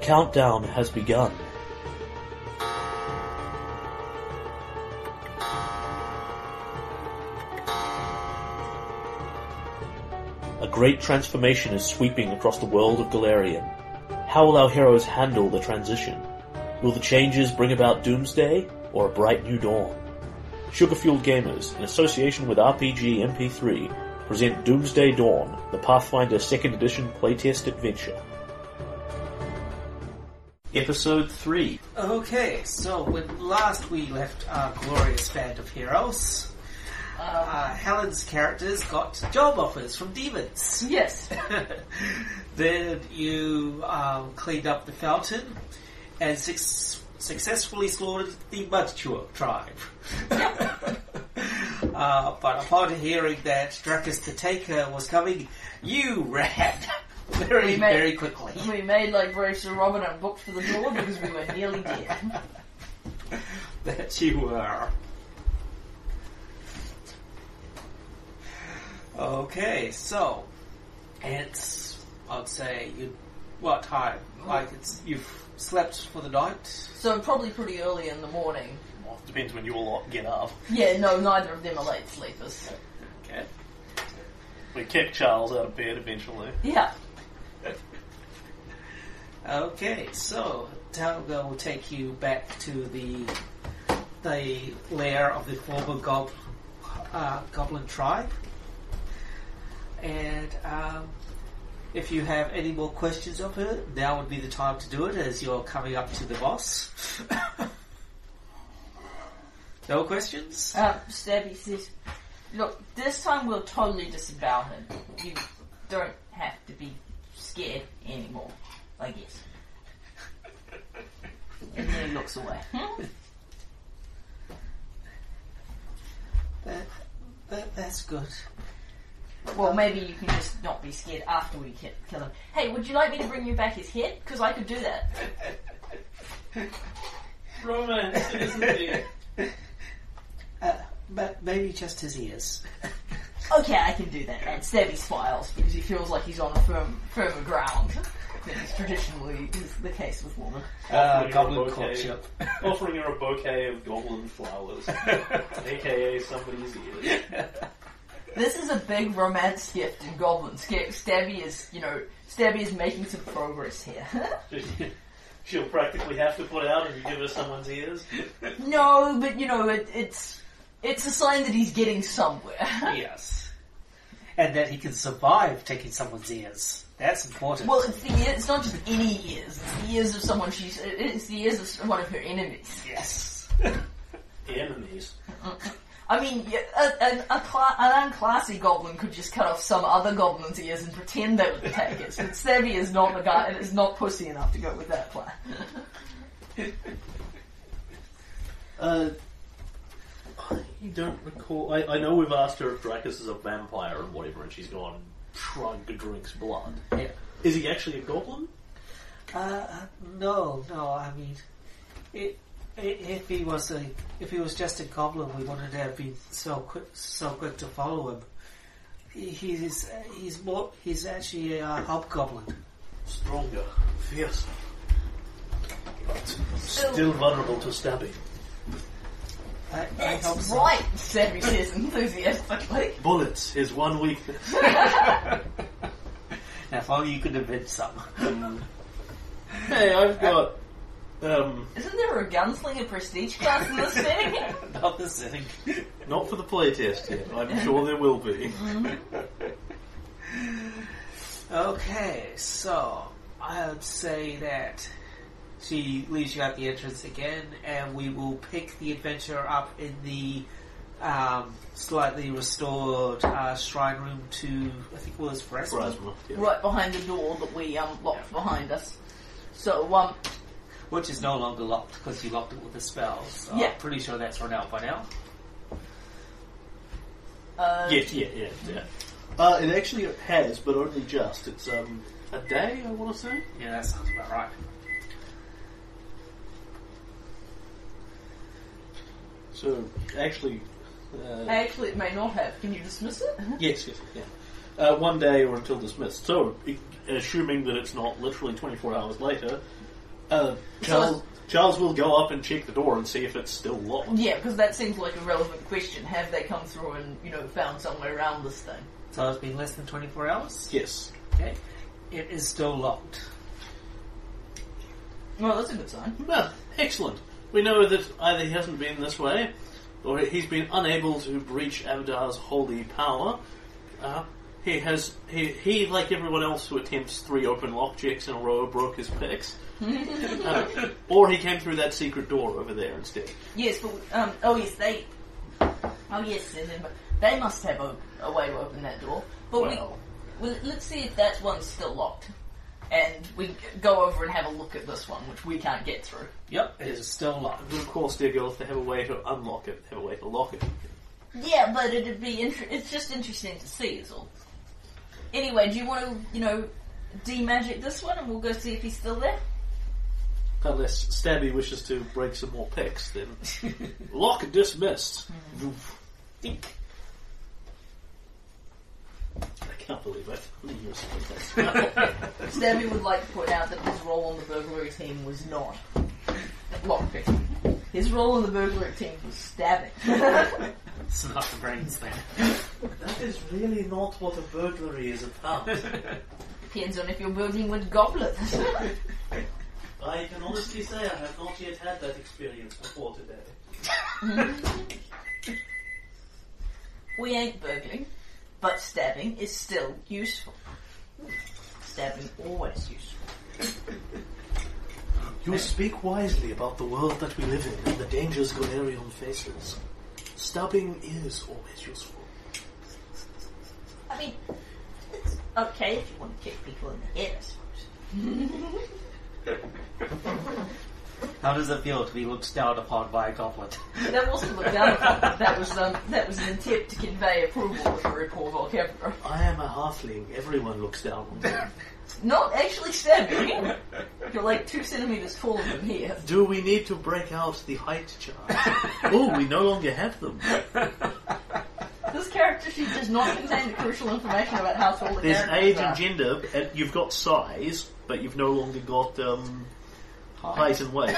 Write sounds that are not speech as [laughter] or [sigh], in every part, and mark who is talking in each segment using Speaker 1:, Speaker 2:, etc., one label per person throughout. Speaker 1: countdown has begun. A great transformation is sweeping across the world of Galarian. How will our heroes handle the transition? Will the changes bring about doomsday or a bright new dawn? Sugar Fueled Gamers, in association with RPG MP3, present Doomsday Dawn, the Pathfinder 2nd Edition playtest adventure. Episode 3.
Speaker 2: Okay, so with last we left our glorious band of heroes.
Speaker 3: Um,
Speaker 2: Uh, Helen's characters got job offers from demons.
Speaker 3: Yes.
Speaker 2: [laughs] then you um, cleaned up the fountain and suc- successfully slaughtered the Mudchurk tribe. [laughs] uh, but upon hearing that Dracus the Taker was coming, you ran [laughs] very,
Speaker 3: We made-
Speaker 2: very quickly.
Speaker 3: We made like very and booked for the door because we were nearly dead.
Speaker 2: that you were. Okay, so it's I'd say you what time? Like it's you've slept for the night.
Speaker 3: So probably pretty early in the morning.
Speaker 1: Well, depends when you all get up.
Speaker 3: Yeah, no, neither of them are late sleepers.
Speaker 2: Okay.
Speaker 1: We kicked Charles out of bed eventually.
Speaker 3: Yeah.
Speaker 2: Okay, so Talga will take you back to the the lair of the former gob, uh, goblin tribe. And um, if you have any more questions of her, now would be the time to do it as you're coming up to the boss. [laughs] no questions?
Speaker 3: Uh, Stabby says, "Look, this time we'll totally disavow him. You don't have to be scared anymore. I guess." And then he looks away. Hmm?
Speaker 2: That, that, that's good.
Speaker 3: Well, maybe you can just not be scared after we ki- kill him. Hey, would you like me to bring you back his head? Because I could do that.
Speaker 1: Romance, isn't it?
Speaker 2: [laughs] Uh, but maybe just his ears. [laughs]
Speaker 3: Okay, I can do that. And Stabby smiles because he feels like he's on firm, firmer ground than is traditionally is the case with women.
Speaker 2: Uh,
Speaker 1: Hopefully you're
Speaker 2: goblin
Speaker 1: okay.
Speaker 2: courtship.
Speaker 1: Offering her a bouquet of goblin flowers, aka somebody's ears.
Speaker 3: This is a big romance gift in Goblin. Sk- Stabby is, you know, Stabby is making some progress here. [laughs]
Speaker 1: She'll practically have to put out if you give her someone's ears.
Speaker 3: no, but you know, it, it's it's a sign that he's getting somewhere. [laughs]
Speaker 2: Yes. And that he can survive taking someone's ears. That's important.
Speaker 3: well, it's the ear, it's not just any ears. It's the ears of someone she's. It's the ears of one of her enemies.
Speaker 2: yes.
Speaker 1: Enemies.
Speaker 3: I mean, y- a, a, a cla- an unclassy goblin could just cut off some other goblin's ears and pretend they were the takers. But Stabby is not the guy, and is not pussy enough to go with that plan.
Speaker 1: Uh, I don't recall. I, I know we've asked her if Dracus is a vampire and whatever, and she's gone shrug drinks blood.
Speaker 2: Yeah.
Speaker 1: Is he actually a goblin?
Speaker 2: Uh, uh, no, no, I mean, i i if he was a, if he was just a goblin, we wouldn't have been so quick, so quick to follow him. He- He's, he's more, he's actually a hobgoblin.
Speaker 1: Stronger, fiercer,
Speaker 3: Still,
Speaker 1: still vulnerable to stabbing.
Speaker 2: That, that helps
Speaker 3: that's
Speaker 2: him.
Speaker 3: right, Stabby says enthusiastically.
Speaker 1: Bullets is one weakness.
Speaker 2: Now, if only you could invent some. [laughs]
Speaker 1: hey, I've got. Um,
Speaker 3: Isn't there a gunslinger prestige class in this setting?
Speaker 2: Not the setting.
Speaker 1: [laughs] not for the playtest yet. I'm sure there will be.
Speaker 2: Okay, so I would say that she leaves you at the entrance again, and we will pick the adventure up in the um, slightly restored uh, shrine room to I think it was Fresno.
Speaker 1: Phrasma, yeah.
Speaker 3: [laughs] right behind the door that we um, locked behind us. So, um,
Speaker 2: which is no longer locked because you locked it with a spell. So
Speaker 3: Yeah.
Speaker 2: I'm pretty sure that's run out by now.
Speaker 3: uh,
Speaker 1: Yes, yeah, yeah, yeah. Uh, it actually has, but only just. It's um, a day, I want to say.
Speaker 2: Yeah, that sounds about right.
Speaker 1: So actually, uh,
Speaker 3: actually, it may not have. Can you dismiss it?
Speaker 1: yes, yes, yeah. Uh, one day or until dismissed. So, i- assuming that it's not literally 24 hours later, Uh, Charles,
Speaker 3: So-
Speaker 1: Charles will go up and check the door and see if it's still locked.
Speaker 3: Yeah, because that seems like a relevant question. Have they come through and, you know, found some way around this thing?
Speaker 2: So it's been less than 24 hours.
Speaker 1: Yes.
Speaker 2: Okay. It is still locked.
Speaker 3: Well, that's a good sign.
Speaker 1: Well, excellent. We know that either he hasn't been this way, or he's been unable to breach Avadar's holy power. Uh, he has he, he like everyone else who attempts three open lock checks in a row broke his picks. [laughs] Uh, or he came through that secret door over there instead.
Speaker 3: Yes, but, um, oh yes, they, oh yes, they- they mu- they must have a, a way to open that door. But
Speaker 1: Well.
Speaker 3: we, well, let's see if that one's still locked. And we go over and have a look at this one, which we can't get through.
Speaker 2: Yep, it is still locked. [laughs]
Speaker 1: And of course, dear girl, if they have a way to unlock it, they have a way to lock it.
Speaker 3: Yeah, but it'd be inter- it's just interesting to see, is all. Anyway, do you want to, you know, demagic this one and we'll go see if he's still there?
Speaker 1: Unless Stabby wishes to break some more picks, then lock dismissed.
Speaker 2: Dink.
Speaker 1: I can't believe I found you
Speaker 3: Stabby would like to point out that his role on the burglary team was not lockpicking. His role on the burglary team was stabbing. [laughs]
Speaker 2: It's not the brains thing.
Speaker 1: [laughs]
Speaker 2: [laughs]
Speaker 1: That is really not what a burglary is about.
Speaker 3: Depends on if you're burgling with goblets.
Speaker 1: I can honestly say I have not yet had that experience before today.
Speaker 3: [laughs] we ain't burgling, but stabbing is still useful. Stabbing always useful.
Speaker 1: You speak wisely about the world that we live in and the dangers Galerion faces. Stabbing is always useful.
Speaker 3: I mean, it's okay if you want to kick people in the head, I suppose.
Speaker 2: How does it feel to be looked down upon by a goblin? [laughs]
Speaker 3: That wasn't looked down upon. That was um, that was an attempt to convey approval of a very poor vocabulary.
Speaker 1: I am a halfling. Everyone looks down [laughs] on me.
Speaker 3: Not actually stabbing. You're like two centimeters taller than he is.
Speaker 1: Do we need to break out the height
Speaker 2: [laughs]
Speaker 1: chart? oh, we no longer have them.
Speaker 3: This character sheet does not contain the crucial information about how tall the
Speaker 1: There's
Speaker 3: characters
Speaker 1: age
Speaker 3: are.
Speaker 1: and gender, and you've got size, but you've no longer got um, height and weight.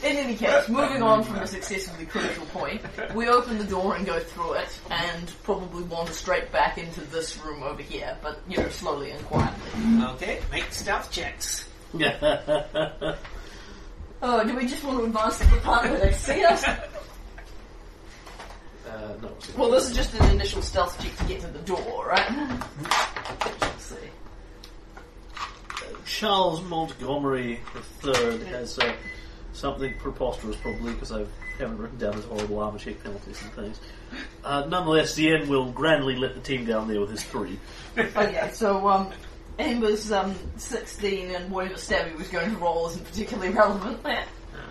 Speaker 3: In any case, moving on from this excessively crucial point, we open the door and go through it, and probably wander straight back into this room over here, but you know, slowly and quietly.
Speaker 2: okay, make stealth checks.
Speaker 1: [laughs] Uh,
Speaker 3: Oh, do we just want to advance to the part where they see us?
Speaker 1: Uh, no.
Speaker 3: [laughs] Well, this is just an initial stealth check to get to the door, right? Let's see.
Speaker 1: Charles Montgomery III has uh, something preposterous, probably, because I haven't written down his horrible armor check penalties and things. Uh, nonetheless, Zien will grandly let the team down there with his three.
Speaker 3: Okay, so um, Amber's um, 16 and whatever stab he was going to roll isn't particularly relevant there.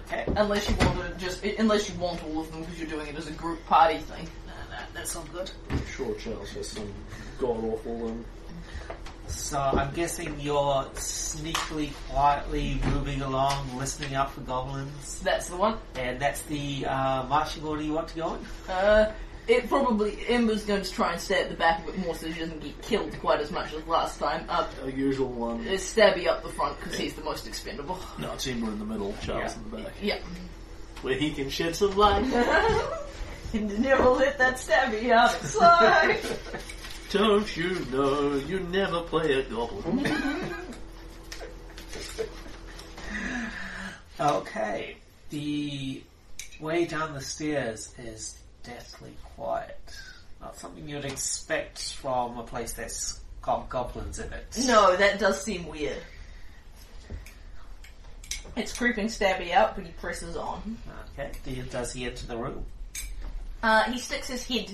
Speaker 2: Okay.
Speaker 3: Unless you want to just, unless you want all of them because you're doing it as a group party thing.
Speaker 2: No, no, that's not good.
Speaker 1: I'm sure Charles has some god awful um,
Speaker 2: So I'm guessing you're sneakily, quietly moving along, listening out for goblins,
Speaker 3: That's the one.
Speaker 2: and that's the uh, marching order you want to go in.
Speaker 3: Uh, it probably Ember's going to try and stay at the back of it more so she doesn't get killed quite as much as last time. Uh,
Speaker 1: our usual one.
Speaker 3: it's Stabby up the front because he's the most expendable.
Speaker 1: No, it's Ember in the middle, Charles
Speaker 2: Yeah.
Speaker 1: in the back,
Speaker 3: Yeah.
Speaker 1: where he can shed some light.
Speaker 3: [laughs] And never let that Stabby out. Sorry.
Speaker 1: Don't you know you never play a goblin?
Speaker 2: Okay. The way down the stairs is deathly quiet. Not something you'd expect from a place that's got goblins in it.
Speaker 3: [laughs] No, that does seem weird. It's creeping Stabby out, but he presses on.
Speaker 2: Okay. Do you- Does he enter the room?
Speaker 3: Uh, he sticks his head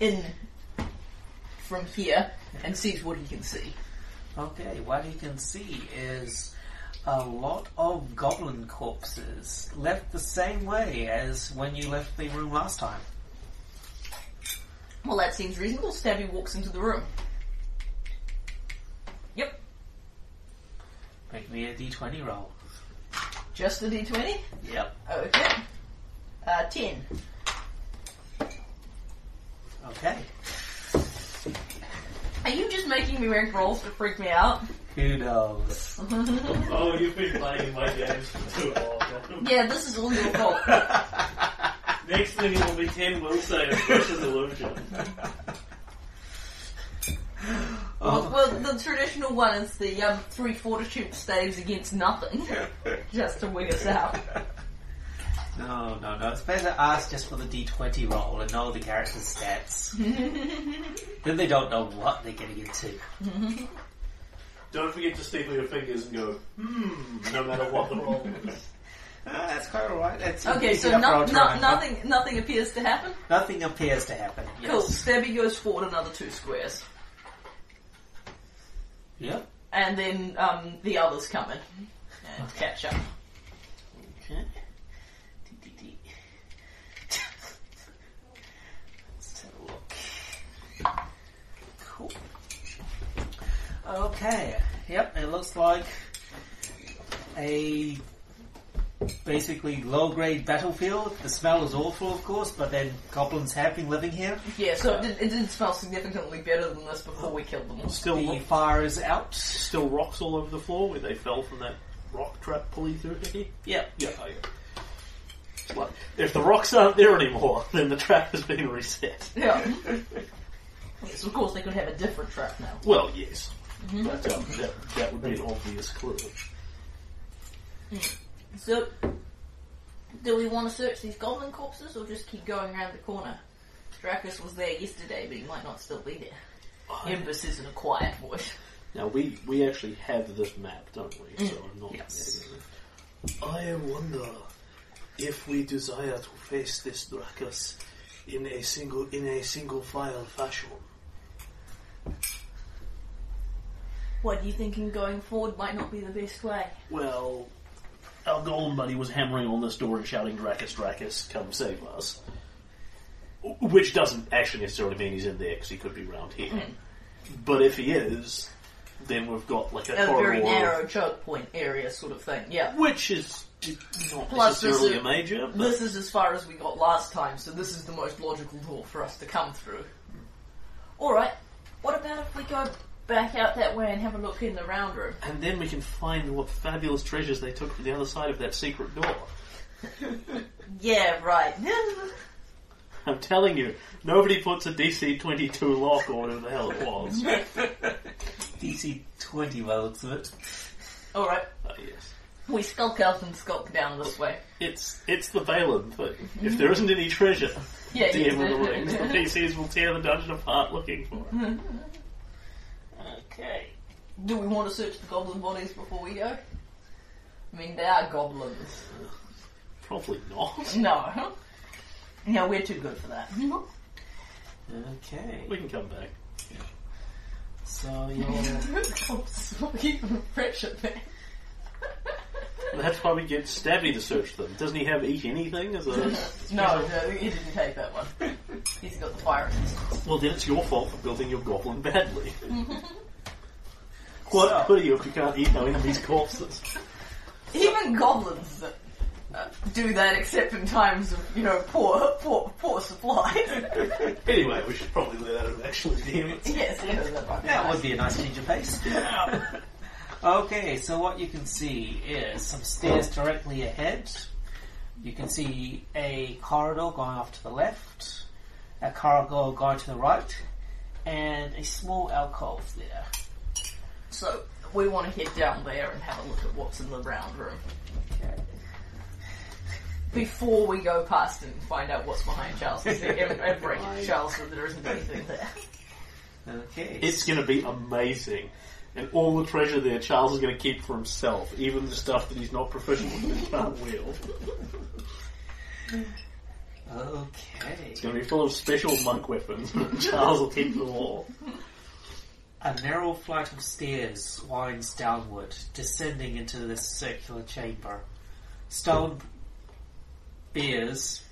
Speaker 3: in from here and sees what he can see.
Speaker 2: Okay, what you can see is a lot of goblin corpses left the same way as when you left the room last time.
Speaker 3: Well, that seems reasonable. Stabby walks into the room. Yep,
Speaker 2: Make me a d20 roll.
Speaker 3: just a d20.
Speaker 2: Yep.
Speaker 3: Okay. Uh, 10.
Speaker 2: Okay.
Speaker 3: Are you just making me rank rolls to freak me out? [laughs]
Speaker 2: Who knows?
Speaker 1: Oh, you've been playing my games for too long.
Speaker 3: Yeah, this is all
Speaker 2: [laughs]
Speaker 3: your fault.
Speaker 1: Next thing will be 10 will saves versus illusion.
Speaker 2: Oh.
Speaker 3: Well, well, the traditional one is the um, three fortitude staves against nothing, [laughs] just to wig us out.
Speaker 2: No, no, no. It's better ask just for the d20 roll and know the character's
Speaker 3: [laughs]
Speaker 2: stats. then they don't know what they're getting into.
Speaker 1: Don't forget to staple your fingers and go, hmm, no matter what the roll is.
Speaker 2: Ah, that's quite alright. That's
Speaker 3: Okay,
Speaker 2: easy
Speaker 3: so
Speaker 2: enough
Speaker 3: no,
Speaker 2: roll to
Speaker 3: no,
Speaker 2: remember.
Speaker 3: nothing, nothing appears to happen.
Speaker 2: Nothing appears to happen. Yes.
Speaker 3: Cool. Stabby goes forward another two squares,
Speaker 2: Yep.
Speaker 3: and then um, the others come in and catch up.
Speaker 1: Okay.
Speaker 2: Let's have a look. Cool. Okay. Yep, it looks like a basically low grade battlefield. The smell is awful, of course, but then goblins have been living here.
Speaker 3: Yeah, so it did, it did smell significantly better than this before we
Speaker 1: [laughs]
Speaker 3: killed them. all.
Speaker 1: Still,
Speaker 2: the
Speaker 1: ro-
Speaker 2: fire is out.
Speaker 1: still rocks all over the floor where they fell from that rock trap pulley through here.
Speaker 2: Yep.
Speaker 1: Yeah, oh, yeah. Well, if the rocks aren't there anymore, [laughs] then the trap has been reset.
Speaker 3: Yeah. yes, of course they could have a different trap now.
Speaker 1: Well, yes. But um, that, that would be an obvious clue.
Speaker 3: So, do we want to search these goblin corpses or just keep going around the corner? Dracus was there yesterday, but he might not still be there. Imbus is in a quiet voice.
Speaker 1: Now we we actually have this map, don't we? So I'm not.
Speaker 2: Yes.
Speaker 1: I wonder if we desire to face this Dracus in a single in a single file fashion.
Speaker 3: What do you thinking going forward might not be the best way?
Speaker 1: Well, our gold buddy was hammering on this door and shouting, "Dracus, Dracus, come save us!" W- Which doesn't actually necessarily mean he's in there because he could be round here. But if he is, then we've got like a,
Speaker 3: Mm-hmm. A
Speaker 1: corridor,
Speaker 3: very narrow choke point area sort of thing, yeah.
Speaker 1: which is d- not
Speaker 3: Plus there's
Speaker 1: necessarily
Speaker 3: a-
Speaker 1: a major. But
Speaker 3: This is as far as we got last time, so this is the most logical door for us to come through. Alright, what about if we go back out that way and have a look in the round room?
Speaker 1: And then we can find what fabulous treasures they took from the other side of that secret door.
Speaker 3: Yeah, right. [laughs]
Speaker 1: I'm telling you, nobody puts a DC 22 lock or whatever the hell it
Speaker 3: [laughs]
Speaker 1: was. uh,
Speaker 2: DC 20 by the looks of it.
Speaker 3: Alright,
Speaker 1: yes.
Speaker 3: we skulk out and skulk down this way.
Speaker 1: It's it's the Balin thing.
Speaker 3: Mm-hmm.
Speaker 1: If there isn't any treasure,
Speaker 3: Yeah, [laughs] yeah.
Speaker 1: DM will lose. The PCs will tear the dungeon apart looking for it.
Speaker 3: Okay. Do we want to search the goblin bodies before we go? I mean, they are goblins.
Speaker 1: Probably not.
Speaker 3: No. No, we're too good for that. [laughs]
Speaker 2: Okay.
Speaker 1: We can come back.
Speaker 2: So you're.
Speaker 3: [laughs]
Speaker 1: That's why we get Stabby to search them. Doesn't he have eat anything? As a...
Speaker 3: no, no, he didn't take that [laughs] one. He's got the fire resistance.
Speaker 1: Well, then it's your fault for building your goblin badly. Quite pretty if you can't eat no enemy's corpses.
Speaker 3: Even goblins that uh, do that, except in times of you know poor, poor, poor supply.
Speaker 1: Anyway, we should probably let that actually damn it.
Speaker 3: [laughs] yes, yeah, that might be
Speaker 2: That
Speaker 3: nice.
Speaker 2: would be a nice change of pace. [laughs] okay, so what you can see is some stairs directly ahead. You can see a corridor going off to the left, a corridor going to the right, and a small alcove there.
Speaker 3: So we want to head down there and have a look at what's in the round room
Speaker 2: Okay.
Speaker 3: before we go past and find out what's behind Charles and and [laughs] break Charles so there isn't anything there.
Speaker 2: Okay.
Speaker 1: It's going to be amazing. And all the treasure there, Charles is going to keep for himself, even the stuff that he's not proficient with and can't wield. It's
Speaker 2: okay.
Speaker 1: going to be full of special monk weapons. [laughs] Charles will keep them all.
Speaker 2: A narrow flight of stairs winds downward, descending into this circular chamber. Stone bears.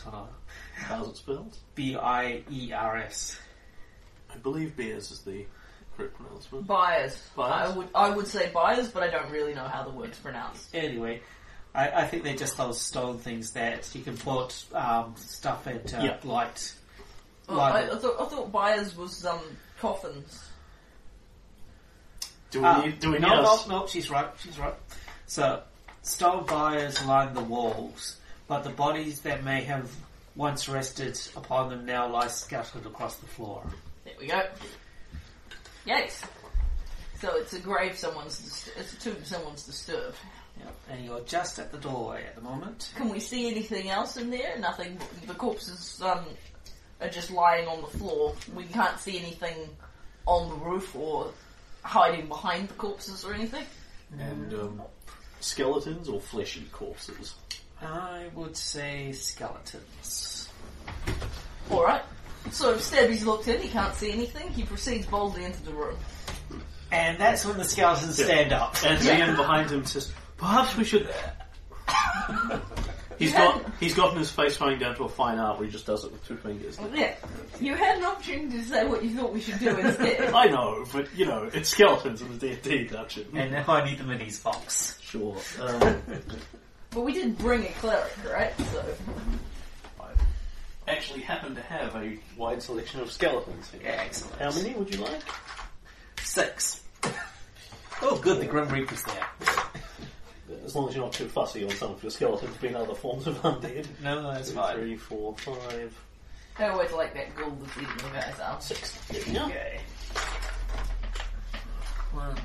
Speaker 2: I don't know.
Speaker 1: How's it spelled?
Speaker 2: B I E R S.
Speaker 1: I believe Beers is the correct pronouncement.
Speaker 3: Buyers.
Speaker 1: Buyers?
Speaker 3: I would I would say buyers, but I don't really know how the word's pronounced.
Speaker 2: Anyway, I, I think they're just those stone things that you can put um, stuff into
Speaker 1: Yeah.
Speaker 2: light.
Speaker 3: Oh, I, I,
Speaker 2: Libel.
Speaker 3: thought, I thought buyers was um coffins.
Speaker 1: Do we
Speaker 2: Uh,
Speaker 1: need? Do we
Speaker 2: no,
Speaker 1: need
Speaker 2: no,
Speaker 1: us?
Speaker 2: no, she's right, she's right. So, stone buyers line the walls, but the bodies that may have once rested upon them now lie scattered across the floor.
Speaker 3: There we go. Yikes. So it's a grave someone's, dis- it's a tomb someone's disturbed.
Speaker 2: Yep. And you're just at the doorway at the moment.
Speaker 3: Can we see anything else in there? Nothing. The corpses um, are just lying on the floor. We can't see anything on the roof or hiding behind the corpses or anything.
Speaker 1: And um, skeletons or fleshy corpses.
Speaker 2: I would say skeletons.
Speaker 3: All right. So Stabby's looked in. He can't see anything. He proceeds boldly into the room.
Speaker 2: And that's when the skeletons
Speaker 1: Yeah.
Speaker 2: stand up.
Speaker 1: And Ian behind him says, "Perhaps we should." he's got he's gotten his face going down to a fine art where he just does it with two fingers.
Speaker 3: Yeah. You had an opportunity to say what you thought we should do
Speaker 1: [laughs]
Speaker 3: instead.
Speaker 1: I know, but you know, it's skeletons in the D&D dungeon.
Speaker 2: And now I need the minis box.
Speaker 1: Sure. Um,
Speaker 3: but we did bring a cleric, right? So
Speaker 1: I actually happen to have a wide selection of skeletons here.
Speaker 2: Excellent.
Speaker 1: How many would you like?
Speaker 2: Six. Oh, good, the Grim Reaper's there.
Speaker 1: As long as you're not too fussy on some of your skeletons being other forms of undead.
Speaker 2: No, no, that's
Speaker 1: Two,
Speaker 2: fine.
Speaker 1: Three, four, five,
Speaker 3: I always like that gold that's eating the guys out.
Speaker 1: six. There you go.
Speaker 2: Okay. One.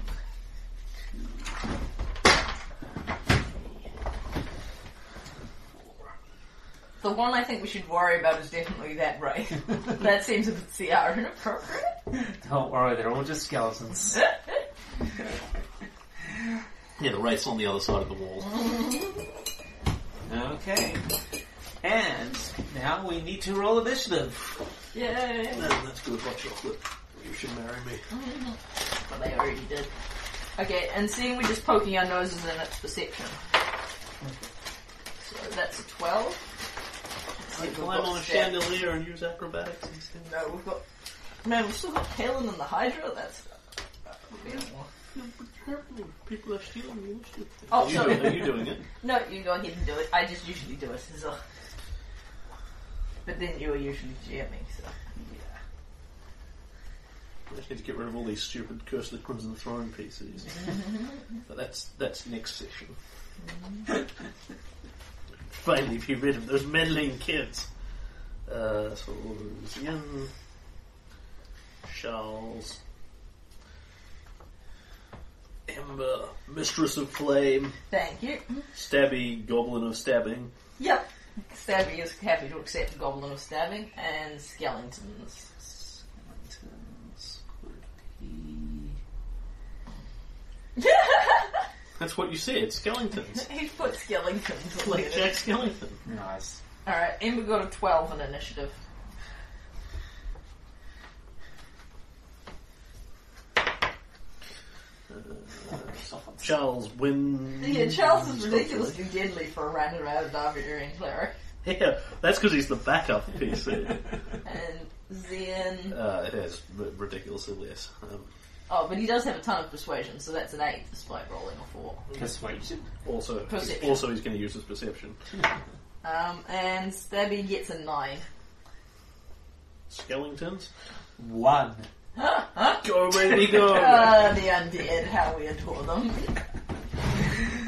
Speaker 3: The one I think we should worry about is definitely that ray. that seems a bit CR inappropriate. [laughs]
Speaker 2: Don't worry, they're all just skeletons.
Speaker 1: Yeah, the race on the other side of the wall.
Speaker 2: Okay. And now we need to roll initiative.
Speaker 3: Yay!
Speaker 1: No, that's good hot chocolate. You should marry me.
Speaker 3: But they already did. Okay, and seeing we're just poking our noses in, it's perception. So that's a 12.
Speaker 1: I
Speaker 3: we've
Speaker 1: climb
Speaker 3: got
Speaker 1: on a
Speaker 3: step.
Speaker 1: chandelier and use acrobatics instead.
Speaker 3: No, we've got. Man, we've still got Helen and the Hydra, that's.
Speaker 1: People are stealing you.
Speaker 3: Oh,
Speaker 1: Are you, doing, are
Speaker 3: sorry.
Speaker 1: you doing it?
Speaker 3: no, you go ahead and do it. I just usually do it. So. But then you are usually jamming, so.
Speaker 1: I just need to get rid of all these stupid Curse of the Crimson Throne pieces.
Speaker 3: [laughs]
Speaker 1: but that's that's next session. [laughs] Finally be rid of those meddling kids. Uh, so Ian, Charles, Ember, Mistress of Flame,
Speaker 3: Thank you.
Speaker 1: Stabby, Goblin of Stabbing.
Speaker 3: Yep. Stabby is happy to accept Goblin of Stabbing and Skellington's.
Speaker 2: Skeletons could be.
Speaker 1: That's what you said, Skellingtons.
Speaker 3: [laughs] He put Skellington's
Speaker 1: like
Speaker 3: later.
Speaker 1: Jack Skellington.
Speaker 2: Nice.
Speaker 3: Alright, Ember got a 12 on initiative.
Speaker 1: Charles Win.
Speaker 3: Yeah, Charles is ridiculously deadly for a random out of Darby cleric.
Speaker 1: Yeah, that's because he's the backup PC.
Speaker 3: And
Speaker 1: [laughs]
Speaker 3: Zen.
Speaker 1: uh, it has r- ridiculously less. Um,
Speaker 3: Oh, but he does have a ton of persuasion, so that's an 8 despite rolling a 4.
Speaker 2: Persuasion.
Speaker 1: also,
Speaker 3: Perception.
Speaker 1: also he's going to use his perception.
Speaker 3: Um, and Stabby gets a 9.
Speaker 1: Skellingtons,
Speaker 2: One. [laughs]
Speaker 1: go baby,
Speaker 3: [laughs]
Speaker 1: go!
Speaker 3: Ah, the undead, how we adore them.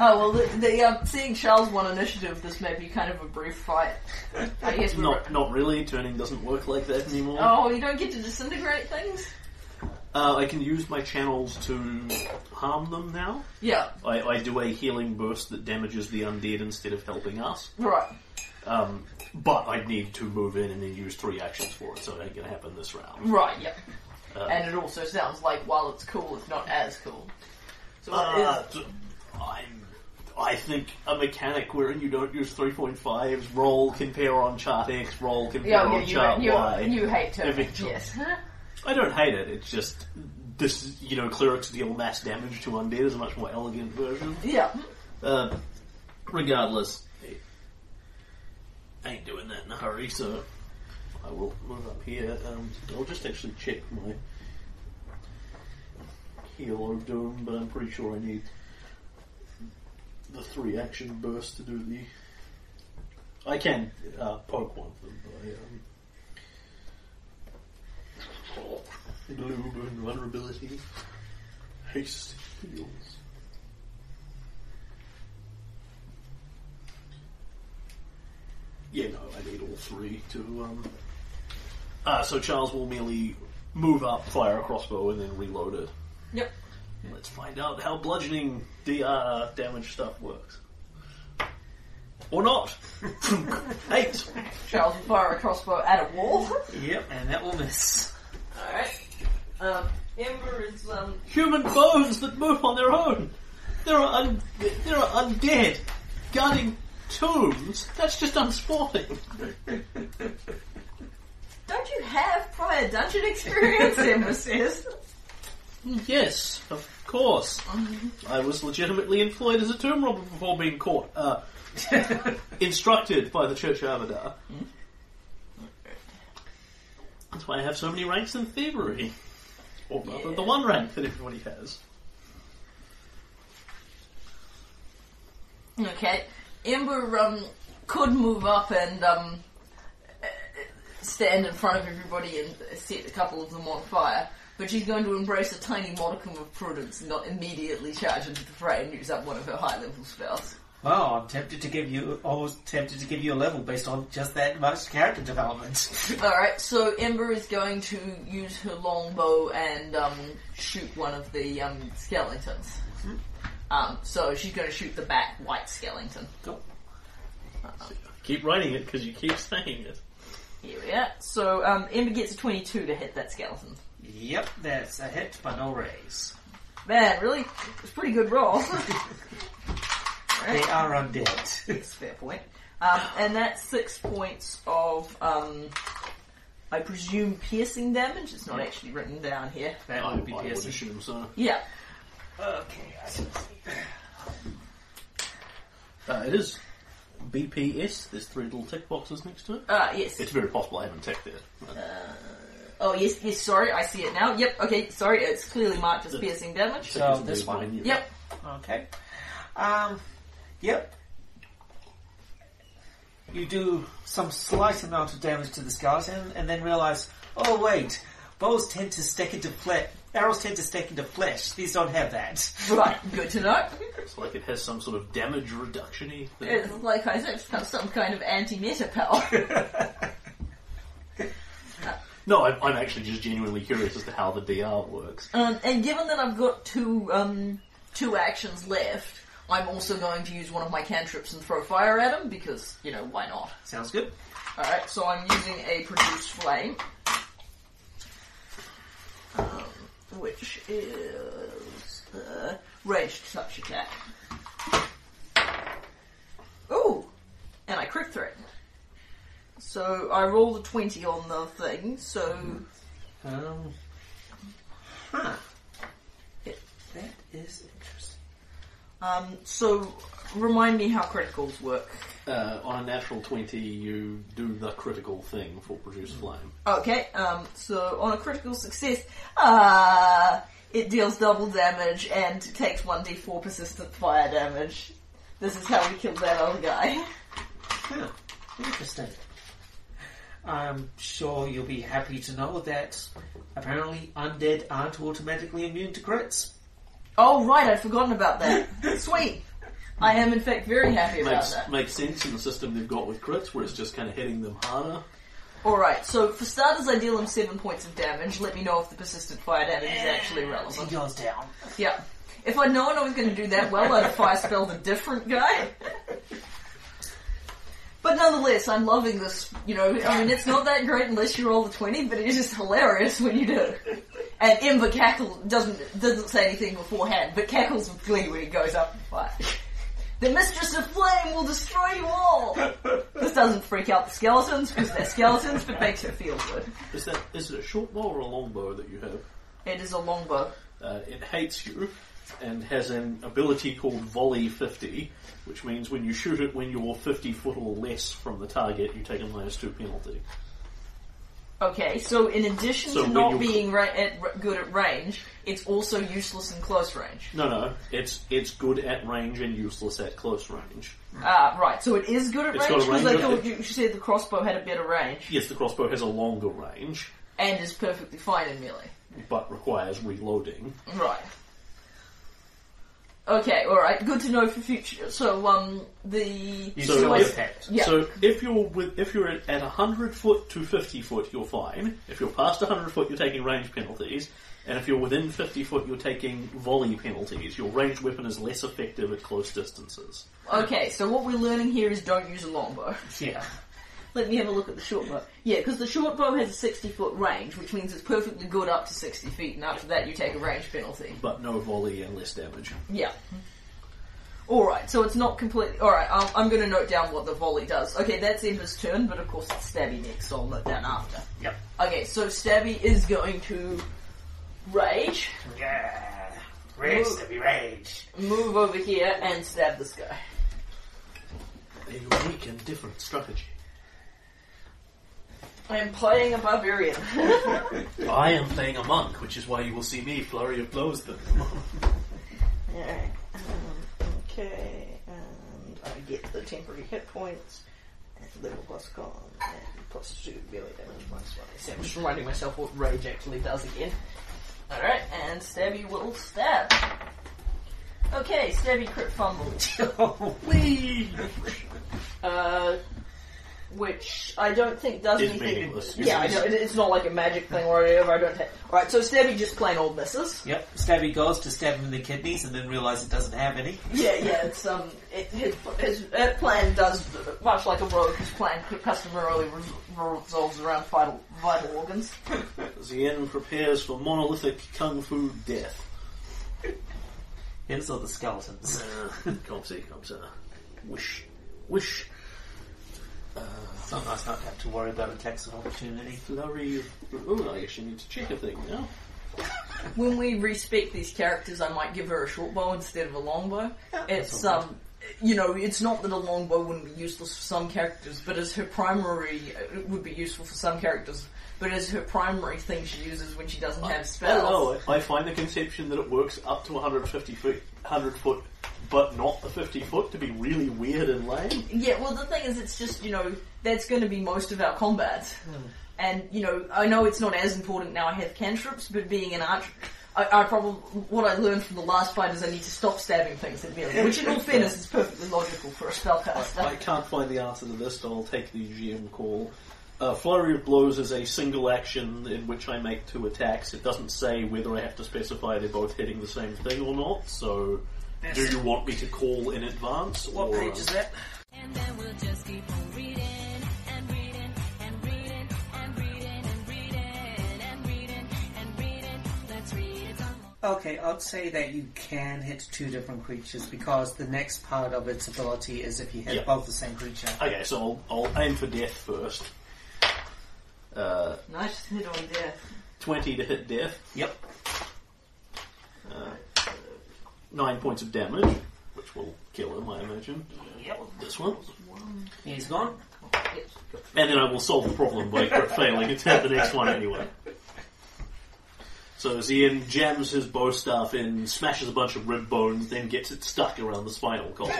Speaker 3: Oh well, the, the um, seeing Charles won initiative, this may be kind of a brief fight. I guess we
Speaker 1: not, not really. Turning doesn't work like that anymore.
Speaker 3: Oh, you don't get to disintegrate things.
Speaker 1: Uh, I can use my channels to harm them now.
Speaker 3: Yeah,
Speaker 1: I, I do a healing burst that damages the undead instead of helping us.
Speaker 3: right.
Speaker 1: Um, but I need to move in and then use three actions for it, so it ain't going to happen this round.
Speaker 3: Right, yep.
Speaker 1: Uh,
Speaker 3: and it also sounds like while it's cool, it's not as cool. So what
Speaker 1: Uh,
Speaker 3: is-
Speaker 1: d- I'm, I think a mechanic wherein you don't use 3.5s, roll, compare on chart X, roll, compare
Speaker 3: yeah,
Speaker 1: on chart
Speaker 3: yeah,
Speaker 1: Y.
Speaker 3: you, you, you hate turning.
Speaker 1: Eventually.
Speaker 3: Yes. [laughs]
Speaker 1: I don't hate it, it's just, this, you know, clerics deal mass damage to undead is a much more elegant version.
Speaker 3: yeah. hmm,
Speaker 1: Uh, regardless, I ain't doing that in a hurry, so I will move up here. Um, I'll just actually check my heal of doom, but I'm pretty sure I need the three action burst to do the. I can uh, poke one of them by. Um, um, Blue vulnerability. Haste heals. Yeah, no, I need all oh three to. Um... Uh, so Charles will merely move up, fire a crossbow, and then reload it.
Speaker 3: Yep.
Speaker 1: Let's find out how bludgeoning DR damage stuff works. Or not. [laughs] Eight.
Speaker 3: Charles will fire a crossbow at a wall. [laughs]
Speaker 2: Yep, and that will miss.
Speaker 3: Alright. Um, Ember is, um,
Speaker 1: Human bones that move on their own. There are un- there are undead guarding tombs. That's just unsporting.
Speaker 3: don't you have prior dungeon
Speaker 2: [laughs]
Speaker 3: experience, Ember says?
Speaker 1: Yes, of course. I was legitimately employed as a tomb robber before being caught. Uh, instructed by the Church of Avadar.
Speaker 2: Hmm?
Speaker 1: That's why I have so many ranks in thievery. Or rather, the
Speaker 3: Yeah.
Speaker 1: one rank that everybody has.
Speaker 3: Okay. Ember, um, could move up and, um, uh, stand in front of everybody and set a couple of them on fire. But she's going to embrace a tiny modicum of prudence and not immediately charge into the fray and use up one of her high level spells. [laughs]
Speaker 2: Wow, I'm tempted to give you almost tempted to give you a level based on just that much character development.
Speaker 3: Alright, so Ember is going to use her longbow and um, shoot one of the um, skeletons. Um, so she's going to shoot the bat white skeleton.
Speaker 1: Go. Keep writing it because you keep saying it.
Speaker 3: Here we are. So um, Ember gets a 22 to hit that skeleton.
Speaker 2: yep, that's a hit, but no raise.
Speaker 3: Man, really? It's a pretty good roll. [laughs]
Speaker 2: They are undead.
Speaker 3: That's a fair point. Um, and that's six points of, um, I presume, piercing damage. It's not actually written down here.
Speaker 2: [laughs] that
Speaker 1: I,
Speaker 2: would be
Speaker 1: I would
Speaker 2: piercing.
Speaker 1: assume so.
Speaker 3: Yeah.
Speaker 2: Okay, I see.
Speaker 1: Uh, it is BPS. There's three little tick boxes next to it.
Speaker 3: Uh, yes.
Speaker 1: It's very possible I haven't ticked it. Uh,
Speaker 3: Oh, yes, yes, sorry, I see it now. Yep, okay, sorry, it's clearly marked as piercing damage.
Speaker 2: So this one.
Speaker 3: Yep,
Speaker 2: Okay. Um, yep. You do some slight amount of damage to the skeleton, and then realize, oh wait, bows tend to stick into flesh. Arrows tend to stick into flesh. These don't have that. [laughs]
Speaker 3: right, good to know. [laughs]
Speaker 1: It's like it has some sort of damage reduction-y thing.
Speaker 3: It's like I said, it's kind of some kind of anti-meta power.
Speaker 1: No, I'm, I'm actually just genuinely curious as to how the DR works.
Speaker 3: Um, and given that I've got two, um, two actions left, I'm also going to use one of my cantrips and throw fire at him, because, you know, why not?
Speaker 2: Sounds good.
Speaker 3: Alright, so I'm using a produce flame. Um, which is uh, ranged touch attack. Ooh! And I crit threat. So I roll the 20 on the thing, so
Speaker 2: Um, huh. That is interesting.
Speaker 3: um, so remind me how criticals work.
Speaker 1: Uh, on a natural 20, you do the critical thing for produce flame.
Speaker 3: Okay, um, so on a critical success, uh, it deals double damage and takes 1d4 persistent fire damage. This is how we killed that old guy. [laughs]
Speaker 2: Huh. Interesting. I'm sure you'll be happy to know that apparently undead aren't automatically immune to crits.
Speaker 3: Oh, right, I'd forgotten about that. Sweet! I am, in fact, very happy about
Speaker 1: Makes,
Speaker 3: that.
Speaker 1: makes sense in the system they've got with crits, where it's just kind of hitting them harder.
Speaker 3: Alright, so for starters, I deal him 7 points of damage. Let me know if the persistent fire damage is actually relevant.
Speaker 2: goes down.
Speaker 3: Yeah. If I'd known I was going to do that well, I'd have fire spelled a different guy. But nonetheless, I'm loving this. You know, I mean, it's not that great unless you roll the twenty, but it is just hilarious when you do. And Ember cackle doesn't doesn't say anything beforehand, but cackles with glee when he goes up and fire. The Mistress of Flame will destroy you all. This doesn't freak out the skeletons because they're skeletons, but makes her feel good.
Speaker 1: Is that is it a short bow or a long bow that you have?
Speaker 3: It is a longbow.
Speaker 1: Uh, it hates you and has an ability called Volley 50, which means when you shoot it when you're 50 foot or less from the target, you take a minus 2 penalty.
Speaker 3: Okay, so in addition
Speaker 1: So
Speaker 3: to
Speaker 1: when
Speaker 3: not
Speaker 1: you-
Speaker 3: being ra- at, r- good at range, it's also useless in close range.
Speaker 1: No, no, it's it's good at range and useless at close range.
Speaker 3: Ah, right. So it is good at
Speaker 1: It's
Speaker 3: range
Speaker 1: got a
Speaker 3: because I
Speaker 1: range of-
Speaker 3: thought you, you said the crossbow had a better range
Speaker 1: Yes, the crossbow has a longer range,
Speaker 3: and is perfectly fine in melee.
Speaker 1: but requires reloading.
Speaker 3: Right. Okay, alright. Good to know for future. So, um, the.
Speaker 2: You
Speaker 1: So
Speaker 2: still
Speaker 1: if-
Speaker 2: attacked.
Speaker 3: Yeah.
Speaker 1: So if you're with, if you're at hundred foot to fifty foot, you're fine. If you're past hundred foot, you're taking range penalties, and if you're within fifty foot, you're taking volley penalties. Your ranged weapon is less effective at close distances.
Speaker 3: Okay, so what we're learning here is don't use a longbow. [laughs]
Speaker 2: Yeah.
Speaker 3: Let me have a look at the short bow. Yeah, because the short bow has a 60 foot range, which means it's perfectly good up to 60 feet, and after that you take a range penalty.
Speaker 1: but no volley and less damage.
Speaker 3: Yeah. Alright, so it's not completely. Alright, I'm, I'm gonna note down what the volley does. Okay, that's Ember's turn, but of course it's Stabby next, so I'll note down after.
Speaker 2: Yep.
Speaker 3: Okay, so Stabby is going to rage,
Speaker 2: Yeah. Rage to be rage. [laughs]
Speaker 3: move over here, and stab this guy.
Speaker 1: A unique and different strategy.
Speaker 3: I am playing a barbarian.
Speaker 1: I am playing a monk, which is why you will see me flurry of blows [laughs] them.
Speaker 4: Alright. Um, okay. And I get the temporary hit points. And level plus con. And plus two melee damage plus one.
Speaker 3: So I'm just reminding myself what rage actually does again. Alright, and Stabby will stab. Okay, Stabby crit fumble.
Speaker 1: Whee!
Speaker 3: Uh, which I don't think does
Speaker 1: It's
Speaker 3: anything.
Speaker 1: meaningless.
Speaker 3: Yeah, I know. it- It's not like a magic thing or whatever. I don't. Ha- All right, so Stabby just plain old misses.
Speaker 2: Yep. Stabby goes to stab him in the kidneys and then realize it doesn't have any.
Speaker 3: Yeah, yeah. It's um, it, his, his uh, plan does much like a rogue. His plan customarily re- revolves around vital vital organs.
Speaker 1: Zien prepares for monolithic kung fu death.
Speaker 2: His or the skeletons.
Speaker 1: Uh, come see, come see. Wish, wish.
Speaker 2: It's not nice not to have to worry about attacks of opportunity.
Speaker 1: Flurry of. Oh, I actually need to check a thing now.
Speaker 3: When we respect these characters, I might give her a short bow instead of a long bow. it's um, you know, it's not that a long bow wouldn't be useless for some characters, but as her primary, it would be useful for some characters. But as her primary thing, she uses when she doesn't have spells.
Speaker 1: Oh, I find the conception that it works up to 150 foot, 100 foot, but not the 50 foot to be really weird and lame.
Speaker 3: Yeah, well, the thing is, it's just, you know, that's going to be most of our combat. And, you know, I know it's not as important now I have cantrips, but being an archer, I, I probably, what I learned from the last fight is I need to stop stabbing things at melee, which [laughs] in all fairness is perfectly logical for a spellcaster.
Speaker 1: I can't find the answer to this, so I'll take the GM call. Uh, Flurry of Blows is a single action in which I make two attacks. It doesn't say whether I have to specify they're both hitting the same thing or not, so do you want me to call in advance?
Speaker 2: What
Speaker 1: or,
Speaker 2: page is that?
Speaker 5: And then we'll just keep on reading and reading and reading and reading and reading and reading and reading. Let's read it some more.
Speaker 2: Okay, I'd say that you can hit two different creatures because the next part of its ability is if you hit
Speaker 1: Yeah.
Speaker 2: both the same creature.
Speaker 1: Okay, so I'll, I'll aim for death first. Uh,
Speaker 3: Nice hit on death.
Speaker 1: 20 to hit death,
Speaker 2: Yep.
Speaker 1: 9 points of damage, which will kill him, I imagine.
Speaker 2: Yep.
Speaker 1: This one.
Speaker 2: He's gone.
Speaker 1: And then I will solve the problem by [laughs] crit failing and tap the next one anyway. So Zian jams his bow staff in, smashes a bunch of rib bones, then gets it stuck around the spinal column.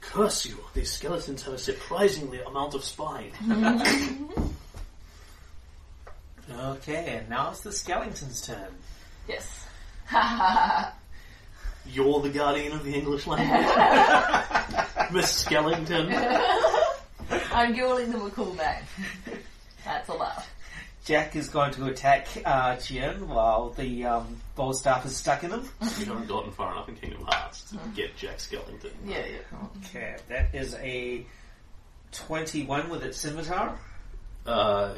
Speaker 1: Curse you! These skeletons have a surprisingly amount of spine.
Speaker 2: Okay, and now it's the skeleton's turn.
Speaker 3: Yes. [laughs]
Speaker 1: You're the guardian of the English language, Miss Skellington.
Speaker 3: I'm giving them a cool name. [laughs] That's allowed.
Speaker 2: Jack is going to attack uh, Jin while the um, bow staff is stuck in him.
Speaker 1: We haven't gotten far enough in Kingdom Hearts to get Jack Skellington.
Speaker 3: Yeah, yeah.
Speaker 2: Okay, [laughs] that is a 21 with its scimitar.
Speaker 1: Uh,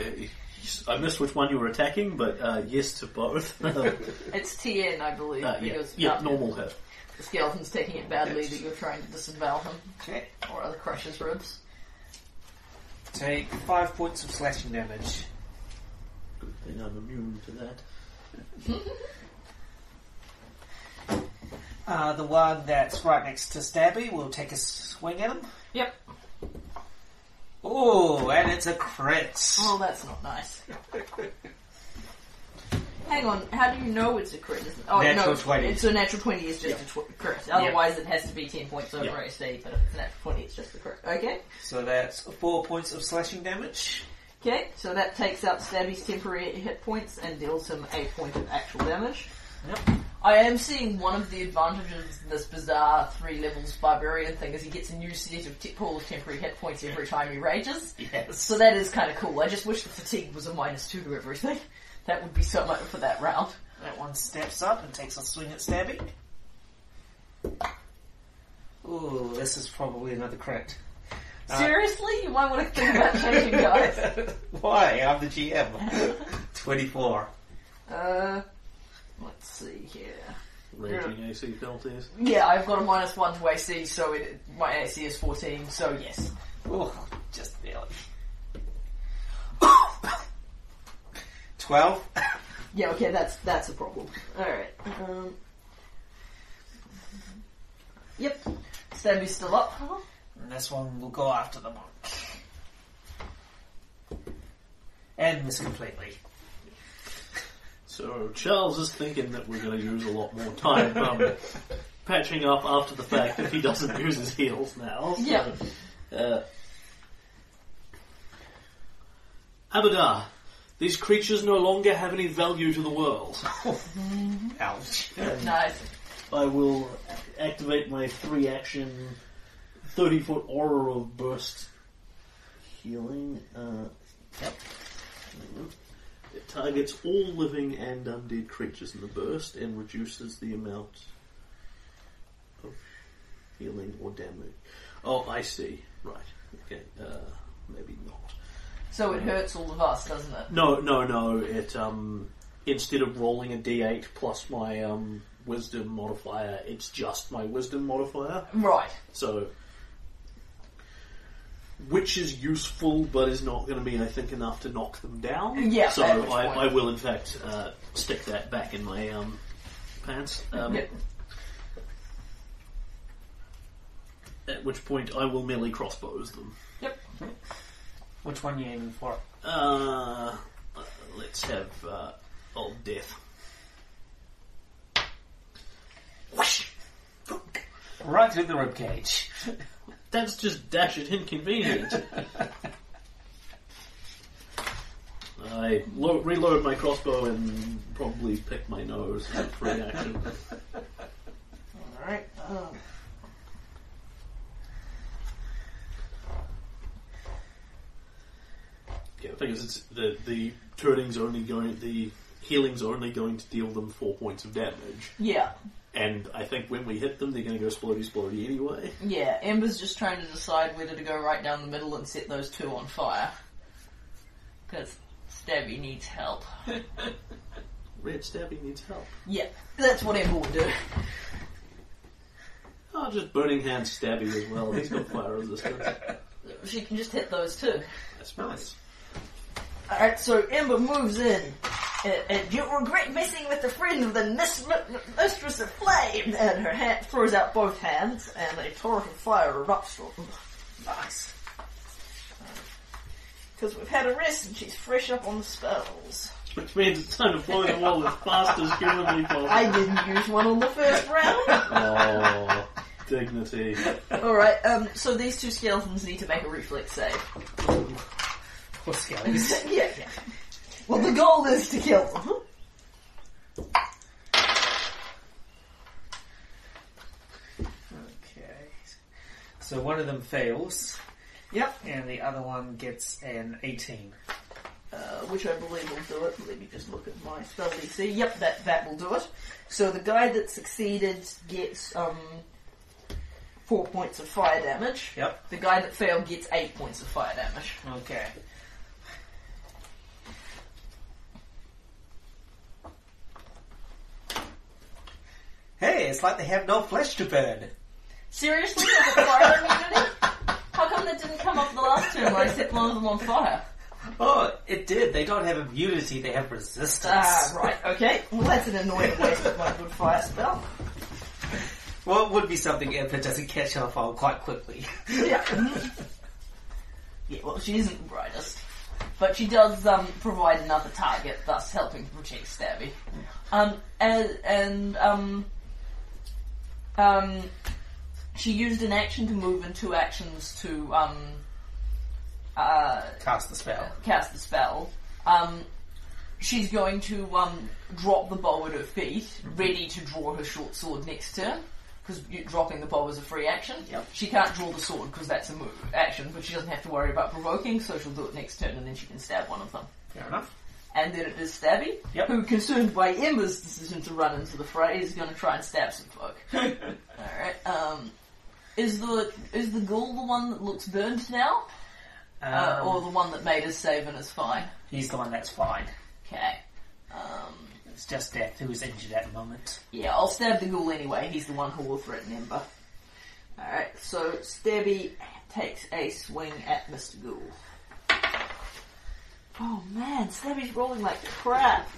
Speaker 1: I missed which one you were attacking, but uh, yes to both. [laughs] uh,
Speaker 3: It's TN, I believe,
Speaker 1: yeah,
Speaker 3: because
Speaker 1: yeah,
Speaker 3: um,
Speaker 1: normal hit.
Speaker 3: the skeleton's taking it badly that you're trying to disavow him,
Speaker 2: Okay.
Speaker 3: or other crush his ribs.
Speaker 2: Take 5 points of slashing damage.
Speaker 1: Good thing I'm immune to that.
Speaker 2: Uh, the one that's right next to Stabby will take a swing at him.
Speaker 3: Yep.
Speaker 2: Oh, and it's a crit.
Speaker 3: Well, Oh, that's not nice. [laughs] Hang on, how do you know it's a crit? Is- Oh,
Speaker 2: Natural
Speaker 3: no,
Speaker 2: 20.
Speaker 3: It's a natural 20 is just a tw- crit. Otherwise, it has to be 10 points over
Speaker 1: Yeah.
Speaker 3: AC, but if it's a natural 20, it's just a crit. Okay?
Speaker 2: So that's 4 points of slashing damage.
Speaker 3: Okay, so that takes out Stabby's temporary hit points and deals him 8 points of actual damage.
Speaker 2: Yep.
Speaker 3: I am seeing one of the advantages of this bizarre three levels barbarian thing is he gets a new set of te- pool of temporary hit points every time he rages.
Speaker 2: Yes.
Speaker 3: So that is kind of cool. I just wish the fatigue was a minus two to everything. [laughs] That would be so much for that round.
Speaker 2: That one steps up and takes a swing at Stabby. Ooh, this is probably another crit. Uh,
Speaker 3: Seriously, you might want to think about
Speaker 2: [laughs]
Speaker 3: changing dice.
Speaker 2: Why? I'm the
Speaker 3: [laughs]
Speaker 2: GM. 24.
Speaker 3: Uh, let's see here.
Speaker 1: Raging AC penalties.
Speaker 3: Yeah, I've got a minus one to AC, so it, my AC is fourteen. So yes,
Speaker 2: Ooh, just barely. [coughs] 12?
Speaker 3: yeah, okay, that's that's a problem. All right. Um, yep, Stabby's still up.
Speaker 2: And this one will go after the monk. And miss completely.
Speaker 1: So Charles is thinking that we're going to use a lot more time um, patching up after the fact if he doesn't use his heels now. So,
Speaker 3: Yeah.
Speaker 1: Uh, Abadar, these creatures no longer have any value to the world.
Speaker 2: Ouch.
Speaker 3: Nice.
Speaker 1: I will activate my three action, 30 foot aura of burst healing. Uh, yep. It targets all living and undead creatures in the burst and reduces the amount of healing or damage. Oh, I see. Right. Okay. Uh, maybe not.
Speaker 3: So it hurts all of us, doesn't it?
Speaker 1: No, no, no. It um, instead of rolling a d8 plus my um, wisdom modifier, it's just my wisdom modifier.
Speaker 3: Right.
Speaker 1: So, which is useful, but is not going to be, I think, enough to knock them down.
Speaker 3: Yeah,
Speaker 1: So
Speaker 3: at which
Speaker 1: I,
Speaker 3: point-
Speaker 1: I will, in fact, uh, stick that back in my um, pants. Um,
Speaker 3: Yep.
Speaker 1: At which point, I will merely crossbows them.
Speaker 3: Yep.
Speaker 2: Which one are you aiming for?
Speaker 1: Uh, let's have uh, old death.
Speaker 2: Right through the ribcage. [laughs]
Speaker 1: That's just dashed inconvenient. I lo- reload my crossbow and probably pick my nose as a free action.
Speaker 3: All right. Um,
Speaker 1: Yeah, because it's the the turning's only going the healing's only going to deal them four points of damage.
Speaker 3: yeah.
Speaker 1: And I think when we hit them, they're going to go splody splody anyway.
Speaker 3: Yeah. Ember's just trying to decide whether to go right down the middle and set those two on fire. Because Stabby needs help.
Speaker 1: Red Stabby needs help.
Speaker 3: Yeah, that's what Ember would do.
Speaker 1: Oh, just Burning Hand Stabby as well. He's got fire resistance.
Speaker 3: She can just hit those too.
Speaker 1: That's nice.
Speaker 3: Alright, so Ember moves in. And, and you regret messing with the friend of the mis- mi- mistress of flame. And her hand throws out both hands, and a torrent of fire erupts from them.
Speaker 2: Nice.
Speaker 3: Because we've had a rest, and she's fresh up on the spells.
Speaker 1: Which means it's time to fly the wall as fast as humanly possible.
Speaker 3: I didn't use one on the first round.
Speaker 1: Oh, dignity.
Speaker 3: Alright, um, so these two skeletons need to make a reflex save.
Speaker 2: Poor skellies.
Speaker 3: [laughs] yeah, yeah. Well, the goal is to kill them.
Speaker 2: Okay. So one of them fails,
Speaker 3: Yep.
Speaker 2: and the other one gets an 18.
Speaker 3: uh, which I believe will do it. Let me just look at my spell DC. Yep, that that will do it. So the guy that succeeded gets um four points of fire damage.
Speaker 2: Yep.
Speaker 3: The guy that failed gets eight points of fire damage.
Speaker 2: Okay. Hey, it's like they have no flesh to burn.
Speaker 3: Seriously, there's a fire immunity? How come that didn't come up the last turn when I set one of them on fire?
Speaker 2: Oh, it did. They don't have immunity, they have resistance.
Speaker 3: Ah, right, okay. Well, that's an annoying waste of my good fire spell.
Speaker 2: Well, it would be something if it doesn't catch her fire quite quickly. [laughs]
Speaker 3: Yeah. yeah, well, she isn't the brightest. But she does um, provide another target, thus helping to protect Stabby. Um, and and um, um, she used an action to move and two actions to um, uh,
Speaker 2: Cast the spell.
Speaker 3: cast the spell. Um, She's going to um, drop the bow at her feet, ready to draw her short sword next turn. Because dropping the bow is a free action.
Speaker 4: Yep.
Speaker 3: She can't draw the sword because that's a move action, but she doesn't have to worry about provoking, so she'll do it next turn, and then she can stab one of them.
Speaker 2: Fair enough.
Speaker 3: And then it is Stabby,
Speaker 2: Yep.
Speaker 3: who, concerned by Ember's decision to run into the fray, is going to try and stab some
Speaker 2: [laughs]
Speaker 3: folk. Alright, um, is the is the ghoul the one that looks burned now, uh,
Speaker 2: Um,
Speaker 3: or the one that made us save and is fine?
Speaker 2: he's the one that's fine.
Speaker 3: Okay. Um,
Speaker 2: It's just Death who was injured at the moment.
Speaker 3: yeah, I'll stab the ghoul anyway. He's the one who will threaten Ember. Alright, so Stabby takes a swing at Mr. Ghoul. Oh man, Stabby's rolling like crap.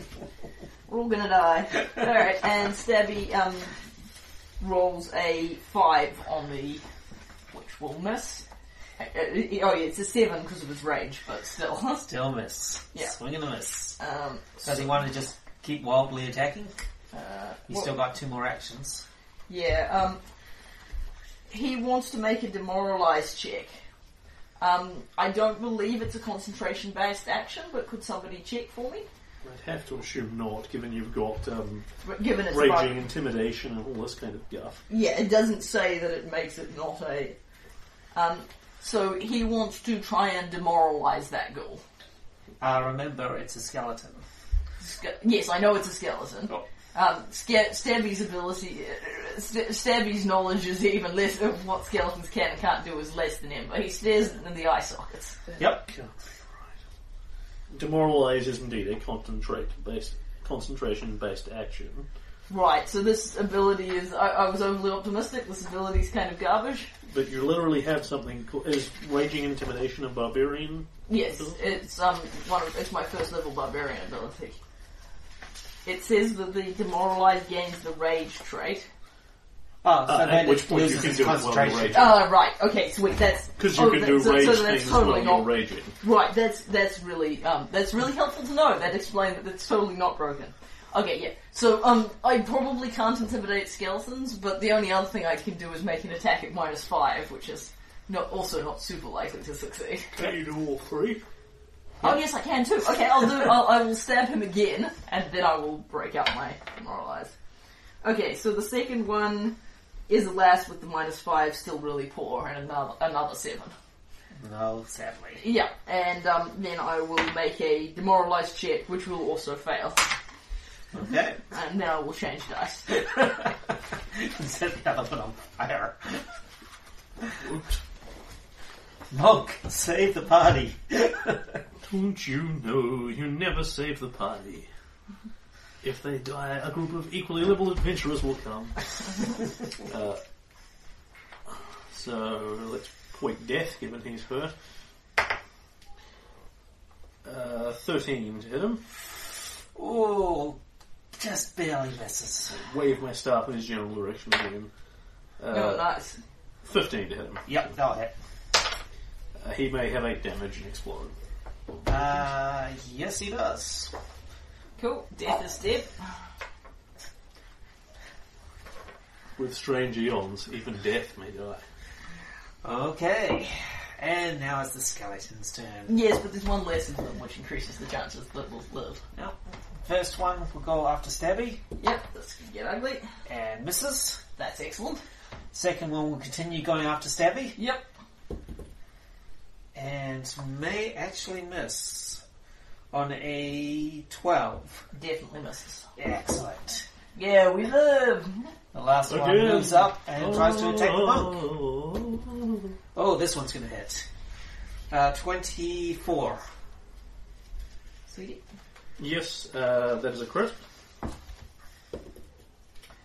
Speaker 3: We're all gonna die. Alright, and Stabby um, rolls a 5 on the. which will miss. Uh, uh, Oh yeah, it's a 7 because of his rage, but still. [laughs] Um,
Speaker 2: Still miss.
Speaker 3: Yeah.
Speaker 2: Swing and a miss.
Speaker 3: um,
Speaker 2: Does he want to just keep wildly attacking?
Speaker 3: uh,
Speaker 2: He's
Speaker 3: what-
Speaker 2: still got two more actions.
Speaker 3: Yeah, um, he wants to make a demoralized check. Um, I don't believe it's a concentration based action, but could somebody check for me?
Speaker 1: I'd have to assume not, given you've got um,
Speaker 3: R- Given it's
Speaker 1: raging
Speaker 3: about-
Speaker 1: intimidation and all this kind of guff.
Speaker 3: yeah, it doesn't say that it makes it not a. Um, so he wants to try and demoralize that ghoul.
Speaker 2: Uh, remember, it's a skeleton.
Speaker 3: Ske- yes, I know it's a skeleton.
Speaker 2: Oh.
Speaker 3: Um, Sca- Stabby's ability, uh, St- Stabby's knowledge is even less of what skeletons can and can't do is less than him, but he stares at them in the eye sockets.
Speaker 2: Yep.
Speaker 1: God, right. Demoralize is indeed a concentrate based concentration based action.
Speaker 3: Right, so this ability is. I, I was overly optimistic. This ability is kind of garbage.
Speaker 1: But you literally have something co- is raging intimidation a barbarian?
Speaker 3: Yes, it's um one of, it's my first level barbarian ability. It says that the demoralized gains the rage trait.
Speaker 2: Oh, so
Speaker 1: Uh,
Speaker 2: then
Speaker 1: at which
Speaker 2: it
Speaker 1: point you
Speaker 2: loses
Speaker 1: can
Speaker 2: its
Speaker 1: do it while
Speaker 2: concentration.
Speaker 1: raging.
Speaker 3: Ah, right. Okay, sweet. That's
Speaker 1: Because you
Speaker 3: oh,
Speaker 1: can
Speaker 3: that-
Speaker 1: do
Speaker 3: so,
Speaker 1: rage
Speaker 3: so that's
Speaker 1: things
Speaker 3: totally
Speaker 1: while you're
Speaker 3: not
Speaker 1: raging.
Speaker 3: right. That's that's really um that's really helpful to know. That explains that it's totally not broken. Okay, yeah. So um, I probably can't intimidate skeletons, but the only other thing I can do is make an attack at minus five, which is not also not super likely to succeed.
Speaker 1: Can you do all three?
Speaker 3: Oh yes, I can too. Okay, I'll do. I'll, I will stab him again, and then I will break out my demoralize. Okay, so the second one is alas with the minus five, still really poor, and another another seven.
Speaker 2: No, sadly.
Speaker 3: Yeah, and um, then I will make a demoralized check, which will also fail,
Speaker 2: [laughs] Okay.
Speaker 3: and then I will change dice.
Speaker 2: Set the other one on fire. Monk, save the party.
Speaker 1: Don't you know you never save the party? If they die, a group of equally liberal adventurers will
Speaker 3: [laughs]
Speaker 1: come. uh, so let's point death, given he's hurt. Uh, 13 to hit him.
Speaker 2: Oh, just barely misses.
Speaker 1: Wave my staff in his general direction again. Uh,
Speaker 3: oh, nice.
Speaker 1: 15 to hit him.
Speaker 2: Yep, that'll hit.
Speaker 1: Uh, he may have 8 damage and explode.
Speaker 2: Uh, yes, he does.
Speaker 3: Cool. Death is dead.
Speaker 1: With strange eons, even death may die.
Speaker 2: Okay. And now it's the skeleton's turn.
Speaker 3: Yes, but there's one less of them, which increases the chances that we'll live.
Speaker 2: Now, first one will go after Stabby
Speaker 3: Yep, this can get ugly.
Speaker 2: and misses.
Speaker 3: That's excellent.
Speaker 2: Second one will continue going after Stabby
Speaker 3: Yep.
Speaker 2: and may actually miss on a 12.
Speaker 3: Definitely misses.
Speaker 2: Excellent.
Speaker 3: Yeah, we live.
Speaker 2: The last one
Speaker 1: Again.
Speaker 2: moves up and tries to attack the
Speaker 1: Oh.
Speaker 2: monk.
Speaker 1: monk.
Speaker 2: Oh, this one's gonna hit. Uh, 24.
Speaker 3: Sweetie.
Speaker 1: Yes, uh, that is a crit.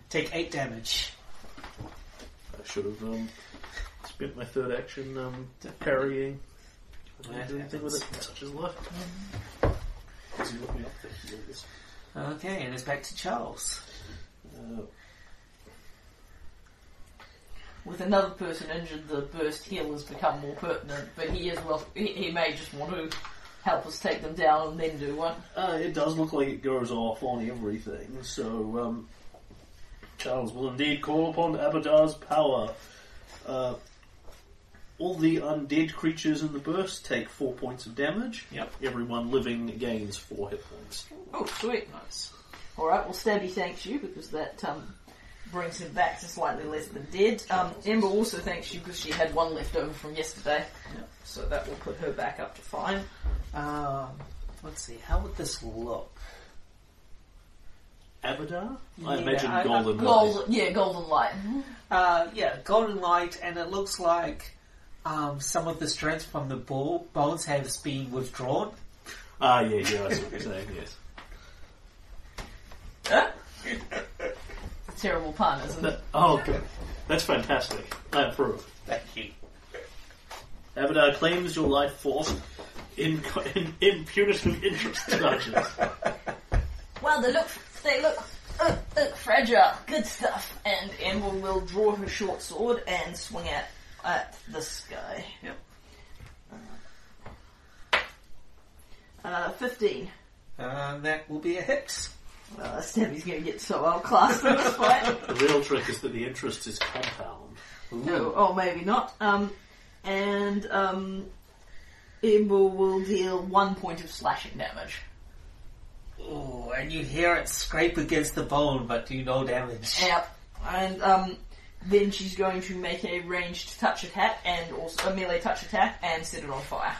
Speaker 2: Take 8 damage.
Speaker 1: I should have um, spent my third action um, parrying. I didn't do anything with it. Such is life.
Speaker 2: Mm-hmm.
Speaker 1: Does he look me up there? He is.
Speaker 2: Okay, and it's back to Charles.
Speaker 1: Uh,
Speaker 3: With another person injured, the burst heal has become more pertinent, but he is well. He, he may just want to help us take them down and then do one.
Speaker 1: uh, it does look like it goes off on everything, so um, Charles will indeed call upon Abadar's power. Uh, All the undead creatures in the burst take four points of damage.
Speaker 2: Yep.
Speaker 1: Everyone living gains four hit points.
Speaker 3: Oh, sweet.
Speaker 2: Nice.
Speaker 3: Alright, well, Stabby thanks you because that um, brings him back to slightly less than dead. Um, Ember also thanks you because she had one left over from yesterday, so that will put her back up to five.
Speaker 2: Um, let's see. How would this look?
Speaker 1: Abadar? I
Speaker 2: Yeah,
Speaker 1: imagine
Speaker 2: I- I-
Speaker 1: golden. light.
Speaker 3: Gold, yeah, golden light.
Speaker 2: Uh, yeah, golden light, and it looks like um, some of the strength from the ball bones has been withdrawn.
Speaker 1: Ah, yeah, yeah, I see what you're saying, yes.
Speaker 3: Terrible pun, isn't it?
Speaker 1: That- oh, good. That's fantastic. I approve.
Speaker 2: Thank you.
Speaker 1: Abadar claims your life force in, in, in punitive interest charges.
Speaker 3: Well, they look, they look, uh, look fragile. Good stuff. And Ember will draw her short sword and swing at at this guy.
Speaker 2: Yep.
Speaker 3: Uh, fifteen.
Speaker 2: Uh, that will be a hit.
Speaker 3: Well, Stabby's Uh, gonna get so outclassed in this fight.
Speaker 1: The real trick is that the interest is compound.
Speaker 3: [laughs] No, oh, maybe not. Um, and um, Ember will deal one point of slashing damage,
Speaker 2: Ooh, and you hear it scrape against the bone, but do no damage.
Speaker 3: Yep. And um, then she's going to make a ranged touch attack and also a melee touch attack and set it on fire.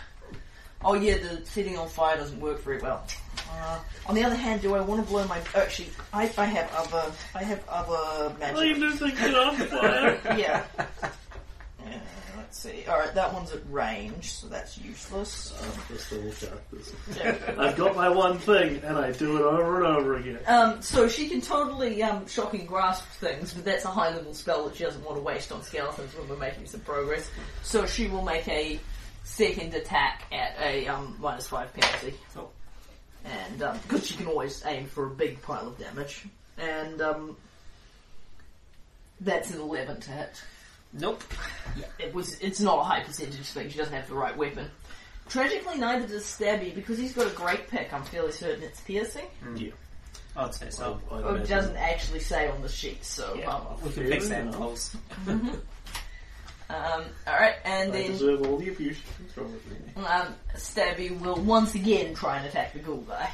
Speaker 3: Oh yeah, the setting on fire doesn't work very well. Uh, on the other hand, do I want to blow my? Actually, I, I have other I have other magic. [laughs] yeah. Uh, let's see. All right, that one's at range, so that's useless.
Speaker 1: That's the whole characters.
Speaker 3: Yeah.
Speaker 1: I've got my one thing, and I do it over and over again.
Speaker 3: [laughs] Um, so she can totally um, shock and grasp things, but that's a high level spell that she doesn't want to waste on skeletons when we're making some progress. So she will make a second attack at a um, minus five penalty.
Speaker 2: Oh.
Speaker 3: And because she can always aim for a big pile of damage, and um, that's an eleven to hit.
Speaker 2: Nope.
Speaker 3: It was. It's not a high percentage thing. She doesn't have the right weapon. Tragically, neither does Stabby because he's got a great pick. I'm fairly certain it's piercing.
Speaker 1: Yeah. Oh,
Speaker 2: I'd say so.
Speaker 1: I
Speaker 3: Well,
Speaker 1: imagine.
Speaker 3: it doesn't actually say on the sheet, so
Speaker 2: Yeah,
Speaker 3: um,
Speaker 2: we can fix
Speaker 1: Fair
Speaker 2: that
Speaker 1: enough.
Speaker 2: post.
Speaker 3: um, all right, and
Speaker 1: I
Speaker 3: then
Speaker 1: deserve all the abuse you can throw at me.
Speaker 3: um, Stabby will once again try and attack the ghoul guy.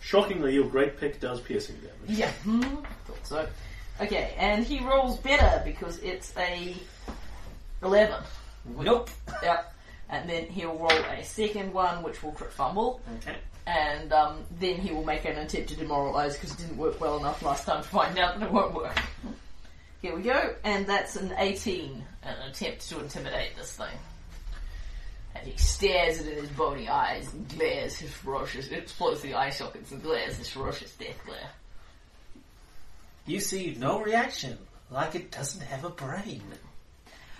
Speaker 1: Shockingly, your great pick does piercing damage.
Speaker 3: Yeah, hmm, thought so. Okay, and he rolls better because it's a eleven.
Speaker 2: Nope.
Speaker 3: Yep, and then he'll roll a second one, which will crit fumble,
Speaker 2: Okay.
Speaker 3: and um, then he will make an attempt to demoralise because it didn't work well enough last time to find out that it won't work. [laughs] Here we go, and that's an 18, an attempt to intimidate this thing. And he stares at it in his bony eyes and glares his ferocious, explodes the eye sockets and glares his ferocious death glare.
Speaker 2: You see no reaction, like it doesn't have a brain.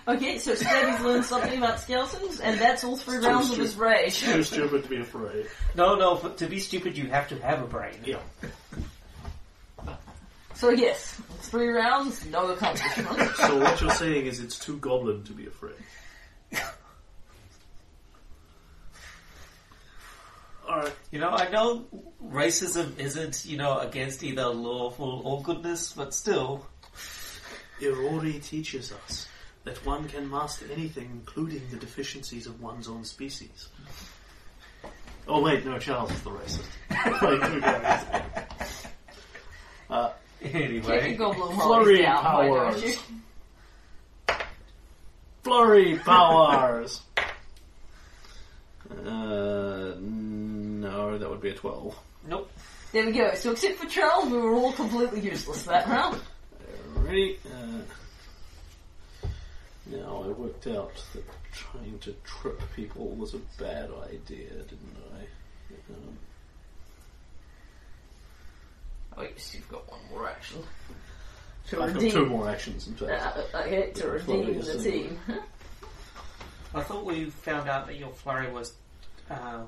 Speaker 3: Okay, so Stabby's learned something about skeletons, and that's all three rounds of his rage.
Speaker 1: Too stupid to be afraid.
Speaker 2: No, no, but to be stupid, you have to have a brain.
Speaker 1: Yeah.
Speaker 3: So yes, three rounds, no accomplishment.
Speaker 1: So what you're saying is it's too goblin to be afraid. Alright.
Speaker 2: You know, I know racism isn't, you know, against either lawful or goodness, but still. [laughs]
Speaker 1: Irori teaches us that one can master anything, including the deficiencies of one's own species. Oh wait, no, Charles is the racist. [laughs] Wait, who goes? uh,
Speaker 2: Anyway.
Speaker 3: Kick a goblin while
Speaker 1: Flurry
Speaker 3: he's down, why don't
Speaker 1: powers.
Speaker 3: you?
Speaker 1: flurry powers. Uh, no, that would be a twelve.
Speaker 2: Nope.
Speaker 3: There we go. So except for Charles, we were all completely useless that round.
Speaker 1: Alrighty. Uh, now I worked out that trying to trip people was a bad idea, didn't I? Um,
Speaker 3: Oh, yes, you've got one more action. To
Speaker 1: I've got
Speaker 3: redeem.
Speaker 1: two more actions in fact.
Speaker 3: Uh, okay, to redeem the team. [laughs]
Speaker 2: I thought we found out that your flurry was. Um,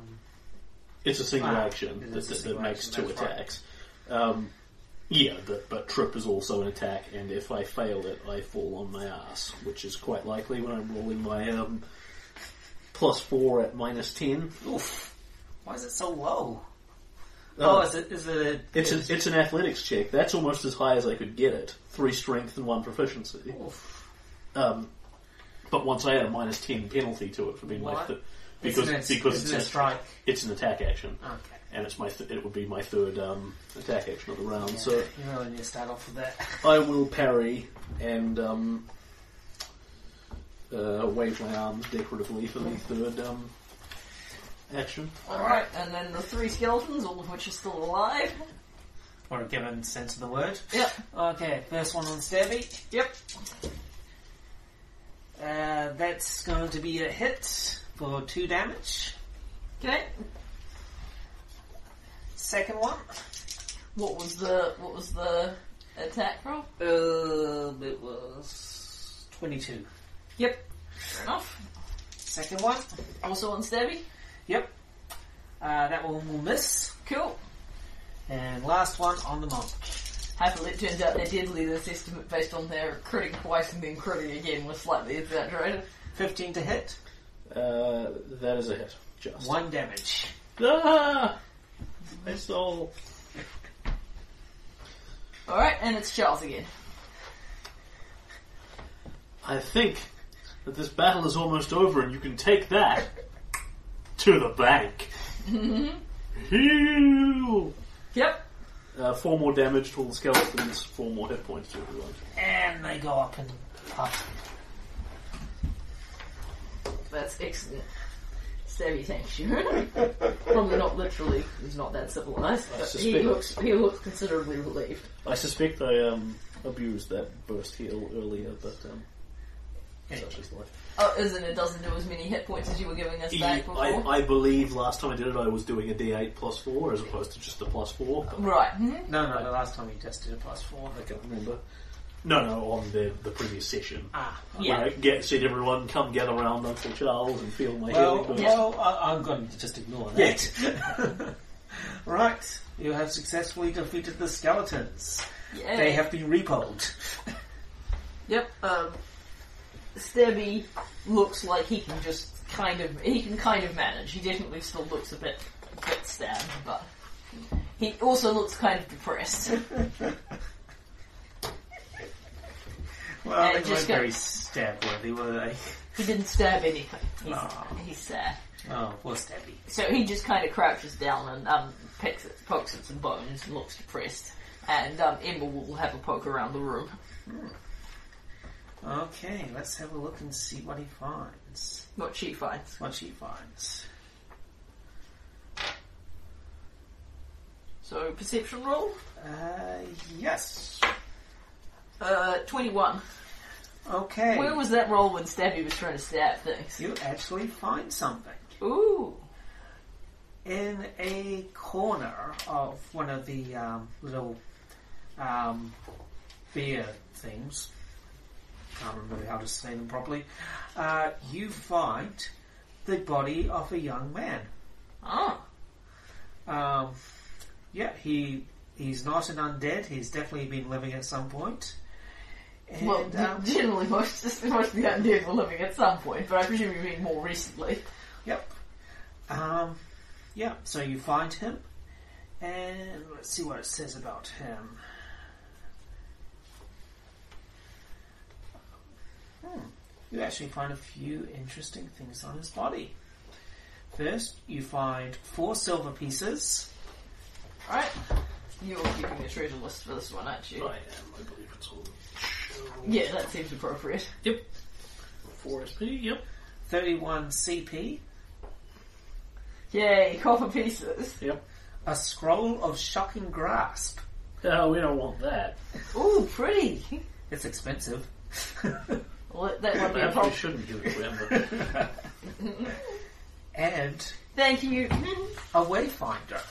Speaker 1: It's a single
Speaker 2: Ah,
Speaker 1: action
Speaker 2: it
Speaker 1: that,
Speaker 2: is
Speaker 1: that,
Speaker 2: a
Speaker 1: that
Speaker 2: single
Speaker 1: makes
Speaker 2: action,
Speaker 1: two
Speaker 2: that's right.
Speaker 1: attacks. Um, yeah, but, but trip is also an attack, and if I fail it, I fall on my ass, which is quite likely when I'm rolling my um, plus four at minus ten.
Speaker 2: oof. Why is it so low?
Speaker 1: Uh,
Speaker 2: Oh, is it? Is it? A,
Speaker 1: It's an, it's an athletics check. That's almost as high as I could get it. Three strength and one proficiency.
Speaker 2: Oof.
Speaker 1: Um, But once I had a minus ten penalty to it for being
Speaker 2: What?
Speaker 1: left, it- because
Speaker 2: it's an,
Speaker 1: because
Speaker 2: it's
Speaker 1: it's
Speaker 2: an
Speaker 1: a-
Speaker 2: strike.
Speaker 1: it's an attack action,
Speaker 2: Okay.
Speaker 1: and it's my th- it would be my third um, attack action of the round. So
Speaker 2: you really need to start off with that. [laughs]
Speaker 1: I will parry and um, uh, wave my arms decoratively for the third um, action.
Speaker 3: Alright, and then the three skeletons, all of which are still alive.
Speaker 2: Or a given sense of the word.
Speaker 3: Yep.
Speaker 2: Okay, first one on Stabby.
Speaker 3: Yep.
Speaker 2: Uh, that's going to be a hit for two damage.
Speaker 3: Okay.
Speaker 2: Second one.
Speaker 3: What was the what was the attack roll?
Speaker 2: Um, it was 22.
Speaker 3: Yep. Enough.
Speaker 2: Second one.
Speaker 3: Also on stabby.
Speaker 2: Yep. Uh, that one will miss.
Speaker 3: Cool.
Speaker 2: And last one on the monk.
Speaker 3: Happily, it turns out their deadliness estimate based on their critting twice and then critting again was slightly exaggerated.
Speaker 2: 15 to hit.
Speaker 1: Uh, that is a hit. Just
Speaker 2: One damage.
Speaker 1: Ah! My soul.
Speaker 3: Alright, and it's Charles again.
Speaker 1: I think that this battle is almost over, and you can take that to the bank. Heal.
Speaker 3: Yep.
Speaker 1: Uh, four more damage to all the skeletons. Four more hit points to everyone.
Speaker 2: And they go up and puff.
Speaker 3: That's excellent. Stabby thanks you. [laughs] Probably not literally, he's not that civilized, but he
Speaker 1: suspect-
Speaker 3: looks he looks considerably relieved.
Speaker 1: I suspect I um, abused that burst heal earlier, but um, such is life.
Speaker 3: Oh, isn't it doesn't do as many hit points as you were giving us back before?
Speaker 1: I, I believe last time I did it, I was doing a D8 plus four as opposed to just the plus four. but
Speaker 3: Right. mhm.
Speaker 2: No, no, the last time we just did a plus 4.
Speaker 1: I can't remember. No, no, on the the previous session.
Speaker 2: Ah.
Speaker 3: Yeah.
Speaker 1: Where I get, said everyone come gather round Uncle Charles and feel my
Speaker 2: Well,
Speaker 1: healing burst.
Speaker 2: well I, I'm going to just ignore that. [laughs] right. You have successfully defeated the skeletons.
Speaker 3: Yeah.
Speaker 2: They have been repolled.
Speaker 3: Yep. Um, Stabby looks like he can just kind of he can kind of manage. He definitely still looks a bit a bit stabbed, but he also looks kind of depressed.
Speaker 2: Well,
Speaker 3: And
Speaker 2: they
Speaker 3: just
Speaker 2: weren't
Speaker 3: go-
Speaker 2: very stab worthy, were they?
Speaker 3: he didn't stab anything. He's,
Speaker 2: Aw.
Speaker 3: he's sad.
Speaker 2: Oh, poor Stabby.
Speaker 3: So he just kind of crouches down and um, pecks at, pokes at some bones and looks depressed. And um, Emma will have a poke around the room.
Speaker 2: Okay, let's have a look and see what he finds.
Speaker 3: What she finds.
Speaker 2: What she finds.
Speaker 3: So perception roll.
Speaker 2: Uh, yes.
Speaker 3: Uh, 21.
Speaker 2: Okay.
Speaker 3: Where was that roll when Stabby was trying to stab things?
Speaker 2: you actually find something
Speaker 3: Ooh.
Speaker 2: in a corner of one of the um, little um, beer things. Can't remember how to say them properly. Uh, you find the body of a young man.
Speaker 3: Ah.
Speaker 2: Um, yeah, he he's not an undead. He's definitely been living at some point. And,
Speaker 3: Well,
Speaker 2: um,
Speaker 3: g- [laughs] generally, most, most of the undead were living at some point, but I presume you mean more recently.
Speaker 2: yep. Um, yeah, so you find him, and let's see what it says about him. Hmm. You actually find a few interesting things on his body. First, you find four silver pieces.
Speaker 3: Right? You're keeping a treasure list for this one, aren't
Speaker 1: I
Speaker 3: you?
Speaker 1: am, I believe it's all
Speaker 3: Yeah, that seems appropriate.
Speaker 1: Yep. 4 SP, yep.
Speaker 2: 31 CP,
Speaker 3: Yay, copper pieces.
Speaker 1: Yep.
Speaker 2: a scroll of shocking grasp.
Speaker 1: No, Uh, we don't want that.
Speaker 3: Ooh, pretty.
Speaker 2: It's expensive. [laughs]
Speaker 3: Well, that won't be
Speaker 1: Perhaps
Speaker 3: a
Speaker 1: we
Speaker 3: problem.
Speaker 1: shouldn't give it to [laughs] Ember.
Speaker 3: [laughs]
Speaker 2: and
Speaker 3: Thank you.
Speaker 2: a wayfinder,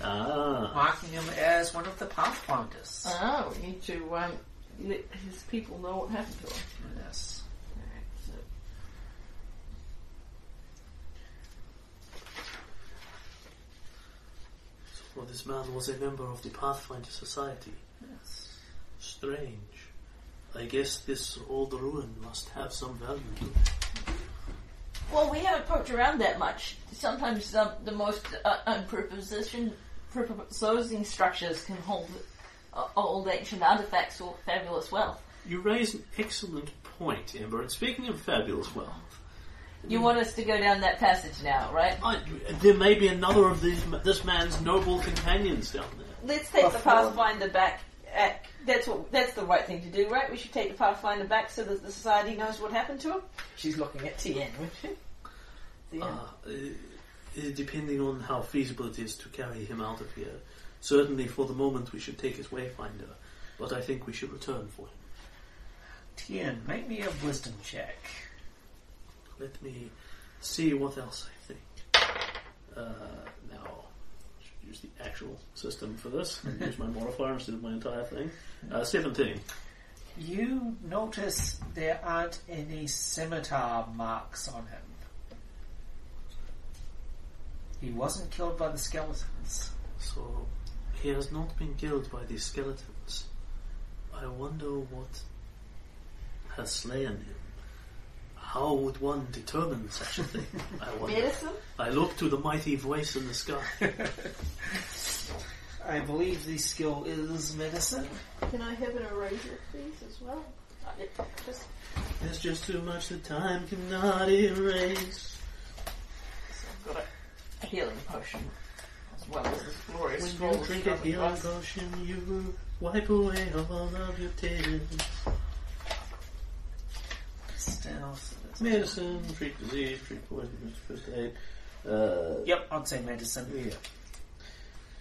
Speaker 1: ah.
Speaker 2: marking him as one of the pathfinders.
Speaker 1: Uh-huh.
Speaker 3: oh, we need to um, let his people know what happened to him.
Speaker 2: yes.
Speaker 3: Alright, so.
Speaker 1: Well, this man was a member of the Pathfinder Society.
Speaker 2: yes.
Speaker 1: Strange. I guess this old ruin must have some value to it.
Speaker 3: Well, we haven't poked around that much. Sometimes um, the most uh, unprepositioned proposing structures can hold uh, old ancient artifacts or fabulous wealth.
Speaker 1: You raise an excellent point, Ember. And speaking of fabulous wealth,
Speaker 3: You want us to go down that passage now, right?
Speaker 1: I, there may be another of these, this man's noble companions down there.
Speaker 4: Let's
Speaker 3: take
Speaker 4: take the
Speaker 3: the path
Speaker 4: Pathfinder back. At, that's what. That's the right thing to do, right? We should take the Pathfinder back so that the society knows what happened to him. She's looking at Tien, would she? Tien.
Speaker 1: Uh, uh, depending on how feasible it is to carry him out of here, certainly for the moment we should take his wayfinder, but I think we should return for him.
Speaker 2: Tien, make me a wisdom check.
Speaker 1: Let me see what else I think. Uh, now, should use the actual system for [laughs] this. and use my modifier instead of my entire thing. Uh, 17.
Speaker 2: You notice there aren't any scimitar marks on him. He wasn't killed by the skeletons.
Speaker 1: So, he has not been killed by these skeletons. I wonder what has slain him. How would one determine such a thing? [laughs] I wonder.
Speaker 3: Medicine?
Speaker 1: I look to the mighty voice in the sky.
Speaker 2: I believe the skill is medicine.
Speaker 4: Can I have an eraser, please, as well? Just
Speaker 1: There's just too much that time cannot erase.
Speaker 3: I've got a healing potion. As well as this glorious
Speaker 1: When you
Speaker 3: scroll
Speaker 1: drink a
Speaker 3: of
Speaker 1: healing
Speaker 3: us.
Speaker 1: potion, you will wipe away all of your tears.
Speaker 2: Stealth.
Speaker 1: Medicine, treat disease, treat poison, first aid. Uh,
Speaker 2: Yep, I'd say medicine.
Speaker 1: yeah.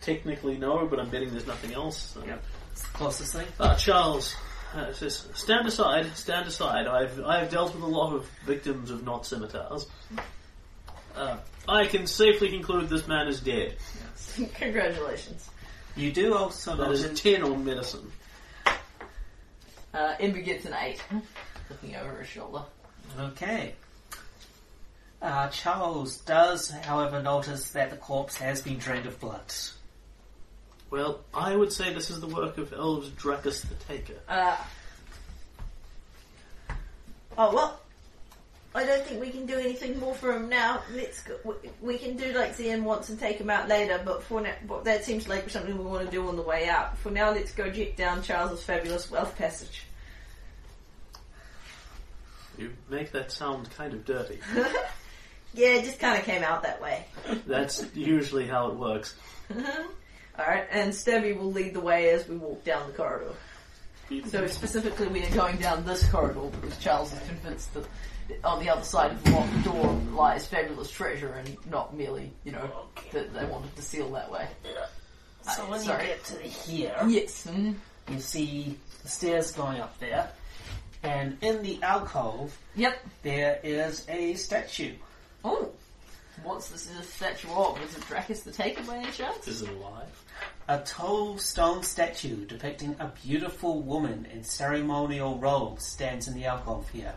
Speaker 1: Technically no, but I'm betting there's nothing else. so-
Speaker 2: Yep. It's the closest thing.
Speaker 1: Uh, Charles uh, says, stand aside, stand aside. I've I've dealt with a lot of victims of not scimitars. Uh, I can safely conclude this man is dead.
Speaker 3: [laughs] Congratulations.
Speaker 2: You do also
Speaker 1: That is a
Speaker 2: notice.
Speaker 1: ten on medicine.
Speaker 3: Uh, Imbi gets an 8. Looking over her shoulder.
Speaker 2: Okay. Uh, Charles does, however, notice that the corpse has been drained of blood.
Speaker 1: Well, I would say this is the work of Elves Dracus the Taker.
Speaker 3: Uh,
Speaker 4: Oh well, I don't think we can do anything more for him now. Let's go. we- We can do like Zian wants and take him out later, but for now, but that seems like something we want to do on the way out. For now, let's go check down Charles's fabulous wealth passage.
Speaker 1: You make that sound kind of dirty.
Speaker 4: Yeah, it just kind of came out that way.
Speaker 1: That's usually how it works.
Speaker 4: All right, and Stabby will lead the way as we walk down the corridor.
Speaker 3: so specifically we are going down this corridor because Charles is convinced that on the other side of the locked door lies fabulous treasure and not merely, you know, that they wanted to seal that way. Uh,
Speaker 2: So when
Speaker 3: sorry.
Speaker 2: you get to here,
Speaker 3: Yes. mm.
Speaker 2: you see the stairs going up there, and in the alcove
Speaker 3: Yep.
Speaker 2: there is a statue.
Speaker 3: Oh. What's this is a statue of? Is it Dracus the Taker by any chance?
Speaker 1: Is it alive?
Speaker 2: A tall stone statue depicting a beautiful woman in ceremonial robes stands in the alcove here.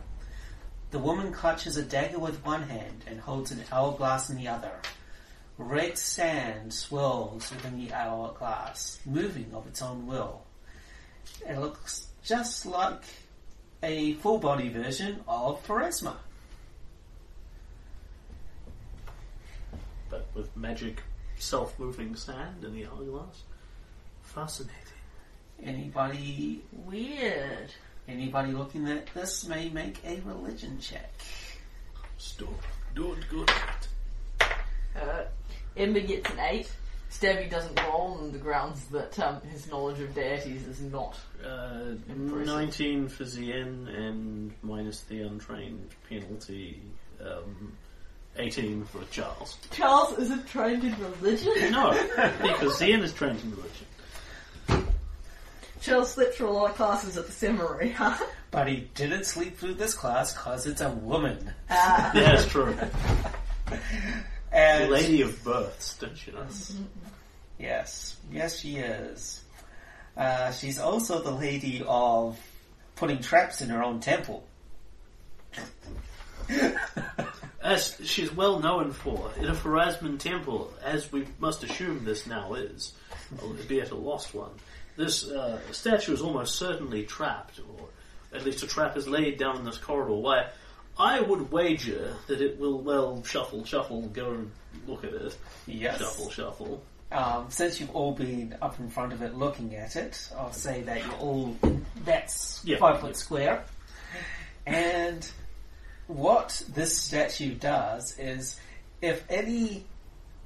Speaker 2: The woman clutches a dagger with one hand and holds an hourglass in the other. Red sand swirls within the hourglass, moving of its own will. It looks just like a full body version of Pharesma.
Speaker 1: But with magic, self-moving sand in the hourglass. Fascinating.
Speaker 2: Anybody
Speaker 3: Weird.
Speaker 2: anybody looking at this may make a religion check.
Speaker 1: Stop. Don't go. to it.
Speaker 3: Uh, Ember gets an 8. Stabby doesn't roll on the grounds that um, his knowledge of deities is not.
Speaker 1: Uh,
Speaker 3: Impressive.
Speaker 1: 19 for Zien and minus the untrained penalty. Um, 18 for Charles.
Speaker 3: Charles isn't trained in religion.
Speaker 1: No, because Zien is trained in religion.
Speaker 3: Charles slept through a lot of classes at the seminary, [laughs] huh?
Speaker 2: But he didn't sleep through this class because it's a woman.
Speaker 3: Uh,
Speaker 1: That's true.
Speaker 2: And
Speaker 1: Lady of births, don't you know?
Speaker 2: yes, yes, she is. Uh, she's also the lady of putting traps in her own temple.
Speaker 1: As she's well known for, in a Pharasman temple, as we must assume this now is, albeit a lost one, this uh, statue is almost certainly trapped, or at least a trap is laid down in this corridor. Why, I would wager that it will, well, shuffle, shuffle, go and look at it. Shuffle, shuffle.
Speaker 2: Um, since you've all been up in front of it looking at it, I'll say that you're all that's
Speaker 1: Yeah.
Speaker 2: five foot square. And what this statue does is if any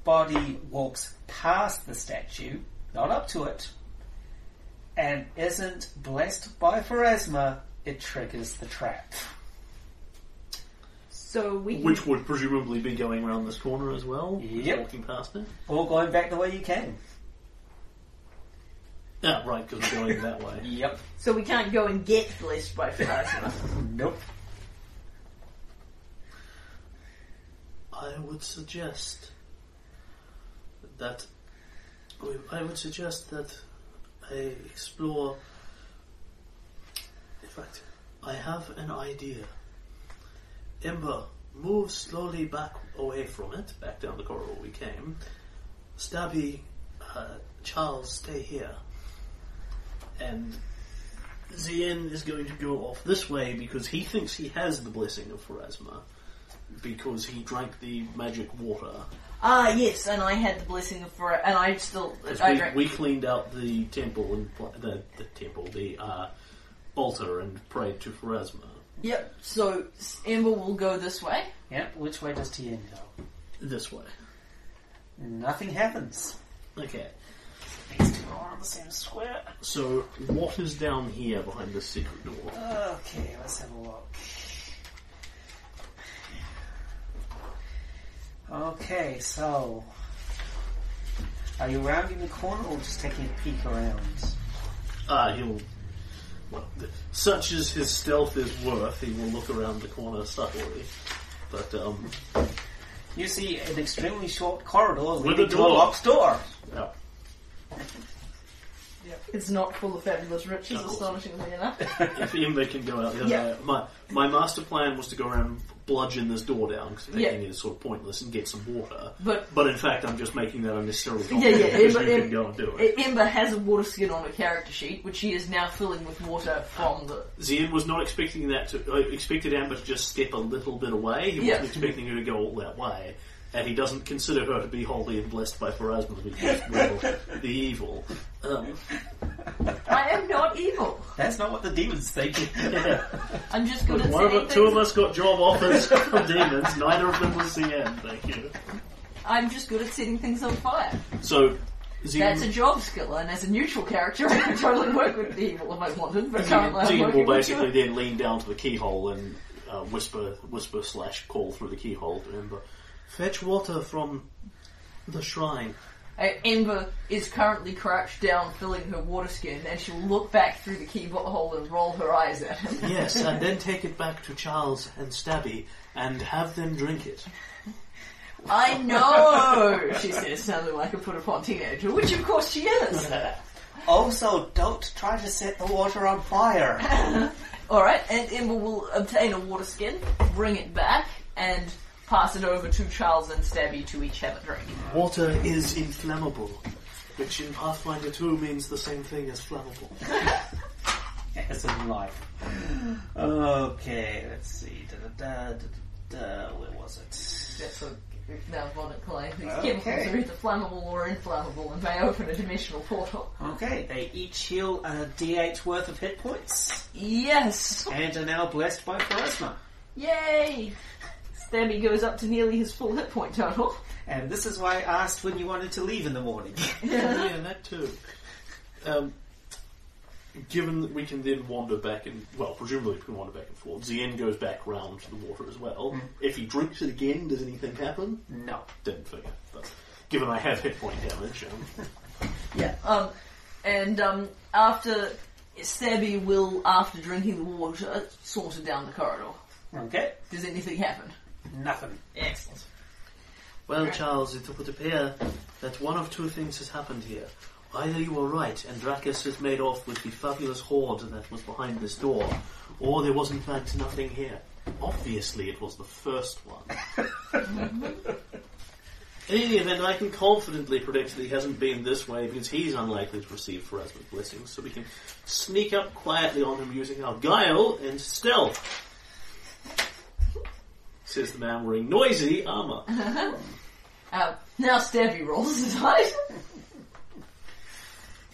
Speaker 2: body walks past the statue, not up to it, and isn't blessed by Pharasma, it triggers the trap.
Speaker 4: So
Speaker 3: Mm-hmm.
Speaker 4: we can,
Speaker 1: Which would presumably be going around this corner as well. just
Speaker 2: Yep.
Speaker 1: Walking past it.
Speaker 2: Or going back the way you came.
Speaker 1: Ah, right, because we're going that way.
Speaker 2: Yep.
Speaker 4: so we can't go and get blessed by plasma.
Speaker 2: Nope.
Speaker 1: I would suggest that I would suggest that I explore. In fact, I have an idea. Ember, move slowly back away from it, back down the corridor we came. Stabby, uh, Charles, stay here. And Zien is going to go off this way because he thinks he has the blessing of Pharasma because he drank the magic water.
Speaker 4: ah, yes, and I had the blessing of for, and I still,
Speaker 1: 'Cause
Speaker 4: I
Speaker 1: we,
Speaker 4: drank.
Speaker 1: we cleaned out the temple and pl- the, the temple, the uh, altar, and prayed to Pharasma.
Speaker 4: Yep. So s- Ember will go this way.
Speaker 2: Yep, which way does Tien go?
Speaker 1: This way.
Speaker 2: Nothing happens.
Speaker 1: Okay.
Speaker 2: These two are on the same square.
Speaker 1: So what is down here behind this secret door?
Speaker 2: Okay, let's have a look. Okay, so are you rounding the corner or just taking a peek around?
Speaker 1: Ah, he'll. Well, th- such as his stealth is worth, he will look around the corner subtly. But um,
Speaker 2: You see an extremely short corridor leading
Speaker 1: a
Speaker 2: to a
Speaker 1: door.
Speaker 2: locked door.
Speaker 1: yeah.
Speaker 3: It's not full of fabulous riches,
Speaker 1: No.
Speaker 3: astonishingly enough.
Speaker 1: if Imber can go out the other
Speaker 3: Yeah.
Speaker 1: way. My, my master plan was to go around and bludgeon this door down because thinking
Speaker 3: Yeah.
Speaker 1: it's sort of pointless and get some water.
Speaker 3: But-
Speaker 1: but in fact, I'm just making that unnecessarily
Speaker 3: yeah,
Speaker 1: complicated because
Speaker 3: Imber-
Speaker 1: you
Speaker 3: Im-
Speaker 1: can go and do it.
Speaker 3: Ember has a water skin on her character sheet, which she is now filling with water from the.
Speaker 1: Zian was not expecting that to. Uh, expected Amber to just step a little bit away. He
Speaker 3: Yeah.
Speaker 1: wasn't expecting her to go all that way. And he doesn't consider her to be holy and blessed by Pharasma
Speaker 3: [laughs]
Speaker 1: because, well, the evil. Um,
Speaker 3: I am not evil.
Speaker 2: That's not what the demons think.
Speaker 3: I'm just good at
Speaker 1: one of
Speaker 3: setting
Speaker 1: the,
Speaker 3: things.
Speaker 1: two of us got job offers from demons, neither of them was Zian, thank you.
Speaker 3: I'm just good at setting things on fire.
Speaker 1: So, Zian.
Speaker 3: That's a job skill, and as a neutral character, [laughs] I could totally work with the evil if I wanted. But currently, I'm
Speaker 1: Dean
Speaker 3: working
Speaker 1: will
Speaker 3: with
Speaker 1: basically
Speaker 3: good.
Speaker 1: then lean down to the keyhole and uh, whisper, whisper slash call through the keyhole to Ember. Fetch water from the shrine.
Speaker 3: Uh, Ember is currently crouched down, filling her water skin, and she'll look back through the keyhole and roll her eyes at him.
Speaker 1: [laughs] Yes, and then take it back to Charles and Stabby and have them drink it.
Speaker 3: I know, she says, sounding like a put upon teenager, which of course she is.
Speaker 2: also, don't try to set the water on fire. [laughs]
Speaker 3: Alright, and Ember will obtain a water skin, bring it back, and pass it over to Charles and Stabby to each have a drink.
Speaker 1: Water is inflammable, which in Pathfinder 2 means the same thing as flammable.
Speaker 2: as in life. Okay, let's see. Da, da, da, da, da, where was it?
Speaker 3: That's a Nalvonic claim. These
Speaker 2: Okay.
Speaker 3: chemicals are either flammable or inflammable and may open a dimensional portal.
Speaker 2: Okay, they each heal a D8 worth of hit points
Speaker 3: Yes!
Speaker 2: and are now blessed by charisma.
Speaker 3: Yay! Stabby goes up to nearly his full hit point total.
Speaker 2: And this is why I asked when you wanted to leave in the morning. [laughs]
Speaker 1: yeah, that too. Um, given that we can then wander back and well, presumably we can wander back and forth. Zien goes back round to the water as well. If he drinks it again, does anything happen?
Speaker 2: no.
Speaker 1: Didn't figure. But given I have hit point damage, um,
Speaker 3: Yeah. Um, and um, after Stabby will, after drinking the water, saunter down the corridor.
Speaker 2: Okay,
Speaker 3: Does anything happen?
Speaker 2: nothing. [laughs]
Speaker 3: Excellent.
Speaker 1: well, Charles, it would appear that one of two things has happened here. Either you were right, and Dracus has made off with the fabulous hoard that was behind this door, or there was in fact nothing here. Obviously, it was the first one. In any event, I can confidently predict that he hasn't been this way because he's unlikely to receive Pharasma's blessings, so we can sneak up quietly on him using our guile and stealth. Says the man wearing noisy armour.
Speaker 3: Uh, now Stabby rolls his eyes.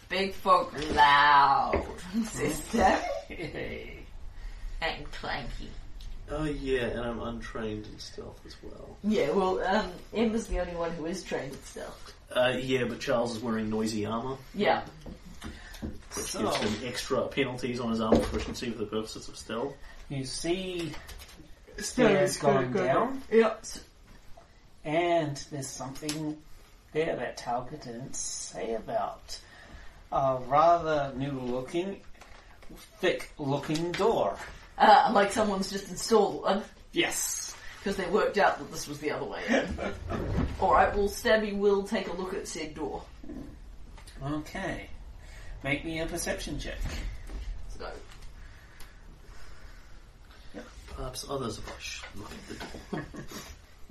Speaker 3: Big folk loud, says Stabby. and clanky.
Speaker 1: Oh yeah, and I'm untrained in stealth as well.
Speaker 3: Yeah, well, um, Emma's the only one who is trained at stealth.
Speaker 1: Uh, yeah, but Charles is wearing noisy armour,
Speaker 3: Yeah.
Speaker 1: which
Speaker 2: So-
Speaker 1: gives him extra penalties on his armour proficiency for the purposes of stealth.
Speaker 2: You see stairs going down,
Speaker 3: Yeah.
Speaker 2: and there's something there that Talca didn't say about. A rather new-looking, thick-looking door.
Speaker 3: Uh, like someone's just installed one
Speaker 2: Yes.
Speaker 3: because they worked out that this was the other way in. Alright, well, Stabby will take a look at said door.
Speaker 2: Okay. Make me a perception check.
Speaker 3: So,
Speaker 1: Perhaps others of us should look at the door.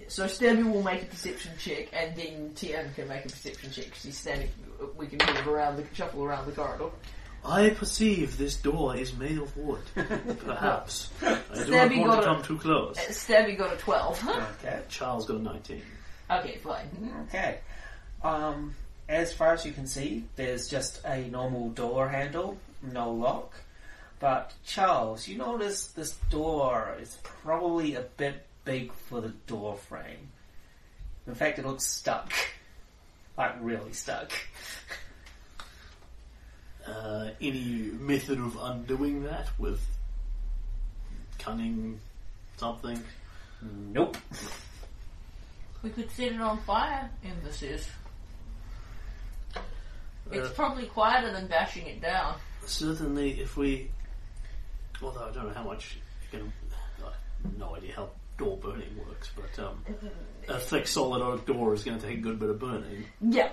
Speaker 3: so Stabby will make a perception check, and then TM can make a perception check because he's standing. We can move around the shuffle around the corridor.
Speaker 1: [laughs] I perceive this door is made of [laughs] wood. Perhaps. I do not
Speaker 3: Stabby
Speaker 1: want to
Speaker 3: got a-
Speaker 1: come too close.
Speaker 3: Uh, Stabby got a twelve.
Speaker 2: Okay.
Speaker 1: Charles got a 19.
Speaker 3: okay, fine.
Speaker 2: Okay. Um, as far as you can see, there's just a normal door handle, no lock. But Charles, you notice this door is probably a bit big for the door frame. In fact, it looks stuck. [laughs] Like really stuck.
Speaker 1: Uh, any method of undoing that with cunning something?
Speaker 2: Nope.
Speaker 3: We could set it on fire in this is. It's
Speaker 1: Uh,
Speaker 3: probably quieter than bashing it down.
Speaker 1: certainly, if we. Although I don't know how much. You can, I have no idea how door burning works, but um, a thick solid oak door is going to take a good bit of burning.
Speaker 3: Yeah.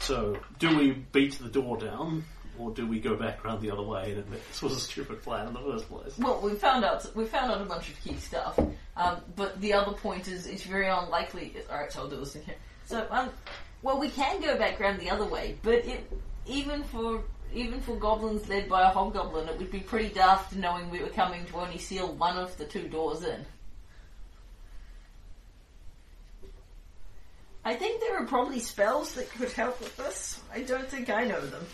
Speaker 1: So, do we beat the door down, or do we go back around the other way and admit this was a stupid plan in the first place?
Speaker 3: Well, we found out we found out a bunch of key stuff, um, but the other point is it's very unlikely. All right, so I'll do this in here. So, um, well, we can go back round the other way, but it, even for even for goblins led by a hobgoblin, it would be pretty daft knowing we were coming to only seal one of the two doors in.
Speaker 4: I think there are probably spells that could help with this. I don't think I know them.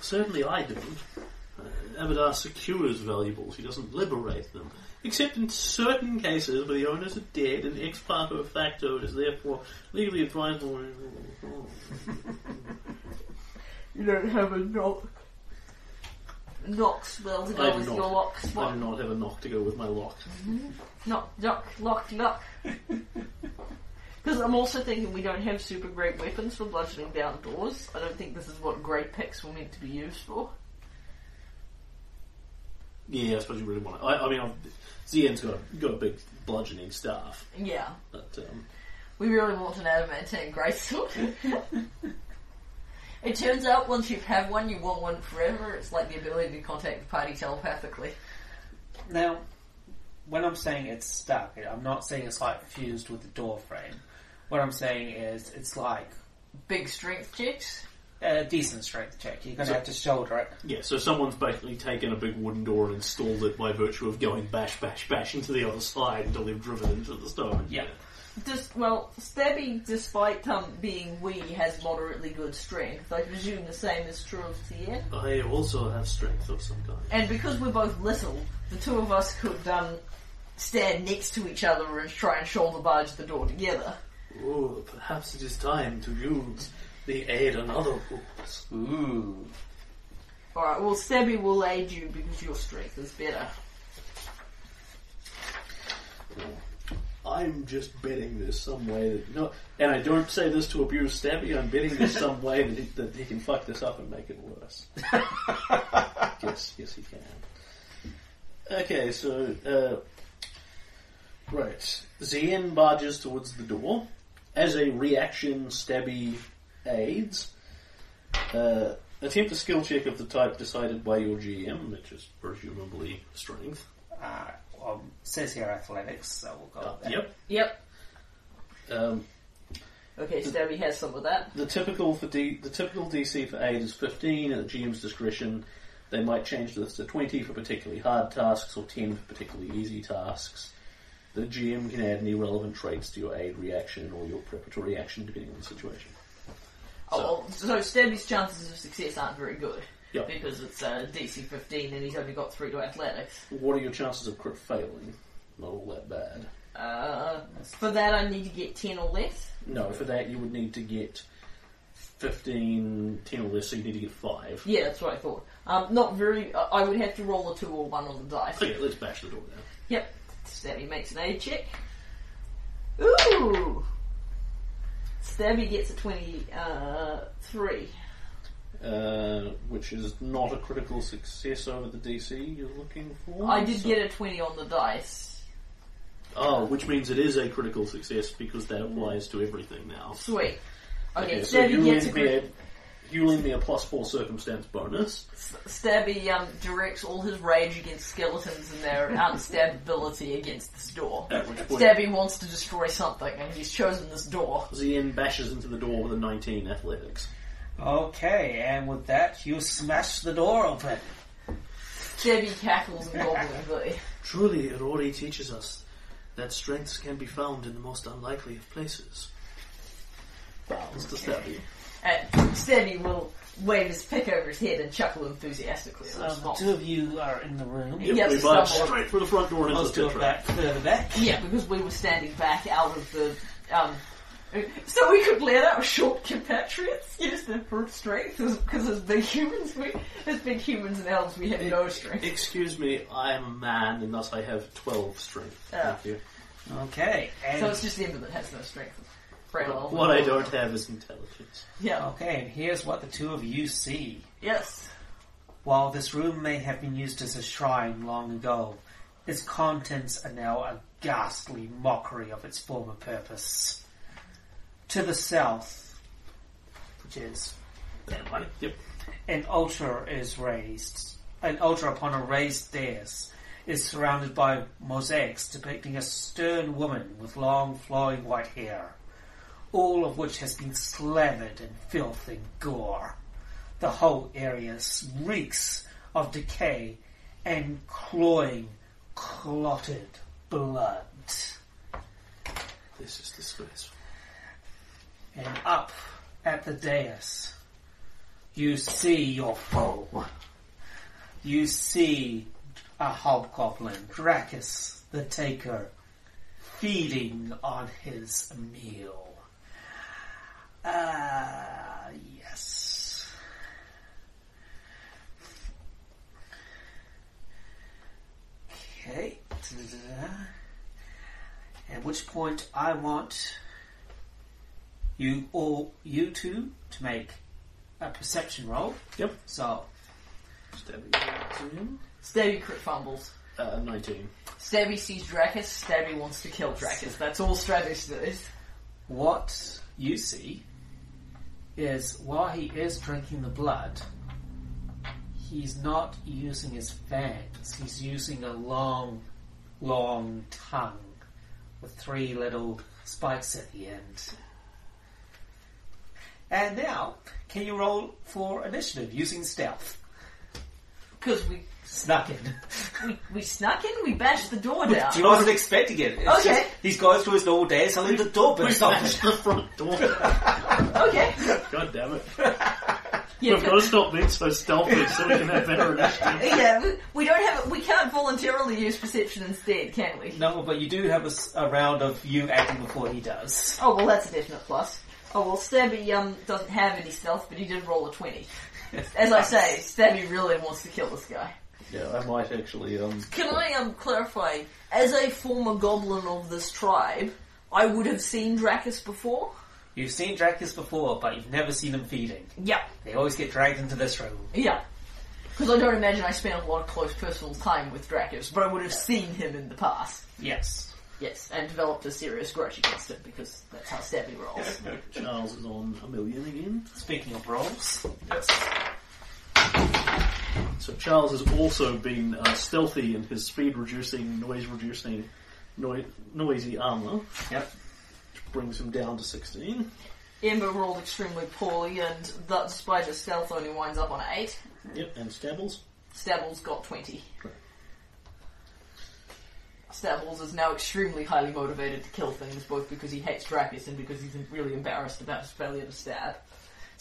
Speaker 1: Certainly I do. Uh, Abadar secures valuables, he doesn't liberate them. Except in certain cases where the owners are dead and ex parte facto is therefore legally advisable.
Speaker 3: You don't have a knock. Knock spell to
Speaker 1: I
Speaker 3: go
Speaker 1: do
Speaker 3: with
Speaker 1: not.
Speaker 3: your lock
Speaker 1: I
Speaker 3: spot.
Speaker 1: do not have a knock to go with my lock.
Speaker 3: Knock, knock, lock, knock. [laughs] Because I'm also thinking we don't have super great weapons for bludgeoning down doors. I don't think this is what great picks were meant to be used for.
Speaker 1: Yeah, I suppose you really want to. I, I mean, I've, Zian's got a, got a big bludgeoning staff,
Speaker 3: Yeah,
Speaker 1: but um,
Speaker 3: we really want an adamantine great [laughs] sword. it turns out once you have one, you want one forever. It's like the ability to contact the party telepathically.
Speaker 2: Now, when I'm saying it's stuck, I'm not saying it's like fused with the door frame. What I'm saying is it's like
Speaker 3: Big strength checks.
Speaker 2: a decent strength check. You're going to have to shoulder it.
Speaker 1: yeah, so someone's basically taken a big wooden door and installed it by virtue of going bash, bash, bash into the other side until they've driven into the stone.
Speaker 2: Yeah.
Speaker 3: Just well, Stabby, despite um, being wee, has moderately good strength. I presume the same is true of Thea.
Speaker 1: I also have strength of some kind.
Speaker 3: And because we're both little, the two of us could um, stand next to each other and try and shoulder barge the door together.
Speaker 1: Oh, perhaps it is time to use the aid on other fools.
Speaker 2: Ooh.
Speaker 3: Alright, well, Stabby will aid you because your strength is better.
Speaker 1: I'm just betting there's some way that no, and I don't say this to abuse Stabby. I'm betting there's some way that he, that he can fuck this up and make it worse. yes, yes, he can. Okay, so uh, right, Zien barges towards the door. As a reaction, Stabby aids. Uh, attempt a skill check of the type decided by your GM, which is presumably strength.
Speaker 2: Uh, well, it says here athletics, so we'll go with that.
Speaker 1: Yep.
Speaker 3: Yep.
Speaker 1: Um,
Speaker 3: Okay, Stabby has some of that.
Speaker 1: The typical for D, the typical DC for aid is 15 at the GM's discretion. They might change this to 20 for particularly hard tasks or 10 for particularly easy tasks. The GM can add any relevant traits to your aid reaction or your preparatory action depending on the situation.
Speaker 3: Oh, well, so Stabby's chances of success aren't very good.
Speaker 1: Yeah.
Speaker 3: because it's uh, DC 15 and he's only got three to athletics.
Speaker 1: What are your chances of crit failing? Not all that bad.
Speaker 3: Uh, for that, I need to get 10 or less.
Speaker 1: No, for that you would need to get 15, 10 or less, so you need to get [laughs] 5.
Speaker 3: Yeah, that's what I thought. Um, not very. I I would have to roll a two or one on the dice.
Speaker 1: So yeah, let's bash the door down.
Speaker 3: Yep. Stabby makes an aid check. Ooh. Stabby gets a twenty-three. Uh, three.
Speaker 1: Uh, which is not a critical success over the DC you're looking for.
Speaker 3: I did
Speaker 1: so-
Speaker 3: get a twenty on the dice.
Speaker 1: Oh, which means it is a critical success because that applies to everything now.
Speaker 3: Sweet. Okay,
Speaker 1: so
Speaker 3: Stabby
Speaker 1: you
Speaker 3: gets a
Speaker 1: lend me a,
Speaker 3: crit-
Speaker 1: you lend me a plus four circumstance bonus.
Speaker 3: Stabby um, directs all his rage against skeletons and their unstabbability against this door.
Speaker 1: At which point,
Speaker 3: Stabby wants to destroy something, and he's chosen this door.
Speaker 1: Zien bashes into the door with a 19 athletics.
Speaker 2: Okay, and with that, you smash the door open.
Speaker 3: Stabby cackles and gobbles the.
Speaker 1: Truly, Irori teaches us that strengths can be found in the most unlikely of places. Bows to Stabby.
Speaker 3: And Stabby will wave his pick over his head and chuckle enthusiastically. in
Speaker 2: Um, the
Speaker 3: response.
Speaker 2: two of you are in the room.
Speaker 3: Yep. Yeah,
Speaker 1: we
Speaker 3: the
Speaker 1: barge
Speaker 3: stumble.
Speaker 1: straight through the front door and
Speaker 2: Those
Speaker 1: into
Speaker 2: two
Speaker 1: the
Speaker 2: are
Speaker 1: pit
Speaker 2: back
Speaker 1: trap.
Speaker 2: further back.
Speaker 3: Yeah, because we were standing back out of the. Um, so we could let our short compatriots use their brute strength, because as big humans, we as big humans and elves, we have no strength.
Speaker 1: Excuse me, I am a man, and thus I have 12 strength.
Speaker 3: Yeah.
Speaker 1: Thank you.
Speaker 2: Okay, and
Speaker 3: So it's just Ember that has no strength. Frail elf.
Speaker 1: What I don't have is intelligence.
Speaker 3: Yeah.
Speaker 2: okay, and here's what the two of you see.
Speaker 3: Yes.
Speaker 2: While this room may have been used as a shrine long ago, its contents are now a ghastly mockery of its former purpose. To the south, which is
Speaker 1: That way. Yep.
Speaker 2: an altar is raised. An altar upon a raised dais is surrounded by mosaics depicting a stern woman with long flowing white hair, all of which has been slathered in filth and gore. The whole area reeks of decay and cloying, clotted blood.
Speaker 1: This is disgraceful.
Speaker 2: And up at the dais, you see your foe. You see a hobgoblin, Dracus the Taker, feeding on his meal. Ah, yes. Okay. At which point I want you all, you two, to make a perception roll.
Speaker 1: Yep.
Speaker 2: So,
Speaker 1: Stabby.
Speaker 3: Stabby crit fumbles.
Speaker 1: Uh, 19.
Speaker 3: Stabby sees Dracus. Stabby wants to kill Dracus. That's all Stratus does.
Speaker 2: what you see is while he is drinking the blood, he's not using his fangs. He's using a long, long tongue with three little spikes at the end. And now, can you roll for initiative using stealth?
Speaker 3: Because we,
Speaker 2: Snuck in. [laughs]
Speaker 3: we we snuck in, we bashed the door down.
Speaker 2: She wasn't expecting it. It's
Speaker 3: Okay.
Speaker 2: just he's going through his normal day, suddenly the door
Speaker 1: We [laughs]
Speaker 2: bursts open.
Speaker 1: smashed the front door.
Speaker 3: Okay.
Speaker 1: God damn it.
Speaker 3: Yeah,
Speaker 1: We've got to stop being so stealthy so we can have better initiative.
Speaker 3: Yeah, we- we don't have. We can't voluntarily use perception instead, can we?
Speaker 2: No, but you do have a, s- a round of you acting before he does.
Speaker 3: Oh well, that's a definite plus. Oh well, Stabby um doesn't have any stealth, but he did roll
Speaker 1: [laughs]
Speaker 3: a twenty. As I say, Stabby really wants to kill this guy.
Speaker 1: Yeah, I might actually, um...
Speaker 3: Can I um clarify? As a former goblin of this tribe, I would have seen Dracus before.
Speaker 2: You've seen Dracus before, but you've never seen him feeding.
Speaker 3: Yeah,
Speaker 2: They always get dragged into this room.
Speaker 3: yeah. Because I don't imagine I spent a lot of close personal time with Dracus, but I would have seen him in the past.
Speaker 2: Yes.
Speaker 3: Yes, and developed a serious grudge against him because that's how Stabby rolls.
Speaker 1: Charles is on a million again.
Speaker 2: Speaking of rolls,
Speaker 1: So Charles has also been uh, stealthy in his speed reducing, noise reducing, noi- noisy armour.
Speaker 2: Yep.
Speaker 1: Brings him down to 16.
Speaker 3: Ember rolled extremely poorly, and that despite her stealth only winds up on an 8.
Speaker 1: Yep, and stabbles.
Speaker 3: Stabbles got 20. Stabbles is now extremely highly motivated to kill things, both because he hates Dracus and because he's really embarrassed about his failure to stab.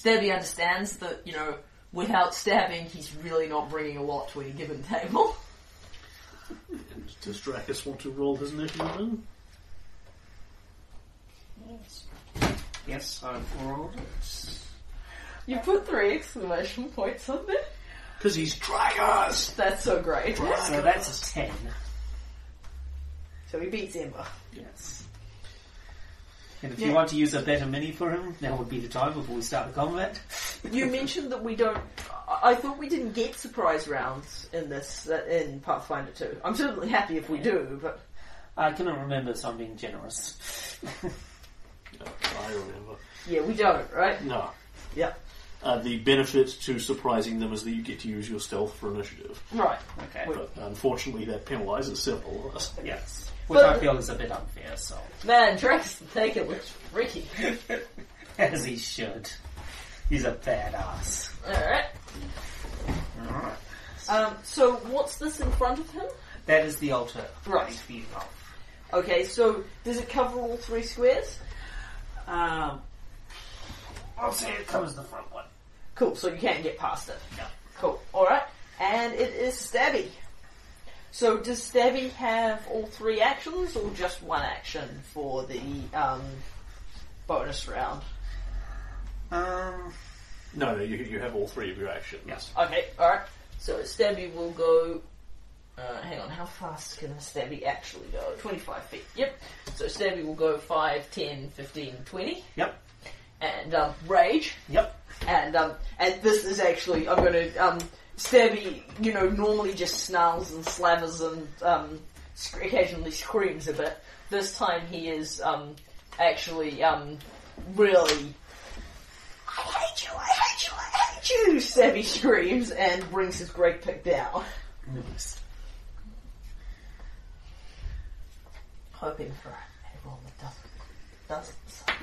Speaker 3: Stabby understands that, you know, without stabbing, he's really not bringing a lot to any given table. [laughs]
Speaker 1: Does Dracus want to roll his initiative in?
Speaker 2: Yes, I've rolled it.
Speaker 3: You put three exclamation points on there.
Speaker 1: Because he's Dracus!
Speaker 3: That's so great.
Speaker 2: So that's a ten.
Speaker 3: So he beats Ember.
Speaker 2: Yes. And if
Speaker 3: Yeah.
Speaker 2: you want to use a better mini for him, now would be the time before we start the combat.
Speaker 3: You mentioned that we don't. I I thought we didn't get surprise rounds in this uh, in Pathfinder 2. I'm certainly happy if we do, but
Speaker 2: I cannot remember, so I'm being generous. [laughs]
Speaker 1: No, I remember.
Speaker 3: yeah, we don't, right?
Speaker 1: No.
Speaker 3: Yeah,
Speaker 1: Uh, the benefit to surprising them is that you get to use your stealth for initiative.
Speaker 3: right.
Speaker 2: Okay.
Speaker 3: Wait.
Speaker 1: But unfortunately, that penalises several of us.
Speaker 2: Yes. Which
Speaker 3: But-
Speaker 2: I feel is a bit unfair,
Speaker 3: [laughs]
Speaker 2: so.
Speaker 3: Man, Drax the Taker looks freaky.
Speaker 2: As he should. He's a badass.
Speaker 3: Alright. Um, so what's this in front of him?
Speaker 2: That is the altar.
Speaker 3: Right.
Speaker 2: It's the elf.
Speaker 3: Okay, so does it cover all three squares?
Speaker 2: Um, I'll say it covers the front one.
Speaker 3: Cool, so you can't get past it.
Speaker 2: No.
Speaker 3: Cool, alright. And it is Stabby. So does Stabby have all three actions or just one action for the um, bonus round?
Speaker 2: Um,
Speaker 1: [laughs] No, no, you, you have all three of your actions.
Speaker 2: Yes.
Speaker 3: Okay, alright. So Stabby will go. Uh, hang on, how fast can Stabby actually go? 25 feet, yep. So Stabby will go 5, 10, 15, 20.
Speaker 2: yep.
Speaker 3: And um, Rage.
Speaker 2: Yep.
Speaker 3: And um, and this is actually I'm gonna um, Stabby, you know, normally just snarls and slavers and um, sc- occasionally screams a bit. This time he is um, actually um, really. I hate you! I hate you! I hate you! Stabby screams and brings his great pick down,
Speaker 2: Nice.
Speaker 3: hoping for a roll that doesn't doesn't suck.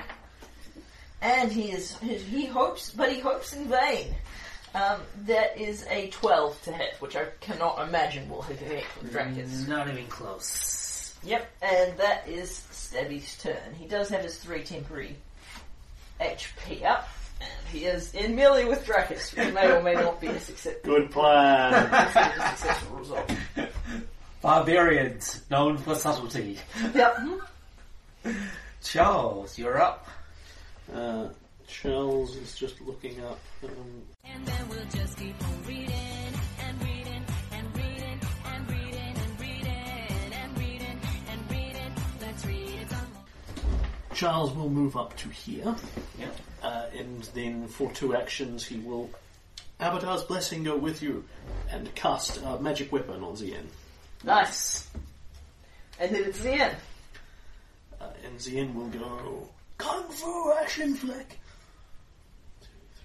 Speaker 3: And he is he- he hopes, but he hopes in vain. Um, that is a 12 to hit, which I cannot imagine will hit hit with
Speaker 2: Mm.
Speaker 3: Dracus.
Speaker 2: Not even close.
Speaker 3: Yep, and that is Stabby's turn. He does have his 3 temporary HP up, and he is in melee with Dracus, which may or may not be a success-
Speaker 1: Good plan.
Speaker 3: a successful result.
Speaker 2: Barbarians, known for subtlety.
Speaker 3: Yep.
Speaker 2: Charles, you're up.
Speaker 1: uh, Charles is just looking up. Um,
Speaker 5: And then we'll just keep on reading and reading and reading and reading and reading and reading and reading. Let's read it some more.
Speaker 1: Charles will move up to here,
Speaker 2: Yep.
Speaker 1: uh, and then for two actions he will Abadar's blessing go with you, and cast a magic weapon on Zien.
Speaker 3: Nice. And then it's the end.
Speaker 1: Uh, and Zien will go kung fu action flick.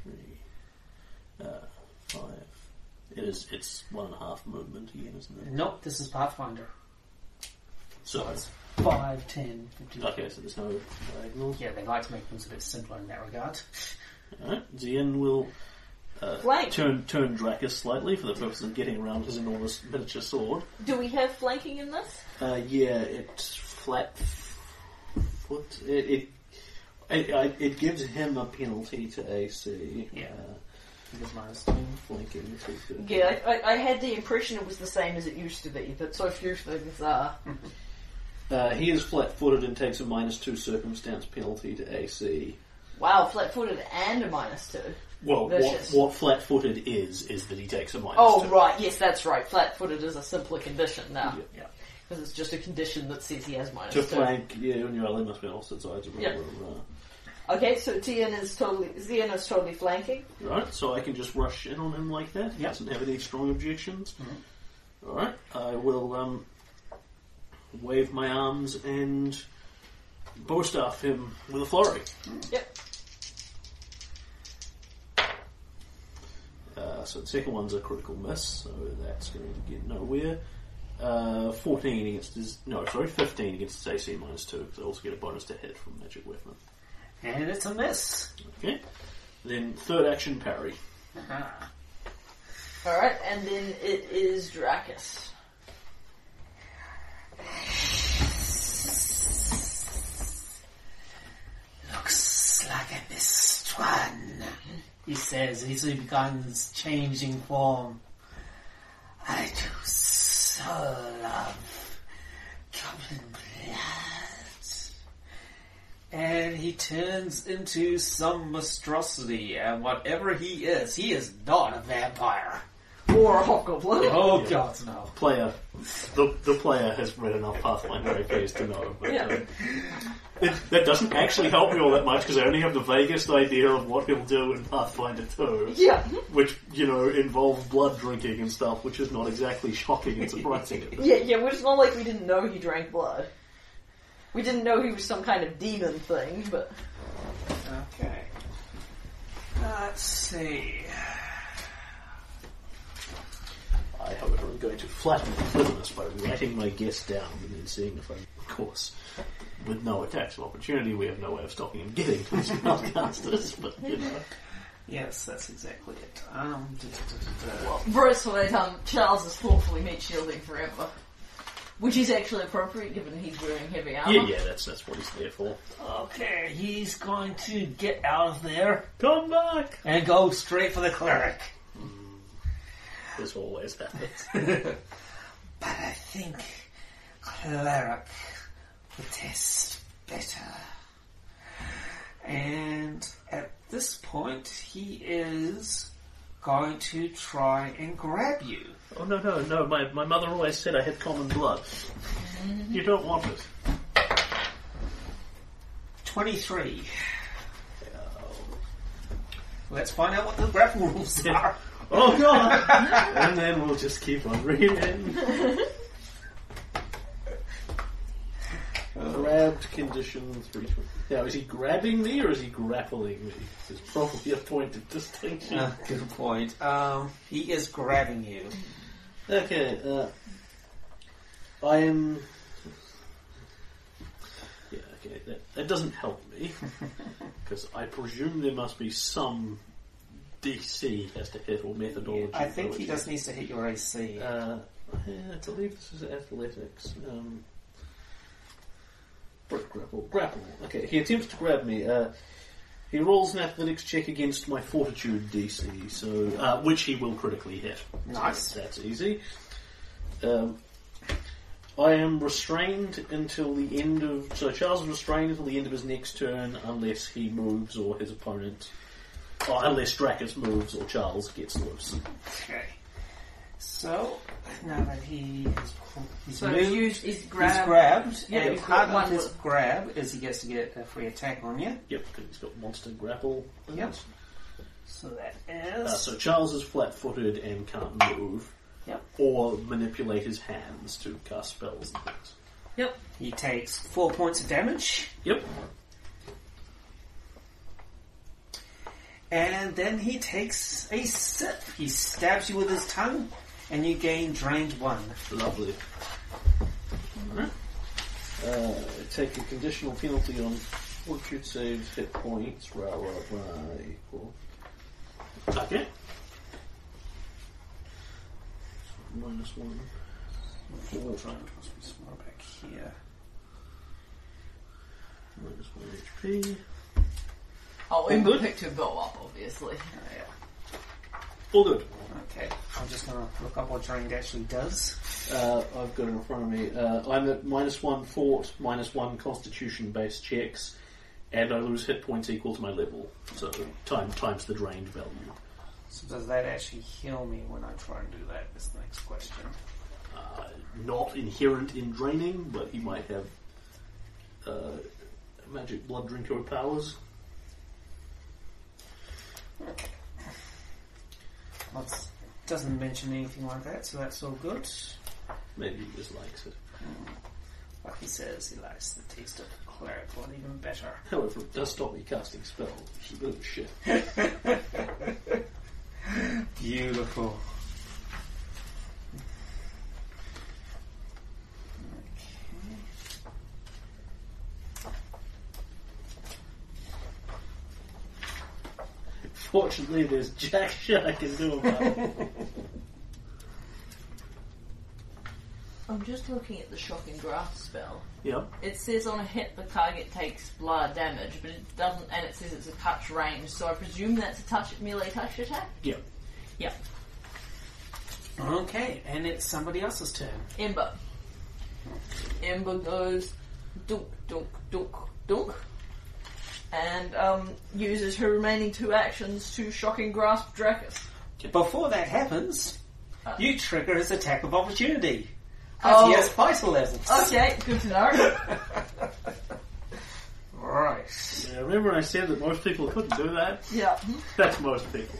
Speaker 1: Two, three, uh, five. It is. It's one and a half movement again, isn't it?
Speaker 2: Nope, this is Pathfinder.
Speaker 1: So it's
Speaker 2: 5, 10, 15.
Speaker 1: okay. So there's no diagonal.
Speaker 2: Yeah, they like to make things a bit simpler in that regard.
Speaker 1: Alright, Zien will uh,
Speaker 3: Flank.
Speaker 1: turn turn Dracus slightly for the purpose of getting around his enormous miniature sword.
Speaker 3: Do we have flanking in this?
Speaker 1: Uh, yeah, it flat foot. It it, it I- it gives him a penalty to AC.
Speaker 2: Yeah.
Speaker 1: uh,
Speaker 2: Because mine's doing
Speaker 1: flanking. to-
Speaker 3: Yeah, I, I, I had the impression it was the same as it used to be, but so few things are.
Speaker 1: Uh, he is flat footed and takes a minus two circumstance penalty to AC.
Speaker 3: Wow, flat footed and a minus two.
Speaker 1: Well, what,
Speaker 3: Vicious.
Speaker 1: what flat footed is is that he takes a minus
Speaker 3: Oh,
Speaker 1: two.
Speaker 3: right, yes, that's right. Flat footed is a simpler condition now.
Speaker 1: Yeah.
Speaker 2: Yeah.
Speaker 3: Because it's just a condition that says he has minus
Speaker 1: To
Speaker 3: two.
Speaker 1: flank, yeah, when you're must be opposite sides. of
Speaker 3: Yeah.
Speaker 1: uh,
Speaker 3: Okay, so Tien is totally, Zien is totally flanking.
Speaker 1: Right, so I can just rush in on him like that. He
Speaker 2: Yep.
Speaker 1: doesn't have any strong objections.
Speaker 3: Mm-hmm.
Speaker 1: Alright, I will um, wave my arms and bow staff him with a flurry.
Speaker 3: Yep.
Speaker 1: Uh, so the second one's a critical miss, so that's going to get nowhere. Uh, 14 against his. No, sorry, 15 against his AC minus 2, because I also get a bonus to hit from Magic Weapon.
Speaker 2: And it's a miss.
Speaker 1: Okay. Then third action parry.
Speaker 2: Ah.
Speaker 3: Alright, and then it is Dracus.
Speaker 2: Looks like I missed one. he says, easily beguiles changing form. I do so love goblin blood. And he turns into some monstrosity, and whatever he is, he is not a vampire.
Speaker 3: Or a hobgoblin.
Speaker 2: Oh [laughs] god, no.
Speaker 1: Player, the the player has read enough Pathfinder APs to know. But,
Speaker 3: Yeah.
Speaker 1: um, it, that doesn't actually help me all that much because I only have the vaguest idea of what he'll do in Pathfinder Two.
Speaker 3: [laughs] Yeah.
Speaker 1: which you know involve blood drinking and stuff, which is not exactly shocking and surprising. at this.
Speaker 3: Yeah, yeah, well, it's not like we didn't know he drank blood. We didn't know he was some kind of demon thing, but
Speaker 2: Okay. Let's see.
Speaker 1: I, however, am going to flatten the business by writing my guess down and then seeing if I, of course, with no attacks of opportunity, we have no way of stopping him getting to his [laughs] spellcasters. But you know,
Speaker 2: Yes, that's exactly it. Um, duh, duh, duh, duh, duh.
Speaker 3: Bristol um, Charles is thoughtfully meat shielding forever. Which is actually appropriate given he's wearing heavy armor.
Speaker 1: yeah, yeah, that's that's what he's there for.
Speaker 2: Okay, he's going to get out of there
Speaker 1: Come back,
Speaker 2: and go straight for the cleric.
Speaker 1: as always happens.
Speaker 2: But I think cleric would taste better. And at this point, he is going to try and grab you.
Speaker 1: Oh no, no, no! My my mother always said I had common blood. You don't want it.
Speaker 2: 23. Let's find out what the grapple [laughs] rules are.
Speaker 1: [laughs] Oh god! and then we'll just keep on reading. [laughs] Grabbed condition three twenty. Now, is he grabbing me or is he grappling me? There's probably a point of distinction.
Speaker 2: Uh, good point. Um, he is grabbing you.
Speaker 1: Okay, uh, I am. Yeah, okay, that, that doesn't help [laughs] me. Because I presume there must be some DC has to hit or methodology.
Speaker 2: I think
Speaker 1: by
Speaker 2: he
Speaker 1: which
Speaker 2: just needs to hit your AC.
Speaker 1: Uh, yeah, I believe this is athletics. Um, brick grapple, grapple. Okay, he attempts to grab me. Uh, he rolls an athletics check against my fortitude DC, so uh, which he will critically hit.
Speaker 2: Nice.
Speaker 1: So that's easy. Um, I am restrained until the end of. So Charles is restrained until the end of his next turn, unless he moves or his opponent, or unless Drakus moves or Charles gets loose.
Speaker 2: Okay. So, now that he has, he's
Speaker 3: So
Speaker 2: moved,
Speaker 3: he's used, he's grabbed.
Speaker 2: he's grabbed,
Speaker 3: Yeah,
Speaker 2: and
Speaker 3: he's
Speaker 2: part
Speaker 3: got
Speaker 2: of
Speaker 3: one.
Speaker 2: his grab is he gets to get a free attack on you.
Speaker 1: Yep, because he's got monster grapple.
Speaker 2: Yep. So that is...
Speaker 1: Uh, so Charles is flat-footed and can't move,
Speaker 2: Yep.
Speaker 1: or manipulate his hands to cast spells and things.
Speaker 3: Yep.
Speaker 2: He takes four points of damage,
Speaker 1: Yep.
Speaker 2: and then he takes a sip. He stabs you with his tongue, and you gain drained one.
Speaker 1: Lovely. Alright. Uh, take a conditional penalty on fortitude saves, hit points, rah rah rah, equal. Okay. Minus one. Four.
Speaker 2: More back here.
Speaker 1: Minus one HP.
Speaker 3: Oh, in
Speaker 1: good.
Speaker 3: the picture go up, obviously.
Speaker 2: Oh, yeah.
Speaker 1: All good.
Speaker 2: Okay, I'm just going to look up what drained actually does.
Speaker 1: Uh, I've got it in front of me. Uh, I'm at minus one fort, minus one constitution based checks, and I lose hit points equal to my level. So time times the drained value.
Speaker 2: So does that actually heal me when I try and do that? Is the next question.
Speaker 1: Uh, not inherent in draining, but he might have uh, magic blood drinker powers.
Speaker 2: That's, doesn't mention anything like that, so that's all good.
Speaker 1: Maybe he just likes it.
Speaker 2: Like he says, he likes the taste of cleric blood even better.
Speaker 1: However, it does stop me casting spells, which is a bit of a shit. [laughs]
Speaker 2: Beautiful.
Speaker 1: Fortunately, there's jack
Speaker 2: [laughs]
Speaker 1: shit I can do about it.
Speaker 3: I'm just looking at the shocking grasp spell.
Speaker 1: Yep.
Speaker 3: It says on a hit the target takes blah damage, but it doesn't, and it says it's a touch range, so I presume that's a touch melee touch attack.
Speaker 1: Yep.
Speaker 3: Yeah,
Speaker 2: Okay, and it's somebody else's turn.
Speaker 3: Ember. Ember goes dunk, dunk, dunk, dunk, and um, uses her remaining two actions to shocking grasp Dracus.
Speaker 2: Before that happens, you trigger his attack of opportunity.
Speaker 3: Oh.
Speaker 2: Oh. He has vital levels.
Speaker 3: Okay, good to know.
Speaker 2: [laughs] Right.
Speaker 1: Yeah, remember I said that most people couldn't do that?
Speaker 3: yeah.
Speaker 1: That's most people.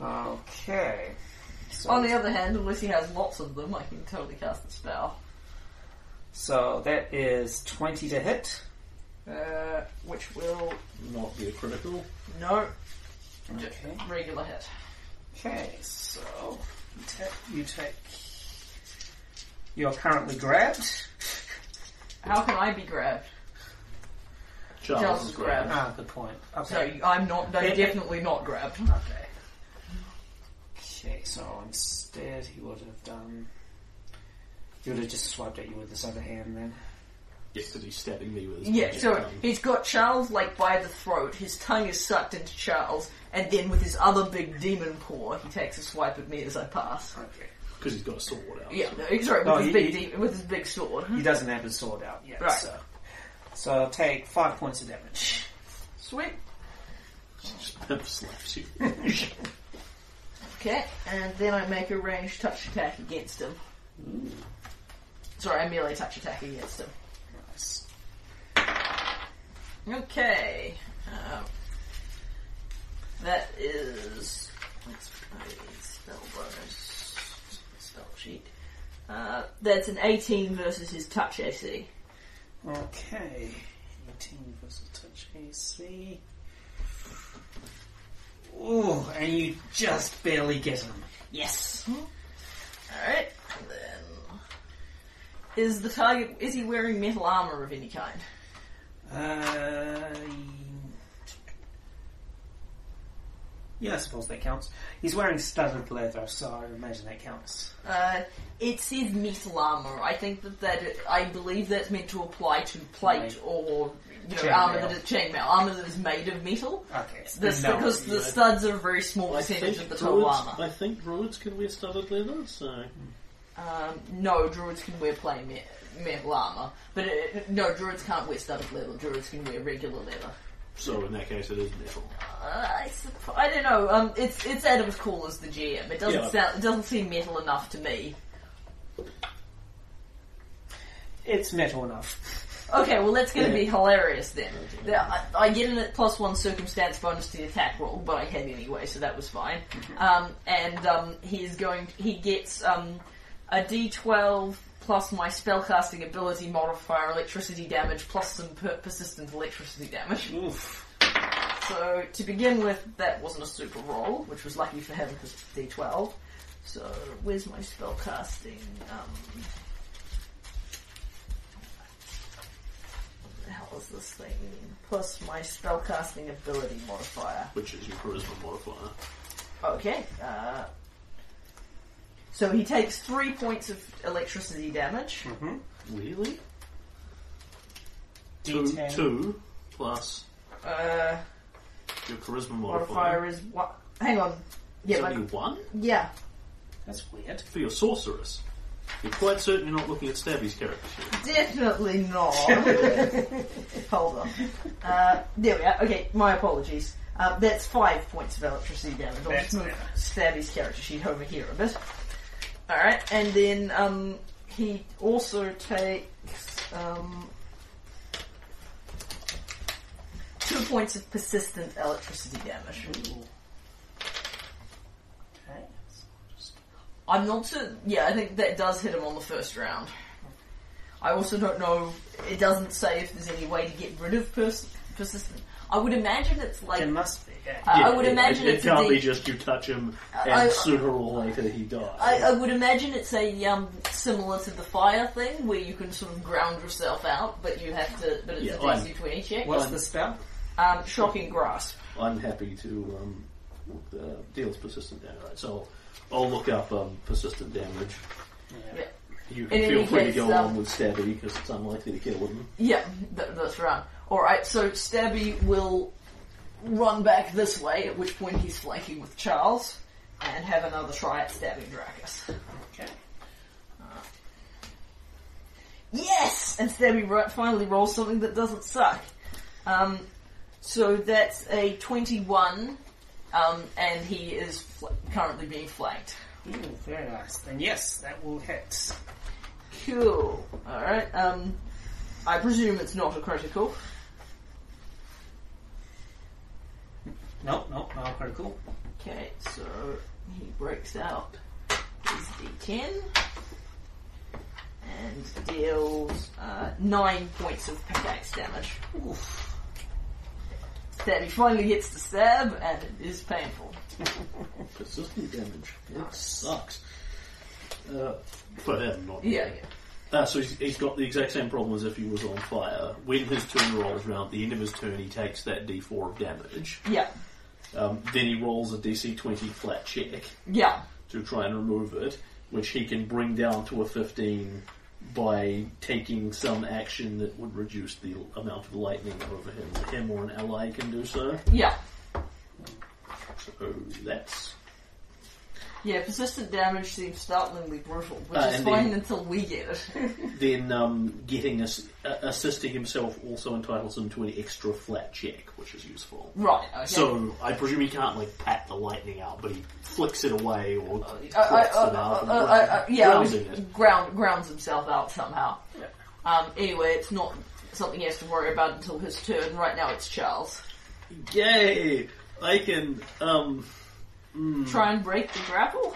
Speaker 2: Okay. So,
Speaker 3: On the other hand, unless he has lots of them, I can totally cast the spell.
Speaker 2: so that is 20 to hit.
Speaker 3: Uh, which will
Speaker 1: Not be a critical.
Speaker 3: no
Speaker 2: Okay.
Speaker 3: regular hit.
Speaker 2: Okay, so you ta- you take. You're currently grabbed.
Speaker 3: How can I be grabbed?
Speaker 1: Charles,
Speaker 3: Charles
Speaker 1: is
Speaker 3: is
Speaker 1: great.
Speaker 3: grabbed.
Speaker 2: Ah, good point.
Speaker 3: So
Speaker 2: Okay.
Speaker 3: I'm not. I'm
Speaker 2: Okay.
Speaker 3: definitely not grabbed.
Speaker 2: Okay. Okay, so instead he would have done. He would have just swiped at you with this other hand then.
Speaker 1: Yes, because he's stabbing me with his
Speaker 3: Yeah.
Speaker 1: magic
Speaker 3: So
Speaker 1: gun.
Speaker 3: he's got Charles like by the throat. His tongue is sucked into Charles, and then with his other big demon paw, he takes a swipe at me as I pass.
Speaker 2: Okay.
Speaker 1: 'Cause he's got a sword out.
Speaker 3: Yeah. No, sorry. With
Speaker 2: Oh,
Speaker 3: his
Speaker 2: he-
Speaker 3: big
Speaker 2: he-
Speaker 3: demon, with his big sword.
Speaker 2: He doesn't have his sword out yet,
Speaker 3: Right.
Speaker 2: so. So take five points of damage.
Speaker 3: Sweet.
Speaker 1: Just [laughs] pimp slaps you.
Speaker 3: Okay. And then I make a ranged touch attack against him. Sorry, a melee touch attack against him.
Speaker 2: Nice.
Speaker 3: Okay. Um, that is. Let's play spell bonus. Spell sheet. Uh, that's an 18 versus his touch AC.
Speaker 2: Okay. 18 versus touch AC. Ooh, and you just barely get him.
Speaker 3: Yes. Mm-hmm. Alright, and then. Is the target. Is he wearing metal armor of any kind?
Speaker 2: Uh, yeah, I suppose that counts. He's wearing studded leather, so I imagine that counts.
Speaker 3: Uh, it says metal armor. I think that, that it, I believe that's meant to apply to plate
Speaker 2: Right.
Speaker 3: or you know,
Speaker 2: Chainmail.
Speaker 3: armor that is chainmail, armor that is made of metal.
Speaker 2: Okay.
Speaker 3: This,
Speaker 2: No.
Speaker 3: because the
Speaker 1: yeah.
Speaker 3: studs are a very small
Speaker 1: I
Speaker 3: percentage
Speaker 1: think,
Speaker 3: of the total
Speaker 1: druids,
Speaker 3: armor.
Speaker 1: I think druids can wear studded leather, so.
Speaker 3: Um, no, druids can wear plain me- metal armor, but it, no, druids can't wear studded leather. Druids can wear regular leather.
Speaker 1: So in that case, it is metal.
Speaker 3: Uh, I, suppo- I don't know. Um, it's it's Adam's call as the GM. It doesn't
Speaker 1: Yeah.
Speaker 3: sound it doesn't seem metal enough to me.
Speaker 2: It's metal enough.
Speaker 3: Okay, well that's going to be hilarious then. There- I, I get an plus one circumstance bonus to the attack roll, but I had anyway, so that was fine. Um, and um, he's going. He gets um, a D12 plus my spellcasting ability modifier, electricity damage plus some per- persistent electricity damage.
Speaker 2: Oof.
Speaker 3: So to begin with, that wasn't a super roll, which was lucky for him because it's D12. So where's my spellcasting? Um, what the hell is this thing? Plus my spellcasting ability modifier.
Speaker 1: Which is your charisma modifier.
Speaker 3: Okay. Uh, so he takes three points of electricity damage.
Speaker 2: Mm-hmm.
Speaker 1: Really? Two,
Speaker 2: D10.
Speaker 1: two plus
Speaker 3: Uh,
Speaker 1: your charisma modifier.
Speaker 3: modifier is one. Hang on. Yeah,
Speaker 1: It's
Speaker 3: but-
Speaker 1: only one
Speaker 3: yeah.
Speaker 2: That's weird.
Speaker 1: for your sorceress. You're quite certain you're not looking at Stabby's character sheet.
Speaker 3: Definitely not. Hold on. Uh, there we are. Okay, my apologies. Uh, that's five points of electricity damage. I'll just
Speaker 2: That's
Speaker 3: move
Speaker 2: better.
Speaker 3: Stabby's character sheet over here a bit. Alright, and then um, he also takes um, two points of persistent electricity damage.
Speaker 2: Okay.
Speaker 3: I'm not sure. Yeah, I think that does hit him on the first round. I also don't know. It doesn't say if there's any way to get rid of pers- persistent. I would imagine it's like.
Speaker 2: It must be.
Speaker 3: I-
Speaker 2: Yeah.
Speaker 3: I
Speaker 1: Yeah,
Speaker 3: would
Speaker 1: it-
Speaker 3: imagine
Speaker 1: it,
Speaker 3: it's a
Speaker 1: can't
Speaker 3: D-
Speaker 1: be just you touch him and
Speaker 3: I-
Speaker 1: sooner or later he dies.
Speaker 3: I, I would imagine it's a um, similar to the fire thing where you can sort of ground yourself out, but you have to. But it's
Speaker 1: Yeah,
Speaker 3: a
Speaker 1: I'm-
Speaker 3: DC twenty check.
Speaker 2: What's the spell?
Speaker 3: Um, shocking grasp.
Speaker 1: I'm happy to um, look the deals persistent damage. Right, so I'll look up um, persistent damage You
Speaker 3: In
Speaker 1: feel
Speaker 3: any
Speaker 1: free
Speaker 3: case,
Speaker 1: to go
Speaker 3: um,
Speaker 1: on with Stabby because it's unlikely to kill him.
Speaker 3: Yeah, th- that's right. Alright, so Stabby will run back this way, at which point he's flanking with Charles, and have another try at stabbing Dracus.
Speaker 1: Okay.
Speaker 3: Yes! And Stabby ro- finally rolls something that doesn't suck. Um, so that's a 21, um, and he is fl- currently being flanked.
Speaker 2: Ooh, very nice. Then yes, that will hit.
Speaker 3: Cool. Alright, um, I presume it's not a critical.
Speaker 2: No, no, no, critical.
Speaker 3: Okay, so he breaks out his d10 and deals uh, 9 points of pickaxe damage.
Speaker 2: Oof.
Speaker 3: Stab, he finally gets the stab and it is painful.
Speaker 1: Persistent damage. It sucks. Uh, for him, not
Speaker 3: Yeah,
Speaker 1: Uh, so he's, he's got the exact same problem as if he was on fire. When his turn rolls round, at the end of his turn, he takes that d4 of damage.
Speaker 3: yeah, yeah,
Speaker 1: Um, then he rolls a DC 20 flat check
Speaker 3: yeah.
Speaker 1: to try and remove it, which he can bring down to a 15 by taking some action that would reduce the amount of lightning over him. Him or an ally can do so.
Speaker 3: yeah.
Speaker 1: So that's
Speaker 3: Yeah, persistent damage seems startlingly brutal, which
Speaker 1: Uh,
Speaker 3: is
Speaker 1: and
Speaker 3: fine
Speaker 1: the-
Speaker 3: until we get it. [laughs]
Speaker 1: then um, getting us uh, assisting himself also entitles him to an extra flat check, which is useful.
Speaker 3: right, okay.
Speaker 1: So I presume he can't like pat the lightning out, but he flicks it away or plots
Speaker 3: I, uh, I, I,
Speaker 1: it out. and
Speaker 3: I, I, I,
Speaker 1: ground-
Speaker 3: yeah, I was-
Speaker 1: grounding it.
Speaker 3: ground grounds himself out somehow. Um, anyway, it's not something he has to worry about until his turn. Right now, it's Charles.
Speaker 1: Yay! I can. Um.
Speaker 3: Try and break the grapple.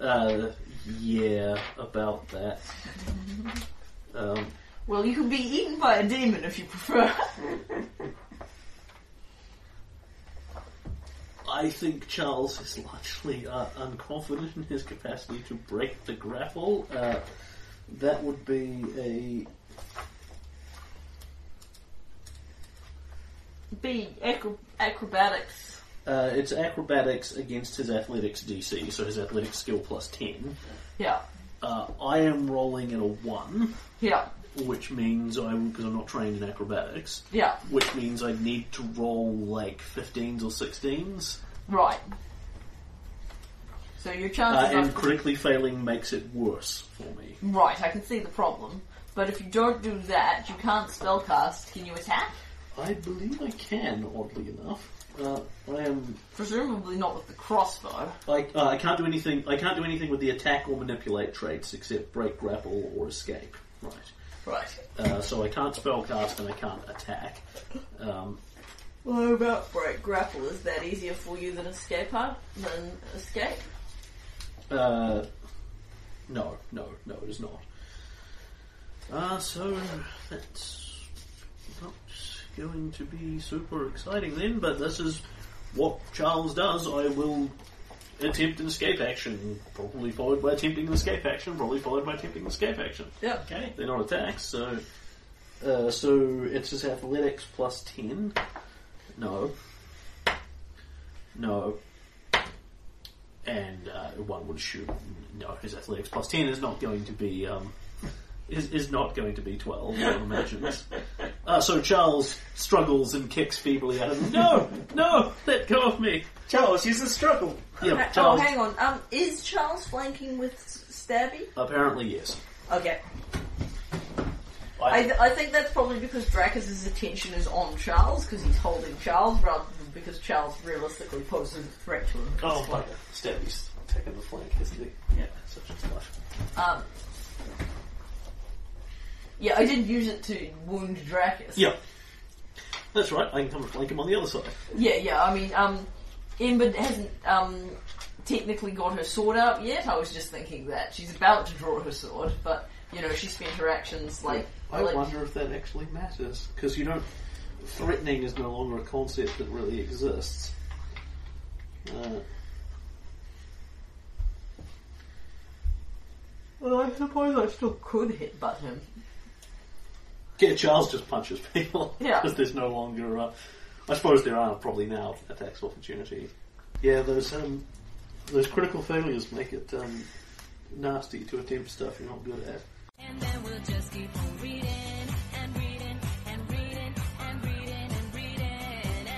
Speaker 1: Uh. Yeah. About that. Um.
Speaker 3: Well, you can be eaten by a demon if you prefer. [laughs]
Speaker 1: I think Charles is largely uh, unconfident in his capacity to break the grapple. Uh, that would be a
Speaker 3: be acro- acrobatics.
Speaker 1: Uh, it's acrobatics against his athletics DC, so his athletics skill plus 10.
Speaker 3: Yeah,
Speaker 1: Uh, I am rolling at a 1,
Speaker 3: yeah,
Speaker 1: which means I, because I'm not trained in acrobatics,
Speaker 3: yeah.
Speaker 1: which means I need to roll like 15s or 16s.
Speaker 3: Right. So your
Speaker 1: Uh,
Speaker 3: chances
Speaker 1: and
Speaker 3: are
Speaker 1: critically failing makes it worse for me.
Speaker 3: right. I can see the problem, but if you don't do that, you can't spellcast. Can you attack?
Speaker 1: I believe I can, oddly enough. Uh, I am.
Speaker 3: Presumably not with the crossbow.
Speaker 1: I, uh, I can't do anything. I can't do anything with the attack or manipulate traits except break, grapple, or escape. Right.
Speaker 3: Right.
Speaker 1: Uh, so I can't spellcast and I can't attack. Um,
Speaker 3: What about break grapple? Is that easier for you than escape? Huh? Than escape?
Speaker 1: uh, no, no, no, it is not. Uh, so that's not going to be super exciting then, but this is what Charles does. I will attempt an escape action, probably followed by attempting an escape action, probably followed by attempting an escape action.
Speaker 3: Yeah.
Speaker 1: Okay, they're not attacks, so. Uh, so it's his athletics plus 10. No. No. And uh, one would shoot. No, his athletics plus 10 is not going to be. Um, is, is not going to be 12, one [laughs] imagines. Uh, so Charles struggles and kicks feebly at him. No! No! Let go of me!
Speaker 2: Charles, use the struggle.
Speaker 1: Yeah,
Speaker 4: Oh,
Speaker 1: Charles.
Speaker 4: hang on. Um, is Charles flanking with S- Stabby?
Speaker 1: Apparently, yes.
Speaker 4: Okay.
Speaker 1: I- Uh,
Speaker 3: I, I think that's probably because Dracus's attention is on Charles because he's holding Charles rather than because Charles realistically poses a threat to him. at
Speaker 1: Oh,
Speaker 3: this point.
Speaker 1: Stabby's taking the flank, isn't he? Yeah, such a flash.
Speaker 3: Um, yeah, I did use it to wound Dracus.
Speaker 1: Yeah. That's right, I can come and flank him on the other side.
Speaker 3: Yeah, yeah. I mean, um, Ember hasn't um, technically got her sword out yet. I was just thinking that she's about to draw her sword, but you know, she spent her actions like,
Speaker 1: I
Speaker 3: like-
Speaker 1: wonder if that actually matters, because you don't. Threatening is no longer a concept that really exists. Uh,
Speaker 3: Well, I suppose I still could hit butt him.
Speaker 1: yeah, Charles just punches people. [laughs]
Speaker 3: Yeah.
Speaker 1: Because there's no longer. Uh, I suppose there are probably now attacks of opportunity. Yeah, those um, those critical failures make it um, nasty to attempt stuff you're not good at.
Speaker 5: And then we'll just keep on reading and reading and reading and reading and reading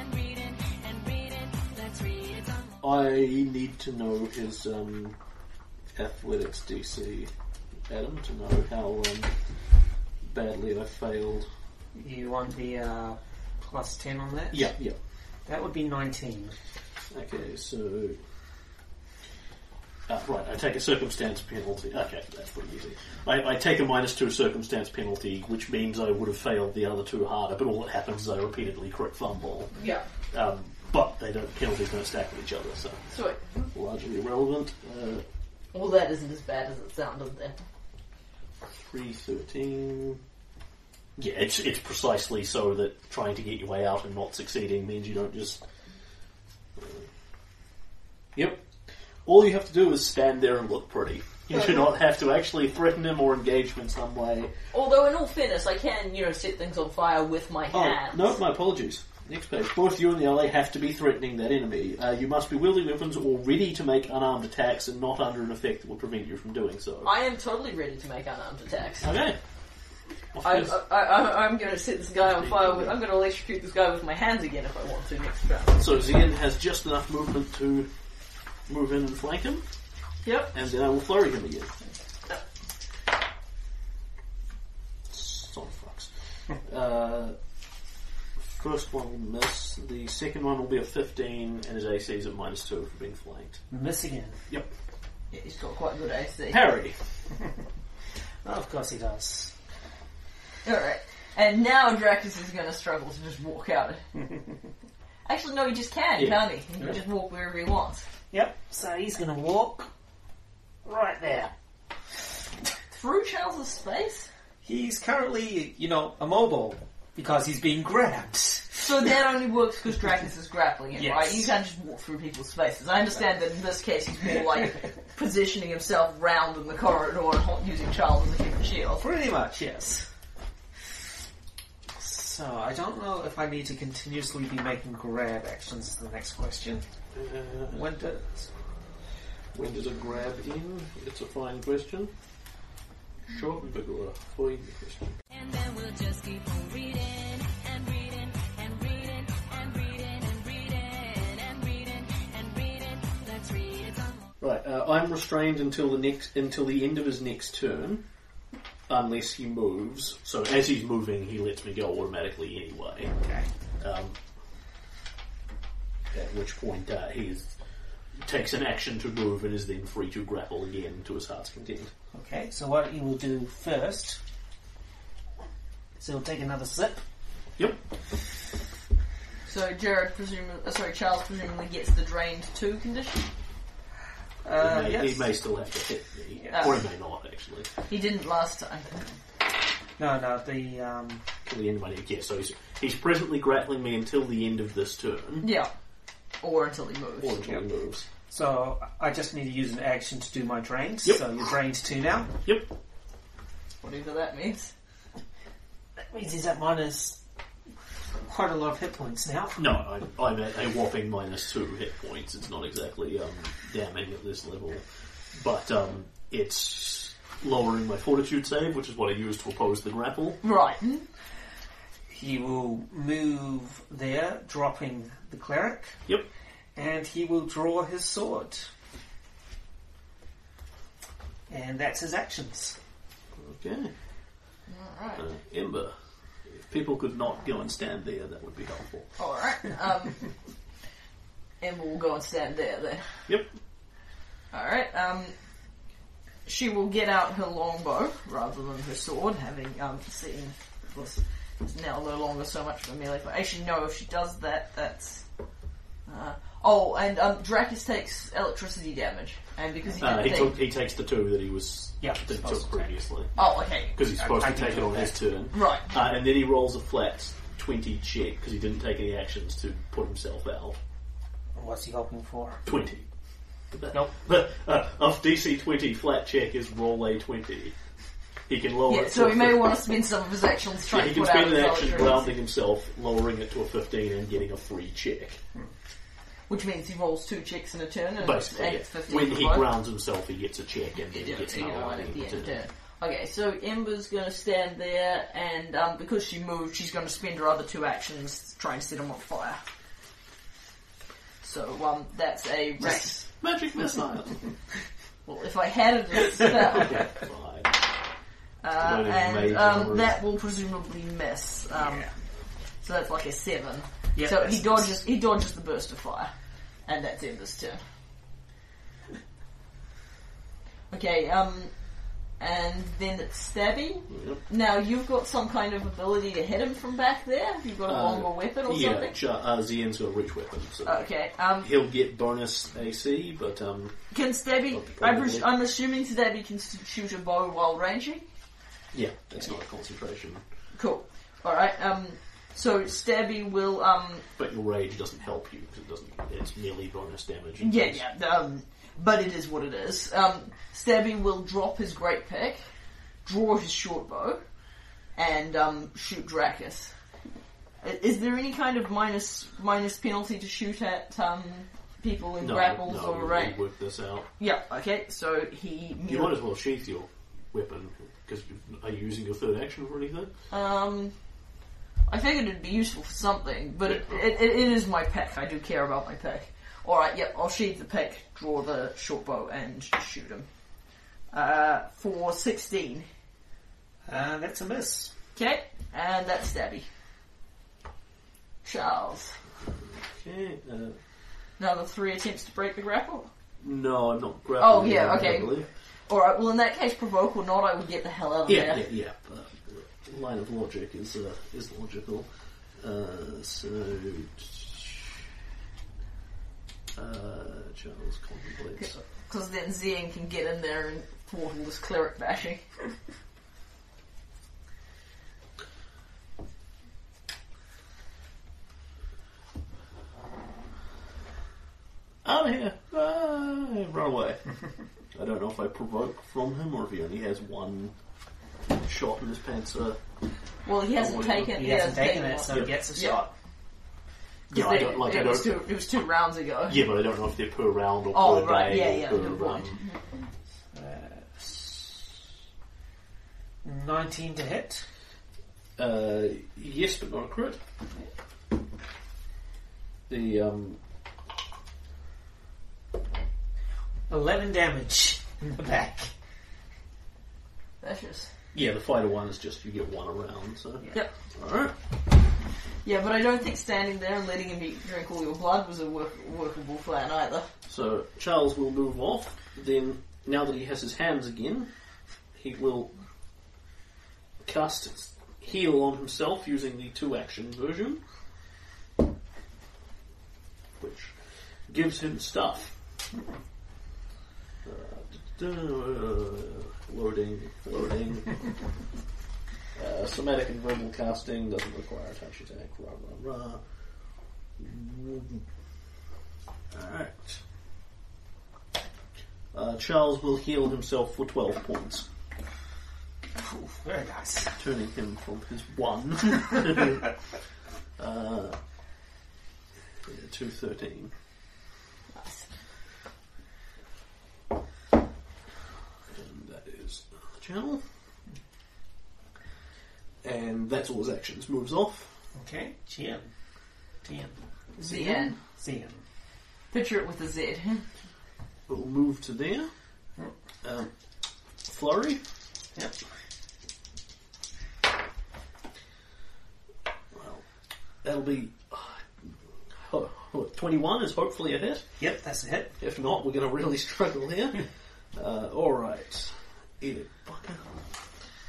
Speaker 5: and reading and reading. Let's read it on.
Speaker 1: I need to know his um, athletics DC, Adam, to know how um, badly I failed.
Speaker 2: You want the uh, plus 10 on that?
Speaker 1: Yeah, yeah.
Speaker 2: That would be 19.
Speaker 1: Okay, so. Ah, right, I take a circumstance penalty. Okay, that's pretty easy. I, I take a minus two circumstance penalty, which means I would have failed the other two harder, but all that happens is I repeatedly crit fumble.
Speaker 3: Yeah.
Speaker 1: Um, but they don't penalties don't stack with each other, so
Speaker 3: Sweet.
Speaker 1: largely irrelevant. Uh,
Speaker 3: All that isn't as bad as it sounded then.
Speaker 1: Three thirteen. Yeah, it's it's precisely so that trying to get your way out and not succeeding means you don't just. uh, Yep. All you have to do is stand there and look pretty. You do not have to actually threaten him or engage him in some way.
Speaker 3: Although, in all fairness, I can, you know, set things on fire with my
Speaker 1: Oh,
Speaker 3: hands.
Speaker 1: no, my apologies. Next page. Both you and the ally have to be threatening that enemy. Uh, you must be wielding weapons or ready to make unarmed attacks and not under an effect that will prevent you from doing so.
Speaker 3: I am totally ready to make unarmed attacks.
Speaker 1: Okay. Off
Speaker 3: I,
Speaker 1: goes.
Speaker 3: I, I, I'm going to set this guy on fire. With, I'm going to electrocute this guy with my hands again if I want to next round.
Speaker 1: So Zian has just enough movement to move in and flank him,
Speaker 3: Yep.
Speaker 1: and then I will flurry him again.
Speaker 3: Uh,
Speaker 1: Son of fucks. Uh, first one will miss. The second one will be a 15, and his AC is at minus 2 for being flanked.
Speaker 2: Miss again.
Speaker 1: Yep.
Speaker 3: Yeah, he's got quite good AC.
Speaker 1: Parry.
Speaker 2: Oh, of course he does.
Speaker 3: [laughs] Alright. And now Dracus is going to struggle to just walk out. Actually, no, he just can,
Speaker 1: Yeah.
Speaker 3: can't he? He can
Speaker 2: Yeah.
Speaker 3: just walk wherever he wants.
Speaker 2: Yep. So he's going to walk right there.
Speaker 3: Through Charles's space?
Speaker 2: He's currently, you know, immobile because he's being grabbed.
Speaker 3: So that only works because Dracus is grappling it,
Speaker 2: Yes.
Speaker 3: right? You can't just walk through people's spaces. I understand that in this case he's more like positioning himself round in the corridor and hot- using Charles as a human shield.
Speaker 2: Pretty much, yes. So I don't know if I need to continuously be making grab actions. Is the next question?
Speaker 1: Uh,
Speaker 2: When does
Speaker 1: when does a grab in? It's a fine question. Short and big or a fine question.
Speaker 5: And then we'll just keep on reading and reading and reading and reading and reading and reading and reading. Let's read it on.
Speaker 1: Right, uh, I'm restrained until the next until the end of his next turn, unless he moves. So as he's moving, he lets me go automatically anyway.
Speaker 2: okay?
Speaker 1: Um, at which point uh, he takes an action to move and is then free to grapple again to his heart's content.
Speaker 2: Okay. So what he will do first is he'll take another sip.
Speaker 1: Yep.
Speaker 3: So Jared presumably, uh, sorry, Charles presumably gets the drained two condition.
Speaker 2: Uh,
Speaker 1: he, may,
Speaker 2: yes.
Speaker 1: he may still have to hit me,
Speaker 3: Yeah.
Speaker 1: or he may not actually.
Speaker 3: He didn't last uh, time.
Speaker 2: No, no. The um,
Speaker 1: Till the end of my next, yeah. So he's he's presently grappling me until the end of this turn,
Speaker 3: Yeah. Or until he moves.
Speaker 1: or until
Speaker 2: Yep.
Speaker 1: he moves.
Speaker 2: so I just need to use an action to do my drains.
Speaker 1: Yep.
Speaker 2: So you're drained two now.
Speaker 1: Yep.
Speaker 3: Whatever that means.
Speaker 2: That means he's at minus quite a lot of hit points now.
Speaker 1: No, I'm, I'm at a whopping minus two hit points. It's not exactly um, damning at this level, but um, it's lowering my fortitude save, which is what I use to oppose the grapple.
Speaker 3: Right.
Speaker 2: He will move there, dropping the cleric.
Speaker 1: Yep.
Speaker 2: and he will draw his sword. And that's his actions.
Speaker 1: Okay.
Speaker 3: Alright.
Speaker 1: Uh, Ember, if people could not go and stand there, that would be helpful.
Speaker 3: Alright. Um, and we'll go and stand there then.
Speaker 1: Yep.
Speaker 3: Alright, um, she will get out her longbow rather than her sword, having um, seen this is now no longer so much of a melee fight. Actually, no, if she does that, that's. Uh, oh, and um, Dracus takes electricity damage, and because he didn't
Speaker 1: Uh, he,
Speaker 3: take-
Speaker 1: took, he takes the two that he was
Speaker 2: Yeah,
Speaker 1: that he
Speaker 2: supposed
Speaker 1: took
Speaker 2: to.
Speaker 1: previously
Speaker 3: Oh, okay.
Speaker 1: because he's supposed
Speaker 2: I
Speaker 1: to
Speaker 2: can
Speaker 1: take it
Speaker 2: do
Speaker 1: on
Speaker 2: that.
Speaker 1: his turn,
Speaker 3: Right.
Speaker 1: uh, and then he rolls a flat twenty check because he didn't take any actions to put himself out.
Speaker 2: What's he hoping for?
Speaker 1: 20.
Speaker 2: Nope.
Speaker 1: But, uh, off DC 20, flat check is roll a 20. He can lower
Speaker 3: Yeah,
Speaker 1: it
Speaker 3: so
Speaker 1: to
Speaker 3: he
Speaker 1: a
Speaker 3: may
Speaker 1: 15.
Speaker 3: want to spend some of his actions
Speaker 1: Yeah, he
Speaker 3: trying to
Speaker 1: can
Speaker 3: put out
Speaker 1: spend
Speaker 3: his
Speaker 1: an action
Speaker 3: electricity.
Speaker 1: grounding himself, lowering it to a 15 and getting a free check.
Speaker 3: which means he rolls two chicks in a turn and it's
Speaker 1: Basically,
Speaker 3: eight
Speaker 1: yeah.
Speaker 3: fifteen
Speaker 1: when
Speaker 3: for
Speaker 1: he
Speaker 3: both.
Speaker 1: grounds himself, he gets a check and then he
Speaker 3: Yeah,
Speaker 1: gets
Speaker 3: take
Speaker 1: another
Speaker 3: it
Speaker 1: one.
Speaker 3: on at the end of
Speaker 1: to-
Speaker 3: turn. Okay, so Ember's going to stand there, and um, because she moved, she's going to spend her other two actions to try and set him on fire. So um, that's a race. [laughs]
Speaker 1: Magic missile.
Speaker 3: Well, if I had it as a spell,
Speaker 1: okay, fine.
Speaker 3: uh,
Speaker 1: Loaded
Speaker 3: and
Speaker 1: mage
Speaker 3: um,
Speaker 1: armor.
Speaker 3: that will presumably miss. Um, So that's like a seven.
Speaker 2: Yep,
Speaker 3: so
Speaker 2: that's-
Speaker 3: he dodges. He dodges the burst of fire, and that's Ember's turn. Okay. Um, and then it's Stabby.
Speaker 1: Yep.
Speaker 3: Now you've got some kind of ability to hit him from back there. You've got a
Speaker 1: Uh,
Speaker 3: longer weapon or
Speaker 1: Yeah,
Speaker 3: something.
Speaker 1: Ch- uh, Zian's got a rich weapon, so
Speaker 3: Okay. Um,
Speaker 1: he'll get bonus AC, but um,
Speaker 3: can Stabby? I
Speaker 1: Probably.
Speaker 3: pres- I'm assuming Stabby can s- shoot a bow while ranging.
Speaker 1: yeah, that's not a concentration.
Speaker 3: Cool. All right. Um, so Stabby will. Um,
Speaker 1: But your rage doesn't help you because it doesn't. It's merely bonus damage.
Speaker 3: yeah, yeah. Um, but it is what it is. Um, Stabby will drop his great pick, draw his short bow, and um, shoot Dracus. I- Is there any kind of minus minus penalty to shoot at um, people in
Speaker 1: No,
Speaker 3: grapples
Speaker 1: no,
Speaker 3: or
Speaker 1: we'll
Speaker 3: range?
Speaker 1: work this out.
Speaker 3: Yeah, okay, so he.
Speaker 1: You might as well sheath your weapon because are you using your third action for anything?
Speaker 3: Um, I figured it'd be useful for something, but it,
Speaker 1: Yeah.
Speaker 3: it, it, it is my pick. I do care about my pick. Alright, yep, I'll sheathe the pick, draw the short bow, and shoot him. Uh, for 16.
Speaker 2: Uh, that's a miss.
Speaker 3: Okay, and that's Stabby. Charles.
Speaker 1: Okay. Uh,
Speaker 3: Another three attempts to break the grapple.
Speaker 1: no, I'm not grappling.
Speaker 3: Oh, yeah,
Speaker 1: I
Speaker 3: okay.
Speaker 1: believe.
Speaker 3: Alright, well, in that case, provoke or not, I would get the hell out of
Speaker 1: Oh, Yeah,
Speaker 3: there.
Speaker 1: yeah, yeah. uh, line of logic is uh, is logical. Uh, so, uh, Charles contemplates.
Speaker 3: Because then Zen can get in there and thwart all this cleric bashing.
Speaker 1: Out of here! Ah, run away! [laughs] I don't know if I provoke from him or if he only has one shot in his pants. Uh,
Speaker 3: Well, he hasn't
Speaker 1: Oh,
Speaker 3: taken
Speaker 2: He
Speaker 3: yeah,
Speaker 2: hasn't taken it,
Speaker 3: one.
Speaker 2: so he gets a
Speaker 3: Yeah.
Speaker 2: shot.
Speaker 1: yeah, I don't like.
Speaker 3: it,
Speaker 1: I
Speaker 3: was
Speaker 1: don't.
Speaker 3: two, it was two rounds ago.
Speaker 1: Yeah, but I don't know if they're per round or
Speaker 3: Oh,
Speaker 1: per
Speaker 3: right,
Speaker 1: day
Speaker 3: yeah,
Speaker 1: or
Speaker 3: yeah,
Speaker 1: per
Speaker 3: good point.
Speaker 1: um,
Speaker 2: Uh, Nineteen to hit.
Speaker 1: Uh, yes, but not a crit. The um,
Speaker 2: Eleven damage in the back.
Speaker 3: Vicious.
Speaker 1: yeah, the fighter one is just you get one around. So
Speaker 3: Yep.
Speaker 1: all right,
Speaker 3: Yeah, but I don't think standing there and letting him eat, drink all your blood was a work, workable plan either.
Speaker 1: so Charles will move off. Then now that he has his hands again, he will cast heal on himself using the two action version, which gives him stuff. Uh, loading, loading. [laughs] uh, somatic and verbal casting doesn't require a touch attack. Rah rah rah. All right. Uh, Charles will heal himself for twelve points
Speaker 2: Ooh, very nice.
Speaker 1: turning him from his one [laughs] uh, to thirteen. And that is the channel. And that's all his actions. Moves off.
Speaker 2: Okay, Gian. Gian.
Speaker 3: The end.
Speaker 2: Gian.
Speaker 3: Picture it with a Z.
Speaker 1: We'll move to there. Um, flurry.
Speaker 2: Yep.
Speaker 1: Well, that'll be uh, twenty-one. Is hopefully a hit.
Speaker 2: Yep, that's a hit.
Speaker 1: If not, we're going to really [laughs] struggle here. uh, all right, eat it, fucker.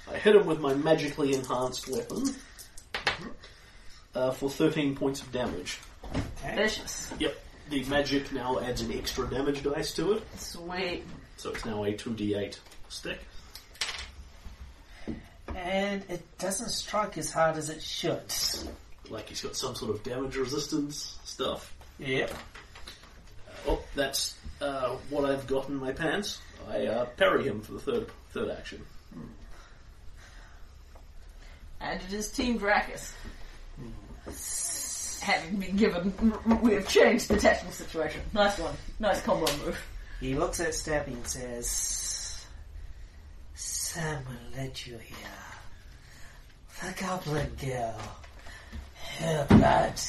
Speaker 1: I hit him with my magically enhanced weapon uh, for thirteen points of damage.
Speaker 2: Okay.
Speaker 3: Vicious.
Speaker 1: Yep, the magic now adds an extra damage dice to it,
Speaker 3: Sweet.
Speaker 1: so it's now a two d eight stick.
Speaker 2: And it doesn't strike as hard as it should.
Speaker 1: Like he's got some sort of damage resistance stuff.
Speaker 2: Yep.
Speaker 1: Oh, that's uh, what I've got in my pants. I uh, parry him for the third third action.
Speaker 3: And it is Team Dracus. having been given, we have changed the tactical situation. Nice one. Nice combo move.
Speaker 2: He looks at Stabby and says, Someone led you here. The goblin girl. Her blood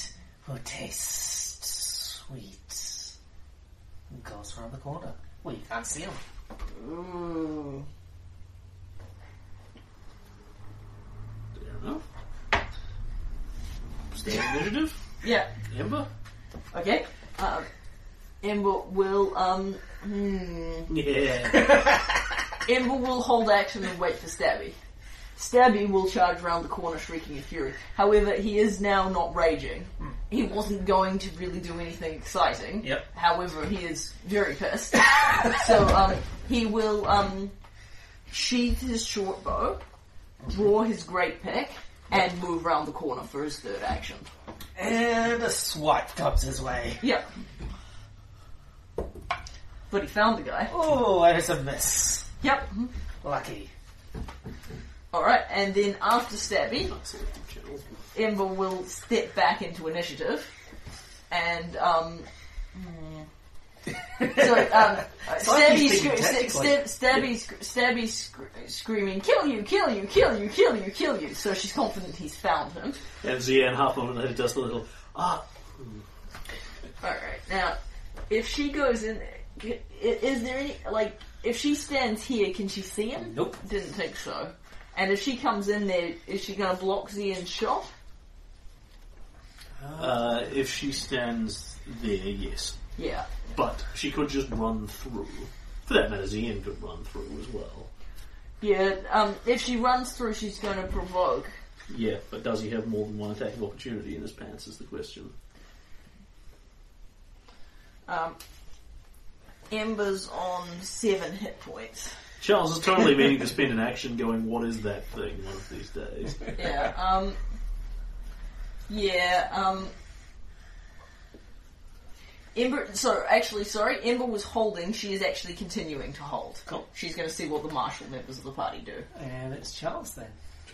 Speaker 2: will taste sweet. And goes around the corner. Well, you can't see him.
Speaker 4: Ooh.
Speaker 1: Fair enough. Stand initiative.
Speaker 3: Yeah.
Speaker 1: Ember.
Speaker 3: Okay. Um, Ember will um. Hmm,
Speaker 1: Yeah. [laughs]
Speaker 3: Ember will hold action and wait for Stabby. Stabby will charge round the corner shrieking in fury. However, he is now not raging. He wasn't going to really do anything exciting.
Speaker 2: Yep.
Speaker 3: However, he is very pissed. so um, he will um, sheath his short bow, draw his great pick, and move round the corner for his third action.
Speaker 2: And a swipe comes his way.
Speaker 3: Yep. But he found the guy.
Speaker 2: Oh, there's a miss.
Speaker 3: Yep.
Speaker 2: Lucky.
Speaker 3: Alright, and then after Stabby,
Speaker 1: That's it, channels.
Speaker 3: Ember will step back into initiative, and um. so
Speaker 2: [laughs]
Speaker 3: um, Stabby,
Speaker 2: he's
Speaker 3: scre-
Speaker 2: thinking
Speaker 3: sta-
Speaker 2: tactically.
Speaker 3: sta- Stabby, sc- Stabby sc- screaming, "Kill you! Kill you! Kill you! Kill you! Kill you!" So she's confident he's found him.
Speaker 1: And Zian half moment later does the little ah.
Speaker 3: All right, now if she goes in there, i- is there any like if she stands here, can she see him?
Speaker 2: Nope.
Speaker 3: Didn't think so. And if she comes in there, is she going to block Zian's shot?
Speaker 1: Uh, if she stands there, yes.
Speaker 3: Yeah.
Speaker 1: But she could just run through. For that matter, Zian could run through as well.
Speaker 3: Yeah, um, if she runs through, she's going to provoke.
Speaker 1: Yeah, but does he have more than one attack of opportunity in his pants is the question.
Speaker 3: Um, Ember's on seven hit
Speaker 1: [laughs]
Speaker 3: points.
Speaker 1: Charles is totally meaning to spend an action going, what is that thing one of these days?
Speaker 3: Yeah, um, yeah, um, Ember, so actually, sorry, Ember was holding, she is actually continuing to hold.
Speaker 1: Cool. Mm-hmm.
Speaker 3: She's gonna see what the martial members of the party do.
Speaker 2: And it's Charles then.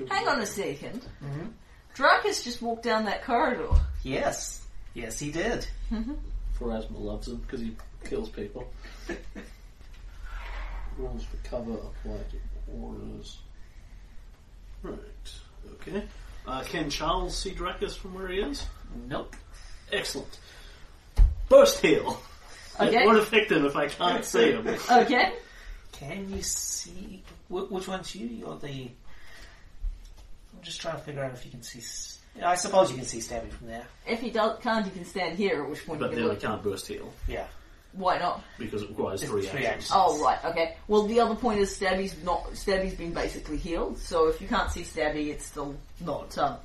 Speaker 3: Hang on a 2nd Mm-hmm. Dracus just walked down that corridor.
Speaker 2: Yes. Yes, he did.
Speaker 1: Pharasma loves him because he kills people. Rules for cover apply to orders. Right, okay. Uh, can Charles see Dracus from where he is?
Speaker 2: Nope.
Speaker 1: Excellent. Burst heal!
Speaker 3: Okay.
Speaker 1: It won't affect him if I can't see him.
Speaker 2: [laughs]
Speaker 3: Okay.
Speaker 2: Can you see wh- which one's you? You're the. I'm just trying to figure out if you can see. s- I suppose you can see Stabby from there.
Speaker 3: If he does, can't, he can stand here, at which point
Speaker 1: But
Speaker 3: he can
Speaker 1: then I
Speaker 3: look.
Speaker 1: can't burst heal
Speaker 2: Yeah,
Speaker 3: Why not?
Speaker 1: because it requires three
Speaker 2: Three
Speaker 1: actions.
Speaker 2: actions.
Speaker 3: Oh, right, okay. Well, the other point is Stabby's not, Stabby's been basically healed, so if you can't see Stabby, it's still not, um,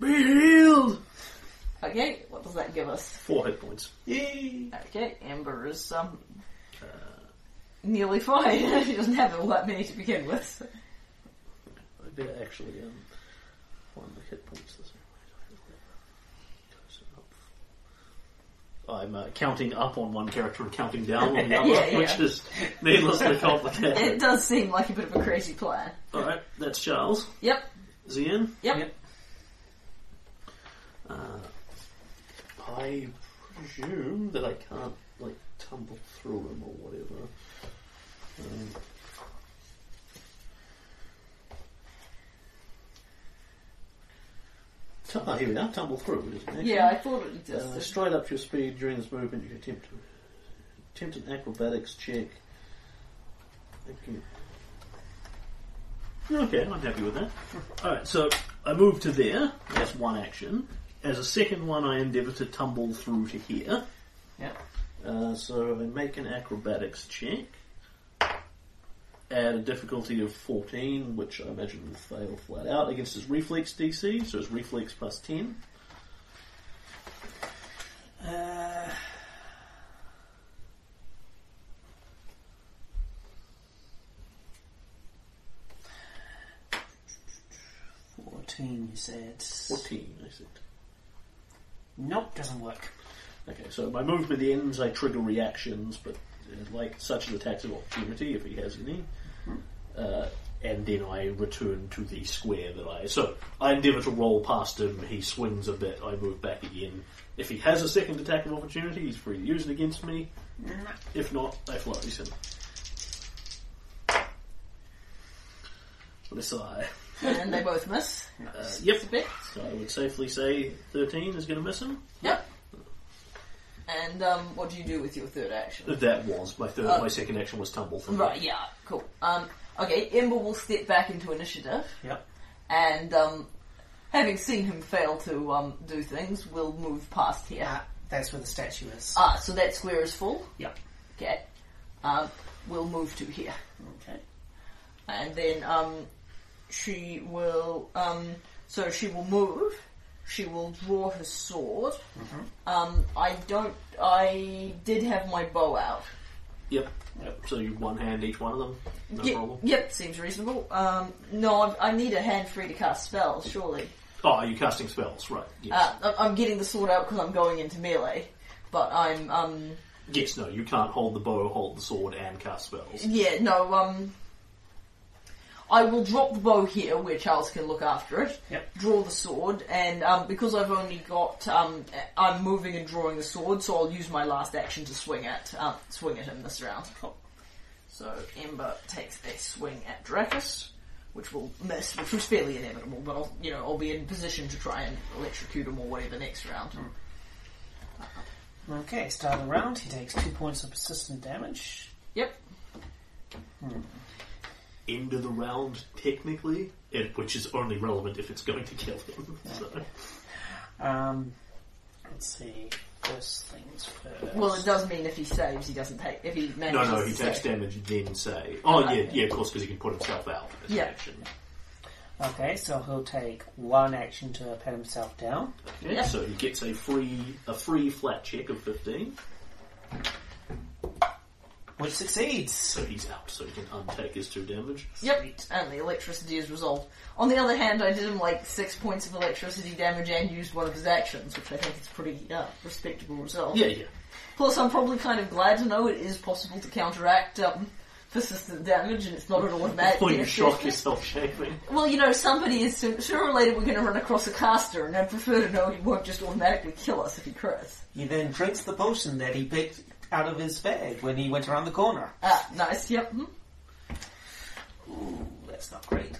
Speaker 1: Be healed!
Speaker 3: okay, what does that give us?
Speaker 1: Four hit points.
Speaker 2: Yay!
Speaker 3: Okay, Amber is um
Speaker 1: Uh,
Speaker 3: nearly [laughs] fine. she doesn't have all that many to begin with.
Speaker 1: I better actually um, find the hit points this I'm uh, counting up on one character and counting down on the
Speaker 3: [laughs]
Speaker 1: other,
Speaker 3: Yeah, yeah.
Speaker 1: which is needlessly
Speaker 3: It [laughs]
Speaker 1: complicated.
Speaker 3: does seem like a bit of a crazy plan.
Speaker 1: Alright, that's Charles.
Speaker 3: Yep,
Speaker 1: Zian.
Speaker 3: yep.
Speaker 2: Yep.
Speaker 1: Uh, I presume that I can't, like, tumble through him or whatever. Um, tu- oh, here we are, tumble through, isn't it?
Speaker 3: Yeah, I thought it
Speaker 1: Uh,
Speaker 3: existed.
Speaker 1: stride up to your speed during this movement. You can attempt attempt an acrobatics check. Okay, Okay, I'm happy with that. All right, so I move to there. That's one action. As a second one, I endeavour to tumble through to here.
Speaker 2: Yep.
Speaker 1: Uh, so I make an acrobatics check at a difficulty of 14, which I imagine will fail flat out against his reflex DC. So his reflex plus 10.
Speaker 2: Uh, Fourteen, you said.
Speaker 1: 14, I said.
Speaker 2: Nope, doesn't work.
Speaker 1: Okay, so my movement ends, I trigger reactions, but uh, like such as attacks of opportunity, if he has any, uh, and then I return to the square that I. So I endeavour to roll past him. He swings a bit. I move back again. If he has a second attack of opportunity, he's free to use it against me.
Speaker 3: Mm-hmm.
Speaker 1: If not, I flourish him. This I.
Speaker 3: and they both miss.
Speaker 1: [laughs] Uh, yep.
Speaker 3: It's a bit.
Speaker 1: So I would safely say 13 is going to miss him.
Speaker 3: Yep. And um, what do you do with your third action?
Speaker 1: That was my third.
Speaker 3: Uh,
Speaker 1: my second action was tumble. From
Speaker 3: Right, yeah, cool. Um, okay, Ember will step back into initiative,
Speaker 2: Yep.
Speaker 3: and um, having seen him fail to um, do things, will move past here.
Speaker 1: Ah.
Speaker 2: Uh, that's where the statue is.
Speaker 3: Ah, so that square is full.
Speaker 2: Yep.
Speaker 3: Okay. Um, we'll move to here.
Speaker 2: Okay.
Speaker 3: And then um, she will. Um, so she will move. She will draw her sword.
Speaker 1: Mm-hmm.
Speaker 3: Um, I don't. I did have my bow out.
Speaker 1: Yep. Yep. So you one hand each one of them. No
Speaker 3: Ye-
Speaker 1: problem.
Speaker 3: Yep, seems reasonable. Um, no, I, I need a hand free to cast spells, surely.
Speaker 1: Oh, are you casting spells? Right. Yes.
Speaker 3: Uh, I- I'm getting the sword out because I'm going into melee. But I'm. Um,
Speaker 1: yes. No. You can't hold the bow, hold the sword, and cast spells.
Speaker 3: Yeah, no, um. I will drop the bow here where Charles can look after it.
Speaker 2: Yep.
Speaker 3: Draw the sword, and um, because I've only got, um, I'm moving and drawing the sword, so I'll use my last action to swing at, um, swing at him this round. So Ember takes a swing at Dracus, which will miss, which was fairly inevitable. But I'll, you know, I'll be in position to try and electrocute him or whatever next round.
Speaker 1: Hmm.
Speaker 2: Okay, start of the round. He takes two points of persistent damage.
Speaker 3: Yep.
Speaker 1: End of the round, technically, it, which is only relevant if it's going to kill him. [laughs] So.
Speaker 2: Um, let's see. First things first.
Speaker 3: Well, it does mean if he saves, he doesn't take. If he
Speaker 1: No,
Speaker 3: manages,
Speaker 1: no. He
Speaker 3: to
Speaker 1: takes
Speaker 3: save.
Speaker 1: damage, then say. Oh, yeah, yeah. Of course, because he can put himself out. As an
Speaker 3: Yeah.
Speaker 1: Action.
Speaker 2: Okay, so he'll take one action to pat himself down.
Speaker 1: Yeah,
Speaker 3: Yeah.
Speaker 1: So he gets a free a free flat check of fifteen.
Speaker 2: Which succeeds.
Speaker 1: So he's out. So he can untake his two damage.
Speaker 3: Yep, and the electricity is resolved. On the other hand, I did him like six points of electricity damage and used one of his actions, which I think is pretty uh, respectable result.
Speaker 1: Yeah, yeah.
Speaker 3: Plus, I'm probably kind of glad to know it is possible to counteract um, persistent damage, and it's not an automatic.
Speaker 1: Point you
Speaker 3: death
Speaker 1: shock
Speaker 3: sentence.
Speaker 1: yourself shaving.
Speaker 3: [laughs] Well, you know, somebody is soon, sooner or later we're going to run across a caster, and I prefer to know he won't just automatically kill us if he crits.
Speaker 2: He then drinks the potion that he picked out of his bag when he went around the corner.
Speaker 3: Ah, nice. Yep. mhm.
Speaker 2: Ooh, that's not great.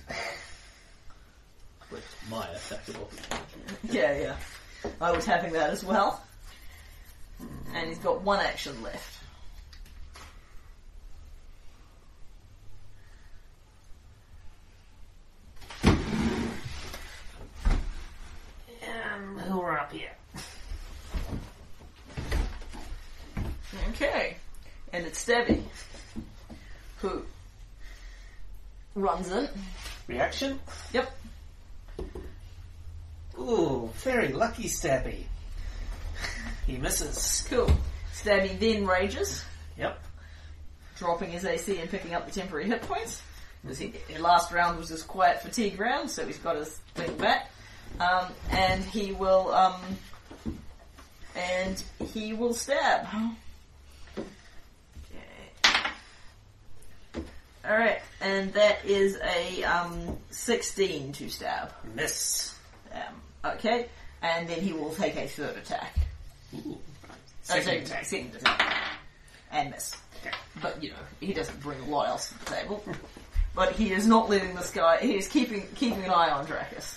Speaker 1: With my attack of opportunity.
Speaker 3: Yeah, yeah. I was having that as well. And he's got one action left.
Speaker 2: Um, who are up here?
Speaker 3: Okay. And it's Debbie who runs it.
Speaker 2: Reaction?
Speaker 3: Yep.
Speaker 2: Ooh, very lucky Stabby. [laughs] He misses.
Speaker 3: Cool. Stabby then rages,
Speaker 2: Yep.
Speaker 3: dropping his AC and picking up the temporary hit points. 'Cause he- his last round was his quiet fatigue round, so he's got his thing back. Um, and he will, um, and he will stab. Okay. Alright, and that is a, um, 16 to stab.
Speaker 2: Miss.
Speaker 3: Um, okay, and then he will take a third attack.
Speaker 2: Ooh.
Speaker 3: Uh,
Speaker 2: Second attack.
Speaker 3: Second attack. And miss.
Speaker 2: Okay.
Speaker 3: But, you know, he doesn't bring a lot else to the table. [laughs] but he is not letting this guy, he is keeping keeping an eye on Dracus.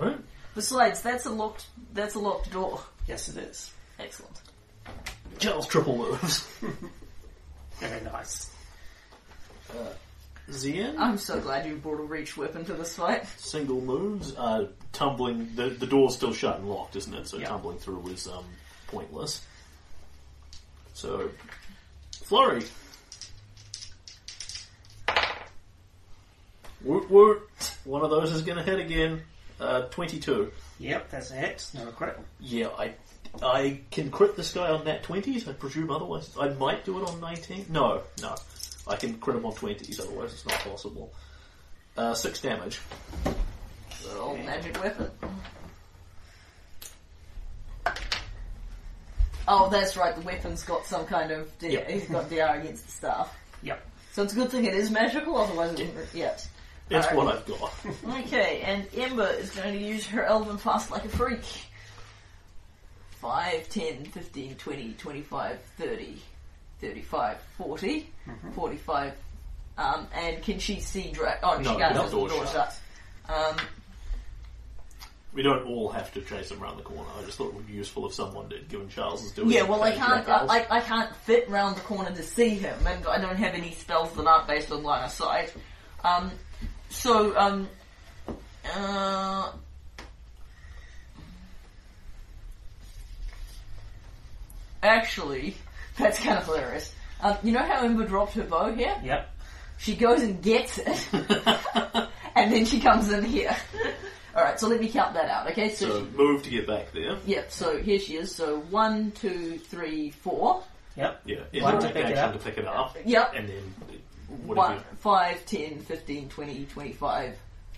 Speaker 1: Right.
Speaker 3: Besides, that's a locked, that's a locked door.
Speaker 2: Yes, it is.
Speaker 3: Excellent.
Speaker 1: Charles triple moves.
Speaker 2: Very nice.
Speaker 1: Zian
Speaker 3: I'm so glad you brought a reach weapon to this fight.
Speaker 1: single moves. Uh, tumbling. The the door's still shut and locked, isn't it? So
Speaker 2: Yeah.
Speaker 1: tumbling through is um, pointless. So, flurry. Woot woot. One of those is going to hit again. Uh, Twenty-two.
Speaker 2: Yep, that's a hit. Not a crit.
Speaker 1: Yeah, I I can crit this guy on nat twenties. I presume otherwise I might do it on nineteen. No, no, I can crit him on twenties. Otherwise, it's not possible. Uh, six damage.
Speaker 3: The old magic weapon. Oh, that's right, the weapon's got some kind of, D-
Speaker 1: Yeah.
Speaker 3: he's got DR against the staff.
Speaker 2: Yep.
Speaker 3: So it's a good thing it is magical, otherwise it wouldn't. Yes.
Speaker 1: It's
Speaker 3: Alright.
Speaker 1: what I've got. [laughs]
Speaker 3: Okay, and Ember is going to use her Elven Fast like a freak. 5, 10, 15, 20, 25, 30, 35, 40, 45. Um, and can she see Drac?
Speaker 1: No,
Speaker 3: Oh, she can't
Speaker 1: the
Speaker 3: because the
Speaker 1: door
Speaker 3: door
Speaker 1: shut.
Speaker 3: shuts. Um,
Speaker 1: we don't all have to chase him around the corner. I just thought it would be useful if someone did, given Charles is doing
Speaker 3: yeah,
Speaker 1: it.
Speaker 3: well, I
Speaker 1: Thank
Speaker 3: can't.
Speaker 1: you, Charles. [laughs]
Speaker 3: I, I can't fit round the corner to see him, and I don't have any spells that aren't based on line of sight. Um, so, um, uh, actually, [laughs] that's kind of hilarious. Um, you know how Ember dropped her bow here?
Speaker 2: Yep.
Speaker 3: She goes and gets it, [laughs] and then she comes in here. [laughs] All right, so let me count that out. Okay, so,
Speaker 1: So
Speaker 3: she,
Speaker 1: move to get back there.
Speaker 3: yep. So here she is. So one, two, three, four.
Speaker 2: Yep.
Speaker 1: Yeah, yeah.
Speaker 2: Why
Speaker 1: Well,
Speaker 2: don't
Speaker 1: take
Speaker 2: I pick it
Speaker 1: action
Speaker 2: up?
Speaker 1: to pick it up,
Speaker 3: Yep.
Speaker 1: and then what
Speaker 3: One,
Speaker 1: have you-
Speaker 3: five, 10, 15, 20, 25,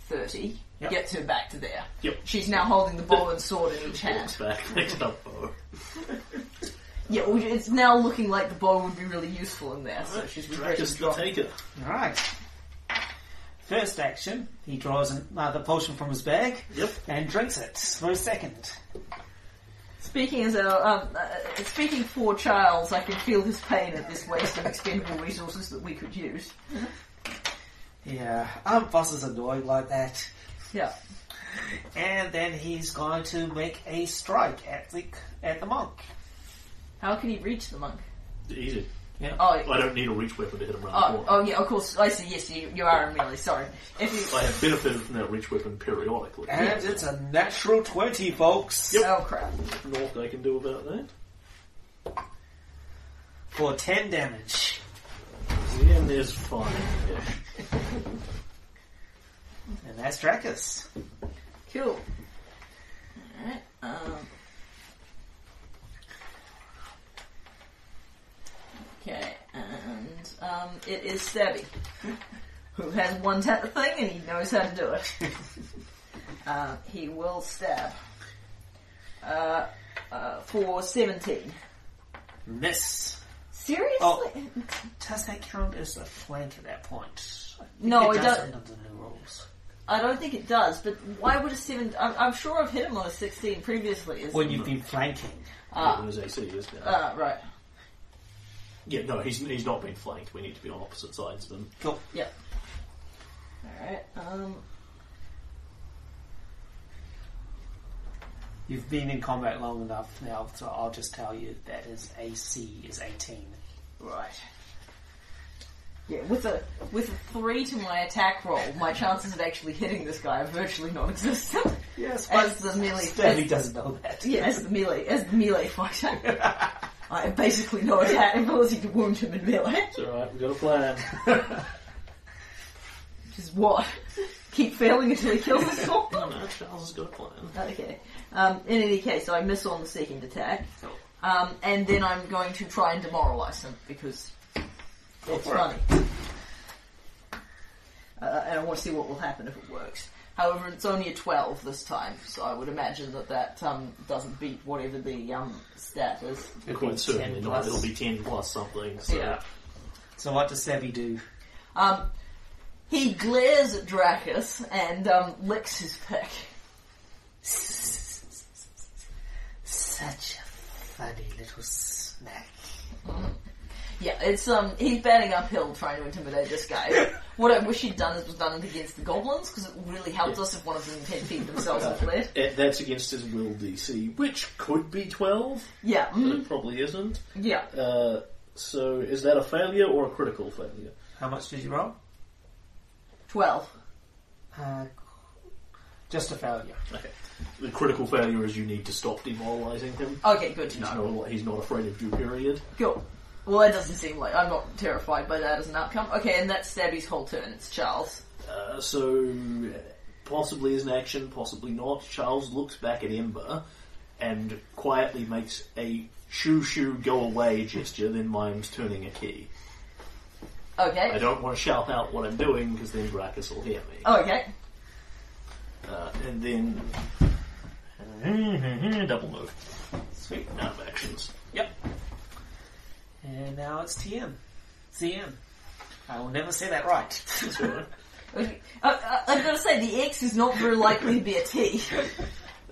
Speaker 3: 30
Speaker 2: Yep.
Speaker 3: gets her back to there.
Speaker 1: Yep.
Speaker 3: She's now holding the bow and sword in each
Speaker 1: Walks
Speaker 3: hand.
Speaker 1: back [laughs] next up. Oh.
Speaker 3: Yeah, well, it's now looking like the bow would be really useful in there. So Oh, she's regretting
Speaker 1: Just
Speaker 3: dropping-
Speaker 1: take it.
Speaker 2: Alright. First action, he draws another potion from his bag
Speaker 1: Yep.
Speaker 2: and drinks it for a second.
Speaker 3: Speaking as a, um, uh, speaking for Charles, I can feel his pain at this waste of expendable resources that we could use.
Speaker 2: Yeah, our boss is annoying like that.
Speaker 3: Yeah.
Speaker 2: And then he's going to make a strike at the at the monk.
Speaker 3: How can he reach the monk?
Speaker 1: Easy.
Speaker 3: Oh,
Speaker 1: I don't need a reach weapon to hit him around the
Speaker 3: oh,
Speaker 1: corner.
Speaker 3: oh yeah, of course. I see. Yes, you, you are in melee. Sorry. If you,
Speaker 1: I have benefited from that reach weapon periodically.
Speaker 2: And it's a natural 20, folks.
Speaker 3: oh crap.
Speaker 1: Naught I can do about that.
Speaker 2: For 10 damage.
Speaker 1: Yeah, and there's five. Yeah.
Speaker 2: And that's Dracus.
Speaker 3: Cool. Alright, um. Okay, and, um, it is Sebby, [laughs] who has one ta- thing and he knows how to do
Speaker 2: [laughs]
Speaker 3: it. uh, he will stab. Uh, uh, for 17.
Speaker 2: Miss.
Speaker 3: Seriously?
Speaker 2: Oh. Does that count as a flank at that point?
Speaker 3: no,
Speaker 2: it,
Speaker 3: it
Speaker 2: does
Speaker 3: doesn't.
Speaker 2: under the new rules.
Speaker 3: I don't think it does, but why would a 7. I'm, I'm sure I've hit him on a 16 previously. Is,
Speaker 2: When you've been flanking.
Speaker 3: Ah.
Speaker 1: There's AC, isn't there?
Speaker 3: uh, right.
Speaker 1: yeah, no, he's, he's not been flanked. We need to be on opposite sides of them.
Speaker 2: Cool.
Speaker 3: Yep. Alright, um.
Speaker 2: You've been in combat long enough now, so I'll just tell you that his AC is 18.
Speaker 3: Right. Yeah, with a with a three to my attack roll, my chances of actually hitting this guy are virtually non-existent.
Speaker 2: Yes,
Speaker 3: As the melee,
Speaker 2: Stanley [laughs]
Speaker 3: as,
Speaker 2: doesn't know that.
Speaker 3: yeah, as the melee, as the melee fighter, I have basically no attack ability to wound him in melee.
Speaker 1: It's alright, we've got a plan.
Speaker 3: Which is what keep failing until he kills us all.
Speaker 1: no, no, Charles has got a plan.
Speaker 3: Okay. Um, in any case, I miss on the second attack, um, and then I'm going to try and demoralise him because it's funny, uh, and I want to see what will happen if it works. However, it's only a twelve this time, so I would imagine that that um, doesn't beat whatever the um, stat is.
Speaker 1: Quite certainly
Speaker 2: 10
Speaker 1: not.
Speaker 2: plus.
Speaker 1: It'll be 10 plus something. So.
Speaker 3: Yeah.
Speaker 2: So what does Savvy do?
Speaker 3: Um, he glares at Dracus and um, licks his pick.
Speaker 2: Such a funny little snack.
Speaker 3: Yeah, it's um he's batting uphill trying to intimidate this guy. what I wish he'd done is was done it against the goblins because it really helped us if one of them had feet themselves with lead.
Speaker 1: Uh, That's against his will DC, which could be 12,
Speaker 3: Yeah,
Speaker 1: but
Speaker 3: mm,
Speaker 1: it probably isn't.
Speaker 3: yeah.
Speaker 1: Uh, so is that a failure or a critical failure?
Speaker 2: How much did you roll?
Speaker 3: Twelve.
Speaker 2: Uh, just a failure.
Speaker 1: Okay. The critical failure is you need to stop demoralising him.
Speaker 3: Okay, good to
Speaker 1: He's,
Speaker 3: know.
Speaker 1: not, he's not afraid of you, period.
Speaker 3: Cool. Well, that doesn't seem like I'm not terrified by that as an outcome. Okay, and that's Stabby's whole turn. It's Charles.
Speaker 1: Uh, so, uh, possibly as an action, possibly not. Charles looks back at Ember and quietly makes a shoo shoo go away gesture, then mimes turning a key. I
Speaker 3: Okay.
Speaker 1: don't want to shout out what I'm doing because then Dracus will hear me.
Speaker 3: Oh, Okay.
Speaker 1: Uh, and then. [laughs] Double move. Sweet. Now actions.
Speaker 2: And now it's TM. CM. I will never say that right. [laughs]
Speaker 3: I, I, Uh, I've got to say, the X is not very likely to be a T. [laughs]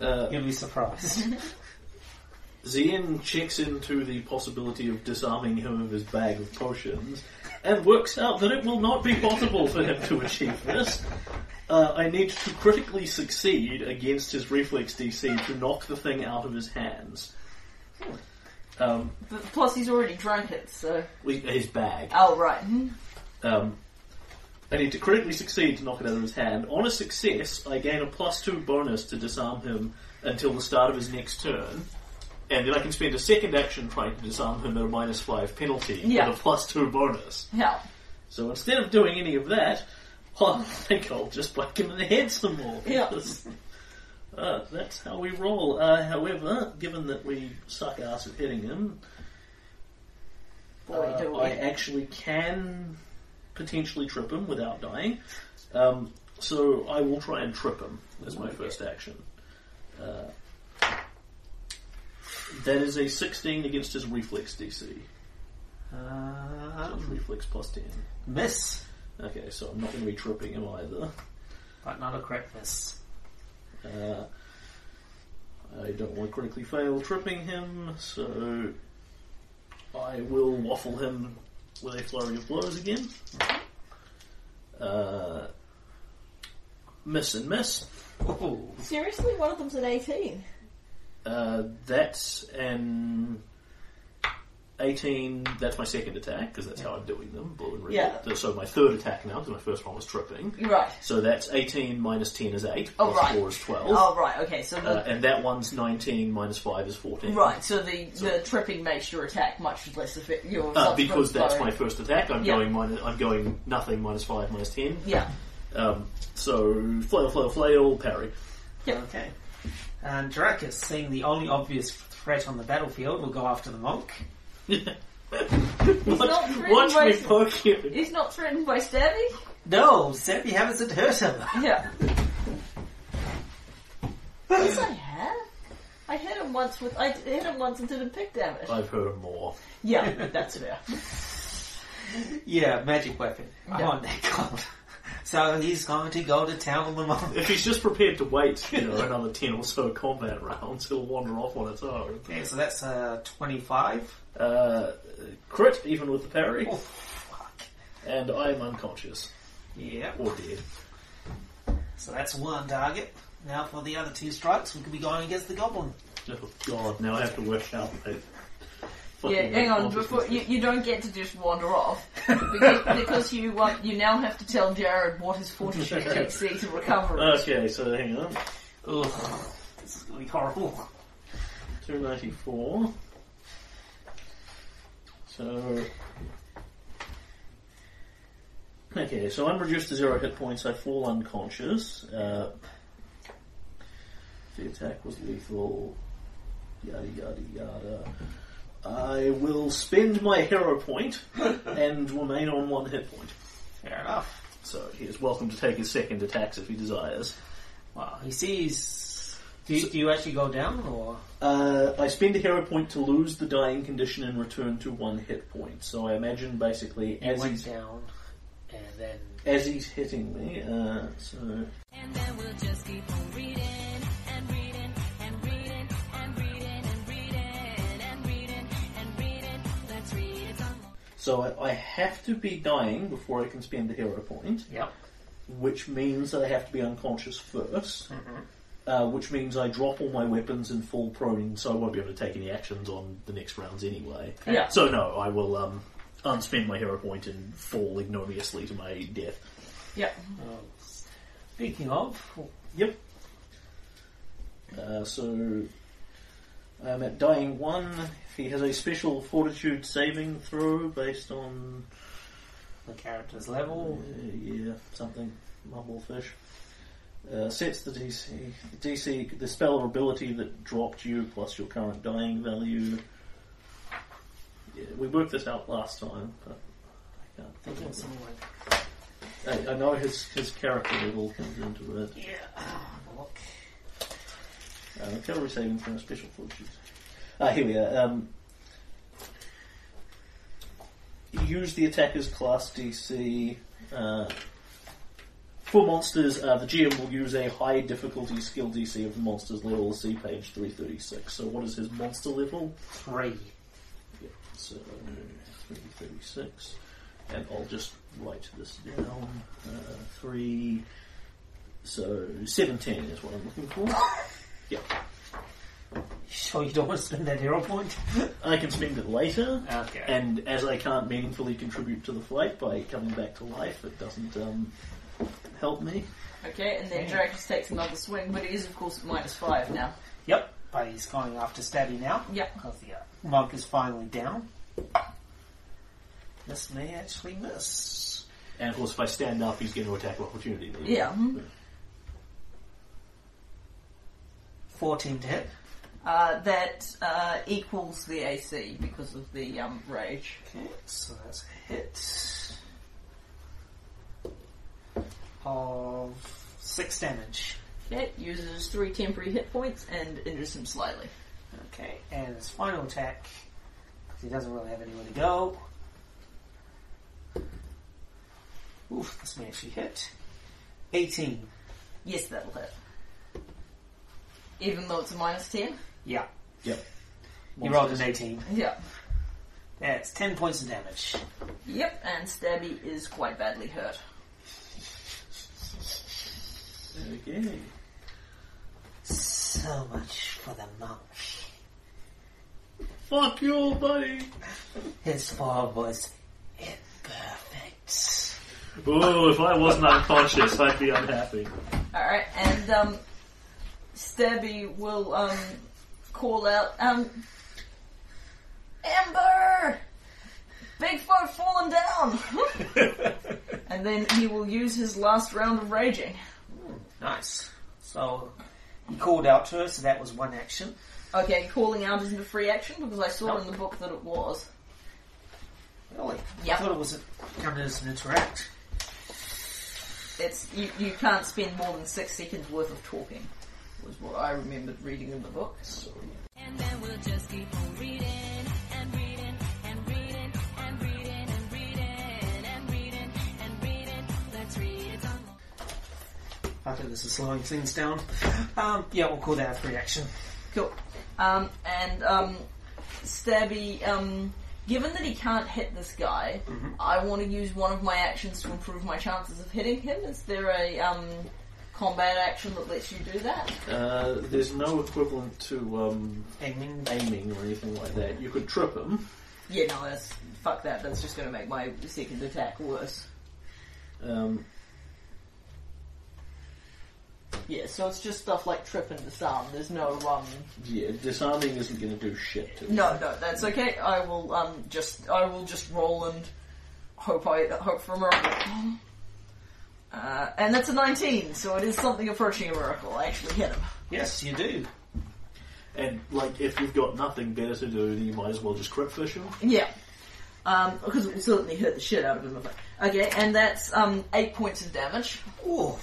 Speaker 1: Uh,
Speaker 2: You'll be surprised. [laughs]
Speaker 1: Zien checks into the possibility of disarming him of his bag of potions and works out that it will not be possible for him to achieve this. Uh, I need to critically succeed against his reflex DC to knock the thing out of his hands. Um,
Speaker 3: But plus, he's already drank it, so.
Speaker 1: we- his bag.
Speaker 3: Oh, right.
Speaker 1: Um, I need to critically succeed to knock it out of his hand. On a success, I gain a plus two bonus to disarm him until the start of his next turn. And then I can spend a second action trying to disarm him at a minus five penalty
Speaker 3: Yeah.
Speaker 1: with a plus two bonus.
Speaker 3: Yeah.
Speaker 1: So instead of doing any of that, [laughs] I think I'll just whack him in the head some more.
Speaker 3: Yeah.
Speaker 1: [laughs] because, uh, that's how we roll. Uh, however, given that we suck ass at hitting him,
Speaker 3: Boy,
Speaker 1: uh,
Speaker 3: do
Speaker 1: I
Speaker 3: I.
Speaker 1: actually can potentially trip him without dying. Um, so I will try and trip him as my first action. Uh, that is a 16 against his reflex DC.
Speaker 2: Um,
Speaker 1: Reflex plus 10.
Speaker 2: miss,
Speaker 1: Okay, so I'm not going to be tripping him either.
Speaker 2: but not a correct miss.
Speaker 1: Uh, I don't want to critically fail tripping him, so I will waffle him with a flurry of blows again. Uh, miss and miss.
Speaker 2: Ooh.
Speaker 3: Seriously? One of them's an 18.
Speaker 1: Uh, that's an 18. That's my second attack, because that's how I'm doing them, blue and red.
Speaker 3: Yeah.
Speaker 1: So my third attack now, because my first one was tripping.
Speaker 3: You're right.
Speaker 1: So that's 18 minus 10 is 8,
Speaker 3: Oh,
Speaker 1: plus
Speaker 3: right.
Speaker 1: 4 is 12.
Speaker 3: Oh, right, okay, so the.
Speaker 1: Uh, and that one's 19 minus 5 is 14.
Speaker 3: Right, so the, the tripping makes your attack much less effective. Your
Speaker 1: Uh,
Speaker 3: subsequent
Speaker 1: because that's
Speaker 3: blow.
Speaker 1: my first attack. I'm
Speaker 3: Yeah.
Speaker 1: going minus, I'm going nothing minus five minus ten.
Speaker 3: Yeah.
Speaker 1: Um, so flail, flail, flail, parry. [laughs]
Speaker 2: Okay. And Dracus, seeing the only obvious threat on the battlefield, will go after the monk.
Speaker 3: not
Speaker 1: watch
Speaker 3: threatened
Speaker 1: watch
Speaker 3: by-
Speaker 1: me poke you.
Speaker 3: He's not threatened by stabbing?
Speaker 2: No, Seppi happens to hurt him.
Speaker 3: Yeah. yes, I have. I hit him once with. I hit him once and didn't pick damage.
Speaker 1: I've heard more.
Speaker 3: Yeah, that's fair.
Speaker 2: [laughs] Yeah, magic weapon. I
Speaker 3: Yeah.
Speaker 2: want that gold. [laughs] So he's going to go to town on the monk.
Speaker 1: If he's just prepared to wait, you know, another ten or so combat rounds, he'll wander off on its own.
Speaker 2: Okay, so that's uh, 25.
Speaker 1: Uh, crit, even with the parry,
Speaker 2: Oh, fuck.
Speaker 1: and I'm unconscious
Speaker 2: Yeah.
Speaker 1: or dead.
Speaker 2: So that's one target. Now for the other two strikes, we could be going against the goblin.
Speaker 1: Oh God! Now I have to work out. my fucking
Speaker 3: Yeah, hang on.
Speaker 1: unconscious
Speaker 3: Before you, you don't get to just wander off [laughs] because, because you uh, you now have to tell Jared what his fortitude DC to recover is.
Speaker 1: Okay, so hang on.
Speaker 2: Ugh, this is going to be horrible.
Speaker 1: 294. So. Okay, so I'm reduced to zero hit points, I fall unconscious. Uh, the attack was lethal. Yada yada yada. I will spend my hero point and remain on one hit point.
Speaker 2: Fair enough.
Speaker 1: So he is welcome to take his second attacks if he desires.
Speaker 2: Wow, he sees. Do you, do you actually go down, or.
Speaker 1: Uh, I spend a hero point to lose the dying condition and return to one hit point. So I imagine basically
Speaker 2: You
Speaker 1: as
Speaker 2: went
Speaker 1: he's,
Speaker 2: down, and then.
Speaker 1: as he's hitting me. Uh, so
Speaker 5: And then we'll just keep on reading and reading and reading and reading and reading and reading and reading. Let's read it some more.
Speaker 1: so I, I have to be dying before I can spend the hero point,
Speaker 2: Yep.
Speaker 1: which means that I have to be unconscious 1st
Speaker 2: Mm-hmm.
Speaker 1: Uh, which means I drop all my weapons and fall prone, so I won't be able to take any actions on the next rounds anyway.
Speaker 3: Yeah.
Speaker 1: So no, I will um, unspend my hero point and fall ignominiously to my death.
Speaker 3: Yeah.
Speaker 2: Oh, speaking of,
Speaker 1: Yep. Uh, so I'm at dying one. If he has a special fortitude saving throw based on
Speaker 2: the character's
Speaker 1: uh,
Speaker 2: level.
Speaker 1: yeah something mumblefish. Uh, sets the DC, the DC, the spell or ability that dropped you plus your current dying value. Yeah, we worked this out last time, but I can't
Speaker 2: I
Speaker 1: think
Speaker 2: think it was
Speaker 1: of
Speaker 2: something like.
Speaker 1: it. I, I know his his character level comes into it.
Speaker 2: Yeah. Look.
Speaker 1: Uh, cavalry saving throw, special fortitude. Ah, here we are. Um, use the attacker's class DC. Uh, for monsters, uh, the GM will use a high difficulty skill DC of the monster's level. See page 336. So, what is his monster level?
Speaker 2: Three.
Speaker 1: So, 336. And I'll just write this down. Uh, 3. So, 17 is what I'm looking for. yeah.
Speaker 2: Sure, you don't want to spend that hero point?
Speaker 1: I can spend it later.
Speaker 2: Okay.
Speaker 1: And as I can't meaningfully contribute to the fight by coming back to life, it doesn't um, help me.
Speaker 3: Okay, and then Dracus takes another swing, but it is of course minus five now.
Speaker 2: yep. But he's going after Stabby now.
Speaker 3: Yeah.
Speaker 2: Because the uh, monk is finally down. This may actually miss.
Speaker 1: And of course, if I stand up, he's going to attack of opportunity.
Speaker 3: Yeah. mhm.
Speaker 2: 14 to hit.
Speaker 3: Uh, that uh, equals the AC because of the um, rage.
Speaker 2: Okay, so that's a hit. Of 6 damage.
Speaker 3: Okay, uses three temporary hit points and injures him slightly.
Speaker 2: Okay, and his final attack, because he doesn't really have anywhere to go. Oof, this may actually hit. 18.
Speaker 3: Yes, that'll hit. Even though it's a minus ten.
Speaker 2: Yeah,
Speaker 1: Yep.
Speaker 2: he rolled an 18.
Speaker 3: Yeah.
Speaker 2: That's 10 points of damage.
Speaker 3: Yep, and Stabby is quite badly hurt.
Speaker 1: Okay.
Speaker 2: So much for the monk.
Speaker 1: Fuck your buddy!
Speaker 2: His form was imperfect.
Speaker 1: Ooh, if I wasn't unconscious, I'd be unhappy.
Speaker 3: Alright, and um, Stabby will um, call out, um, Amber! Bigfoot fallen down! and then he will use his last round of raging.
Speaker 2: Nice. So, he called out to her, so that was one action.
Speaker 3: Okay, calling out isn't a free action because I saw
Speaker 2: Nope.
Speaker 3: in the book that it was.
Speaker 2: Really?
Speaker 3: Yep.
Speaker 2: I thought it was coming as an interact.
Speaker 3: It's you, you can't spend more than six seconds worth of talking, was what I remembered reading in the book.
Speaker 5: And then we'll just keep on reading and reading and reading and reading and reading and reading and reading. Let's read it some more.
Speaker 2: I think this is slowing things down. Um, yeah, we'll call that a free action.
Speaker 3: Cool. Um, and um, Stabby, um, given that he can't hit this guy, I want to use one of my actions to improve my chances of hitting him. Is there a um, combat action that lets you do that?
Speaker 1: [laughs] Uh, there's no equivalent to um,
Speaker 2: Aiming.
Speaker 1: aiming or anything like that. You could trip him.
Speaker 3: Yeah, no, that's fuck that. That's just going to make my second attack worse.
Speaker 1: Um,
Speaker 3: Yeah, so it's just stuff like trip and disarm. There's no um.
Speaker 1: yeah, disarming isn't going to do shit to him.
Speaker 3: No, no, that's okay. I will um just I will just roll and hope I hope for a miracle. Uh, and that's a 19, so it is something approaching a miracle. I actually hit him.
Speaker 2: Yes, you do.
Speaker 1: And, like, if you've got nothing better to do, then you might as well just crip fish him.
Speaker 3: Yeah. Um, because it would certainly hurt the shit out of him. if I- Okay, and that's um, 8 points of damage.
Speaker 2: Oh,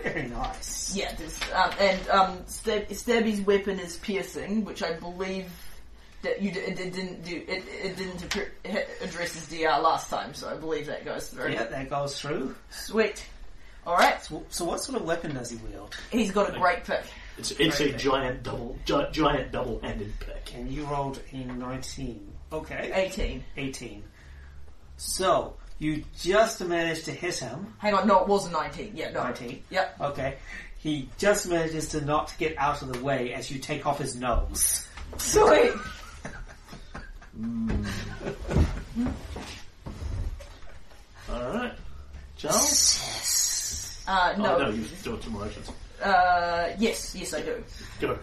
Speaker 2: very nice.
Speaker 3: Yeah, there's, um, and um, Stab- Stabby's weapon is piercing, which I believe that you d- it, it didn't do. It, it didn't appre- address his DR last time, so I believe that goes through.
Speaker 2: Yeah, that goes through.
Speaker 3: Sweet. All right,
Speaker 2: So, so what sort of weapon does he wield?
Speaker 3: he's got a great pick.
Speaker 1: It's, it's a giant double, gi- giant double-handed pick.
Speaker 2: And you rolled a 19. Okay.
Speaker 3: 18.
Speaker 2: 18. So, you just managed to hit him.
Speaker 3: Hang on, no, it was a 19. Yeah, no.
Speaker 2: 19.
Speaker 3: Yep.
Speaker 2: Okay. He just manages to not get out of the way as you take off his nose.
Speaker 3: Sweet.
Speaker 1: Alright. Charles?
Speaker 3: Uh,
Speaker 1: Oh, no,
Speaker 3: no.
Speaker 1: you do it tomorrow. Charles.
Speaker 3: Uh, yes, yes, I do.
Speaker 1: Go.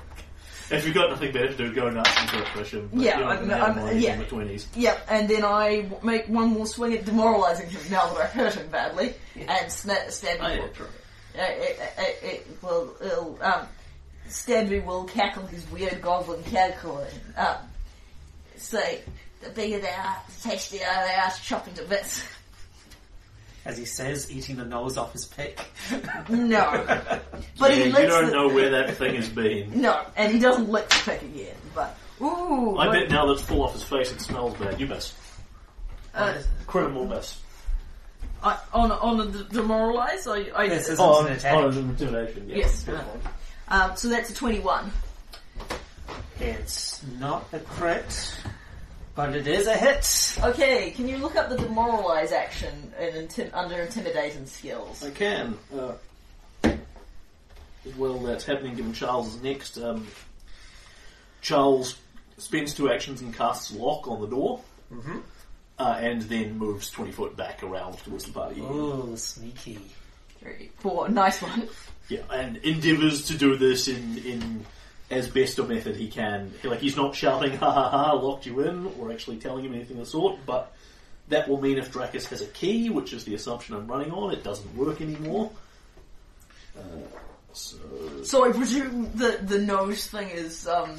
Speaker 1: If you've got nothing better to do, go nuts and crip fish him. But
Speaker 3: Yeah,
Speaker 1: you don't
Speaker 3: I'm-
Speaker 1: have
Speaker 3: I'm-
Speaker 1: mine
Speaker 3: yeah.
Speaker 1: in the 20s.
Speaker 3: Yep, and then I w- make one more swing at demoralising him now that I hurt him badly, and sna- Stabby
Speaker 1: I
Speaker 3: will,
Speaker 1: did try.
Speaker 3: uh, it, it, it will, it'll, um, Stabby will cackle his weird goblin cackle and um, say, "The bigger they are, the tastier they are, to chop into bits." [laughs]
Speaker 2: As he says, eating the nose off his pick.
Speaker 3: No,
Speaker 1: [laughs]
Speaker 3: but
Speaker 1: yeah,
Speaker 3: he
Speaker 1: you
Speaker 3: lets
Speaker 1: don't
Speaker 3: the-
Speaker 1: know where that thing has
Speaker 3: [laughs]
Speaker 1: been.
Speaker 3: no, and he doesn't lick the pick again. But ooh,
Speaker 1: I bet now that it's full off his face, it smells bad. You miss.
Speaker 3: Uh,
Speaker 1: Critical miss.
Speaker 3: I, on on the d- demoralize, I, I
Speaker 2: This is-
Speaker 1: Oh,
Speaker 2: an
Speaker 1: on,
Speaker 2: attack.
Speaker 1: on an intimidation. Yeah.
Speaker 3: yes.
Speaker 1: Yeah.
Speaker 3: Um, so that's a twenty-one.
Speaker 2: It's not a crit, but it is a hit.
Speaker 3: Okay, can you look up the demoralize action in intim- under intimidation skills?
Speaker 1: I can. Uh, well, that's happening given Charles is next. Um, Charles spends two actions and casts lock on the door. Uh, and then moves 20 foot back around towards the party.
Speaker 2: Ooh, sneaky.
Speaker 3: Three, four, nice one.
Speaker 1: Yeah, and endeavours to do this in, in as best a method he can. He- Like, he's not shouting, ha ha ha, locked you in, or actually telling him anything of the sort, but that will mean if Dracus has a key, which is the assumption I'm running on, it doesn't work anymore. Uh, so,
Speaker 3: So I presume the the nose thing is um,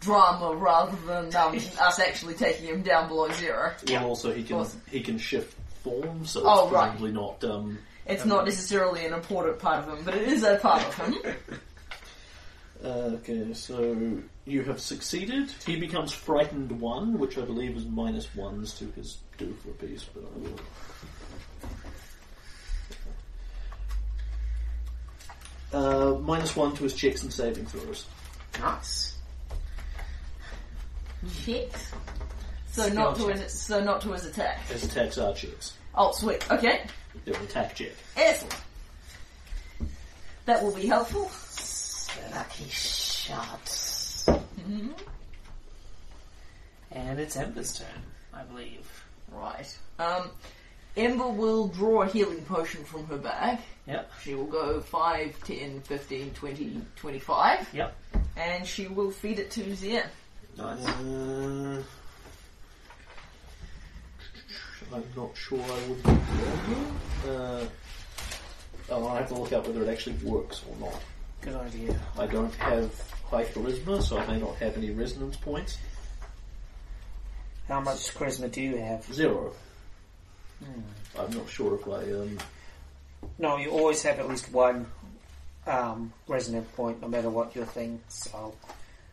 Speaker 3: drama rather than
Speaker 2: [laughs]
Speaker 3: um, us actually taking him down below zero.
Speaker 1: well, also he can
Speaker 3: course.
Speaker 1: he can shift form, so
Speaker 3: Oh,
Speaker 1: it's
Speaker 3: right.
Speaker 1: probably not. Um,
Speaker 3: It's not necessarily an important part of him, but it is a part of
Speaker 2: [laughs]
Speaker 3: him.
Speaker 1: uh, okay, so you have succeeded. He becomes frightened one, which I believe is minus ones to his do for a piece, but I will. Uh, minus one to his checks and saving throws.
Speaker 2: Nice.
Speaker 3: Checks. So not to
Speaker 2: Skill
Speaker 3: his so not to his attack.
Speaker 1: His attacks are checks.
Speaker 3: Oh sweet. Okay.
Speaker 1: They're an attack check.
Speaker 3: Excellent. That will be helpful.
Speaker 2: Lucky shot. And it's Ember's turn, I believe.
Speaker 3: Right. Um, Ember will draw a healing potion from her bag.
Speaker 2: Yep.
Speaker 3: She will go 5, 10, 15, 20, 25,
Speaker 2: Yep.
Speaker 3: and she will feed it to Zia.
Speaker 2: Nice.
Speaker 1: Uh, I'm not sure I would. Uh, oh, I have to look up whether it actually works or not.
Speaker 2: Good idea.
Speaker 1: I don't have high charisma, so I may not have any resonance points.
Speaker 2: How much charisma do you have?
Speaker 1: Zero. I'm not sure if I. Um,
Speaker 2: No, you always have at least one um, resonant point, no matter what your thing. So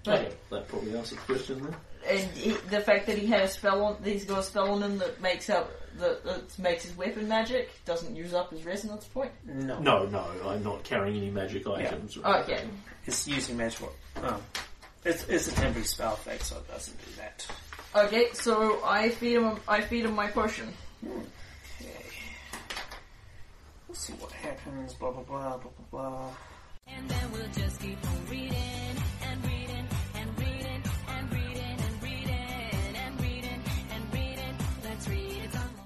Speaker 1: okay, that probably answers the question then.
Speaker 3: And he, the fact that he had a spell on, he's got a spell on him that makes up, that, that makes his weapon magic, doesn't use up his resonance point.
Speaker 2: no,
Speaker 1: No, no, I'm not carrying any magic items. or
Speaker 3: Okay.
Speaker 1: anything.
Speaker 2: it's using magical. Oh. It's, it's a temporary spell effect, so it doesn't do that.
Speaker 3: Okay, so I feed him, I feed him my potion.
Speaker 2: Okay. Let's see what happens. Blah blah blah blah blah blah.
Speaker 5: And then we'll just keep on reading and reading and reading and reading and reading and reading and reading. Let's read it some more.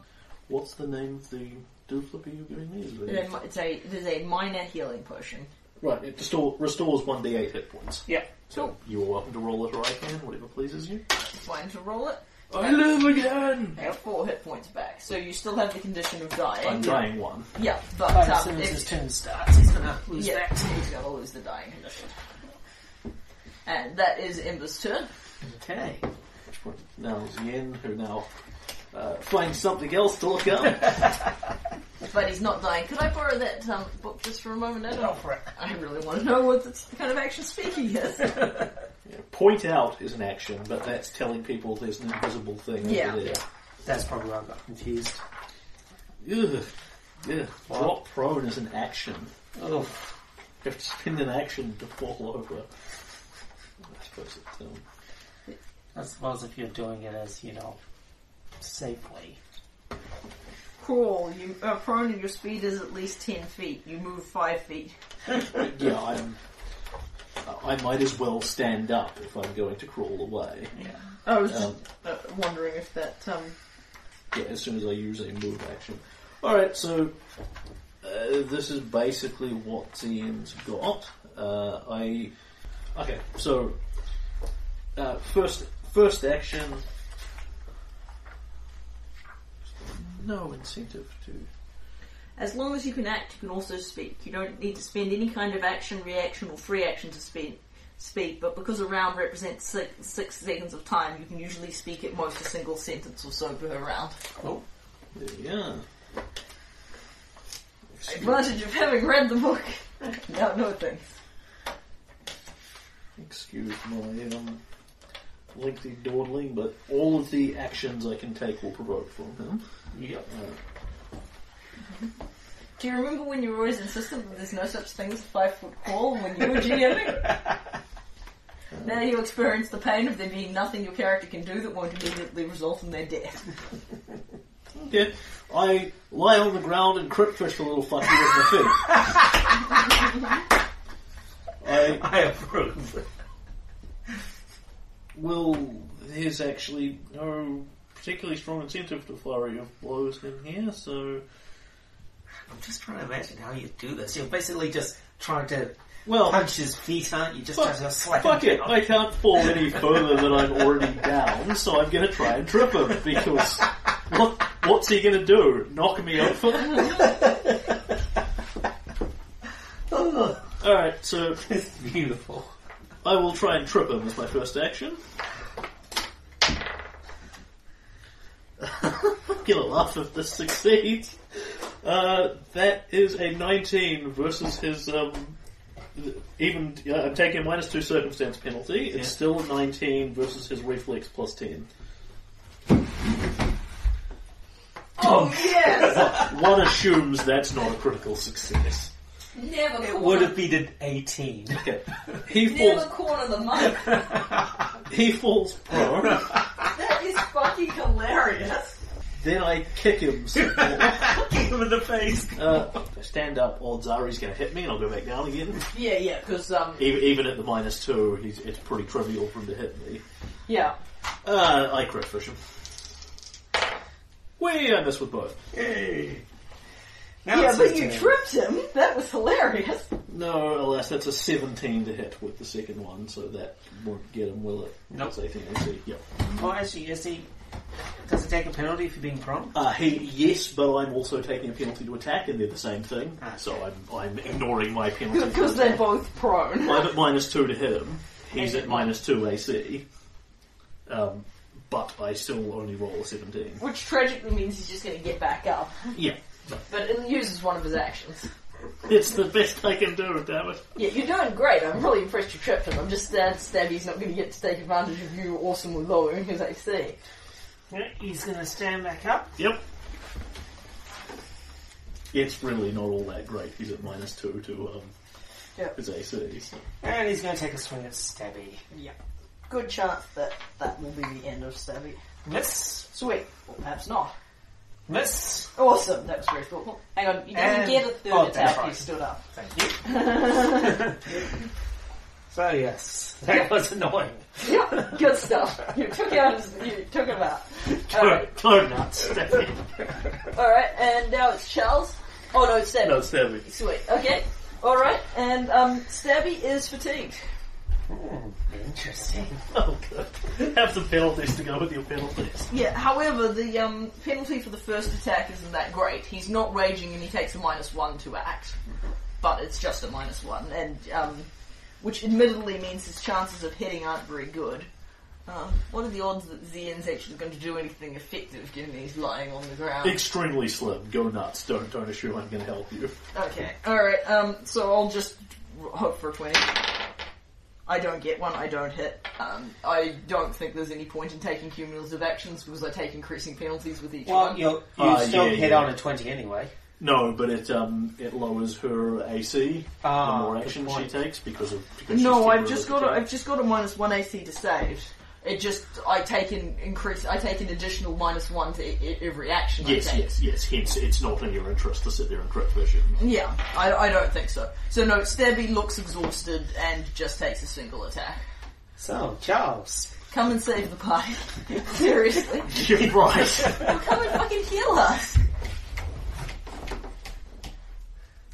Speaker 1: What's the name of the dooflipper you're giving me? Is it-
Speaker 3: Then It's a, it is a minor healing potion.
Speaker 1: Right, it restore, restores 1d8 hit points.
Speaker 2: Yeah.
Speaker 1: So you're welcome to roll it or I can, whatever pleases you.
Speaker 3: Fine to roll it.
Speaker 1: I live again!
Speaker 3: Have four hit points back, so you still have the condition of dying.
Speaker 1: I'm dying one.
Speaker 3: Yeah, but
Speaker 2: But as
Speaker 3: um,
Speaker 2: soon as his
Speaker 3: if,
Speaker 2: turn starts, he's gonna lose
Speaker 3: yeah,
Speaker 2: that.
Speaker 3: he's gonna lose the dying condition. And that is Ember's turn.
Speaker 2: Okay.
Speaker 1: Which point now is Yen, who now uh, finds something else to look [laughs] up.
Speaker 3: But he's not dying. Could I borrow that um, book just for a moment? I
Speaker 2: Go
Speaker 3: don't.
Speaker 2: for it.
Speaker 3: I really want to know what the kind of action speak he is.
Speaker 1: Point out is an action, but that's telling people there's an invisible thing
Speaker 3: Yeah.
Speaker 1: over there.
Speaker 2: That's probably why I got confused.
Speaker 1: Ugh. Ugh. Drop prone is an action.
Speaker 2: Oh,
Speaker 1: You have to spend an action to fall over. I suppose it's um,
Speaker 2: I suppose if you're doing it as you know, safely.
Speaker 3: Crawl. You are prone, and your speed is at least ten feet. You move five feet.
Speaker 1: yeah. I'm. I might as well stand up if I'm going to crawl away.
Speaker 3: I was just
Speaker 1: Um,
Speaker 3: uh, wondering if that. Um,
Speaker 1: yeah, as soon as I use a move action. Alright, so uh, this is basically what Ian's got. Uh, I okay, so uh, first first action. No incentive to.
Speaker 3: as long as you can act, you can also speak. You don't need to spend any kind of action, reaction, or free action to speak. Speak, but because a round represents six, six seconds of time, you can usually speak at most a single sentence or so per round.
Speaker 1: Yeah.
Speaker 3: Advantage of having read the book. [laughs] now know things.
Speaker 1: Excuse my um, lengthy dawdling, but all of the actions I can take will provoke from him.
Speaker 2: Yep.
Speaker 3: Do you remember when you were always insistent that there's no such thing as a five foot call when you
Speaker 2: [laughs]
Speaker 3: were GMing? now you experience the pain of there being nothing your character can do that won't immediately result in their death.
Speaker 1: Yeah, I lie on the ground and crit fish the little fucker with my feet. I
Speaker 2: I approve.
Speaker 1: will. There's actually no particularly strong incentive to flurry of blows in here, so
Speaker 2: I'm just trying to imagine how you do this. You're basically just trying to
Speaker 1: well,
Speaker 2: punch his feet, aren't you? Just
Speaker 1: Fuck-
Speaker 2: trying to slap
Speaker 1: Fuck
Speaker 2: him
Speaker 1: it,
Speaker 2: down.
Speaker 1: I can't fall any further than I'm already down, so I'm gonna try and trip him, because what, what's he gonna do? Knock me over? Alright, so
Speaker 2: It's [laughs] beautiful.
Speaker 1: I will try and trip him as my first action. [laughs] I'm gonna laugh if this succeeds. Uh, that is a 19 versus his, um, even, uh, I'm taking a minus 2 circumstance penalty. It's
Speaker 2: Yeah.
Speaker 1: still a 19 versus his reflex plus 10.
Speaker 3: Oh, yes!
Speaker 1: One assumes that's not a critical success.
Speaker 3: Never
Speaker 2: It [laughs]
Speaker 3: corner,
Speaker 2: would have been an [laughs] 18.
Speaker 1: Okay. He
Speaker 3: never
Speaker 1: falls,
Speaker 3: corner the mic.
Speaker 1: he falls [laughs] prone,
Speaker 3: That is fucking hilarious.
Speaker 1: then I kick [laughs] him some more.
Speaker 2: Kick him in the face.
Speaker 1: Uh, if I stand up, odds are he's going to hit me, and I'll go back down again.
Speaker 3: Yeah, yeah, because, um,
Speaker 1: Even, even at the minus two, he's, it's pretty trivial for him to hit me.
Speaker 3: yeah.
Speaker 1: Uh, I crit fish him. Whee! I miss with both.
Speaker 2: Yay. Now
Speaker 3: yeah,
Speaker 2: it's
Speaker 3: but
Speaker 2: his
Speaker 3: you
Speaker 2: turn.
Speaker 3: tripped him. That was hilarious.
Speaker 1: No, alas, that's a 17 to hit with the second one, so that won't get him, will it?
Speaker 2: Nope.
Speaker 1: It's 18, let's see. Yep.
Speaker 2: Oh, actually, is he... Does it take a penalty for being prone?
Speaker 1: Uh, he, yes, but I'm also taking a penalty to attack, and they're the same thing,
Speaker 2: Ah.
Speaker 1: so I'm, I'm ignoring my penalty.
Speaker 3: [laughs]
Speaker 1: for
Speaker 3: Because
Speaker 1: attack.
Speaker 3: they're both prone.
Speaker 1: I'm at minus two to him. He's at minus two AC. Um, but I still only roll a 17.
Speaker 3: Which tragically means he's just going to get back up.
Speaker 2: Oh.
Speaker 1: Yeah.
Speaker 3: But it uses one of his actions.
Speaker 1: It's the best I can do, damn it.
Speaker 3: Yeah, you're doing great. I'm really impressed you tripped him. I'm just sad Stabby's not going to get to take advantage of you awesomely lowering his AC.
Speaker 2: Yeah, He's going to stand back up.
Speaker 1: Yep. It's really not all that great. He's at minus two to um,
Speaker 3: Yep.
Speaker 1: his AC. So.
Speaker 2: And he's going to take a swing at Stabby.
Speaker 3: Yeah. Good chance that that will be the end of Stabby.
Speaker 2: Miss.
Speaker 3: Sweet. Or perhaps not.
Speaker 2: Miss.
Speaker 3: Awesome. That was very thoughtful. Hang on. He doesn't
Speaker 2: And-
Speaker 3: get a third
Speaker 2: oh, that's
Speaker 3: attack.
Speaker 2: right.
Speaker 3: He stood up.
Speaker 2: Thank
Speaker 3: [laughs]
Speaker 2: you. [laughs] so, yes. That was annoying.
Speaker 3: Yep. Good stuff. [laughs] You took out his, You took him out. [laughs] All right.
Speaker 1: Alright, go nuts.
Speaker 3: All right. And now it's Charles. Oh no, it's Stabby.
Speaker 1: no, Stabby.
Speaker 3: Sweet. Okay. All right. And um, Stabby is fatigued.
Speaker 2: Interesting.
Speaker 1: Oh, good. Have some penalties to go with your penalties.
Speaker 3: Yeah, however, the um, penalty for the first attack isn't that great. He's not raging and he takes a minus one to act. But it's just a minus one, and um, which admittedly means his chances of hitting aren't very good. Uh, what are the odds that Zian's actually going to do anything effective given he's lying on the ground?
Speaker 1: Extremely slim. Go nuts. Don't don't assume I'm going to help you.
Speaker 3: Okay, alright, um, so I'll just r- hope for a 20. I don't get one, I don't hit. Um, I don't think there's any point in taking cumulative actions because I take increasing penalties with each
Speaker 2: Well,
Speaker 3: one.
Speaker 2: you'll, you
Speaker 1: Uh,
Speaker 2: still
Speaker 1: yeah,
Speaker 2: hit
Speaker 1: yeah.
Speaker 2: on a 20 anyway.
Speaker 1: No, but it um it lowers her AC
Speaker 2: Ah,
Speaker 1: the more
Speaker 2: good
Speaker 1: action she
Speaker 2: point.
Speaker 1: takes because of because she's
Speaker 3: No, I've
Speaker 1: temporarily
Speaker 3: just got a,
Speaker 1: protected.
Speaker 3: I've just got a minus one AC to save. It just I take in increase. I take an additional minus one to e- every action. I
Speaker 1: Yes,
Speaker 3: take.
Speaker 1: yes, yes. Hence, it's not in your interest to sit there and crit fish him.
Speaker 3: [laughs] Yeah, I, I don't think so. So no, Stabby looks exhausted and just takes a single attack.
Speaker 2: So, Charles.
Speaker 3: Come and save the party. [laughs] Seriously,
Speaker 1: You're [laughs] right.
Speaker 3: Well, come and fucking heal us.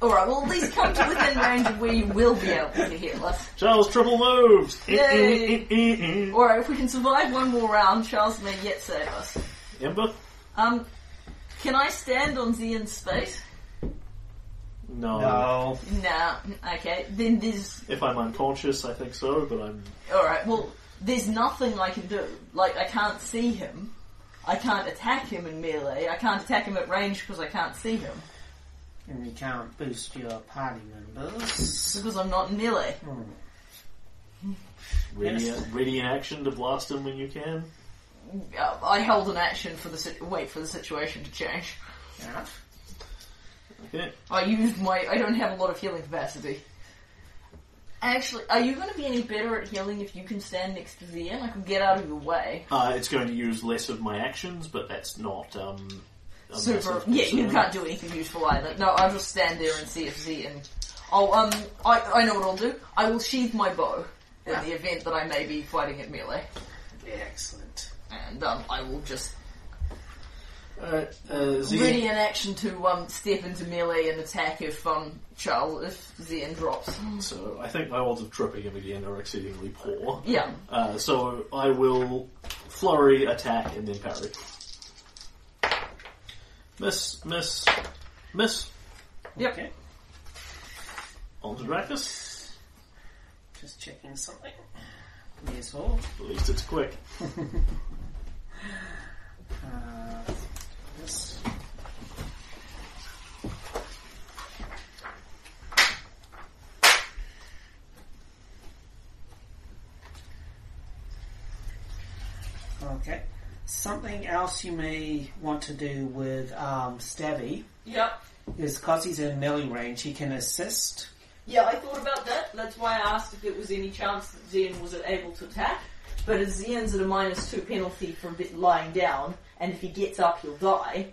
Speaker 3: All right, well at least come to within range of where you will be able to heal us.
Speaker 1: Charles triple moves. E,
Speaker 3: Yay.
Speaker 1: Ember.
Speaker 3: All right, if we can survive one more round, Charles may yet save us. Um, can I stand on Zian's space?
Speaker 1: No.
Speaker 2: No.
Speaker 3: No. Okay. Then there's
Speaker 1: If I'm unconscious, I think so. But I'm
Speaker 3: all right. Well, there's nothing I can do. Like I can't see him. I can't attack him in melee. I can't attack him at range because I can't see him
Speaker 2: And you can't boost your party members.
Speaker 3: because I'm not in melee.
Speaker 1: Ready,
Speaker 2: Yes.
Speaker 1: ready in action to blast him when you can.
Speaker 3: Uh, I held an action for the sit- wait for the situation to change.
Speaker 2: Fair enough.
Speaker 1: Okay.
Speaker 3: I used my. I don't have a lot of healing capacity. Actually, are you going to be any better at healing if you can stand next to the end? I can get out of your way.
Speaker 1: Uh, it's going to use less of my actions, but that's not um. a
Speaker 3: Super.
Speaker 1: massive
Speaker 3: Yeah, you
Speaker 1: concern.
Speaker 3: can't do anything useful either. No, I'll just stand there and see if Z and. Oh, um, I, I know what I'll do. I will sheathe my bow in the event that I may be fighting at melee.
Speaker 2: Excellent.
Speaker 3: And um, I will just
Speaker 1: Alright, uh, Z.
Speaker 3: ready in action to um, step into melee and attack if um, Charles, if Zen drops.
Speaker 1: So I think my odds of tripping him again are exceedingly poor.
Speaker 3: Yeah.
Speaker 1: Uh, so I will flurry, attack, and then parry. Miss, miss, miss.
Speaker 3: Yep.
Speaker 2: Okay.
Speaker 1: On to Dracus.
Speaker 2: Just checking something. May as well.
Speaker 1: At least it's quick.
Speaker 2: Uh, this. Okay. Something else you may want to do with um, Stabby
Speaker 4: Yep.
Speaker 2: is because he's in melee range, he can assist.
Speaker 4: Yeah, I thought about that. That's why I asked if it was any chance that Zen was able to attack. But if Zen's at a minus two penalty for a bit lying down, and if he gets up, he'll die.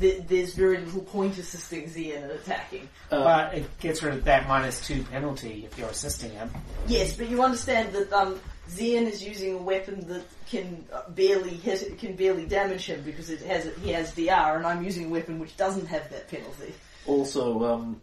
Speaker 4: Th- there's very little point assisting Zen in attacking.
Speaker 2: But it gets rid of that minus two penalty if you're assisting him.
Speaker 4: Yes, but you understand that um, Zen is using a weapon that can uh, barely hit, can barely damage him because it has he has DR, and I'm using a weapon which doesn't have that penalty.
Speaker 1: Also, um,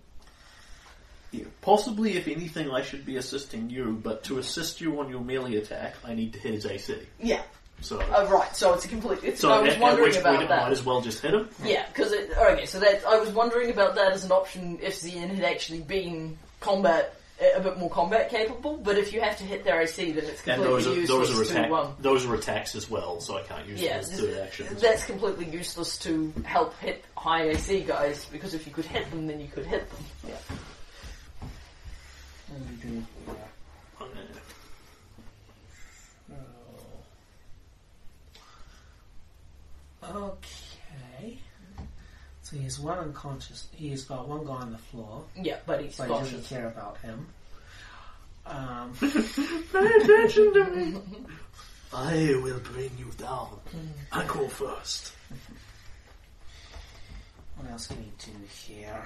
Speaker 1: yeah, possibly if anything, I should be assisting you, but to assist you on your melee attack, I need to hit his AC.
Speaker 4: Yeah.
Speaker 1: So,
Speaker 4: Oh, right. So it's a complete. It's,
Speaker 1: so
Speaker 3: I was
Speaker 1: at, at
Speaker 3: wondering
Speaker 1: which
Speaker 3: about
Speaker 1: point I
Speaker 3: that.
Speaker 1: might as well just hit him.
Speaker 3: Yeah, because it. oh, Okay, so that I was wondering about that as an option if Zen had actually been combat a bit more combat capable. But if you have to hit their AC, then it's
Speaker 1: And
Speaker 3: completely
Speaker 1: those are,
Speaker 3: useless
Speaker 1: those are
Speaker 3: to um,
Speaker 1: attack, those are attacks as well, so I can't use them
Speaker 3: Yeah,
Speaker 1: as third actions.
Speaker 3: [laughs] that's completely useless to help hit high AC guys because if you could hit them, then you could hit them.
Speaker 2: Oh. Okay. So he's one unconscious. He's got one guy on the floor,
Speaker 3: Yeah, but he's
Speaker 2: so he doesn't
Speaker 3: conscious.
Speaker 2: care about him. Um,
Speaker 3: [laughs]
Speaker 1: I will bring you down. I go first.
Speaker 2: what else can he do here?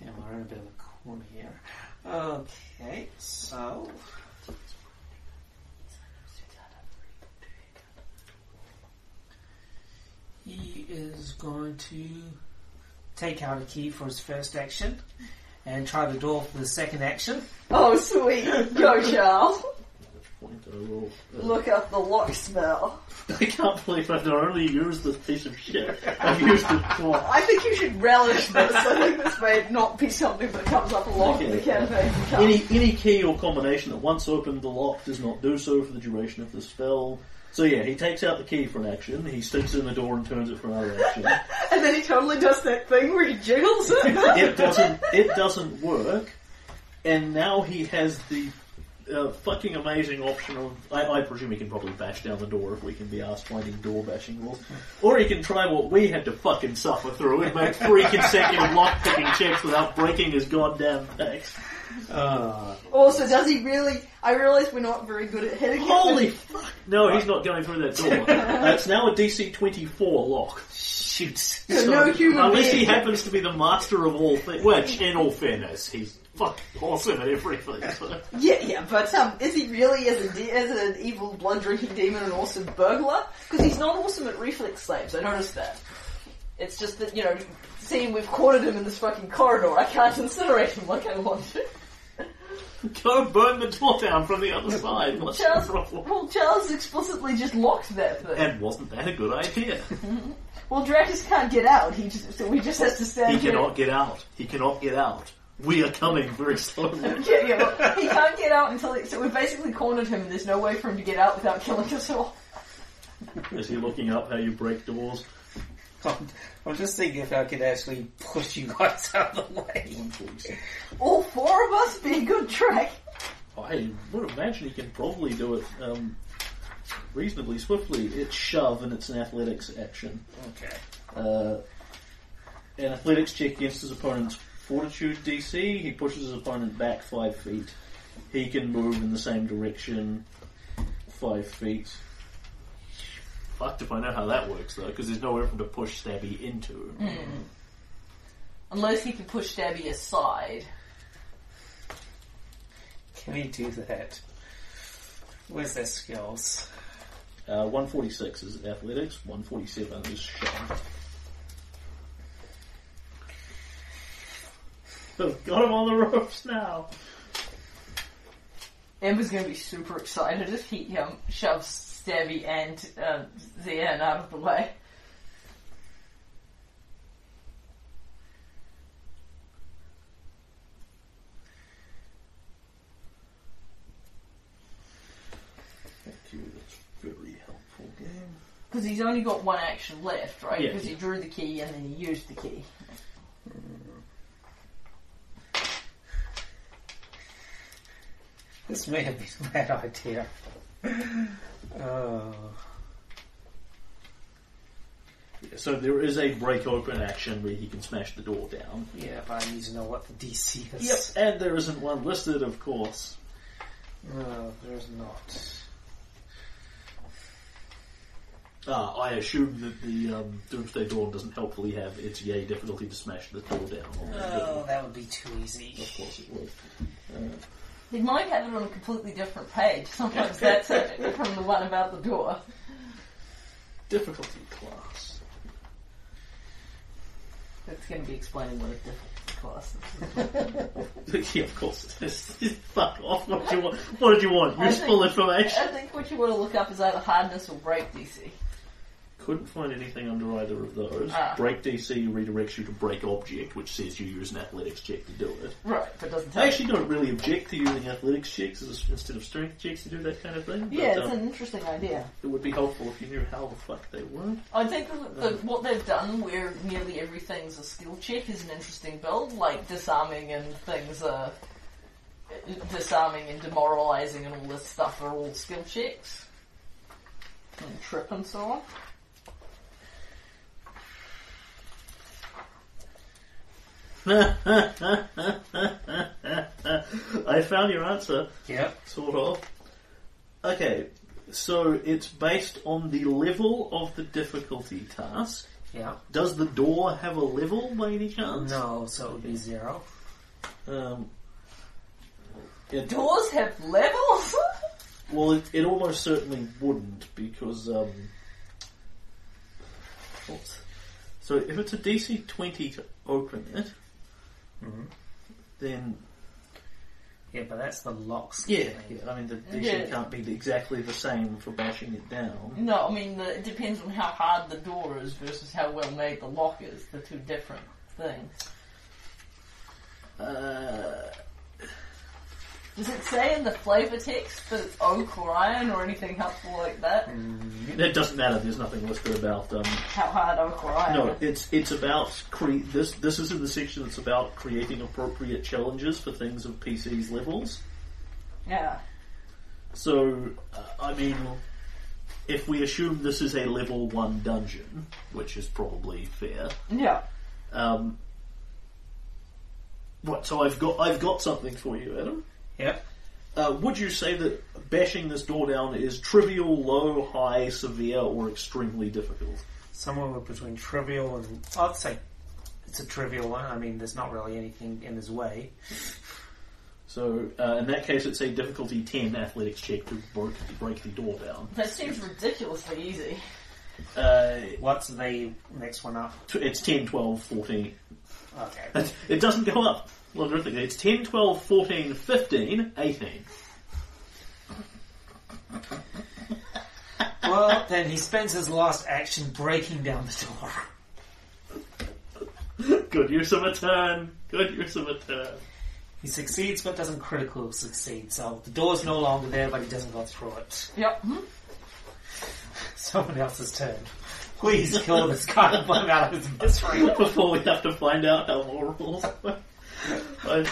Speaker 2: Yeah, we're in a bit of a corner here. Okay, so He is going to take out a key for his first action and try the door for the second action.
Speaker 4: Oh, sweet. Go, Charles.
Speaker 1: At which point I will.
Speaker 4: Look up the lock smell.
Speaker 1: [laughs] I can't believe I've not only used this piece of shit, I've used it twice.
Speaker 4: I think you should relish this. I think this may not be something that comes up a lot in the campaign. to come.
Speaker 1: Any any key or combination that once opened the lock does not do so for the duration of the spell. So yeah, he takes out the key for an action. He sticks it in the door and turns it for another action.
Speaker 4: And then he totally does that thing where he
Speaker 2: [laughs]
Speaker 4: jiggles it.
Speaker 1: it doesn't it doesn't work, and now he has the uh, fucking amazing option of I, I presume he can probably bash down the door if we can be asked finding door bashing rules, or he can try what we had to fucking suffer through and make three consecutive lockpicking checks without breaking his goddamn text.
Speaker 2: Uh,
Speaker 4: also, does he really? I realize we're not very good at hitting.
Speaker 1: Holy fuck! No, he's not going through that door. [laughs] Uh, it's now a DC twenty four lock.
Speaker 2: shoot. [laughs]
Speaker 4: it. no human
Speaker 1: Unless he
Speaker 4: being.
Speaker 1: happens to be the master of all things, which, in all fairness, he's fucking awesome at everything. so.
Speaker 4: [laughs]
Speaker 1: [laughs]
Speaker 4: Yeah, yeah, but um, is he really as a de- as an evil blood drinking demon an awesome burglar? Because he's not awesome at reflex saves. I noticed that. It's just that you know, seeing we've cornered him in this fucking corridor, I can't incinerate him like I want to.
Speaker 1: Go burn the door down from the other side. What's the
Speaker 4: Charles,
Speaker 1: problem?
Speaker 4: well, Charles explicitly just locked that thing.
Speaker 1: And wasn't that a good idea?
Speaker 4: Well, Dracus can't get out. He just so we just has to stand
Speaker 1: He
Speaker 4: here. [laughs]
Speaker 1: cannot get out. He cannot get out. We are coming very slowly. [laughs]
Speaker 4: Yeah, yeah, well, he can't get out until he, so we've basically cornered him. and There's no way for him to get out without killing us all.
Speaker 1: Is he looking up how you break doors?
Speaker 2: I'm, I'm just thinking if I could actually push you guys [laughs] out of the way.
Speaker 3: All four of us be a good track.
Speaker 1: I would imagine he can probably do it um, reasonably swiftly. It's shove and it's an athletics action.
Speaker 2: Okay.
Speaker 1: Uh, an athletics check against his opponent's fortitude DC. He pushes his opponent back five feet. He can move in the same direction five feet.
Speaker 6: Fucked if I know how that works though, because there's nowhere for him to push Stabby into.
Speaker 3: Unless he can push Stabby aside.
Speaker 2: Can we do that? Where's their skills?
Speaker 1: Uh, 146 is athletics, 147 is shove. They've got him on the [laughs] ropes now.
Speaker 3: Amber's going to be super excited if he um, shoves Stabby and uh, Zian out of the way.
Speaker 1: Thank you, that's very helpful game.
Speaker 3: Because he's only got one action left, right?
Speaker 1: Yeah.
Speaker 3: Because he drew the key and then he used the key.
Speaker 2: This may have been a bad idea. Oh.
Speaker 1: So there is a break open action where he can smash the door down.
Speaker 2: Yeah, but I need to know what the DC
Speaker 1: Yep,
Speaker 2: is.
Speaker 1: and there isn't one listed, of course.
Speaker 2: No, Oh, there's not.
Speaker 1: Ah, I assume that the um, Doomsday Dawn doesn't helpfully have its yay difficulty to smash the door down. on that
Speaker 2: Oh,
Speaker 1: door.
Speaker 2: that would be too easy.
Speaker 1: Of course it Uh, would.
Speaker 3: He might have it on a completely different page. [laughs] Sometimes that's it from the one about the door.
Speaker 1: Difficulty class. [laughs]
Speaker 3: That's going to be explaining what a different class is.
Speaker 1: yeah, of course it is. [laughs] Fuck off. What do you want? What did you want? Useful information.
Speaker 3: I think what you want to look up is either hardness or break DC.
Speaker 1: Couldn't find anything under either of those.
Speaker 3: Ah.
Speaker 1: Break DC redirects you to break object, which says you use an athletics check to do it.
Speaker 3: Right, but doesn't
Speaker 1: I
Speaker 3: tell you.
Speaker 1: actually don't really object to using athletics checks as, instead of strength checks to do that kind of thing. But,
Speaker 3: Yeah,
Speaker 1: um,
Speaker 3: it's an interesting idea.
Speaker 1: it would be helpful if you knew how the fuck they work.
Speaker 3: I think that the, what they've done, where nearly everything's a skill check, is an interesting build. Like disarming and things are disarming and demoralising and all this stuff are all skill checks. And trip and so on.
Speaker 1: Uh, I found your answer,
Speaker 2: Yep.
Speaker 1: sort of. Okay, so it's based on the level of the difficulty task.
Speaker 2: Yeah.
Speaker 1: Does the door have a level by any chance?
Speaker 2: No, so it would be zero.
Speaker 1: Um, it-
Speaker 3: Doors have levels. [laughs]
Speaker 1: Well, it, it almost certainly wouldn't because. Um, what's- so if it's a DC 20 to open it, then.
Speaker 2: Yeah, but that's the lock skill.
Speaker 1: Yeah, yeah, I mean, the DC
Speaker 3: Yeah.
Speaker 1: can't be exactly the same for bashing it down.
Speaker 3: no, I mean the, it depends on how hard the door is versus how well made the lock is. The two different things.
Speaker 1: Uh,
Speaker 3: Does it say in the flavour text that it's oak or iron or anything helpful like that?
Speaker 1: it doesn't matter, there's nothing listed about. Um,
Speaker 3: How hard oak or iron?
Speaker 1: no,
Speaker 3: is?
Speaker 1: it's it's about. Cre- this, this is in the section that's about creating appropriate challenges for things of PC's levels.
Speaker 3: Yeah.
Speaker 1: So, uh, I mean, if we assume this is a level 1 dungeon, which is probably fair,
Speaker 3: Yeah.
Speaker 1: um, what, so I've got, I've got something for you, Adam.
Speaker 2: Yep.
Speaker 1: Uh, would you say that bashing this door down is trivial, low, high, severe, or extremely difficult?
Speaker 2: Somewhere between trivial and. I'd say it's a trivial one. I mean, there's not really anything in his way.
Speaker 1: So, uh, in that case, it's a difficulty 10 athletics check to break, break the door down.
Speaker 3: That seems ridiculously easy.
Speaker 1: Uh,
Speaker 2: What's the next one up?
Speaker 1: t- it's 10, 12, 14,
Speaker 2: Okay.
Speaker 1: [laughs] It, it doesn't go up logarithmically. It's 10, 12, 14, 15, 18.
Speaker 2: well, then he spends his last action breaking down the door.
Speaker 1: Good use of a turn. Good use of a turn. [laughs]
Speaker 2: He succeeds but doesn't critical succeed, so the door's no longer [laughs] there, but he doesn't go through it.
Speaker 3: Yep. Hmm?
Speaker 2: Someone else's turn. Please kill this guy. Let him out of his misery.
Speaker 1: [laughs]
Speaker 7: before we have to find out how morals were. I,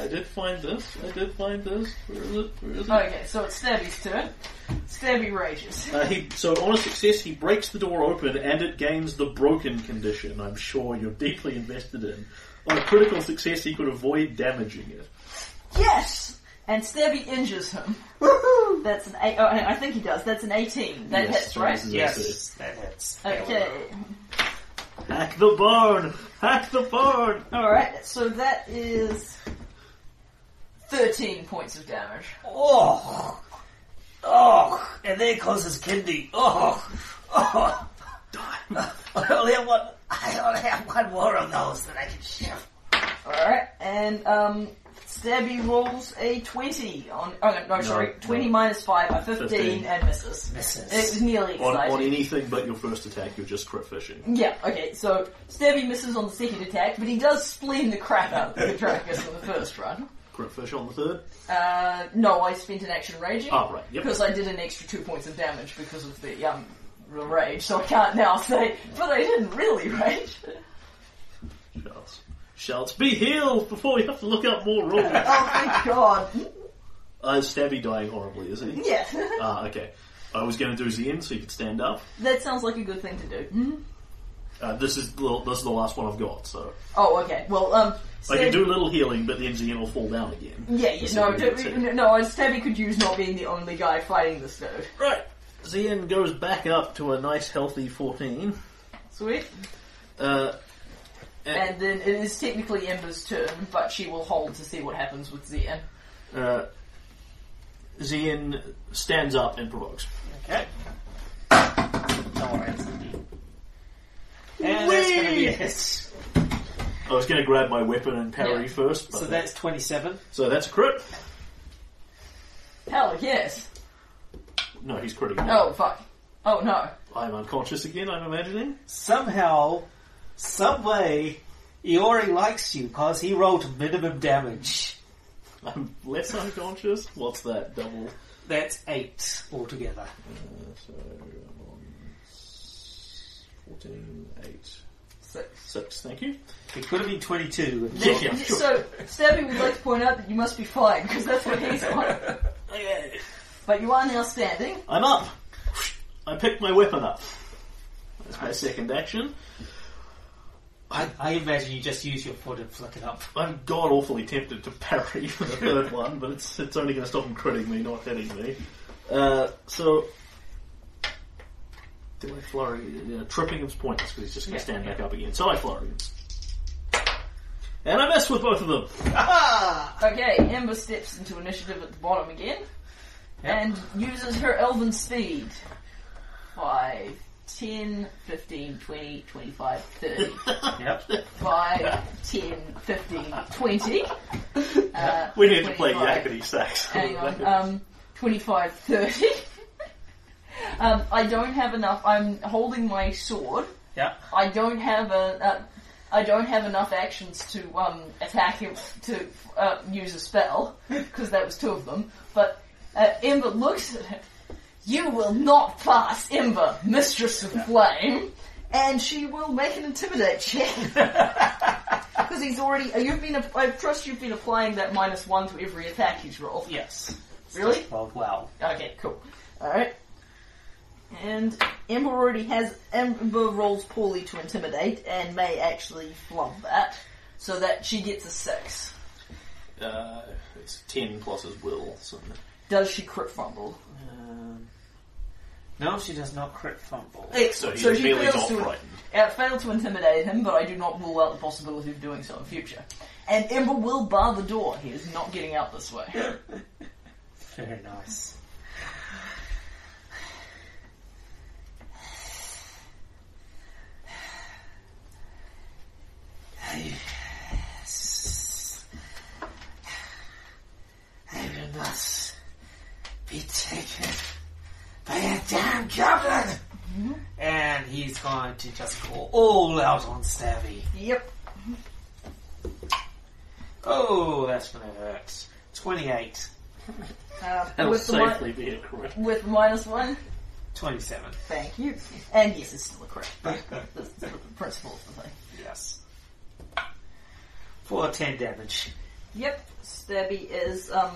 Speaker 7: I did find this. I did find this. Where is it? Where
Speaker 1: Hmm.
Speaker 7: is it?
Speaker 3: Okay, so it's Stabby's turn. Stabby rages.
Speaker 1: Uh, he, so on a success, he breaks the door open and it gains the broken condition. I'm sure you're deeply invested in. On a critical success, he could avoid damaging it.
Speaker 3: Yes! And Stabby injures him. That's an eight. Oh, I think he does. That's an 18. That
Speaker 1: Yes,
Speaker 3: hits,
Speaker 1: so
Speaker 3: right?
Speaker 1: this is it.
Speaker 2: Yes, that hits.
Speaker 3: Okay.
Speaker 1: Hack the barn. Hack the barn.
Speaker 3: Alright, so that is 13 points of damage.
Speaker 2: Oh, oh, and there goes his kidney. Oh, oh. [laughs] I only have one. I only have one more of those that I can shift.
Speaker 3: Alright, and um, Stabby rolls a 20 on. Oh, no, no, sorry.
Speaker 1: no.
Speaker 3: 20 minus 5, a 15,
Speaker 1: 15.
Speaker 3: and misses. It was
Speaker 2: Misses.
Speaker 3: nearly
Speaker 1: On,
Speaker 3: exciting.
Speaker 1: on anything but your first attack, you're just crit fishing.
Speaker 3: Yeah, okay, so Stabby misses on the second attack, but he does spleen the crap out of the Petrachus on the first run.
Speaker 1: Crit fish on the third.
Speaker 3: Uh, no, I spent an action raging.
Speaker 1: Oh, right, yep.
Speaker 3: Because I did an extra two points of damage because of the, um, the rage, so I can't now say, but I didn't really rage.
Speaker 1: Shouts. Shouts. Be healed before we have to look up more rules.
Speaker 3: [laughs]
Speaker 1: uh,
Speaker 3: [laughs] Oh, thank God.
Speaker 1: Stabby dying horribly, is he?
Speaker 3: [laughs] Yeah, [laughs]
Speaker 1: Ah, okay. I was going to do Zen so you could stand up.
Speaker 3: that sounds like a good thing to do. Mm-hmm.
Speaker 1: Uh, this is the, this is the last one I've got, so
Speaker 3: Oh, okay, well, um...
Speaker 1: I can
Speaker 3: Stab-
Speaker 1: do a little healing, but then Zen will fall down again.
Speaker 3: Yeah, you know,
Speaker 1: That's a good
Speaker 3: no, no, Stabby could use not being the only guy fighting this dude.
Speaker 1: Right. Zen goes back up to a nice healthy 14.
Speaker 3: Sweet.
Speaker 1: Uh, and,
Speaker 3: And then it is technically Ember's turn, but she will hold to see what happens with Zian.
Speaker 1: uh, Zen stands up and provokes.
Speaker 2: Okay. Don't worry. it's a D. And that's going to be a hit.
Speaker 1: I was going to grab my weapon and parry
Speaker 3: Yeah.
Speaker 1: first, but
Speaker 2: So that's 27.
Speaker 1: so that's a crit.
Speaker 3: Hell yes.
Speaker 1: No, he's critical.
Speaker 3: Oh fuck. Oh no.
Speaker 1: I'm unconscious again. I'm imagining.
Speaker 2: Somehow, some way, Iori likes you because he rolled minimum damage.
Speaker 1: I'm less unconscious. What's that double?
Speaker 2: That's 8 altogether.
Speaker 1: Uh, so um, I'm on s- 14, 8,
Speaker 3: Six.
Speaker 1: 6. Thank you.
Speaker 2: It could have been 22.
Speaker 1: Yeah, yeah, sure.
Speaker 3: So, Stabby would like to point out that you must be flying, because that's what he's on.
Speaker 1: Okay.
Speaker 3: But you are now standing.
Speaker 1: I'm up. I picked my weapon up. That's my second action.
Speaker 2: I, I imagine you just use your foot and flick it up.
Speaker 1: I'm god awfully tempted to parry [laughs] for the third one, but it's it's only going to stop him critting me, not hitting me. Uh, so. Do I flurry? Yeah, tripping him's pointless because he's just going to
Speaker 3: Yeah,
Speaker 1: stand back up again. So I flurry him. And I mess with both of them.
Speaker 3: Okay, Ember steps into initiative at the bottom again, and uses her elven speed. 5, 10, 15, 20,
Speaker 1: [laughs]
Speaker 3: 25, 30.
Speaker 2: Yep.
Speaker 3: 5, 10, 15, 20. Uh,
Speaker 1: We need to play
Speaker 3: 25.
Speaker 1: yakety sax. [laughs]
Speaker 3: Hang on. Um, 25, 30. [laughs] um, I don't have enough. I'm holding my sword.
Speaker 2: Yep.
Speaker 3: I don't have a. Uh, I don't have enough actions to um, attack him to uh, use a [laughs] spell because that was two of them. But uh, Ember looks at him. You will not pass, Ember, Mistress of Flame, and she will make an intimidate [laughs] check because he's already. Uh, you've been. app- I trust you've been applying that minus one to every attack he's rolled.
Speaker 2: Yes.
Speaker 3: Really?
Speaker 2: Well, wow.
Speaker 3: Okay, cool. Alright. And Ember already has. Ember rolls poorly to intimidate and may actually flub that. So that she gets a 6.
Speaker 1: Uh, it's 10 plus his will. So.
Speaker 3: Does she crit fumble?
Speaker 2: Um, no, she does not crit fumble.
Speaker 1: So
Speaker 3: Excellent.
Speaker 1: he's
Speaker 3: So, she
Speaker 1: merely
Speaker 3: fails
Speaker 1: not
Speaker 3: to,
Speaker 1: frightened.
Speaker 3: uh, failed to intimidate him, but I do not rule out the possibility of doing so in future. And Ember will bar the door. He is not getting out this
Speaker 1: [clears throat]
Speaker 3: way.
Speaker 2: Very nice. I will not be taken by a damn goblin! Mm-hmm. And he's going to just go all out on Stabby.
Speaker 3: Yep.
Speaker 2: Oh, that's gonna hurt. 28.
Speaker 3: Uh,
Speaker 7: That'll
Speaker 3: Um, with, the mi-
Speaker 7: safely be a crit.
Speaker 3: with minus 1.
Speaker 2: Twenty-seven. [laughs]
Speaker 3: Thank you. And yes, it's still a crit. That's the principle of the thing.
Speaker 2: Yes. For ten damage.
Speaker 3: Yep, stabby is um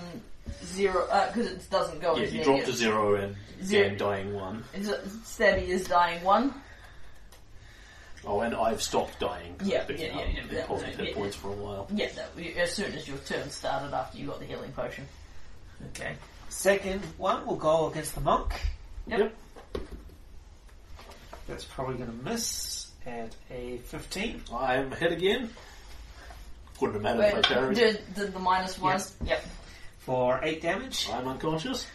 Speaker 3: zero because it doesn't go.
Speaker 1: Yeah,
Speaker 3: into
Speaker 1: you dropped
Speaker 3: negative.
Speaker 1: a zero and
Speaker 3: Zero.
Speaker 1: Dan dying one.
Speaker 3: It's, uh, stabby is dying one.
Speaker 1: Oh, and I've stopped dying. 'cause
Speaker 3: Yeah,
Speaker 1: I've been,
Speaker 3: yeah, yeah,
Speaker 1: um,
Speaker 3: yeah,
Speaker 1: been
Speaker 3: yeah,
Speaker 1: positive
Speaker 3: yeah.
Speaker 1: hit points for a while.
Speaker 3: Yeah, that, as soon as your turn started after you got the healing potion.
Speaker 2: Okay. Second one will go against the monk.
Speaker 3: Yep.
Speaker 2: That's probably going to miss at a fifteen.
Speaker 1: I'm hit again. Wouldn't have mattered
Speaker 3: Wait,
Speaker 1: if I parried.
Speaker 3: did, did the minus one?
Speaker 2: Yes.
Speaker 3: Yep.
Speaker 2: For eight damage.
Speaker 1: I'm unconscious.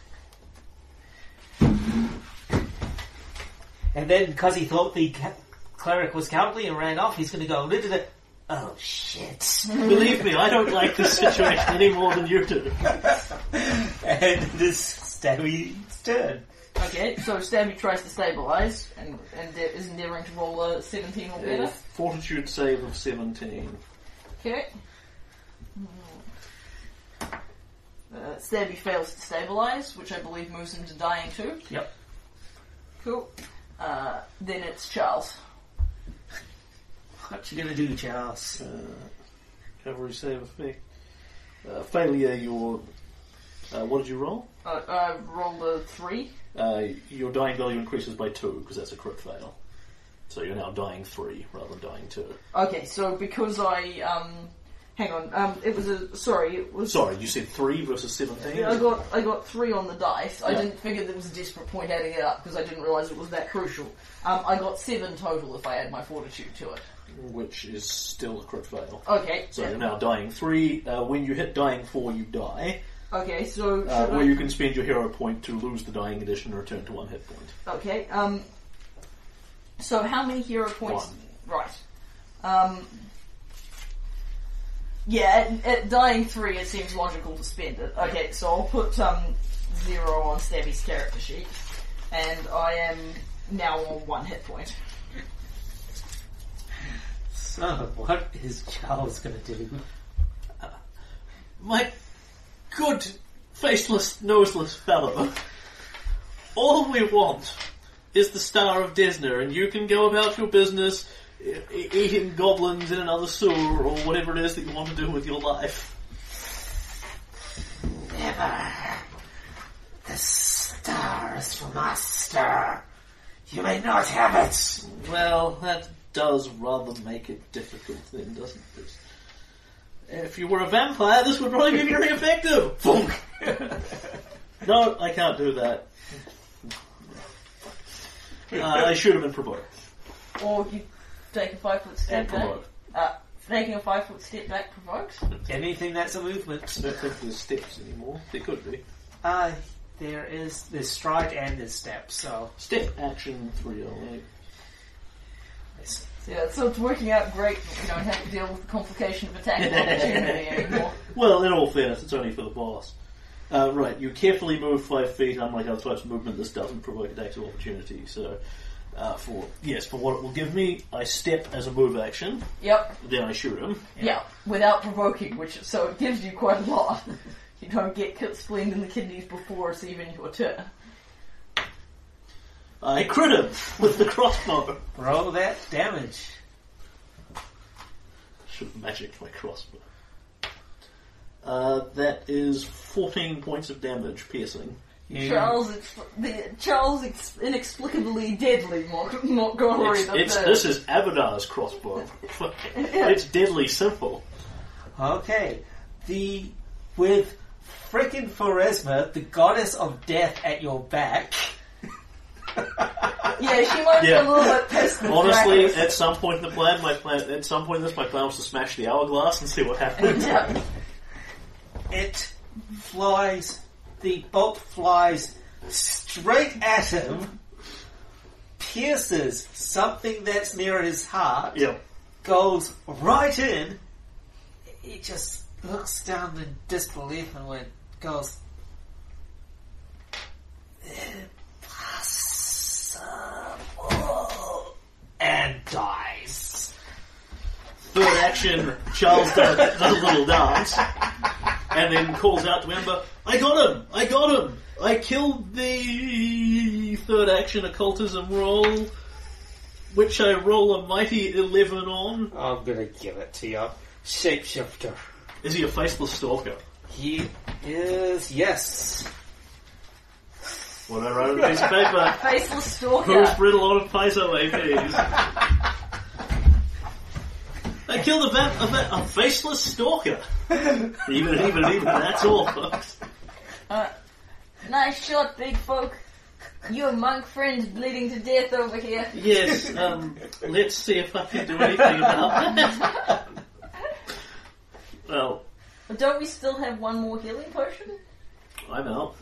Speaker 2: And then, because he thought the ca- cleric was cowardly and ran off, he's going to go, "Look at it." oh shit. [laughs]
Speaker 8: Believe me, I don't like this
Speaker 1: [laughs]
Speaker 8: situation any more than you do.
Speaker 2: and this stabby's turn.
Speaker 3: Okay, so Stabby tries to stabilize and, and de- is endeavoring to roll a 17 or
Speaker 1: A
Speaker 3: better.
Speaker 1: fortitude save of 17.
Speaker 3: Okay. Uh, Stabby fails to stabilize, which I believe moves him to dying too.
Speaker 2: Yep.
Speaker 3: Cool. Uh, then it's Charles.
Speaker 2: What you going to do, Charles?
Speaker 1: Uh, recovery save effect. Uh, failure, your. Uh, what did you roll?
Speaker 3: Uh, I rolled a 3.
Speaker 1: Uh, your dying value increases by 2 because that's a crit fail. So you're now dying 3 rather than dying 2.
Speaker 3: Okay, so because I, um, hang on, um, it was a, sorry, it was...
Speaker 1: Sorry, you said 3 versus 17?
Speaker 3: I got I got three on the dice. I
Speaker 1: Yeah.
Speaker 3: didn't figure there was a desperate point adding it up because I didn't realise it was that crucial. Um, I got seven total if I add my fortitude to it.
Speaker 1: Which is still a crit fail.
Speaker 3: Okay.
Speaker 1: So
Speaker 3: yeah.
Speaker 1: you're now dying 3. Uh, when you hit dying 4, you die.
Speaker 3: Okay. So
Speaker 1: Uh,
Speaker 3: should
Speaker 1: or
Speaker 3: I-
Speaker 1: you can spend your hero point to lose the dying condition and return to 1 hit point.
Speaker 3: okay. Um. So how many hero points?
Speaker 1: One.
Speaker 3: Right. Um. Yeah, at, at dying three, it seems logical to spend it. Okay, so I'll put um zero on Stabby's character sheet, and I am now on one hit point.
Speaker 2: So, what is Charles going to do?
Speaker 8: My good faceless, noseless fellow. All we want is the Star of Desna, and you can go about your business e- e- eating goblins in another sewer or whatever it is that you want to do with your life.
Speaker 2: The star is for master. You may not have it.
Speaker 8: Well, that does rather make it difficult, then, doesn't it? If you were a vampire, this would probably be very effective. Boom. [laughs] no, I can't do that.
Speaker 1: Uh, I should have been provoked.
Speaker 3: Or you take a five foot step
Speaker 1: And
Speaker 3: back.
Speaker 1: provoke.
Speaker 3: Uh, taking a five foot step back [laughs] provokes.
Speaker 2: Anything that's a movement.
Speaker 1: I don't think there's steps anymore. There could be.
Speaker 2: Uh, there is this stride and this step, so
Speaker 1: Step action 308.
Speaker 2: it's
Speaker 3: So, yeah, so it's working out great. that We don't have to deal with the complication of [laughs] attack of opportunity anymore.
Speaker 1: Well, in all fairness, it's only for the boss. Uh, right, you carefully move five feet. Unlike other types of movement, this doesn't provoke attacks of opportunity. So, uh, for yes, for what it will give me, I step as a move action.
Speaker 3: Yep.
Speaker 1: Then I shoot him.
Speaker 3: Yeah. Without provoking, which so it gives you quite a lot. [laughs] You don't get ki- spleen in the kidneys before it's even your turn.
Speaker 1: I crit him [laughs] with the crossbow.
Speaker 2: roll that damage.
Speaker 1: Should magic my crossbow. Uh, that is 14 points of damage, piercing.
Speaker 2: You,
Speaker 3: Charles, ex- the Charles ex- inexplicably deadly Mor- Montgomery.
Speaker 1: It's,
Speaker 3: the
Speaker 1: it's,
Speaker 3: third.
Speaker 1: this is Avadar's crossbow. it's deadly simple.
Speaker 2: Okay. The with frickin' Phoresma, the goddess of death at your back. [laughs]
Speaker 3: Yeah, she might be
Speaker 1: Yeah.
Speaker 3: a little bit pissed. [laughs]
Speaker 1: [laughs]
Speaker 3: that
Speaker 1: Honestly,
Speaker 3: Dracula's-
Speaker 1: at some point in the plan, my plan at some point in this, my plan was to smash the hourglass and see what happens.
Speaker 3: [laughs] Yeah.
Speaker 2: It flies the bolt flies straight at him, pierces something that's near his heart,
Speaker 1: yeah,
Speaker 2: goes right in. He just looks down in disbelief and went, goes, impossible, and dies.
Speaker 1: third action, Charles does, does a little dance, and then calls out to Amber, "I got him! I got him!" I killed the third action occultism roll, which I roll a mighty 11 on.
Speaker 9: I'm gonna give it to you. Shapeshifter.
Speaker 1: Is he a faceless stalker?
Speaker 9: He is yes.
Speaker 1: What I wrote on a piece of paper.
Speaker 3: Faceless stalker.
Speaker 1: Who's brittle on a peso APs? [laughs] I killed a, va- a, va- a faceless stalker. Even, even, even, that's all, folks.
Speaker 3: Nice shot, big folk. Your monk friend's bleeding to death over here.
Speaker 1: Yes, um, let's see if I can do anything about that. Well,
Speaker 3: But don't we still have one more healing potion?
Speaker 1: I'm out.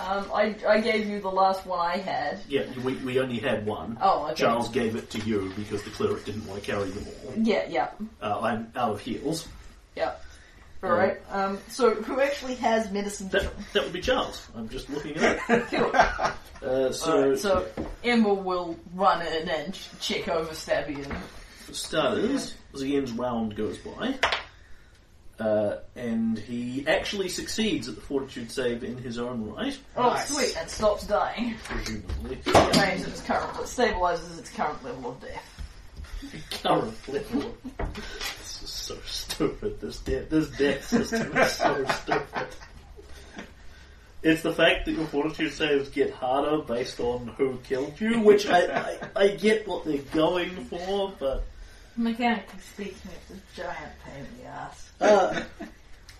Speaker 3: Um, I, I gave you the last one I had.
Speaker 1: Yeah, we, we only had one.
Speaker 3: Oh, okay.
Speaker 1: Charles gave it to you because the cleric didn't want to carry them all.
Speaker 3: Yeah, yeah,
Speaker 1: Uh, I'm out of heals.
Speaker 3: yeah. Alright, um, so who actually has medicine?
Speaker 1: That, that would be Charles. I'm just looking it up. [laughs]
Speaker 3: Cool.
Speaker 1: Uh, so,
Speaker 3: Alright, so Emma will run in and ch- check over Stabby and
Speaker 1: For starters, Zian's round goes by, uh, and he actually succeeds at the fortitude save in his own right,
Speaker 3: Oh,
Speaker 2: Nice.
Speaker 3: [laughs] sweet, and stops dying.
Speaker 1: presumably.
Speaker 3: Remains at its current, stabilizes its current level of death.
Speaker 1: Current level. This is so stupid. This death, this death system is so stupid. It's the fact that your fortitude saves get harder based on who killed you, which I, I, I get what they're going for, but
Speaker 3: Mechanically speaking, it's a giant pain in the ass.
Speaker 1: Uh,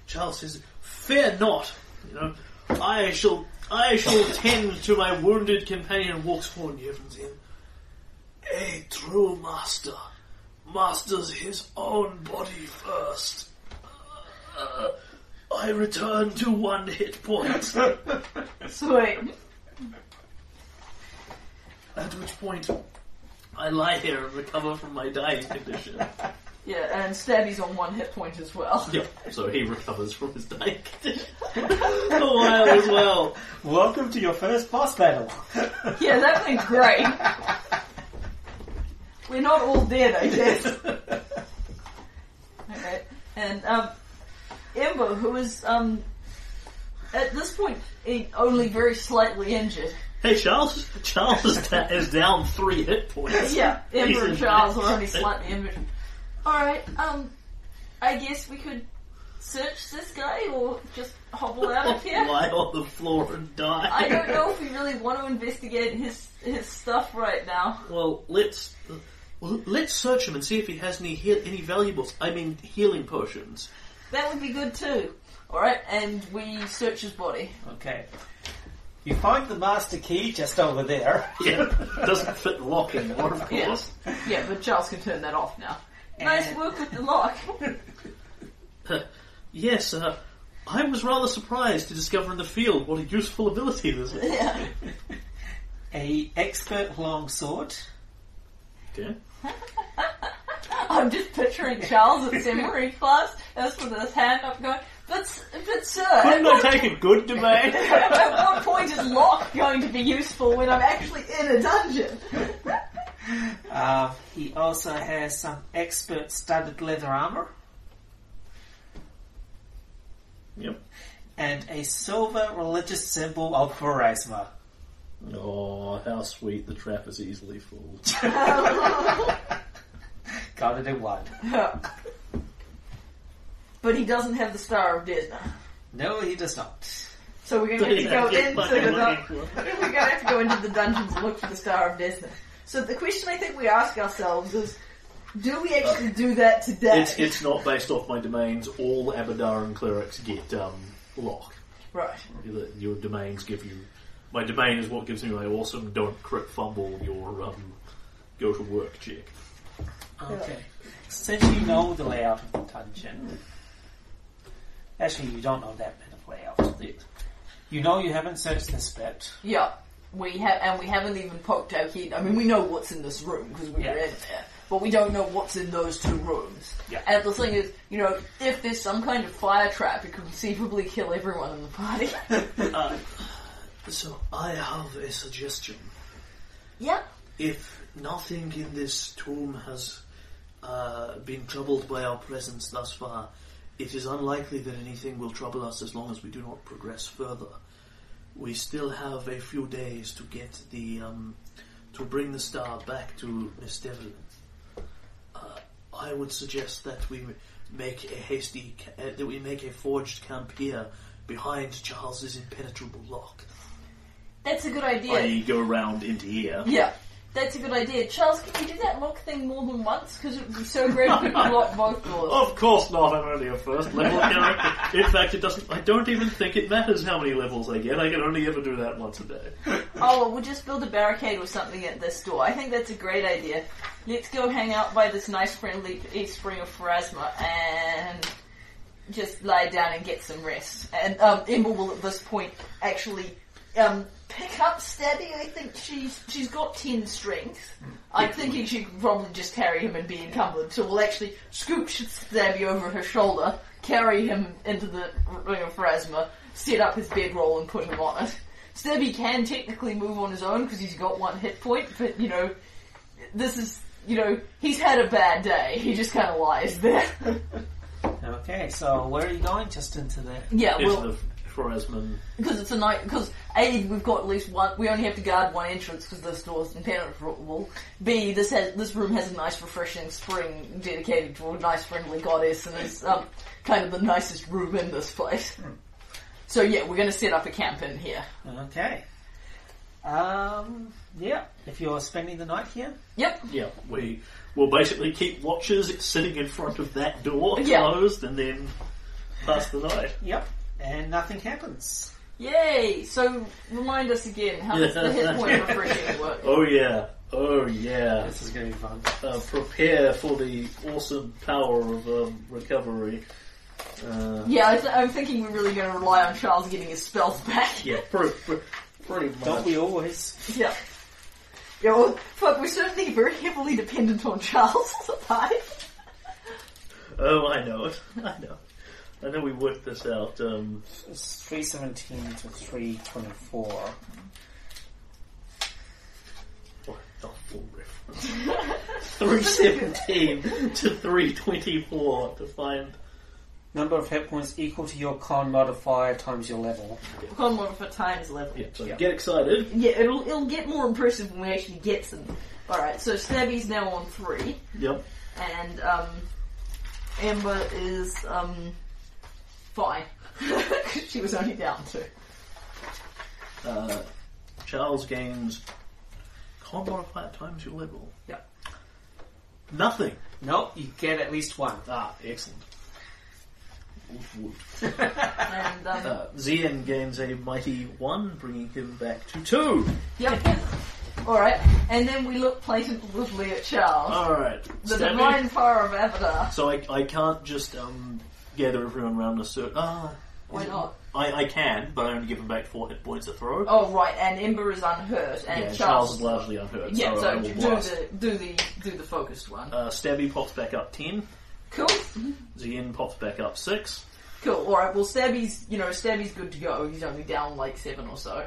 Speaker 1: Charles says, "Fear not. You know, I shall, I shall tend to my wounded companion." Walks forward, Evans in. A true master masters his own body first. Uh, I return to one hit point.
Speaker 3: Sweet.
Speaker 1: At which point, I lie here and recover from my dying condition.
Speaker 3: Yeah, and Stabby's on one hit point as well. [laughs]
Speaker 1: Yeah, so he recovers from his dying condition. [laughs] A while as well.
Speaker 10: Welcome to your first boss
Speaker 3: [laughs]
Speaker 10: battle.
Speaker 3: Yeah, that went great. [laughs] We're not all dead, I guess. [laughs] okay. And um, Ember, who is um, at this point eh, only very slightly injured.
Speaker 1: Hey, Charles. Charles is, da- is down three hit points.
Speaker 3: [laughs] Yeah, Ember and
Speaker 1: Reason.
Speaker 3: Charles
Speaker 1: [laughs]
Speaker 3: are only slightly injured. Alright, um, I guess we could search this guy or just hobble out
Speaker 1: [laughs]
Speaker 3: of here.
Speaker 1: Lie on the floor and die.
Speaker 3: I don't know if we really want to investigate his his stuff right now.
Speaker 1: Well, let's well, let's search him and see if he has any heal- any valuables. I mean, healing potions.
Speaker 3: That would be good too. Alright, and we search his body.
Speaker 9: Okay. You find the master key just over there.
Speaker 1: Yeah, [laughs] doesn't fit the lock anymore, of
Speaker 3: Yeah.
Speaker 1: course.
Speaker 3: Yeah, but Charles can turn that off now. Nice work with
Speaker 1: [laughs]
Speaker 3: the lock.
Speaker 1: Yes, uh, I was rather surprised to discover in the field what a useful ability this [laughs] is.
Speaker 3: yeah.
Speaker 2: A expert longsword.
Speaker 1: Okay.
Speaker 3: I'm just picturing Charles at seminary class, as with his hand up going, but, s- but sir, at
Speaker 1: Couldn't I
Speaker 3: what,
Speaker 1: take a good debate? [laughs]
Speaker 3: at what point is lock going to be useful when I'm actually in a dungeon? [laughs]
Speaker 2: Uh, he also has some expert studded leather armor
Speaker 1: yep.
Speaker 2: and a silver religious symbol of Verasma.
Speaker 1: Oh, how sweet! The trap is easily [laughs] fooled.
Speaker 2: Got it in one.
Speaker 3: but he doesn't have the Star of Desna.
Speaker 2: No, he does not.
Speaker 3: So we're going to have to go
Speaker 1: Get
Speaker 3: into
Speaker 1: fucking
Speaker 3: the
Speaker 1: money.
Speaker 3: dun- we're going to have to go into the dungeons and look for the Star of Desna. So the question I think we ask ourselves is, do we actually do that today?
Speaker 1: It's it's not based off my domains. All Abadaran clerics get um, lock.
Speaker 3: right.
Speaker 1: Your domains give you. My domain is what gives me my awesome don't crit fumble your um, go to work check.
Speaker 2: Okay. Since you know the layout of the dungeon, actually, you don't know that bit of layout. You know you haven't searched this bit.
Speaker 3: Yeah, we have, and we haven't even poked our head. I mean, we know what's in this room because we
Speaker 2: Yeah.
Speaker 3: were in there, but we don't know what's in those two rooms.
Speaker 2: Yeah.
Speaker 3: And the thing is, you know, if there's some kind of fire trap, it could conceivably kill everyone in the party. [laughs]
Speaker 1: So I have a suggestion.
Speaker 3: yeah.
Speaker 1: If nothing in this tomb has uh, been troubled by our presence thus far, it is unlikely that anything will trouble us as long as we do not progress further. We still have a few days to get the um, to bring the star back to Miss Devlin. Uh, I would suggest that we make a hasty ca- uh, that we make a forged camp here behind Charles's impenetrable lock.
Speaker 3: That's a good idea.
Speaker 10: I.e., go around into here.
Speaker 3: Yeah, that's a good idea. Charles, can you do that lock thing more than once? Because it would be so great if we could lock both doors.
Speaker 1: Of course not. I'm only a first level character. In fact, it doesn't. I don't even think it matters how many levels I get. I can only ever do that once a day.
Speaker 3: Oh, we'll just build a barricade or something at this door. I think that's a great idea. Let's go hang out by this nice friendly East Spring of Pharasma and just lie down and get some rest. And um, Ember will at this point actually um, pick up Stabby. I think she's she's got ten strength. I'm thinking she could probably just carry him and be encumbered. So we'll actually scoop Stabby over her shoulder, carry him into the Ring of Pharasma, set up his bedroll and put him on it. Stabby can technically move on his own because he's got one hit point, but you know, this is you know he's had a bad day. He just kind of lies there.
Speaker 2: Okay, so where are you going? Just into the.
Speaker 3: [laughs] yeah,
Speaker 1: Into
Speaker 3: well,
Speaker 1: the Phoresman
Speaker 3: Because it's a night. Because a we've got at least one. We only have to guard one entrance because this door's impenetrable. B this has this room has a nice, refreshing spring dedicated to a nice, friendly goddess, and it's um, kind of the nicest room in this place. So yeah, we're going to set up a camp in here.
Speaker 2: Okay. Um. Yeah. If you're spending the night here.
Speaker 3: Yep.
Speaker 1: Yeah, we will basically keep watches sitting in front of that door
Speaker 3: Yeah.
Speaker 1: closed and then pass the night.
Speaker 2: Yep. And nothing happens.
Speaker 3: Yay! So remind us again how does the hit point refreshing work?
Speaker 1: Oh yeah, oh yeah.
Speaker 2: This is going to be fun.
Speaker 1: Uh, prepare for the awesome power of um, recovery. Uh,
Speaker 3: Yeah, I th- I'm thinking we're really going to rely on Charles getting his spells back.
Speaker 1: yeah, pre- pre- pretty much.
Speaker 2: Don't we always?
Speaker 3: [laughs] Yeah. Yeah, well, fuck, we're certainly very heavily dependent on Charles [laughs] alive.
Speaker 1: Oh, I know it. [laughs] I know. I know we worked this out. Um,
Speaker 2: It's three seventeen to three twenty four.
Speaker 1: oh, not full reference. Three seventeen to three twenty four to find.
Speaker 2: Number of hit points equal to your con modifier times your level.
Speaker 3: Con modifier times level.
Speaker 1: Yeah, so
Speaker 2: Yeah.
Speaker 1: get excited.
Speaker 3: Yeah, it'll it'll get more impressive when we actually get some. Alright, so Stabby's now on three,
Speaker 1: Yep.
Speaker 3: and um, Amber is um, fine. [laughs] she was only down two.
Speaker 1: Uh, Charles gains con modifier times your level.
Speaker 3: Yeah.
Speaker 1: Nothing.
Speaker 2: No, you get at least one. [laughs]
Speaker 1: Ah, excellent. Woof, woof.
Speaker 3: And um,
Speaker 1: Uh, Zian gains a mighty one, bringing him back to two.
Speaker 3: yep. Alright, and then we look plaintively at Charles.
Speaker 1: All right.
Speaker 3: the
Speaker 1: Uh, Stabby.
Speaker 3: divine fire of Avatar.
Speaker 1: So I, I can't just um, gather everyone around a circle. Ah,
Speaker 3: Why not?
Speaker 1: I, I can, but I only give him back four hit points a throw.
Speaker 3: Oh right, and Ember is unhurt, and
Speaker 1: yeah, Charles,
Speaker 3: Charles.
Speaker 1: is largely unhurt.
Speaker 3: yeah,
Speaker 1: so, I
Speaker 3: so
Speaker 1: will
Speaker 3: do
Speaker 1: blast.
Speaker 3: the do the do the focused one.
Speaker 1: Uh, Stabby pops back up ten.
Speaker 3: cool,
Speaker 1: Zian pops back up six.
Speaker 3: cool. All right, well Stabby's you know Stabby's good to go. He's only down like seven or so.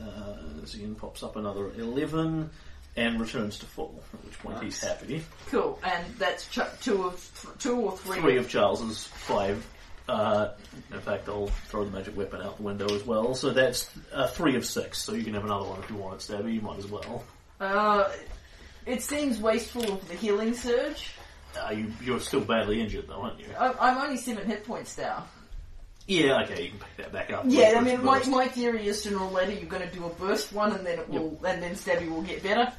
Speaker 1: Uh, Zian pops up another eleven, and returns to full. At which point he's happy.
Speaker 3: Cool, and that's ch- two of th- two or three.
Speaker 1: three of Charles's five. Uh, in fact, I'll throw the magic weapon out the window as well. So that's uh, three of six. So you can have another one if you want it, Stabby. You might as well.
Speaker 3: Uh, it seems wasteful of the healing surge.
Speaker 1: Uh, you, you're still badly injured, though, aren't you?
Speaker 3: I'm, I'm only seven hit points down.
Speaker 1: Yeah. Okay, you can pick that back up.
Speaker 3: Yeah, I
Speaker 1: First
Speaker 3: mean my,
Speaker 1: burst.
Speaker 3: my theory is general letter. You're going to do a burst one, and then it will, and then Stabby will get better.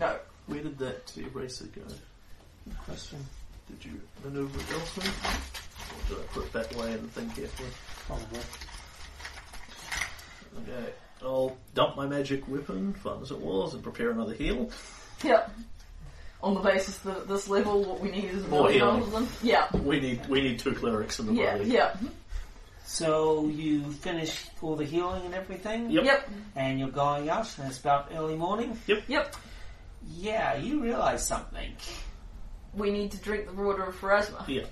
Speaker 3: No,
Speaker 1: Where did that eraser go? Question. Did you maneuver it elsewhere? Or did I put it that way and think carefully?
Speaker 2: Probably.
Speaker 1: Okay. I'll dump my magic weapon, fun as it was, and prepare another heal.
Speaker 3: Yep. On the basis that at this level, what we need is a
Speaker 1: More
Speaker 3: million
Speaker 1: healing.
Speaker 3: of them. Yeah,
Speaker 1: We need we need two clerics in the
Speaker 3: yeah,
Speaker 1: party.
Speaker 3: yeah,
Speaker 2: So you finish all the healing and everything,
Speaker 1: Yep.
Speaker 3: yep,
Speaker 2: and you're going out, and it's about early morning.
Speaker 3: yep.
Speaker 2: Yeah, you realise something.
Speaker 3: We need to drink the water of Pharasma.
Speaker 1: Yeah.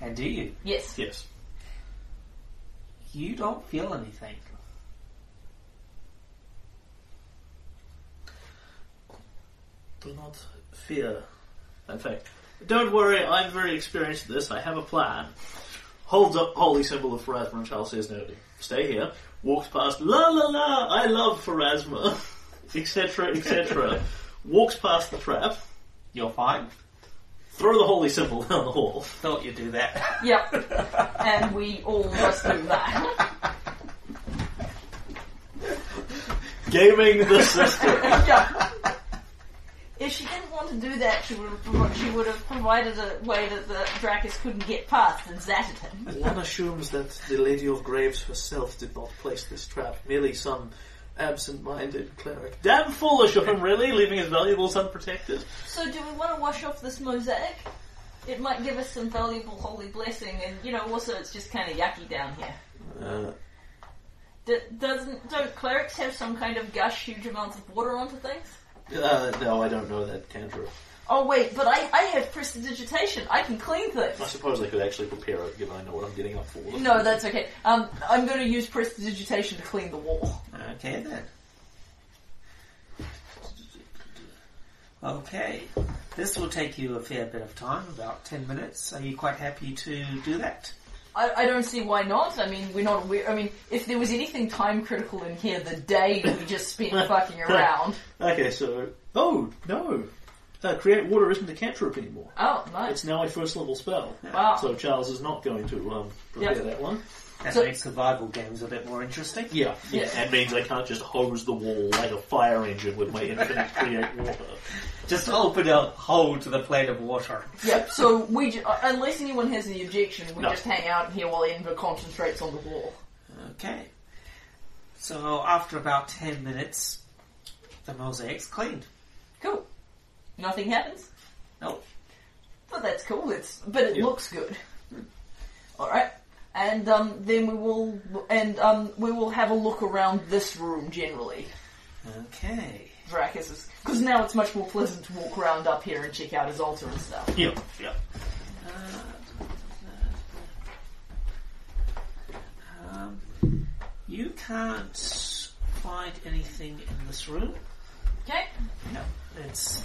Speaker 2: And do you?
Speaker 3: Yes.
Speaker 1: Yes.
Speaker 2: You don't feel anything.
Speaker 1: Do not fear. In fact, don't worry, I'm very experienced at this. I have a plan. holds up holy symbol of Pharasma, and Charles says, no, stay here. Walks past, la la la, I love Pharasma, [laughs] etc., etc. Walks past the trap,
Speaker 2: You're fine.
Speaker 1: throw the holy symbol down the hall.
Speaker 2: Thought you'd do that. [laughs]
Speaker 3: Yep. and we all just do that.
Speaker 1: Gaming the system.
Speaker 3: yeah. [laughs] If she didn't want to do that, she would have provi- she would have provided a way that the Dracus couldn't get past and zatted
Speaker 1: [laughs]
Speaker 3: him.
Speaker 1: One assumes that the Lady of Graves herself did not place this trap, merely some absent-minded cleric. Damn foolish of him, really, leaving his valuables unprotected.
Speaker 3: So, do we want to wash off this mosaic? It might give us some valuable holy blessing, and you know, also it's just kind of yucky down here.
Speaker 1: Uh,
Speaker 3: D- doesn't don't clerics have some kind of gush huge amounts of water onto things?
Speaker 1: uh, no, I don't know that cantrip.
Speaker 3: Oh wait, but I, I have prestidigitation. I can clean things.
Speaker 1: I suppose I could actually prepare it, given I know what I'm getting up for.
Speaker 3: No, that's okay. Um, I'm going to use prestidigitation to clean the wall.
Speaker 2: Okay then. Okay. This will take you a fair bit of time, about ten minutes. Are you quite happy to do that?
Speaker 3: I, I don't see why not. I mean, we're not aware. I mean, if there was anything time critical in here, the day we
Speaker 1: [laughs]
Speaker 3: just spent fucking around.
Speaker 1: Okay, so... Oh, no. Uh, create water isn't a cantrip anymore.
Speaker 3: Oh, nice. [laughs]
Speaker 1: It's now a first level spell.
Speaker 3: Wow.
Speaker 1: So Charles is not going to um, prepare
Speaker 3: Yep.
Speaker 1: that one.
Speaker 2: That
Speaker 3: So-
Speaker 2: makes survival games a bit more interesting.
Speaker 1: Yeah, yeah.
Speaker 3: Yeah.
Speaker 1: That means I can't just hose the wall like a fire engine with my infinite create water.
Speaker 2: Just open a hole to the plate of water.
Speaker 3: Yep. So we, ju- uh, unless anyone has any objection, we
Speaker 1: No.
Speaker 3: just hang out here while Enver concentrates on the wall.
Speaker 2: Okay. So after about ten minutes, the mosaic's cleaned.
Speaker 3: Cool. Nothing happens.
Speaker 2: Nope.
Speaker 3: But that's cool. It's but it
Speaker 1: Yeah.
Speaker 3: looks good. All right. And um, then we will and um, we will have a look around this room generally.
Speaker 2: Okay.
Speaker 3: Dracus is because now it's much more pleasant to walk around up here and check out his altar and stuff.
Speaker 1: Yeah, yeah.
Speaker 2: Um, you can't find anything in this room.
Speaker 3: Okay.
Speaker 2: No, it's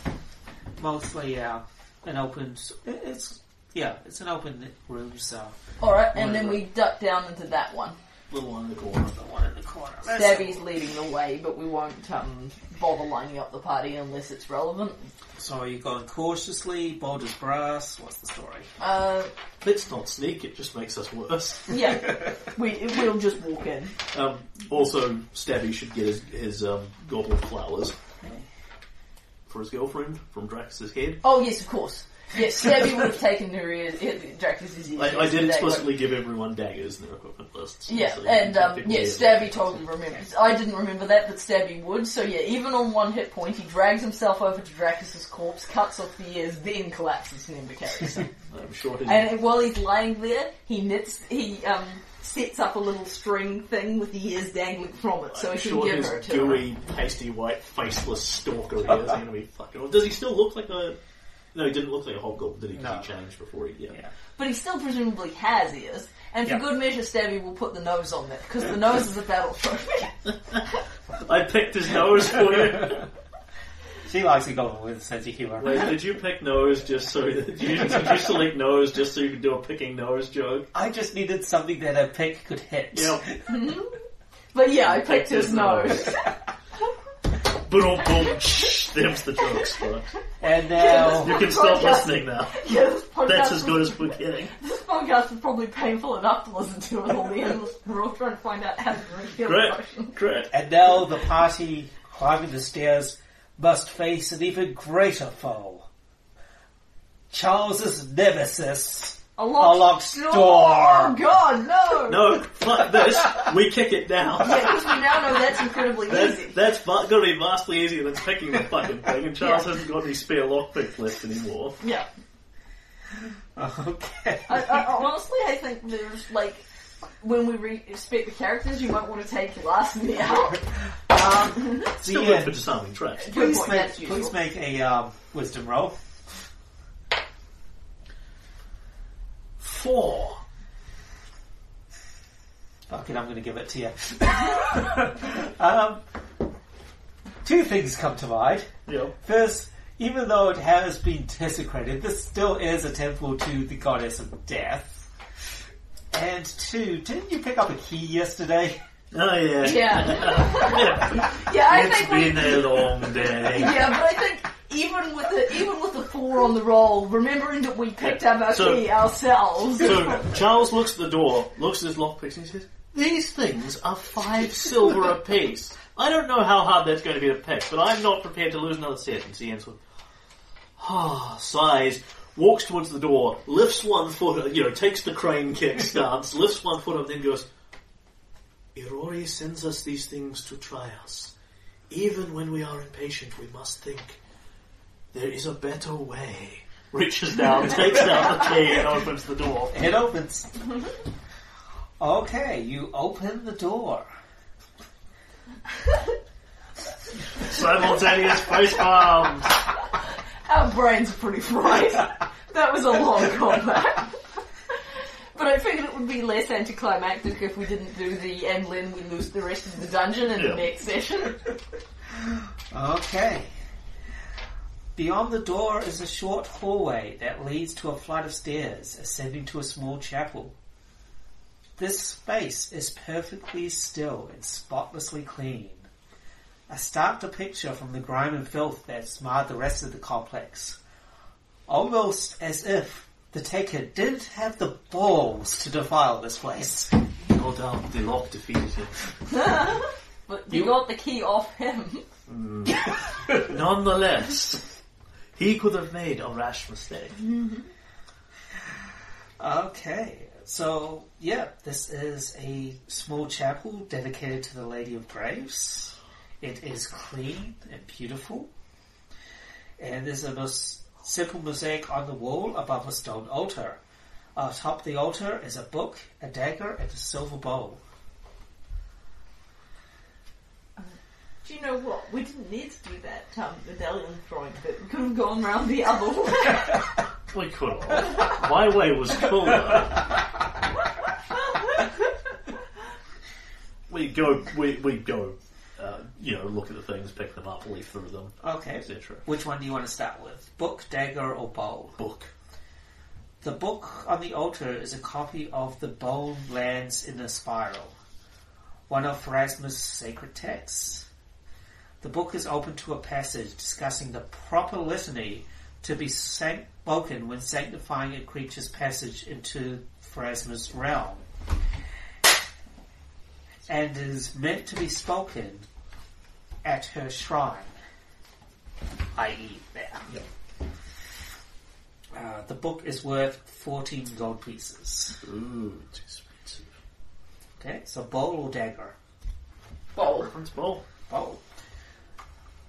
Speaker 2: mostly uh, an open. s- it- It's yeah, it's an open room. So
Speaker 3: All right, and then we duck down into that one.
Speaker 1: Little one in the corner.
Speaker 2: the one in the corner. Let's-
Speaker 3: Stabby's leading the way, but we won't um, bother lining up the party unless it's relevant.
Speaker 2: So are you going cautiously? Bold as brass. What's the story?
Speaker 3: Uh,
Speaker 1: Let's not sneak, it just makes us worse. [laughs]
Speaker 3: yeah, we we'll just walk in.
Speaker 1: Um, also, Stabby should get his, his um, goblet of flowers for his girlfriend from Drax's head.
Speaker 3: Oh yes, of course. Yes, Stabby would have taken her ears, Dracus's ears.
Speaker 1: I, I did
Speaker 3: yesterday,
Speaker 1: explicitly give everyone daggers in their equipment lists.
Speaker 3: but- Yeah,
Speaker 1: so
Speaker 3: and um,
Speaker 1: technically
Speaker 3: yeah,
Speaker 1: it's-
Speaker 3: Stabby totally remembers. I didn't remember that, but Stabby would. So yeah, even on one hit point, he drags himself over to Dracus's corpse, cuts off the ears, then collapses and then carries him.
Speaker 1: I'm sure his
Speaker 3: And while he's lying there, he knits, he um, sets up a little string thing with the ears dangling from it, so
Speaker 1: I'm
Speaker 3: he can
Speaker 1: sure
Speaker 3: give
Speaker 1: his
Speaker 3: her to her.
Speaker 1: gooey, pasty white, faceless stalker here is going to be fucking. Off. Does he still look like a? No, he didn't look like a hobgoblin. Did he? 'Cause
Speaker 2: No.
Speaker 1: He changed before he. Yeah.
Speaker 3: But he still presumably has ears, and for
Speaker 2: Yeah.
Speaker 3: good measure, Stabby will put the nose on that because the nose is a battle trophy.
Speaker 1: I picked his nose for you.
Speaker 2: She likes to go with a sense of humor.
Speaker 1: Wait, did you pick nose just so that you, did you select nose just so you could do a picking nose joke?
Speaker 2: I just needed something that a pick could hit.
Speaker 1: Yeah.
Speaker 3: but yeah, I picked his
Speaker 1: his
Speaker 3: nose.
Speaker 1: Boom, boom, shh. There's the jokes. But
Speaker 2: And now
Speaker 1: you can stop listening now.
Speaker 3: [laughs] yeah, this
Speaker 1: That's
Speaker 3: podcast,
Speaker 1: as good as forgetting.
Speaker 3: this podcast was probably painful enough to listen to with all the endless [laughs] We're all trying to find out how to reveal
Speaker 1: Great,
Speaker 3: emotion.
Speaker 1: great.
Speaker 2: and now the party climbing the stairs must face an even greater foe. Charles's nemesis.
Speaker 3: A locked,
Speaker 2: A locked door.
Speaker 3: Oh god, no!
Speaker 1: No, fuck this. We kick it down.
Speaker 3: Yeah, 'cause we now know that's incredibly easy.
Speaker 1: That's, that's va- going to be vastly easier than picking the fucking thing, and Charles
Speaker 3: Yeah.
Speaker 1: hasn't got any spare lockpick left anymore.
Speaker 3: Yeah.
Speaker 2: [laughs] Okay.
Speaker 3: I, I, honestly, I think there's like when we re- expect the characters, you might want to take your last minute out. Um,
Speaker 1: Still
Speaker 2: Yeah.
Speaker 1: good for disarming traps.
Speaker 3: good
Speaker 2: Please
Speaker 3: point,
Speaker 2: make,
Speaker 3: that's usual.
Speaker 2: please make a um, wisdom roll. Four. Fucking, I'm going to give it to [laughs] you. um, two things come to mind.
Speaker 1: Yeah.
Speaker 2: First, even though it has been desecrated, this still is a temple to the goddess of death. And two, didn't you pick up a key yesterday? [laughs]
Speaker 11: Oh yeah.
Speaker 1: [laughs]
Speaker 3: Yeah. yeah, I
Speaker 11: It's
Speaker 3: think we.
Speaker 11: been a long day.
Speaker 3: Yeah, but I think even with the even with the four on the roll, remembering that we picked up our
Speaker 1: So-
Speaker 3: key ourselves.
Speaker 1: So Charles looks at the door, looks at his lockpicks, and he says, "These things are five silver apiece. I don't know how hard that's going to be to pick, but I'm not prepared to lose another set." And he ends with, "Ah," sighs, walks towards the door, lifts one foot, you know, takes the crane [laughs] kick stance, lifts one foot up, then goes, "Irori sends us these things to try us. Even when we are impatient, we must think there is a better way." Reaches down, takes out the key, and opens the door.
Speaker 2: It opens. okay, you open the door.
Speaker 1: Simultaneous face palm.
Speaker 3: Our brains are pretty fried. that was a long combat. But I figured it would be less anticlimactic if we didn't do the and then we lose the rest of the dungeon in
Speaker 1: Yeah.
Speaker 3: the next
Speaker 2: [laughs]
Speaker 3: session.
Speaker 2: Okay. Beyond the door is a short hallway that leads to a flight of stairs ascending to a small chapel. This space is perfectly still and spotlessly clean. A stark depiction from the grime and filth that marred the rest of the complex. Almost as if the taker didn't have the balls to defile this place.
Speaker 1: No doubt the lock defeated him.
Speaker 3: But we got the key off him.
Speaker 1: Nonetheless, he could have made a rash mistake.
Speaker 2: Okay, so yeah, this is a small chapel dedicated to the Lady of Graves. It is clean and beautiful, and there's a mos- simple mosaic on the wall above a stone altar. Atop the altar is a book, a dagger, and a silver bowl.
Speaker 3: Do you know what? We didn't need to do that um, medallion throwing bit. We could have gone round the other [laughs] way.
Speaker 1: We could have. My way was cooler. we go, we, we go, uh, you know, look at the things, pick them up, leaf through them,
Speaker 2: Okay,
Speaker 1: etc.
Speaker 2: which one do you want to start with? Book, dagger, or bowl?
Speaker 1: Book.
Speaker 2: The book on the altar is a copy of The Bone Lands in a Spiral, one of Erasmus' sacred texts. The book is open to a passage discussing the proper litany to be sanct- spoken when sanctifying a creature's passage into Erasmus' realm, and is meant to be spoken at her shrine, i.e., there. Uh, the book is worth 14 gold pieces.
Speaker 1: Ooh, it's expensive.
Speaker 2: Okay, so bowl or dagger?
Speaker 3: Bowl.
Speaker 1: Reference ball.
Speaker 2: Bowl.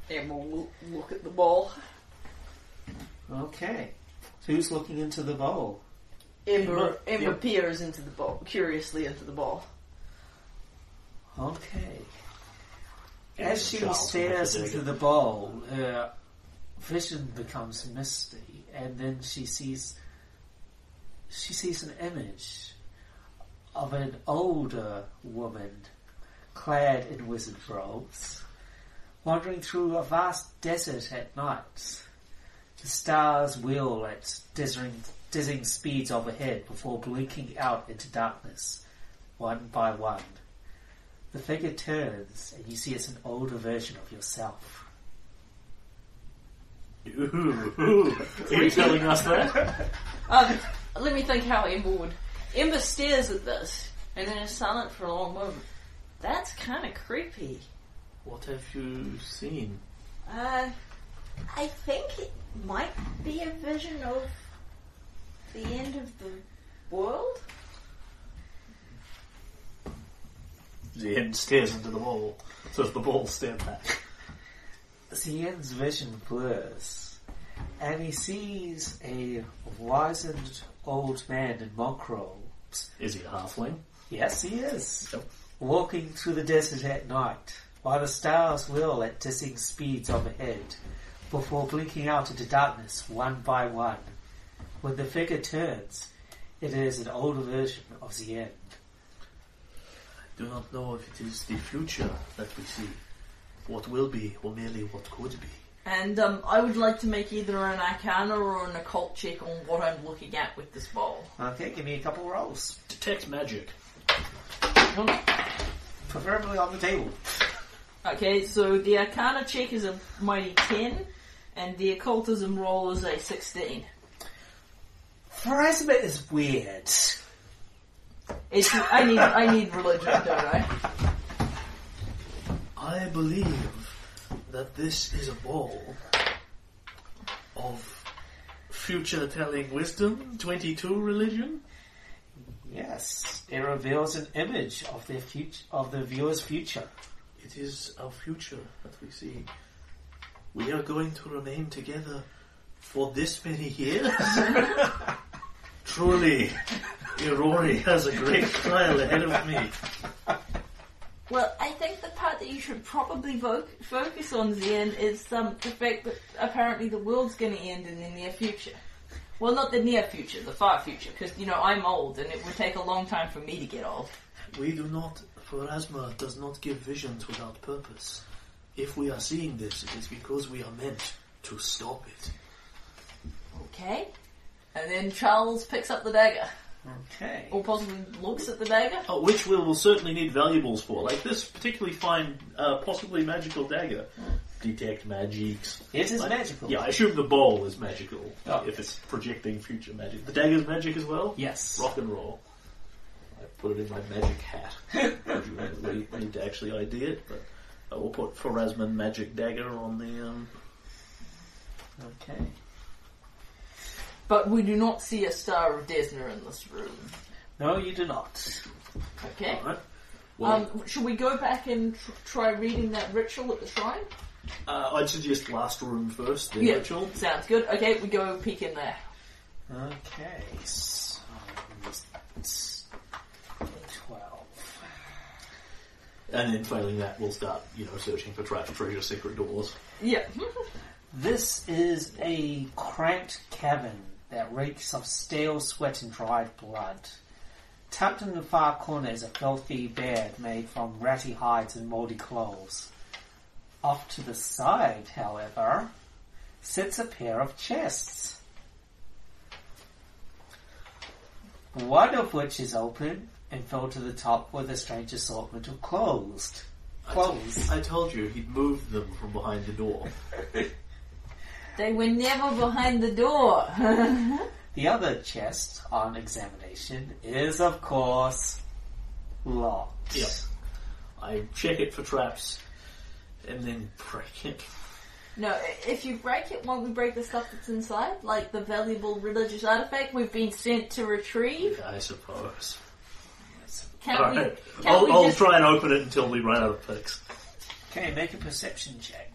Speaker 3: And we'll loo- look at the ball.
Speaker 2: Okay. Who's looking into the bowl?
Speaker 3: Ember,
Speaker 1: Ember,
Speaker 3: Ember
Speaker 1: yeah.
Speaker 3: peers into the ball, curiously into the ball.
Speaker 2: Okay. As she
Speaker 1: Charles
Speaker 2: stares
Speaker 1: will have to dig
Speaker 2: into the bowl, her vision becomes misty, and then she sees she sees an image of an older woman clad in wizard robes, wandering through a vast desert at night. The stars wheel at dizzying, dizzying speeds overhead before blinking out into darkness, one by one. The figure turns, and you see it's an older version of yourself.
Speaker 1: [laughs]
Speaker 2: [laughs]
Speaker 1: Ooh, are you telling us that?
Speaker 3: Um, [laughs] let me think how Ember would. Ember stares at this and then is silent for a long moment. That's kind of creepy.
Speaker 1: What have you seen?
Speaker 12: Uh, I think it might be a vision of the end of the world.
Speaker 1: The end stares into the wall, so if the ball stared back.
Speaker 2: Cian's vision blurs, and he sees a wizened old man in monk robes.
Speaker 1: Is he a halfling?
Speaker 2: Yes, he is.
Speaker 1: Yep.
Speaker 2: Walking through the desert at night, while the stars whirl at dizzying speeds overhead, before blinking out into darkness one by one. When the figure turns, it is an older version of Zien.
Speaker 1: do not know if it is the future that we see, what will be, or merely what could be.
Speaker 3: And um, I would like to make either an arcana or an occult check on what I'm looking at with this bowl.
Speaker 2: Okay, give me a couple rolls.
Speaker 1: Detect magic.
Speaker 2: Preferably on the table.
Speaker 3: Okay, so the arcana check is a mighty 10, and the occultism roll is a 16.
Speaker 2: Phrasma is weird.
Speaker 3: It's, I need I need religion, don't I?
Speaker 13: I believe that this is a ball of future telling wisdom, 22 religion.
Speaker 2: Yes, it reveals an image of their future, of the viewer's future.
Speaker 13: It is our future that we see. We are going to remain together for this many
Speaker 1: [laughs]
Speaker 13: years. Truly, Irori has a great trial ahead of me.
Speaker 3: Well, I think the part that you should probably vo- focus on, Zian, is um, the fact that apparently the world's going to end in the near future. Well, not the near future, the far future, because, you know, I'm old and it would take a long time for me to get old.
Speaker 13: We do not, Pharasma does not give visions without purpose. If we are seeing this, it is because we are meant to stop it.
Speaker 3: Okay? And then Charles picks up the dagger,
Speaker 2: Okay.
Speaker 3: or possibly looks at the dagger.
Speaker 1: Oh, which we will certainly need valuables for, like this particularly fine, uh, possibly magical dagger. Detect magics.
Speaker 2: It is
Speaker 1: Like-
Speaker 2: magical.
Speaker 1: Yeah, I assume the ball is magical
Speaker 2: Oh.
Speaker 1: if it's projecting future magic. The dagger's magic as well.
Speaker 2: Yes.
Speaker 1: Rock and roll. I put it in my magic
Speaker 2: [laughs]
Speaker 1: hat. Would you really need to actually ID it? But I will put Pharasman magic dagger on the. Um,
Speaker 2: Okay.
Speaker 3: But we do not see a Star of Desna in this room.
Speaker 2: No, you do not.
Speaker 3: Okay?
Speaker 1: alright. Well,
Speaker 3: Um, should we go back and tr- try reading that ritual at the shrine?
Speaker 1: uh, I'd suggest last room first, then
Speaker 3: Yeah.
Speaker 1: ritual.
Speaker 3: Sounds good. Okay, we go peek in there.
Speaker 2: Okay. So, it's twelve.
Speaker 1: And then failing that, we'll start, you know, searching for trapped treasure, secret doors.
Speaker 3: Yeah. [laughs]
Speaker 2: This is a cramped cabin that reeks of stale sweat and dried blood. Tucked in the far corner is a filthy bed made from ratty hides and mouldy clothes. Off to the side, however, sits a pair of chests. One of which is open and filled to the top with a strange assortment of closed. Clothes.
Speaker 1: I told you he'd moved them from behind the door.
Speaker 3: They were never behind the door. [laughs]
Speaker 2: The other chest on examination is, of course, locked.
Speaker 1: Yep. I check it for traps and then break it.
Speaker 3: no, i- if you break it, won't we break the stuff that's inside? Like the valuable religious artifact we've been sent to retrieve?
Speaker 1: I suppose.
Speaker 3: Can't
Speaker 1: Alright.
Speaker 3: we, can't
Speaker 1: I'll,
Speaker 3: we
Speaker 1: I'll
Speaker 3: just...
Speaker 1: try and open it until we run out of picks.
Speaker 2: Okay, make a perception check.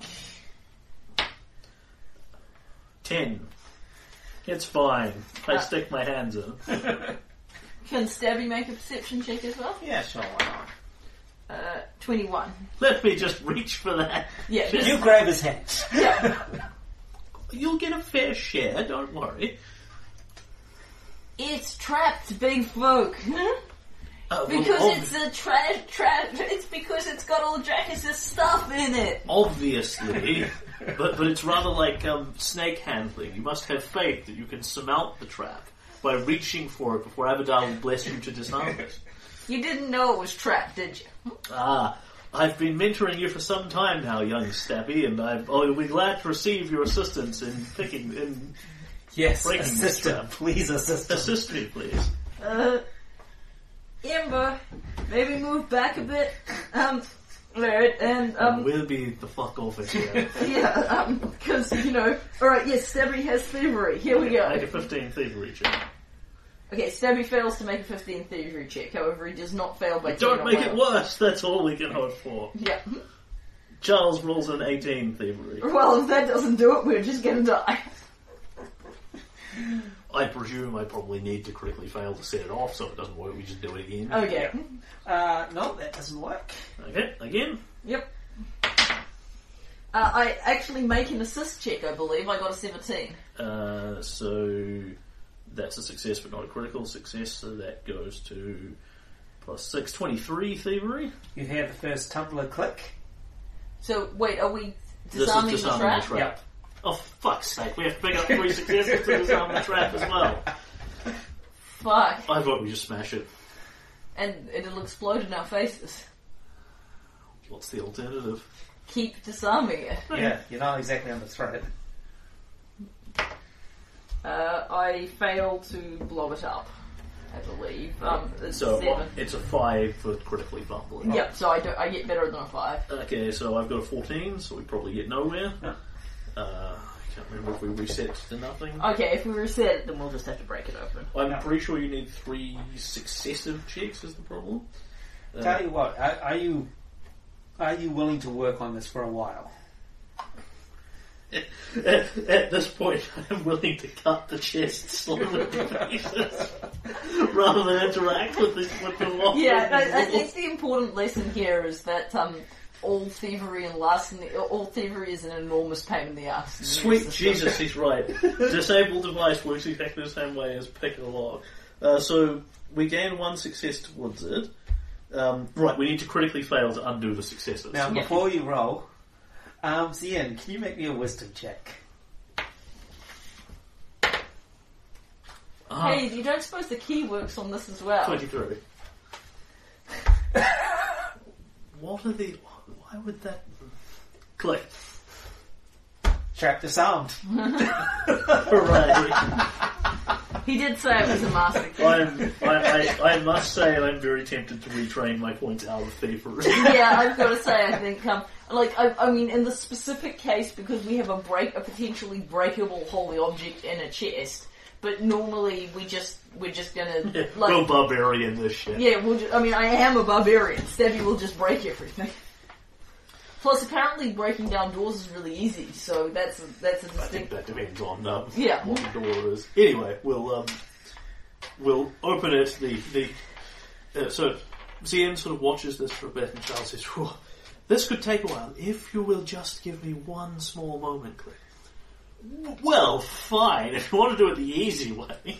Speaker 1: Ten. It's fine. I
Speaker 3: Ah.
Speaker 1: stick my hands in.
Speaker 3: Can Stabby make a perception check as well?
Speaker 2: Yeah, sure, why
Speaker 3: Uh, 21.
Speaker 1: Let me just reach for that.
Speaker 3: Yeah,
Speaker 2: not?
Speaker 3: just-
Speaker 2: You grab his hand.
Speaker 1: [laughs] You'll get a fair share, don't worry.
Speaker 3: it's trapped, big folk.
Speaker 1: Uh, well,
Speaker 3: because
Speaker 1: ob-
Speaker 3: it's a trap, trap. It's because it's got all Dracus's stuff in it.
Speaker 1: obviously, but but it's rather like um, snake handling. You must have faith that you can surmount the trap by reaching for it before Abadar will bless you to disarm it.
Speaker 3: You didn't know it was trapped, did you?
Speaker 1: Ah, I've been mentoring you for some time now, young Stappy, and I oh, will be glad to receive your assistance in picking in
Speaker 2: Yes,
Speaker 1: Breaking this
Speaker 2: assist him.
Speaker 1: trap.
Speaker 2: Please assist him.
Speaker 1: assist me, please.
Speaker 3: Uh, Ember, maybe move back a bit. Um, Laird, and,
Speaker 1: And
Speaker 3: um,
Speaker 1: we'll be the fuck off of here.
Speaker 3: [laughs] yeah, um 'cause because, you know, alright, yes, Stabby has thievery. Here we
Speaker 1: Make
Speaker 3: go.
Speaker 1: a fifteen thievery check.
Speaker 3: Okay, Stabby fails to make a 15 thievery check, however, he does not fail by
Speaker 1: Don't
Speaker 3: doing
Speaker 1: make it
Speaker 3: a roll.
Speaker 1: worse. That's all we can hope for.
Speaker 3: Yeah.
Speaker 1: Charles rolls an eighteen thievery.
Speaker 3: [laughs] Well, if that doesn't do it, we're just gonna die.
Speaker 1: I presume I probably need to critically fail to set it off, so it doesn't work. We just do it again.
Speaker 3: Okay.
Speaker 2: Uh, no, that doesn't work.
Speaker 1: Okay, again.
Speaker 3: Yep. Uh, I actually make an assist check, I believe. I got a 17.
Speaker 1: Uh, so that's a success, but not a critical success. So that goes to plus six, 23 thievery.
Speaker 2: You hear the first tumbler click.
Speaker 3: So, wait, are we Disarming the
Speaker 1: this is disarming
Speaker 3: trap?
Speaker 1: the trap.
Speaker 2: Yep.
Speaker 14: Oh, fuck's sake, we have to pick up three successes to disarm the trap as well.
Speaker 3: Fuck.
Speaker 1: I vote we just smash it.
Speaker 3: And it'll explode in our faces.
Speaker 1: What's the alternative?
Speaker 3: Keep disarming it.
Speaker 2: Yeah, you're not exactly on the thread.
Speaker 3: Uh, I failed to blow it up, I believe. Um, it's
Speaker 1: So
Speaker 3: seven.
Speaker 1: what- it's a five for critically fumbling.
Speaker 3: Yep, so I, do, I get better than a five.
Speaker 1: Okay, so I've got a 14, so we probably get nowhere. Uh, I can't remember if we reset to nothing.
Speaker 3: Okay, if we reset it, then we'll just have to break it open.
Speaker 2: Oh.
Speaker 1: I'm pretty sure you need three successive checks is the problem. Uh,
Speaker 2: Tell you what, are, are you are you willing to work on this for a while?
Speaker 1: at, at this point, [laughs] I'm willing to cut the chest slowly to pieces [laughs] rather than interact with the, with the wall.
Speaker 3: Yeah, I, I think the important lesson here is that um, all thievery and larceny, all thievery is an enormous pain in the ass.
Speaker 1: Sweet Jesus, he's right. Disable device works exactly the same way as pick a lock. Uh, so we gain one success towards it. Um, right, we need to critically fail to undo the successes.
Speaker 2: Now,
Speaker 3: Yeah.
Speaker 2: before you roll, um, Zian, can you make me a wisdom check?
Speaker 1: Ah,
Speaker 3: Hey, you don't suppose the key works on this as well?
Speaker 1: 23. what are the. Why would that. Click. [laughs]
Speaker 2: Trap disarmed.
Speaker 1: Hooray.
Speaker 3: He did say it was a master key.
Speaker 1: I'm, [laughs] I, I, I must say I'm very tempted to retrain my points out of [laughs] favour.
Speaker 3: yeah, I've got to say, I think, um, like, I, I mean, in the specific case, because we have a break, a potentially breakable holy object in a chest, but normally we just, we're just gonna,
Speaker 1: Yeah,
Speaker 3: like,
Speaker 1: Go barbarian this shit.
Speaker 3: yeah, we'll just, I mean, I am a barbarian. Stabby will just break everything. [laughs] Plus, apparently breaking down doors is really easy, so that's, that's a
Speaker 1: I think
Speaker 3: distinct,
Speaker 1: that depends on um,
Speaker 3: Yeah.
Speaker 1: what the door is. Anyway, we'll um, we'll open it. The the uh, so Zien sort of watches this for a bit, and Charles says, "Phew, "This could take a while. If you will just give me one small moment, Cliff." Well, fine. If you want to do it the easy way,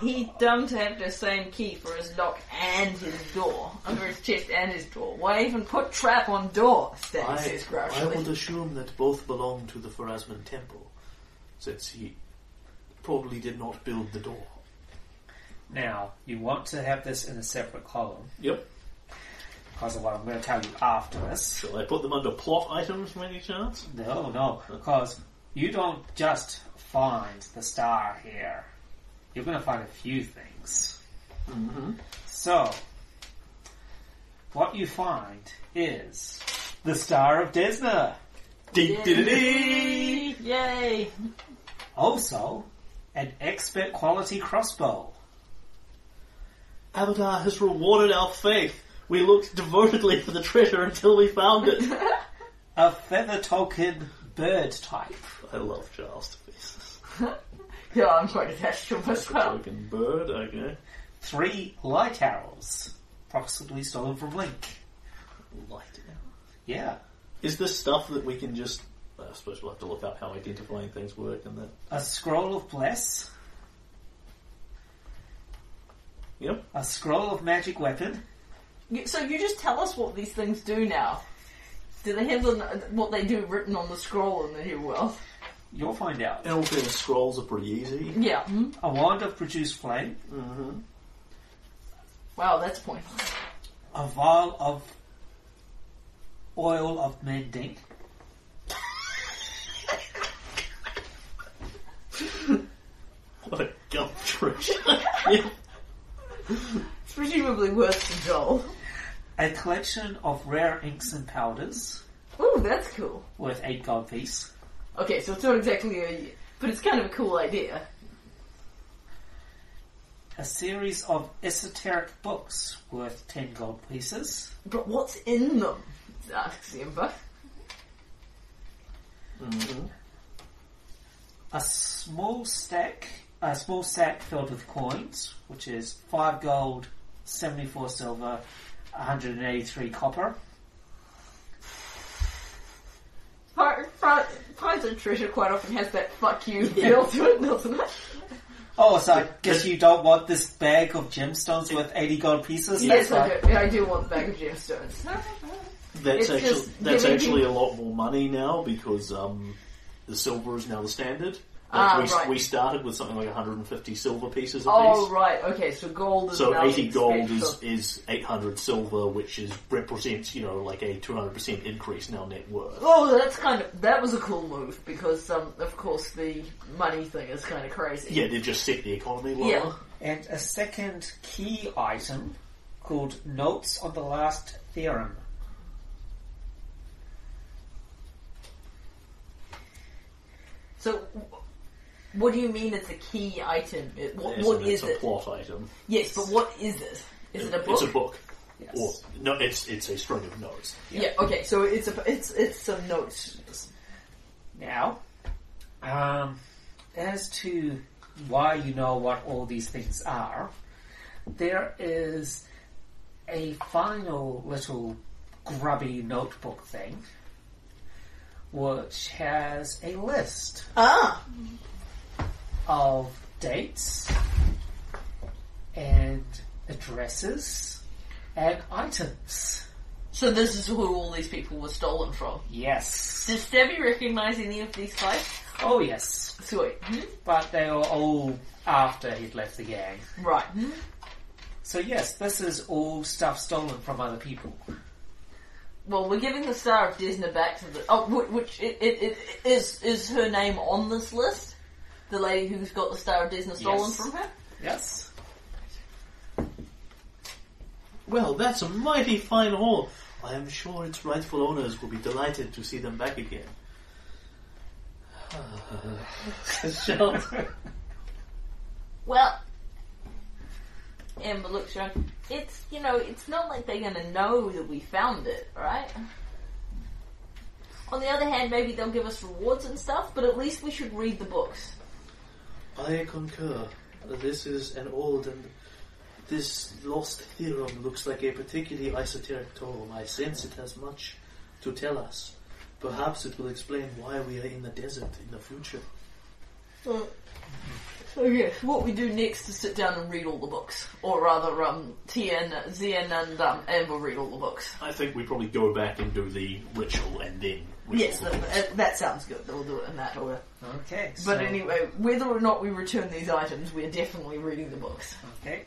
Speaker 3: he dumb to have the same key for his lock and his door, under his chest and his door. Why even put trap on door? Stabby
Speaker 1: I,
Speaker 3: says
Speaker 1: I
Speaker 3: grouchily.
Speaker 1: would assume that both belong to the Pharasman temple, since he probably did not build the door.
Speaker 2: Now, you want to have this in a separate column
Speaker 1: Yep.
Speaker 2: because of what I'm going to tell you after this.
Speaker 1: Shall I put them under plot items, by any chance?
Speaker 2: No, no, because you don't just find the star here. You're going to find a few things. Mm-hmm. So, what you find is the Star of Desna.
Speaker 1: Dee dee dee dee.
Speaker 3: Yay!
Speaker 2: Also, an expert quality crossbow.
Speaker 1: Abadar has rewarded our faith. We looked devotedly for the treasure until we found it.
Speaker 2: A feather token bird type.
Speaker 1: [laughs] I love Charles to [laughs] pieces.
Speaker 3: Yeah, I'm quite attached to him as well.
Speaker 1: Token bird, okay.
Speaker 2: Three light arrows. Possibly stolen from Link.
Speaker 1: Light arrow.
Speaker 2: Yeah.
Speaker 1: Is this stuff that we can just. I suppose we'll have to look up how identifying things work and that.
Speaker 2: A scroll of bless.
Speaker 1: Yep.
Speaker 2: A scroll of magic weapon.
Speaker 3: You- So you just tell us what these things do now. Do they have the, what they do written on the scroll in the new world?
Speaker 2: You'll find out.
Speaker 1: Elven scrolls are pretty easy.
Speaker 3: Yeah. Hmm?
Speaker 2: A wand of produced flame.
Speaker 1: Mm-hmm.
Speaker 3: Wow, that's pointless.
Speaker 2: A vial of oil of mending.
Speaker 1: What a gum
Speaker 3: [laughs]
Speaker 1: treasure.
Speaker 3: It's presumably worse than Joel.
Speaker 2: A collection of rare inks and powders
Speaker 3: Ooh, that's cool.
Speaker 2: worth eight gold piece.
Speaker 3: Okay, so it's not exactly a, but it's kind of a cool idea.
Speaker 2: A series of esoteric books worth ten gold pieces.
Speaker 3: But what's in them? Asks Ember.
Speaker 2: a small stack, a small sack filled with coins, which is five gold, seventy-four silver, one hundred and eighty-three copper.
Speaker 3: Pri- pri- Prize and treasure quite often has that "fuck you" feel to it, doesn't it?
Speaker 2: Oh, so I guess you don't want this bag of gemstones worth eighty gold pieces.
Speaker 3: yes,
Speaker 2: That's
Speaker 3: I do. I do want the bag of gemstones.
Speaker 15: That's
Speaker 3: It's
Speaker 15: actually
Speaker 3: just
Speaker 15: that's
Speaker 3: giving
Speaker 15: actually
Speaker 3: people-
Speaker 15: a lot more money now because um, the silver is now the standard. Like
Speaker 3: Ah,
Speaker 15: we,
Speaker 3: right.
Speaker 15: we started with something like 150 silver pieces a
Speaker 3: Oh
Speaker 15: piece.
Speaker 3: right, okay. So gold is
Speaker 15: So
Speaker 3: now
Speaker 15: 80 gold
Speaker 3: expected
Speaker 15: is,
Speaker 3: for-
Speaker 15: is 800 silver, which is represents you know like a 200 percent increase in our net worth.
Speaker 3: Oh, that's kind of that was a cool move because um, of course the money thing is kind of crazy.
Speaker 15: Yeah, they just set the economy lower.
Speaker 3: Yeah.
Speaker 2: And a second key item called Notes on the Last Theorem.
Speaker 3: So, wh- what do you mean it's a key item? It, what
Speaker 15: As
Speaker 3: what
Speaker 15: in it's
Speaker 3: is
Speaker 15: a
Speaker 3: it?
Speaker 15: plot item.
Speaker 3: Yes, but what is it? Is it a book?
Speaker 15: It's a book.
Speaker 2: Yes.
Speaker 15: Or no, it's it's a string of notes.
Speaker 3: Yeah. Okay. So it's a it's it's some notes.
Speaker 2: Now, um, as to why you know what all these things are, there is a final little grubby notebook thing which has a list
Speaker 16: Ah,
Speaker 2: of dates and addresses and items.
Speaker 3: So this is who all these people were stolen from.
Speaker 2: Yes.
Speaker 3: Does Debbie recognize any of these guys?
Speaker 2: Oh, yes.
Speaker 3: Sweet. Hmm?
Speaker 2: But they were all after he'd left the gang.
Speaker 3: Right. Hmm?
Speaker 2: So yes, this is all stuff stolen from other people.
Speaker 3: Well, we're giving the Star of Desna back to the. Oh, wh- which it, it, it is is her name on this list? The lady who's got the Star of Desna stolen
Speaker 2: Yes.
Speaker 3: from her. [laughs]
Speaker 2: Yes.
Speaker 1: Well, that's a mighty fine haul. I am sure its rightful owners will be delighted to see them back
Speaker 3: [sighs]
Speaker 1: again. Shall-
Speaker 3: Well, Amber looks around. It's you know, it's not like they're gonna know that we found it, right? On the other hand, maybe they'll give us rewards and stuff, but at least we should read the books.
Speaker 1: I concur. This is an old and this lost theorem looks like a particularly esoteric tome. I sense it has much to tell us. Perhaps it will explain why we are in the desert in the future.
Speaker 3: So yes, what we do next is sit down and read all the books, or rather, um, Tien, Zien, and um, Amber read all the books.
Speaker 15: I think we probably go back and do the ritual and then. we
Speaker 3: Yes, that, uh, that sounds good. We'll do it in that order.
Speaker 2: Okay.
Speaker 3: But
Speaker 2: so-
Speaker 3: anyway, whether or not we return these items, we're definitely reading the books.
Speaker 2: Okay.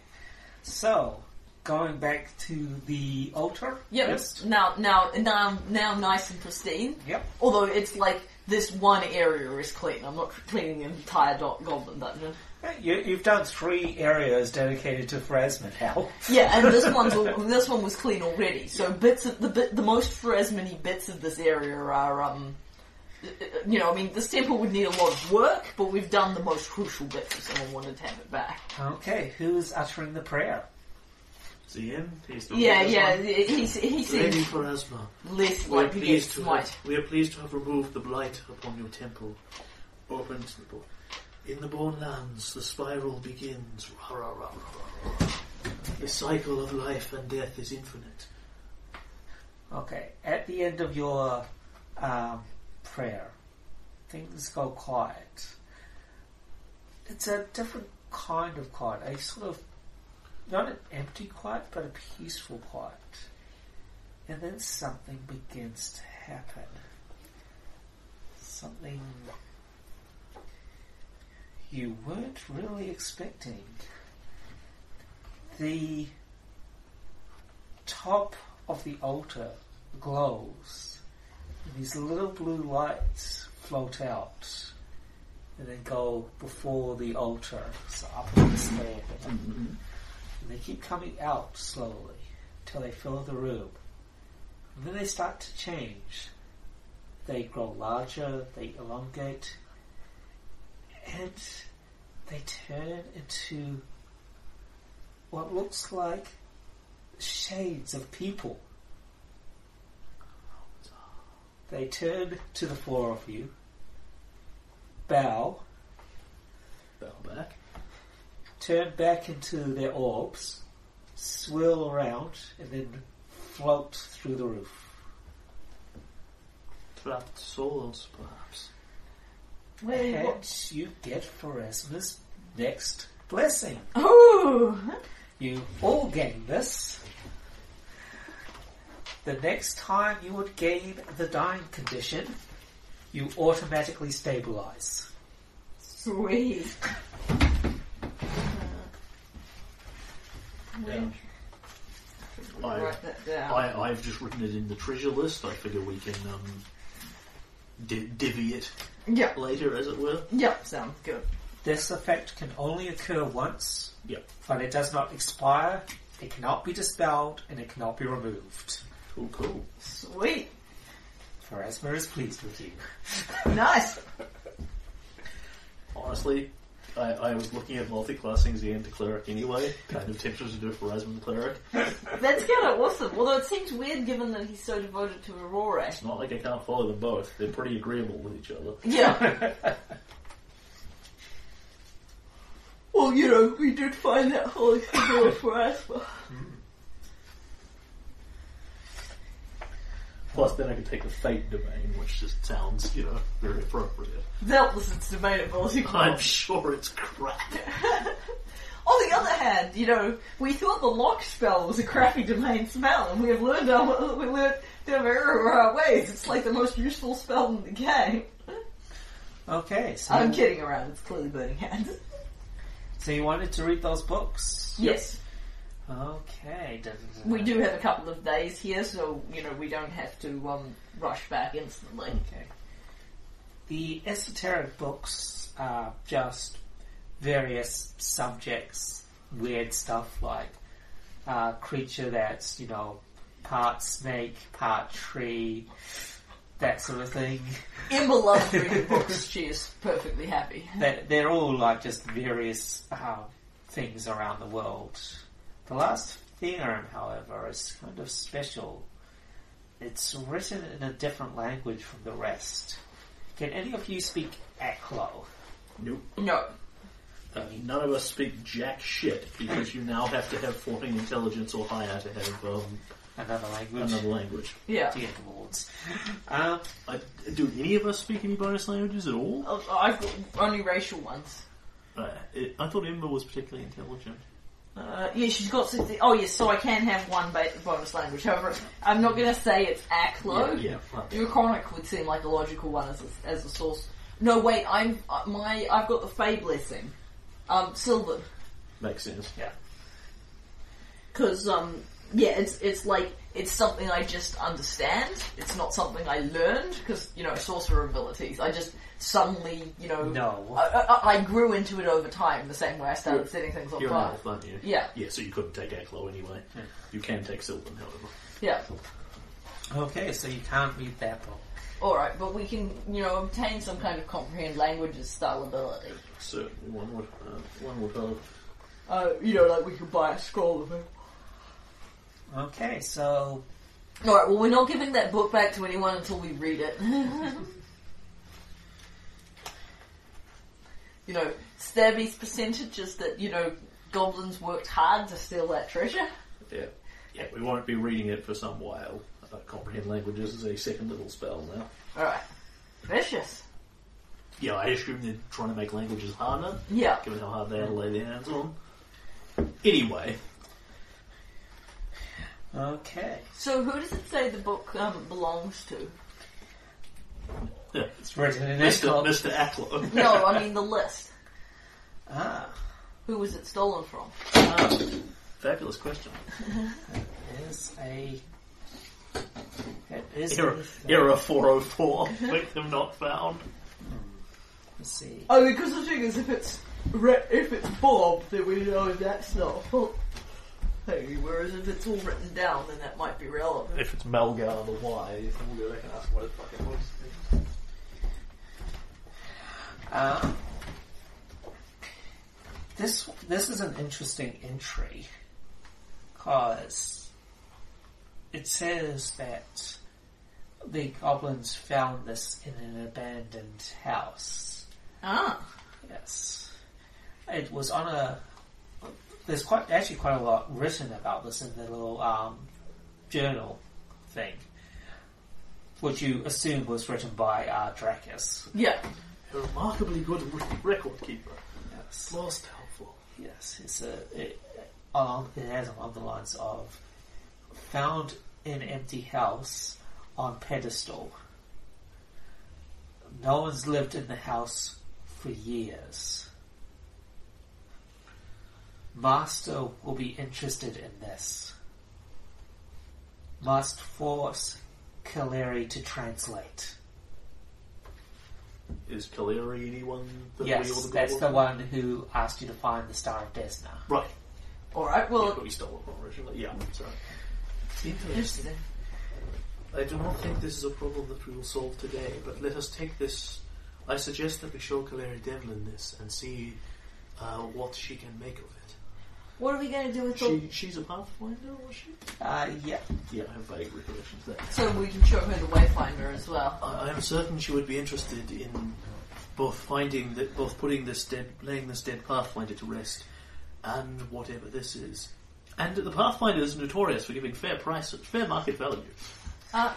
Speaker 2: So going back to the altar.
Speaker 3: Yep.
Speaker 2: Yes.
Speaker 3: Now, now, now, now, nice and pristine.
Speaker 2: Yep.
Speaker 3: Although it's like this one area is clean. I'm not cleaning the entire do- Goblin Dungeon.
Speaker 2: You, you've done three areas dedicated to Phrasman
Speaker 3: [laughs]
Speaker 2: now.
Speaker 3: Yeah, and this one's al- [laughs] this one was clean already. So bits of the bit, the most Phrasmany bits of this area are um. uh, uh, You know, I mean, this temple would need a lot of work, but we've done the most crucial bit if someone wanted to have it back.
Speaker 2: Okay. Who's uttering the prayer?
Speaker 1: See him? He's the
Speaker 3: Yeah,
Speaker 1: oldest
Speaker 3: yeah,
Speaker 1: one.
Speaker 3: he, he
Speaker 1: Lady
Speaker 3: seems
Speaker 1: Pharasma,
Speaker 3: less
Speaker 1: we are,
Speaker 3: likely to
Speaker 1: pleased
Speaker 3: get
Speaker 1: to
Speaker 3: might.
Speaker 1: have, we are pleased to have removed the blight upon your temple. Opened the book. In the born lands, the spiral begins. Rah, rah, rah, rah, rah, rah. The cycle of life and death is infinite.
Speaker 2: Okay. At the end of your um, prayer, things go quiet. It's a different kind of quiet. A sort of not an empty quiet, but a peaceful quiet. And then something begins to happen. Something you weren't really expecting. The top of the altar glows, and these little blue lights float out and then go before the altar, so up on the stand.
Speaker 1: Mm-hmm.
Speaker 2: And they keep coming out slowly till they fill the room. And then they start to change. They grow larger, they elongate, and they turn into what looks like shades of people. They turn to the four of you, bow,
Speaker 15: Bow back.
Speaker 2: turn back into their orbs, swirl around, and then float through the roof.
Speaker 1: Trapped souls, perhaps.
Speaker 3: [laughs]
Speaker 2: Perhaps you get Pharasma's next blessing.
Speaker 3: Oh,
Speaker 2: You all gain this.
Speaker 17: The next time you would gain the dying condition, you automatically stabilize.
Speaker 3: Sweet.
Speaker 1: Yeah. I-
Speaker 3: Write that down.
Speaker 1: Um, I, I've just written it in the treasure list. I figure we can um, di- divvy it
Speaker 3: Yeah.
Speaker 1: later, as it were.
Speaker 3: Yep, sounds good.
Speaker 2: This effect can only occur once,
Speaker 1: Yep.
Speaker 2: but it does not expire, it cannot be dispelled, and it cannot be removed.
Speaker 1: Cool, cool.
Speaker 3: Sweet.
Speaker 2: Pharasma is pleased with you.
Speaker 3: Nice.
Speaker 1: Honestly, I, I was looking at multi-classing Zen to cleric anyway. Kind of tempted to do it for Asmund cleric.
Speaker 3: That's kind of awesome. Although it seems weird given that he's so devoted to Aurora.
Speaker 1: It's not like I can't follow them both. They're pretty agreeable with each other.
Speaker 3: Yeah. [laughs] well, you know, we did find that holy symbol for us. but-
Speaker 1: Plus, then I could take the fate domain, which just sounds, you know, very appropriate. [laughs]
Speaker 3: Doubtless it's debatable. you
Speaker 1: I'm
Speaker 3: can't-
Speaker 1: sure it's crap.
Speaker 3: On the other hand, you know, we thought the lock spell was a crappy domain spell, and we have learned our we learned the error of our ways. It's like the most useful spell in the game.
Speaker 2: Okay, so
Speaker 3: I'm kidding around. It's clearly burning hands.
Speaker 2: so you wanted to read those books?
Speaker 3: Yes,
Speaker 2: Okay. da- da- da-
Speaker 3: we
Speaker 2: da.
Speaker 3: do have a couple of days here, so you know we don't have to um, rush back instantly.
Speaker 2: Okay. The esoteric books are just various subjects, weird stuff like uh, creature that's, you know, part snake, part tree, that sort of thing. [laughs]
Speaker 3: Emma loves reading books. She is perfectly happy.
Speaker 2: They're, they're all like just various uh, things around the world. The last theorem, however, is kind of special. It's written in a different language from the rest. Can any of you speak Aklo?
Speaker 1: Nope.
Speaker 3: No,
Speaker 1: Uh, none of us speak jack shit because you now have to have 14 intelligence or higher to have um,
Speaker 2: Another language?
Speaker 1: another language.
Speaker 3: yeah,
Speaker 2: Dear lords. Um,
Speaker 1: I, do any of us speak any bonus languages at all?
Speaker 3: I- I've got only racial ones.
Speaker 1: Uh, it, I thought Ember was particularly intelligent.
Speaker 3: Uh, yeah, she's got. sixty- Oh, yes. So I can have one ba- bonus language. However, I'm not going to say it's Aklo.
Speaker 1: Yeah, fuck.
Speaker 3: Draconic would seem like a logical one as a, as a source. No, wait. I'm uh, my. I've got the Fey blessing. Um, Sylvan.
Speaker 1: Makes sense.
Speaker 2: yeah.
Speaker 3: Because um, yeah, it's it's like it's something I just understand. It's not something I learned because you know sorcerer abilities. I just suddenly you know
Speaker 2: No.
Speaker 3: I, I, I grew into it over time the same way I started setting things on
Speaker 1: You're an
Speaker 3: fire.
Speaker 1: elf, aren't you?
Speaker 3: Yeah.
Speaker 1: Yeah, so you couldn't take Aklo anyway. You can take Sylvan, however.
Speaker 3: Yeah.
Speaker 2: Okay, so you can't read that book.
Speaker 3: Alright, but we can, you know, obtain some kind of comprehend languages style ability.
Speaker 1: So one would, uh, one would hope.
Speaker 3: Uh, you know, like we could buy a scroll of it.
Speaker 2: Okay, so
Speaker 3: Alright, well, we're not giving that book back to anyone until we read it. [laughs] you know, Stabby's percentage is that, you know, goblins worked hard to steal that treasure.
Speaker 1: Yeah. Yeah, we won't be reading it for some while. Uh, comprehend languages is a second little spell now.
Speaker 3: Alright. Vicious.
Speaker 1: Yeah, I assume they're trying to make languages harder,
Speaker 3: Yeah.
Speaker 1: given how hard they are to lay their hands on. Anyway, [laughs]
Speaker 2: okay,
Speaker 3: So who does it say the book um, belongs to?
Speaker 1: yeah,
Speaker 2: it's written in
Speaker 1: Mr.
Speaker 2: Aklo.
Speaker 1: Mr. Ackler.
Speaker 3: No, [laughs] I mean the list.
Speaker 2: Ah,
Speaker 3: Who was it stolen from?
Speaker 1: Ah, [laughs] fabulous question.
Speaker 2: there's a. It is.
Speaker 1: Error,
Speaker 2: a-
Speaker 1: error 404. Victim not found.
Speaker 2: Let's see.
Speaker 3: Oh, because the thing is, if it's re- if it's Bob, then we know that's not Bob. Hey, whereas if it's all written down, then that might be relevant.
Speaker 1: If it's Melgar the Y, then we'll go back and ask what it fucking was.
Speaker 2: Um, this this is an interesting entry because it says that the goblins found this in an abandoned house.
Speaker 3: Ah,
Speaker 2: Yes. It was on a. There's quite actually quite a lot written about this in the little um, journal thing, which you assume was written by uh, Dracus.
Speaker 3: yeah.
Speaker 1: A remarkably good re- record keeper.
Speaker 2: Yes.
Speaker 1: Most helpful.
Speaker 2: um, Yes, it's a it, along, it has along the lines of found an empty house on pedestal. No one's lived in the house for years. Master will be interested in this. Must force Kaleri to translate.
Speaker 18: Is Kaleri anyone that we all
Speaker 2: yes,
Speaker 18: the
Speaker 2: that's the one who asked you to find the Star of Desna.
Speaker 18: Right.
Speaker 3: Alright,
Speaker 18: Yeah,
Speaker 3: well,
Speaker 18: but we stole it originally. Yeah, that's right.
Speaker 3: interesting.
Speaker 1: I do not think this is a problem that we will solve today, but let us take this. I suggest that we show Kaleri Devlin this and see uh, what she can make of it.
Speaker 19: What are we going to do with all
Speaker 1: She, she's a pathfinder, was she?
Speaker 2: Uh, yeah.
Speaker 18: Yeah, I have vague recollections there.
Speaker 3: So we can show her the Wayfinder as well.
Speaker 1: I, I'm certain she would be interested in both finding that, both putting this dead, laying this dead Pathfinder to rest, and whatever this is. And the Pathfinder is notorious for giving fair price, fair market value.
Speaker 19: Uh,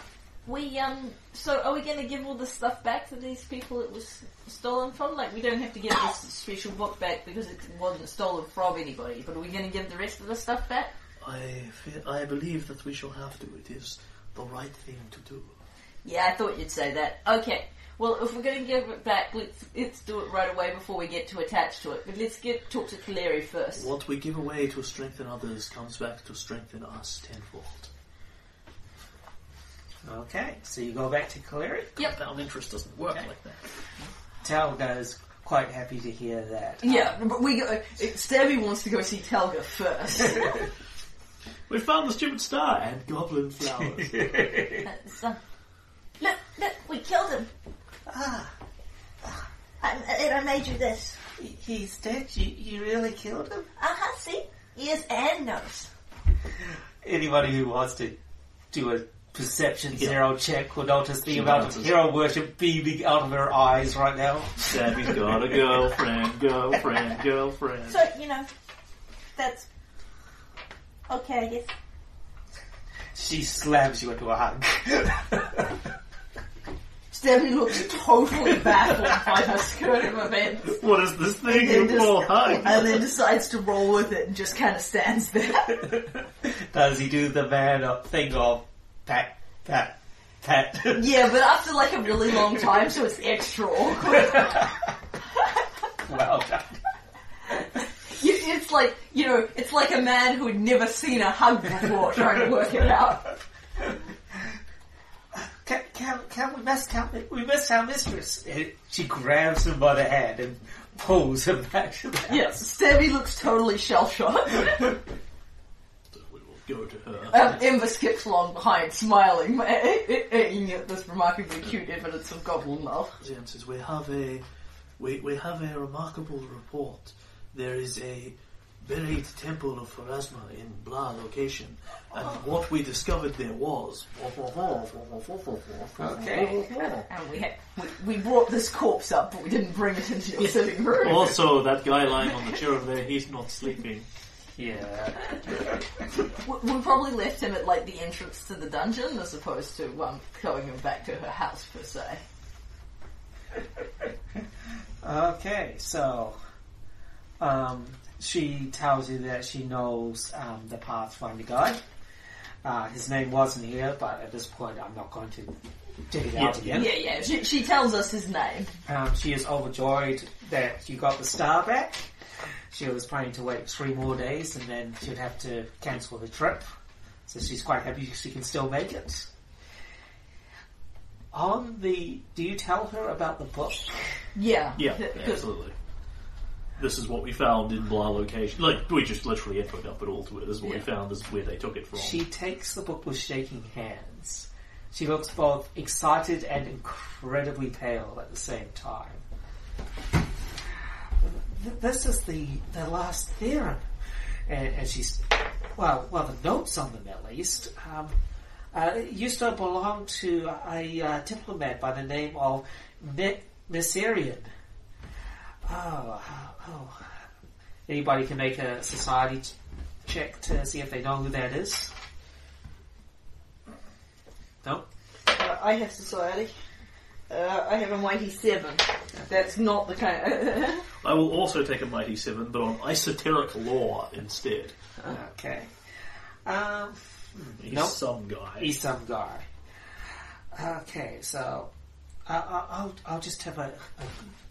Speaker 19: we um. So are we going to give all this stuff back to these people it was stolen from? Like we don't have to give this special book back because it wasn't stolen from anybody. But are we going to give the rest of the stuff back?
Speaker 1: I, fe- I believe that we shall have to. It is the right thing to do.
Speaker 19: Yeah, I thought you'd say that. Okay. Well, if we're going to give it back, let's let's do it right away before we get too attached to it. But let's get talk to Kaleri first.
Speaker 1: What we give away to strengthen others comes back to strengthen us tenfold.
Speaker 2: Okay, so you go back to Kaleri.
Speaker 1: Compound interest doesn't work like that.
Speaker 2: Talga is quite happy to hear that. [laughs]
Speaker 3: Yeah, but we go. uh, Stabby wants to go see
Speaker 2: [laughs]
Speaker 3: Telga first.
Speaker 1: We found the stupid star and goblin flowers.
Speaker 3: [laughs]
Speaker 19: That's, uh, look, look, we killed him. Ah. I, and I made you this.
Speaker 2: He's dead. You, you really killed him?
Speaker 19: Uh-huh, see? Ears and nose.
Speaker 2: Anybody who wants to do a perception zero check will notice the amount of hero worship beaming out of her eyes right now.
Speaker 18: Savvy's got a girlfriend, girlfriend, girlfriend.
Speaker 19: So, you know, that's... Okay, I guess.
Speaker 2: She slams you into a [laughs] hug.
Speaker 3: Stabby looks totally baffled by her skirt of events.
Speaker 18: What is this thing?
Speaker 3: And
Speaker 18: You
Speaker 3: just-
Speaker 18: poor hug.
Speaker 3: And then decides to roll with it and just kind of stands there.
Speaker 2: Does he do the man up thing of pat, pat, pat? [laughs]
Speaker 3: yeah, but after like a really long time, so it's extra awkward.
Speaker 2: well done.
Speaker 3: You- It's like, you know, it's like a man who had never seen a hug before trying to work it out.
Speaker 2: Can, can, can we miss count, we miss our mistress? And She grabs him by the hand and pulls him back to the house.
Speaker 3: Yes, Stabby looks totally shell shocked.
Speaker 18: We will go to her.
Speaker 3: Um, Ember skips along behind, smiling, [laughs] at this remarkably cute evidence of goblin love.
Speaker 1: Says, we have a we, we have a remarkable report. There is a buried temple of Pharasma in Blah location, and
Speaker 2: Oh.
Speaker 1: what we discovered there was.
Speaker 2: Okay.
Speaker 3: And we, had, we we brought this corpse up, but we didn't bring it into your sitting room.
Speaker 1: Also, that guy lying on the chair over there, he's not sleeping.
Speaker 2: Yeah.
Speaker 3: We we probably left him at like the entrance to the dungeon as opposed to um, going him back to her house per se.
Speaker 2: Okay, so um, she tells you that she knows um, the Pathfinder guide. Uh, his name wasn't here, but at this point, I'm not going to dig it out again.
Speaker 3: Yeah, yeah. She, she tells us his name.
Speaker 2: Um, she is overjoyed that you got the star back. She was planning to wait three more days and then she'd have to cancel her trip. So she's quite happy she can still make it. On the, do you tell her about the book?
Speaker 3: Yeah.
Speaker 2: [laughs]
Speaker 18: Yeah,
Speaker 3: Th- th-
Speaker 18: absolutely. This is what we found in blah location. Like we just literally echoed up it all to her. This is what we
Speaker 3: Yeah.
Speaker 18: found. This is where they took it from.
Speaker 2: She takes the book with shaking hands. She looks both excited and incredibly pale at the same time. Th- This is the, the last theorem. And, and she's, well, well, the notes on them at least. Um, uh, it used to belong to a uh, diplomat by the name of Net Messerian. Oh, oh. Anybody can make a society ch- check to see if they know who that is. No?
Speaker 19: Uh, I have society. Uh, I have a mighty seven.
Speaker 3: That's not the kind.
Speaker 19: [laughs]
Speaker 18: I will also take a mighty seven, but on esoteric law instead.
Speaker 2: Okay. Um,
Speaker 1: He's
Speaker 2: Nope.
Speaker 1: some guy.
Speaker 2: [laughs] He's some guy. Okay, so I, I, I'll I'll just have a,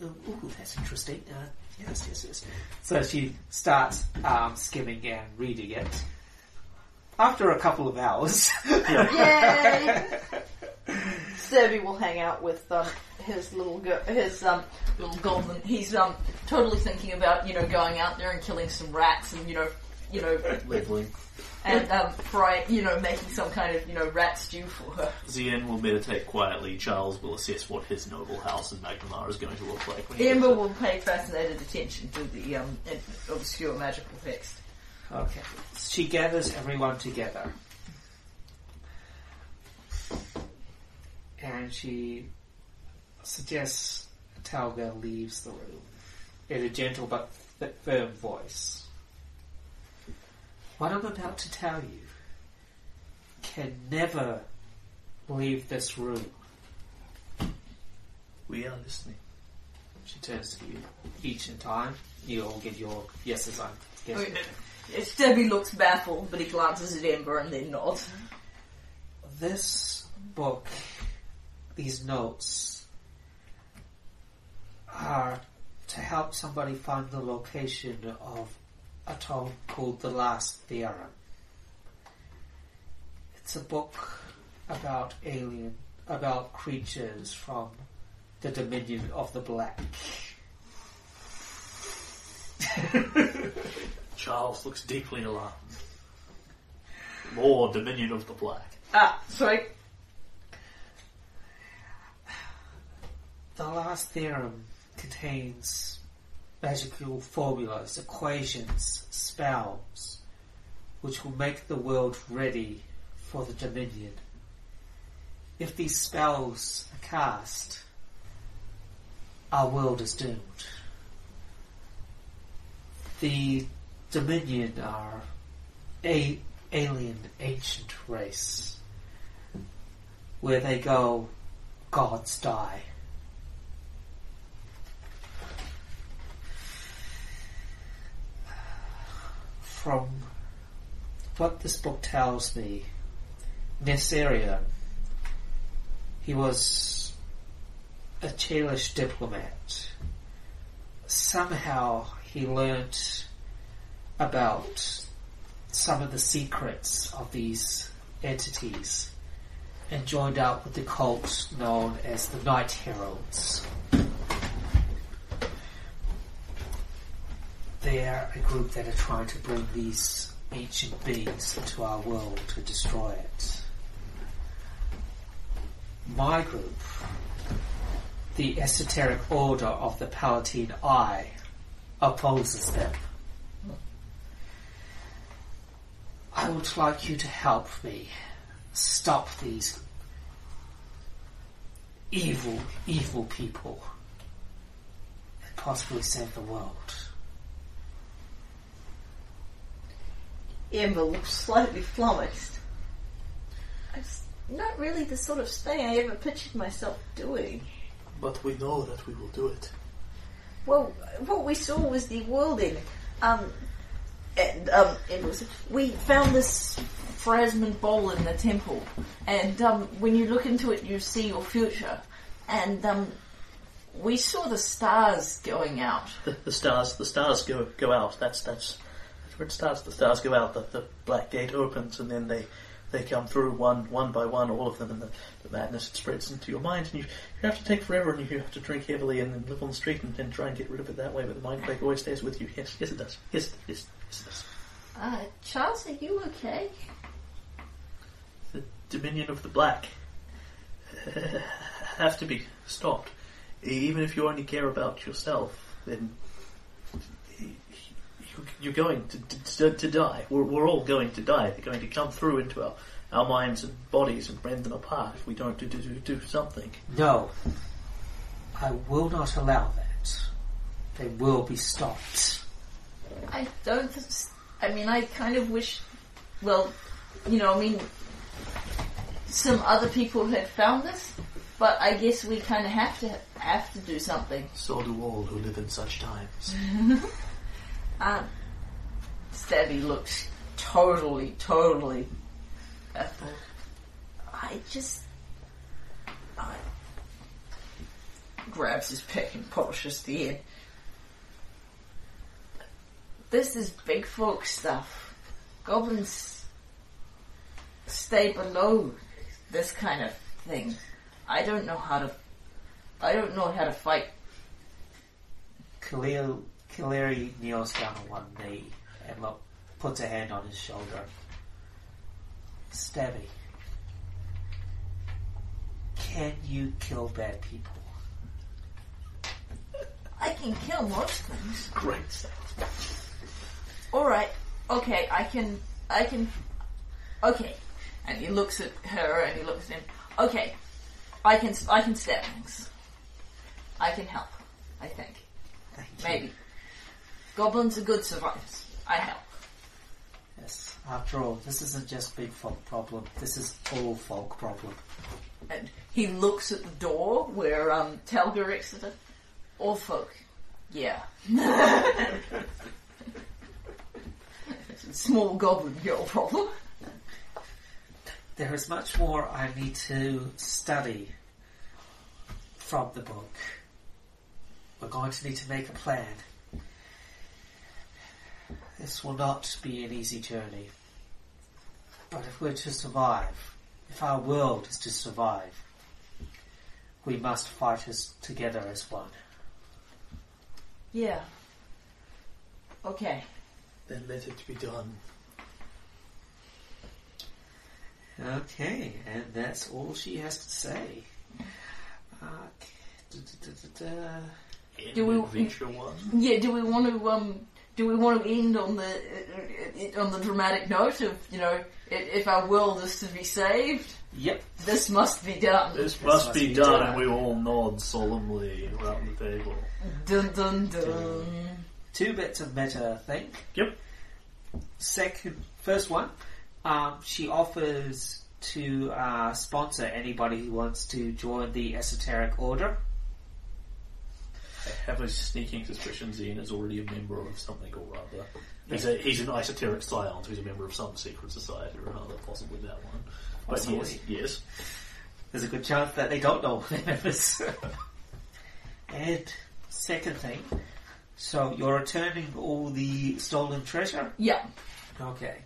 Speaker 2: a, a ooh, that's interesting. Uh, yes, yes, yes. So she starts um, skimming and reading it. After a couple of hours, [laughs]
Speaker 20: Yay!
Speaker 3: [laughs]
Speaker 20: Stevie will hang out with um, his little girl, his um,
Speaker 3: Little golden. He's um totally thinking about you know going out there and killing some rats and you know you know
Speaker 1: Leveling.
Speaker 3: and um fry you know making some kind of you know rat stew for her.
Speaker 1: Zian will meditate quietly. Charles will assess what his noble house in McNamara is going to look like. When he gets
Speaker 3: Amber
Speaker 1: there.
Speaker 3: will pay fascinated attention to the um obscure magical text.
Speaker 2: okay, she gathers everyone together, and she suggests Talga leaves the room in a gentle but th- firm voice. What I'm about to tell you can never leave this room.
Speaker 1: We are listening.
Speaker 2: She turns to you each in time. You all give your yeses. I'm guessing.
Speaker 3: Okay. Stevie looks baffled, but he glances at Amber and then nods.
Speaker 2: This book, these notes, are to help somebody find the location of a town called The Last Theorem. It's a book about alien, about creatures from the dominion of the black.
Speaker 1: Charles looks deeply alarmed. More Dominion of the Black.
Speaker 3: Ah, sorry.
Speaker 2: The last theorem contains magical formulas, equations, spells, which will make the world ready for the Dominion. If these spells are cast, our world is doomed. The Dominion are a alien ancient race. Where they go, gods die. from what this book tells me, Nesarian, he was a Chalish diplomat. Somehow he learnt about some of the secrets of these entities and joined up with the cult known as the Night Heralds. They're a group that are trying to bring these ancient beings into our world to destroy it. My group, the Esoteric Order of the Palatine Eye, opposes them. I would like you to help me stop these evil, evil people and possibly save the world.
Speaker 20: Amber looks slightly flummoxed. It's not really the sort of thing I ever pictured myself doing.
Speaker 21: But we know that we will do it.
Speaker 20: Well, what we saw was the world ending. Um, and um, it was
Speaker 3: We found this Phrasman bowl in the temple, and um, when you look into it, you see your future. And um, we saw the stars going out.
Speaker 1: The, the stars, the stars go go out. That's that's that's where it starts. The stars go out. The, the black gate opens, and then they they come through one one by one, all of them, and the, the madness spreads into your mind, and you, you have to take forever, and you have to drink heavily, and then live on the street, and, and try and get rid of it that way. But the mind plague always stays with you. Yes, yes, it does. Yes, yes, yes, it does.
Speaker 20: Uh, Charles, are you okay?
Speaker 1: the dominion of the black [laughs] have to be stopped. Even if you only care about yourself, then you're going to, to, to die. We're, we're all going to die. They're going to come through into our, our minds and bodies and rend them apart if we don't do, do, do, do something.
Speaker 2: No. I will not allow that. They will be stopped.
Speaker 3: I don't. I mean, I kind of wish. Well, you know, I mean, some other people had found this, but I guess we kind of have to have to do something.
Speaker 1: So do all who live in such times.
Speaker 22: Uh,
Speaker 3: Um, Stabby looks totally, totally
Speaker 22: Ethel.
Speaker 3: I just.
Speaker 22: grabs his pick and polishes the end. This is big folk stuff. Goblins stay below this kind of thing. I don't know how to. I don't know how to fight.
Speaker 2: Khalil, Kaleri kneels down on one knee and look, puts a hand on his shoulder. Stabby, can you kill bad people?
Speaker 22: I can kill most things.
Speaker 1: Great stuff.
Speaker 22: All right. Okay, I can. I can. Okay. And he looks at her, and he looks at him. Okay, I can. I can stab things. I can help. I think.
Speaker 2: Thank you.
Speaker 22: Maybe. Goblins are good survivors. I help.
Speaker 2: Yes. After all, this isn't just big folk problem. This is all folk problem.
Speaker 22: And he looks at the door where um, Telgar exited. All folk. Yeah. [laughs] It's a Small goblin girl problem.
Speaker 2: There is much more I need to study from the book. We're going to need to make a plan. This will not be an easy journey. But if we're to survive, if our world is to survive, we must fight as together as one.
Speaker 22: Yeah. Okay.
Speaker 1: Then let it be done.
Speaker 2: Okay, and that's all she has to say. Uh, Okay. Du-du-du-du-du.
Speaker 22: Do we-
Speaker 1: Adventure one.
Speaker 22: Yeah, do we want to um, do we want to end on the uh, uh, on the dramatic note of you know i- if our world is to be saved,
Speaker 2: Yep.
Speaker 22: this must be done.
Speaker 1: This must, be, done,
Speaker 2: done.
Speaker 1: and we all nod solemnly around the table.
Speaker 22: Dun dun dun.
Speaker 2: Two bits of meta, I think.
Speaker 1: Yep.
Speaker 2: Second, first one, um, she offers to uh, sponsor anybody who wants to join the esoteric order.
Speaker 1: I have a sneaking suspicion Zane is already a member of something or other. He's, a, he's an esoteric scion who's a member of some secret society or another, possibly that one. But
Speaker 2: Possibly.
Speaker 1: yes, yes.
Speaker 2: There's a good chance that they don't know their members. and second thing, so you're returning all the stolen treasure.
Speaker 22: Yeah,
Speaker 2: Okay,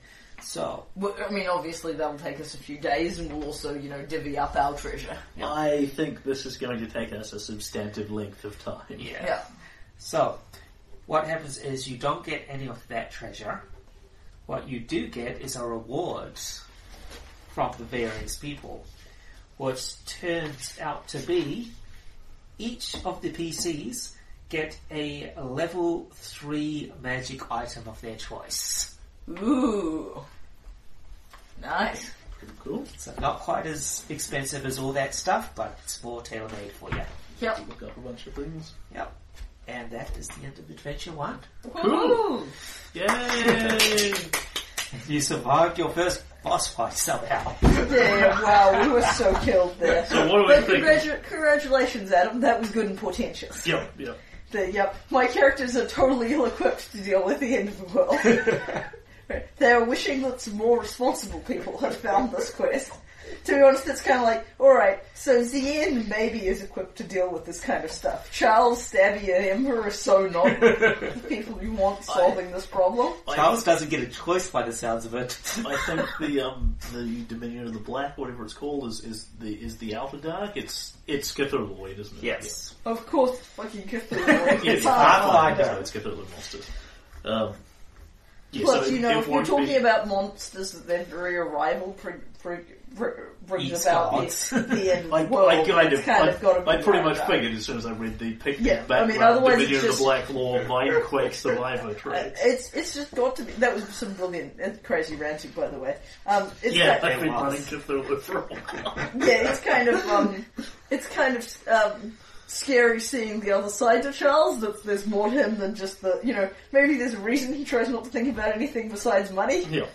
Speaker 2: so
Speaker 22: well, I mean obviously that'll take us a few days, and we'll also you know divvy up our treasure.
Speaker 2: Yeah.
Speaker 1: I think this is going to take us a substantive length of time.
Speaker 22: Yeah,
Speaker 2: So, what happens is you don't get any of that treasure. What you do get is a reward from the various people, which turns out to be each of the PCs get a level 3 magic item of their choice.
Speaker 22: Ooh, nice.
Speaker 1: Cool.
Speaker 2: So, not quite as expensive as all that stuff, but it's more tailor made for you.
Speaker 22: Yep.
Speaker 1: Look up a bunch of things.
Speaker 2: Yep. And that is the end of Adventure 1.
Speaker 22: Ooh.
Speaker 1: [laughs] Yay!
Speaker 2: [laughs] You survived your first boss fight somehow. [laughs]
Speaker 3: Yeah, wow, we were so killed
Speaker 1: [laughs]
Speaker 3: there.
Speaker 1: so what do we
Speaker 3: But
Speaker 1: think?
Speaker 3: congratu- congratulations, Adam. That was good and portentous.
Speaker 1: Yep, yep.
Speaker 3: The- yep, my characters are totally ill-equipped to deal with the end of the world. They're wishing that some more responsible people had found this quest. To be honest, it's kind of like, alright, so Zien maybe is equipped to deal with this kind of stuff. Charles, Stabby, and Ember are so not the people you want solving this problem.
Speaker 2: Charles doesn't get a choice by the sounds
Speaker 1: [laughs]
Speaker 2: of it.
Speaker 1: I think the um the Dominion of the Black, whatever it's called, is, is the is the Outer Dark. It's it's Cthulhu, isn't it?
Speaker 2: yes.
Speaker 3: Of course, fucking
Speaker 1: [laughs]
Speaker 3: Cthulhu.
Speaker 1: Yeah, it's Pathfinder.
Speaker 2: Pathfinder.
Speaker 1: So it's Cthulhu monsters. Um, yeah,
Speaker 3: Plus,
Speaker 1: so
Speaker 3: you know,
Speaker 1: it
Speaker 3: if you're
Speaker 1: won't
Speaker 3: talking
Speaker 1: be-
Speaker 3: about monsters that their very arrival pre- pre- pre- brings
Speaker 2: Eats
Speaker 3: about
Speaker 1: [laughs]
Speaker 2: gods.
Speaker 3: the, the end of
Speaker 1: I,
Speaker 3: the world,
Speaker 1: I kind
Speaker 3: it's
Speaker 1: of,
Speaker 3: kind
Speaker 1: I,
Speaker 3: of got to be
Speaker 1: I pretty much
Speaker 3: roundabout.
Speaker 1: figured as soon as I read the picture
Speaker 3: Yeah, I
Speaker 1: background,
Speaker 3: mean, otherwise
Speaker 1: Dominion
Speaker 3: it's
Speaker 1: of
Speaker 3: just-
Speaker 1: the Black Law,
Speaker 3: [laughs]
Speaker 1: Mindquake Survivor traits.
Speaker 3: It's it's just got to be. That was some brilliant and crazy ranting, by the way. Um, it's
Speaker 1: Yeah,
Speaker 3: kind,
Speaker 1: I've been
Speaker 2: was.
Speaker 1: running Cthulhu for a while.
Speaker 3: yeah, it's kind of um, it's kind of um, scary seeing the other side to Charles. That there's more to him than just the you know. Maybe there's a reason he tries not to think about anything besides money.
Speaker 1: [laughs] Yeah,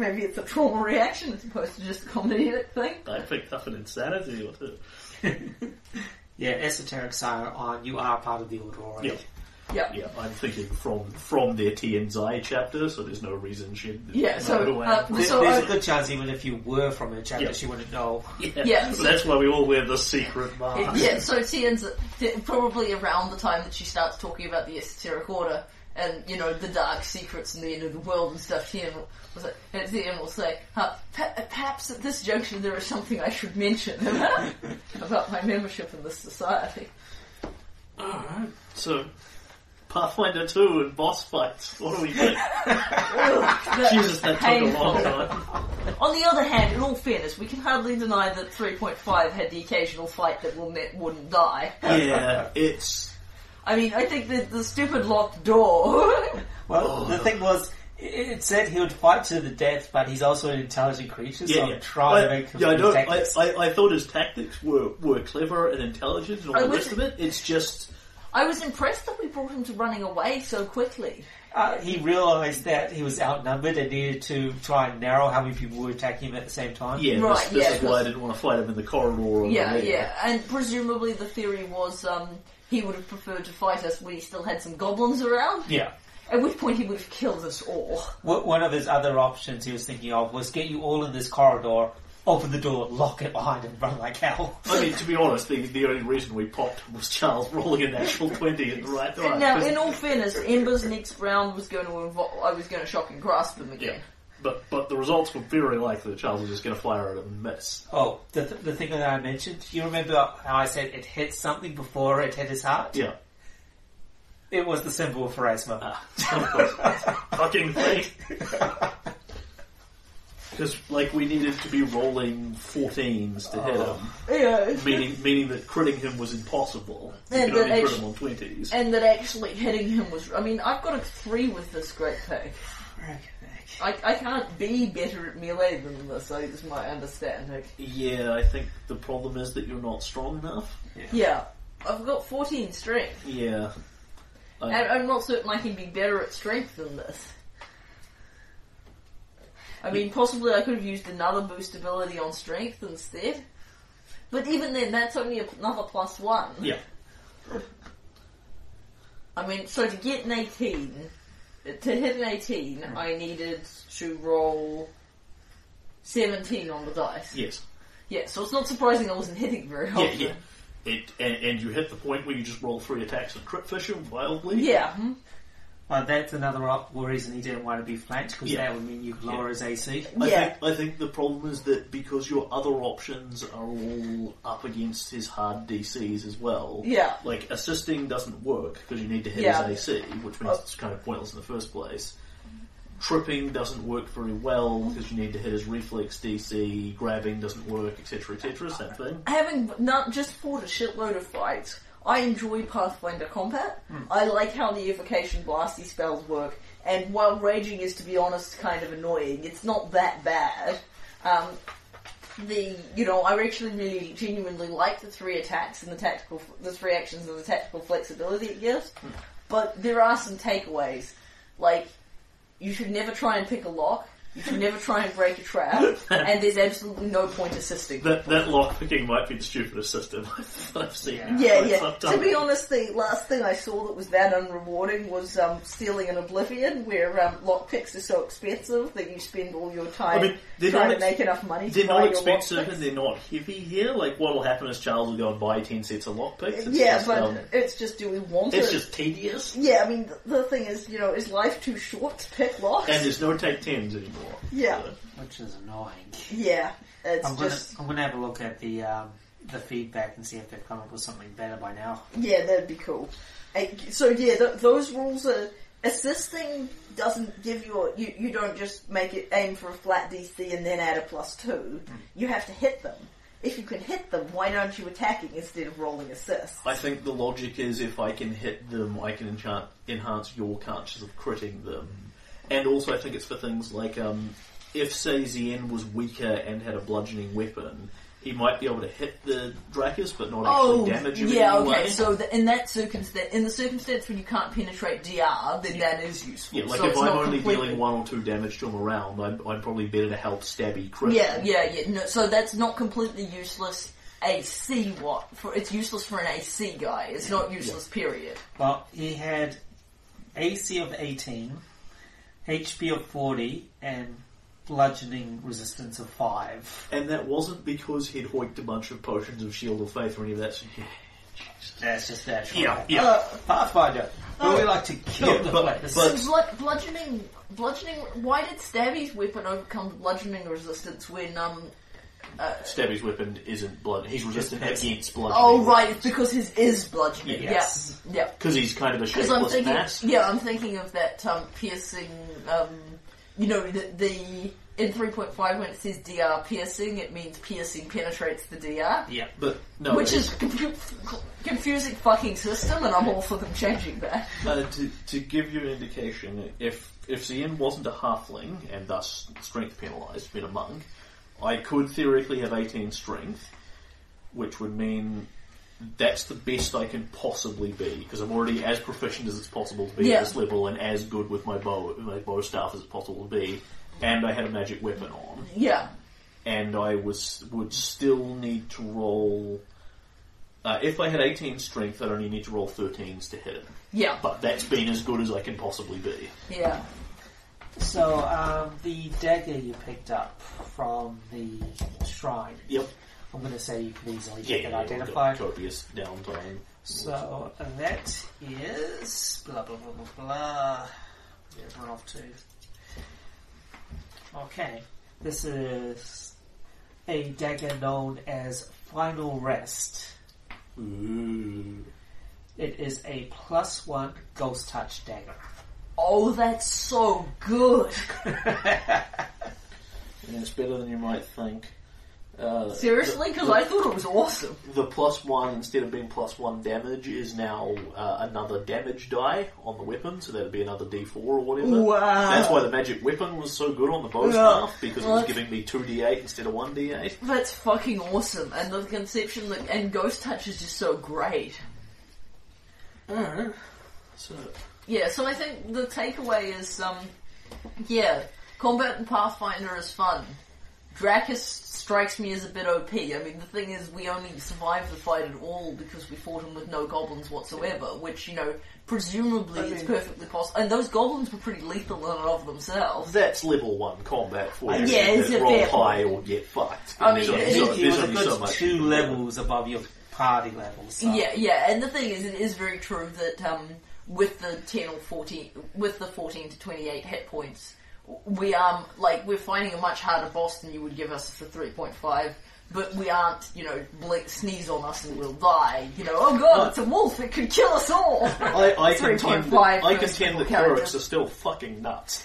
Speaker 3: Maybe it's a trauma reaction as opposed to just a comedic thing.
Speaker 1: I picked up an insanity or two.
Speaker 2: Yeah, esoteric sire on you are uh, part of the order already.
Speaker 1: Yeah.
Speaker 3: Yep.
Speaker 1: Yeah, I'm thinking from from their TNZI chapter, so there's no reason she'd
Speaker 3: Yeah, so,
Speaker 1: know where-
Speaker 3: uh,
Speaker 2: There-
Speaker 3: so
Speaker 2: there's a
Speaker 3: I-
Speaker 2: good chance even if you were from her chapter,
Speaker 1: Yeah.
Speaker 2: she wouldn't know.
Speaker 1: [laughs] yeah.
Speaker 3: yeah.
Speaker 1: So that's why we all wear the secret mask.
Speaker 3: [laughs] yeah, so she ends up t- probably around the time that she starts talking about the esoteric order and you know the dark secrets and the end of the world and stuff. She was like, and Ian will say, huh, pe- "Perhaps at this junction there is something I should mention [laughs] about, about my membership in this society."
Speaker 23: Alright.
Speaker 1: So, Pathfinder 2 and boss fights. What do we
Speaker 3: [laughs]
Speaker 1: do? Jesus, that took a long time.
Speaker 3: On the other hand, in all fairness, we can hardly deny that 3.5 had the occasional fight that will ne- wouldn't die.
Speaker 1: Yeah, it's.
Speaker 3: I mean, I think the, the stupid locked door. [laughs]
Speaker 1: Oh,
Speaker 2: Well, the thing was, i- it said he would fight to the death, but he's also an intelligent creature, so
Speaker 1: Yeah,
Speaker 2: I'm
Speaker 1: yeah.
Speaker 2: trying to
Speaker 1: I-
Speaker 2: make him
Speaker 1: yeah, I, know,
Speaker 2: protect
Speaker 1: I,
Speaker 2: us.
Speaker 1: I, I thought his tactics were, were clever and intelligent and all
Speaker 3: I
Speaker 1: the
Speaker 3: was-
Speaker 1: rest of it. It's just.
Speaker 3: I was impressed that we brought him to running away so quickly.
Speaker 2: Uh, he realized that he was outnumbered and needed to try and narrow how many people were attacking him at the same time.
Speaker 1: Yeah,
Speaker 3: Right,
Speaker 1: this, this
Speaker 3: yeah,
Speaker 1: is why I
Speaker 3: 'cause-
Speaker 1: didn't want to fight him in the corridor or
Speaker 3: Yeah,
Speaker 1: the lair.
Speaker 3: yeah. And presumably the theory was um, he would have preferred to fight us when he still had some goblins around,
Speaker 2: Yeah.
Speaker 3: at which point he would have killed us all.
Speaker 2: Wh- One of his other options he was thinking of was get you all in this corridor, open the door, lock it behind, and run like hell.
Speaker 1: I mean, to be honest, the, the only reason we popped him was Charles rolling a [laughs] natural 20 in the right time.
Speaker 3: Now, in all fairness, Ember's next round was going to involve. I was going to shock and grasp him
Speaker 1: yeah.
Speaker 3: again.
Speaker 1: But, but the results were very likely that Charles was just going to fire at it and miss.
Speaker 2: Oh, the, th- the thing that I mentioned, you remember how I said it hit something before it hit his heart?
Speaker 1: Yeah. Ah.
Speaker 2: It was the symbol for Asma.
Speaker 1: [laughs] fucking thing. Because like we needed to be rolling 14s to hit him,
Speaker 3: Yeah.
Speaker 1: meaning meaning that critting him was impossible. You
Speaker 3: Yeah,
Speaker 1: can
Speaker 3: but
Speaker 1: only crit
Speaker 3: actu-
Speaker 1: him on 20s.
Speaker 3: [laughs] And that actually hitting him was. I mean, I've got a three with this great pick. I, I can't be better at melee than this, I is my understanding.
Speaker 1: Yeah, I think the problem is that you're not strong enough.
Speaker 3: Yeah. I've got 14 strength,
Speaker 1: Yeah. I-
Speaker 3: and uh, I'm not certain I can be better at strength than this. I mean, possibly I could have used another boost ability on strength instead. But even then, that's only another plus one.
Speaker 1: yeah.
Speaker 3: I mean, so to get an 18, to hit an 18,
Speaker 1: Hmm.
Speaker 3: I needed to roll 17 on the dice. Yeah,
Speaker 1: Yes.
Speaker 3: so it's not surprising I wasn't hitting very
Speaker 1: Yeah,
Speaker 3: often.
Speaker 1: yeah. It, and, and you hit the point where you just roll three attacks and crit fish him wildly.
Speaker 3: Yeah, hmm.
Speaker 2: Well, that's another op- reason he didn't want to be flanked, because
Speaker 1: Yeah.
Speaker 2: that would mean you could lower his AC.
Speaker 1: I,
Speaker 3: Yeah.
Speaker 1: think, I think the problem is that because your other options are all up against his hard DCs as well.
Speaker 3: Yeah.
Speaker 1: Like assisting doesn't work because you need to hit
Speaker 3: Yeah. Oh.
Speaker 1: his AC, which means it's kind of pointless in the first place. Tripping doesn't work very well because you need to hit his reflex DC. Grabbing doesn't work, etc., etc. Same thing.
Speaker 3: having not just fought a shitload of fights, I enjoy Pathfinder combat. I like how the evocation blasty spells work, and while raging is, to be honest, kind of annoying, it's not that bad. Um, the you know I actually really genuinely like the three attacks and the tactical the three actions and the tactical flexibility it gives, but there are some takeaways like you should never try and pick a lock. You should never try and break a trap, and there's absolutely no point assisting.
Speaker 1: That that lockpicking might be the stupidest system [laughs] I've, I've seen.
Speaker 3: Yeah,
Speaker 1: Like,
Speaker 3: yeah.
Speaker 1: I've
Speaker 3: To
Speaker 1: done
Speaker 3: be
Speaker 1: it.
Speaker 3: honest, the last thing I saw that was that unrewarding was um, stealing an Oblivion, where um, lockpicks are so expensive that you spend all your time
Speaker 1: I mean, they're
Speaker 3: trying
Speaker 1: not
Speaker 3: to
Speaker 1: ex-
Speaker 3: make enough money to
Speaker 1: They're
Speaker 3: buy
Speaker 1: not
Speaker 3: your
Speaker 1: expensive
Speaker 3: lockpicks.
Speaker 1: and they're not heavy here. Like, what will happen is Charles will go and buy 10 sets of lockpicks. It's
Speaker 3: yeah,
Speaker 1: just,
Speaker 3: but
Speaker 1: um,
Speaker 3: it's just do we want
Speaker 1: it's
Speaker 3: it?
Speaker 1: just tedious.
Speaker 3: yeah, I mean, th- the thing is, you know, is life too short to pick locks?
Speaker 1: And there's no take tens anymore.
Speaker 3: yeah,
Speaker 24: which is annoying.
Speaker 3: yeah. It's
Speaker 24: I'm gonna
Speaker 3: just
Speaker 24: I'm gonna have a look at the um, the feedback and see if they've come up with something better by now.
Speaker 3: yeah, that'd be cool. And so yeah, th- those rules are assisting doesn't give you a, you you don't just make it aim for a flat DC and then add a plus two.
Speaker 1: Hmm.
Speaker 3: You have to hit them. If you can hit them, why aren't you attacking instead of rolling assist?
Speaker 1: I think the logic is if I can hit them, I can enchant, enhance your chances of critting them. And also, I think it's for things like um, if, say, Zien was weaker and had a bludgeoning weapon, he might be able to hit the Dracus but not actually damage you
Speaker 3: Oh, yeah,
Speaker 1: in any
Speaker 3: okay.
Speaker 1: way.
Speaker 3: So the, in that circumstance, in the circumstance when you can't penetrate DR, then that is useful.
Speaker 1: yeah, like
Speaker 3: so
Speaker 1: if
Speaker 3: it's
Speaker 1: I'm
Speaker 3: not
Speaker 1: only
Speaker 3: completely-
Speaker 1: dealing one or two damage to him around, I'm, I'm probably better to help stabby crit.
Speaker 3: Yeah, yeah, yeah. No, so that's not completely useless. AC what? For it's useless for an AC guy. It's not useless. Period.
Speaker 2: Well, he had AC of 18, HP of 40, and bludgeoning resistance of 5.
Speaker 1: And that wasn't because he'd hoiked a bunch of potions of Shield of Faith or any of that sort of
Speaker 2: That's just that.
Speaker 25: Yeah,
Speaker 2: yeah. Uh, Pathfinder, who we like to kill
Speaker 1: Yeah,
Speaker 2: the
Speaker 1: but-
Speaker 2: place.
Speaker 1: but-
Speaker 3: Blu- bludgeoning, bludgeoning. Why did Stabby's weapon overcome bludgeoning resistance when um?
Speaker 1: Stabby's weapon isn't blood. He's resistant
Speaker 2: It's-
Speaker 1: against blood.
Speaker 3: Oh right, it's because his is bludgeoning.
Speaker 2: Yes.
Speaker 3: Yeah, yeah.
Speaker 1: Because he's kind of a
Speaker 3: Because I'm
Speaker 1: shapeless
Speaker 3: thinking,
Speaker 1: mass.
Speaker 3: yeah, I'm thinking of that um, piercing. Um, you know, the, the in 3.5 when it says DR piercing, it means piercing penetrates the DR,
Speaker 2: yeah.
Speaker 1: But no,
Speaker 3: which
Speaker 1: it's-
Speaker 3: is confu- confusing fucking system, and I'm all for them changing that.
Speaker 1: uh, to, to give you an indication, if if CN wasn't a halfling and thus strength penalised, been a monk, I could theoretically have 18 strength, which would mean that's the best I can possibly be because I'm already as proficient as it's possible to be
Speaker 3: Yeah.
Speaker 1: at this level and as good with my bow my bow staff as it's possible to be, and I had a magic weapon on.
Speaker 3: Yeah,
Speaker 1: and I was would still need to roll. Uh, if I had 18 strength, I'd only need to roll 13s to hit it.
Speaker 3: yeah,
Speaker 1: But that's been as good as I can possibly be.
Speaker 3: yeah.
Speaker 2: So, um, the dagger you picked up from the shrine,
Speaker 1: Yep.
Speaker 2: I'm going to say you can easily
Speaker 1: Yeah.
Speaker 2: get it
Speaker 1: yeah,
Speaker 2: identified.
Speaker 1: we've got Copious downtime.
Speaker 2: So that is blah blah blah blah blah. Yeah, run off to. Okay, this is a dagger known as Final Rest.
Speaker 1: Ooh.
Speaker 2: It is a plus one ghost touch dagger.
Speaker 3: Oh, that's so good.
Speaker 1: And it's better than you might think. Uh,
Speaker 3: Seriously, because I thought it was awesome.
Speaker 1: the plus one instead of being plus one damage is now uh, another damage die on the weapon, so that'd be another D4 or whatever.
Speaker 3: Wow.
Speaker 1: That's why the magic weapon was so good on the bow
Speaker 3: uh, Yeah.
Speaker 1: staff because it
Speaker 3: Well,
Speaker 1: was
Speaker 3: that's-
Speaker 1: giving me two D8 instead of one D8.
Speaker 3: That's fucking awesome, and the conception that and ghost touch is just so great.
Speaker 25: Alright.
Speaker 1: So
Speaker 3: Yeah, so I think the takeaway is, um, yeah, combat in Pathfinder is fun. Dracus strikes me as a bit OP. I mean, the thing is, we only survived the fight at all because we fought him with no goblins whatsoever, which, you know, presumably it's perfectly possible. And those goblins were pretty lethal in and of themselves.
Speaker 1: that's level one combat for you.
Speaker 3: Yeah, it's
Speaker 1: That
Speaker 3: a
Speaker 1: roll
Speaker 3: fair
Speaker 1: high or get fucked.
Speaker 3: I mean,
Speaker 1: There's only
Speaker 3: it-
Speaker 1: so-
Speaker 3: it-
Speaker 2: He
Speaker 1: there's
Speaker 2: was a
Speaker 1: only
Speaker 2: good
Speaker 1: so much you
Speaker 2: two
Speaker 1: can do.
Speaker 2: levels above your party levels. So.
Speaker 3: Yeah, yeah, and the thing is, it is very true that um, with the ten or fourteen, with the fourteen to twenty-eight hit points, we um like we're fighting a much harder boss than you would give us for three point five. But we aren't, you know, blink, sneeze on us and we'll die. You know, oh god, it's a wolf, it could kill us all.
Speaker 1: I, I
Speaker 3: Three
Speaker 1: contend, that-
Speaker 3: point five
Speaker 1: I
Speaker 3: for a
Speaker 1: contend
Speaker 3: single
Speaker 1: that clerics
Speaker 3: character.
Speaker 1: are still fucking nuts.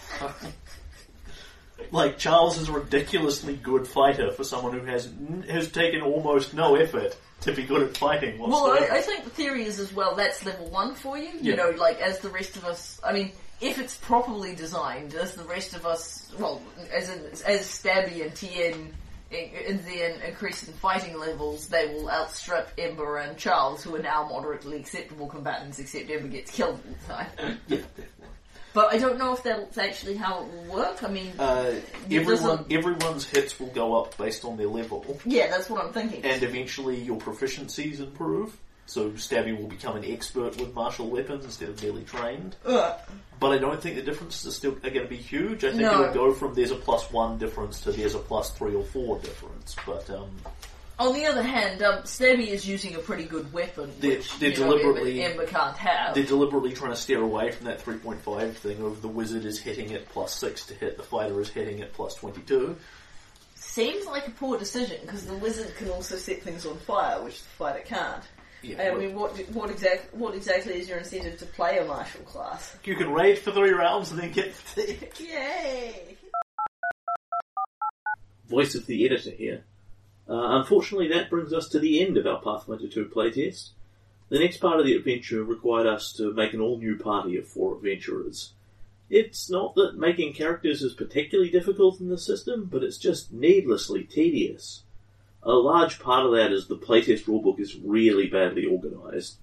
Speaker 1: like Charles is a ridiculously good fighter for someone who has n- has taken almost no effort to be good at fighting.
Speaker 3: Well,
Speaker 1: Whatsoever.
Speaker 3: I, I think the theory is as well that's level one for you. You
Speaker 1: Yeah.
Speaker 3: know, like as the rest of us. I mean, if it's properly designed, as the rest of us, well, as in, as Stabby and Tien in, in then increase in fighting levels, they will outstrip Ember and Charles, who are now moderately acceptable combatants, except Ember gets killed all the
Speaker 1: [laughs]
Speaker 3: time. But I don't know if that's actually how it will work. I mean,
Speaker 1: uh,
Speaker 3: It
Speaker 1: everyone
Speaker 3: doesn't-
Speaker 1: everyone's hits will go up based on their level,
Speaker 3: yeah, that's what I'm thinking.
Speaker 1: and eventually your proficiencies improve. So Stabby will become an expert with martial weapons instead of merely trained.
Speaker 3: Ugh.
Speaker 1: But I don't think the differences are still are going to be huge. I think
Speaker 3: No.
Speaker 1: it'll go from there's a plus one difference to there's a plus three or four difference. But um,
Speaker 3: On the other hand, um, Stabby is using a pretty good weapon,
Speaker 1: They're-
Speaker 3: which
Speaker 1: they're
Speaker 3: you know,
Speaker 1: deliberately-
Speaker 3: Ember, Ember can't have.
Speaker 1: they're deliberately trying to steer away from that 3.5 thing of the wizard is hitting at plus six to hit, the fighter is hitting at plus 22.
Speaker 3: Seems like a poor decision because the wizard can also set things on fire, which the fighter can't.
Speaker 1: Yeah,
Speaker 3: I mean, what what exact what exactly is your incentive to play a martial class?
Speaker 1: you can raid for three rounds and then get fatigued.
Speaker 3: Yay!
Speaker 26: voice of the editor here. Uh, unfortunately, that brings us to the end of our Pathfinder 2 playtest. The next part of the adventure required us to make an all new party of four adventurers. It's not that making characters is particularly difficult in the system, but it's just needlessly tedious. A large part of that is the playtest rulebook is really badly organized.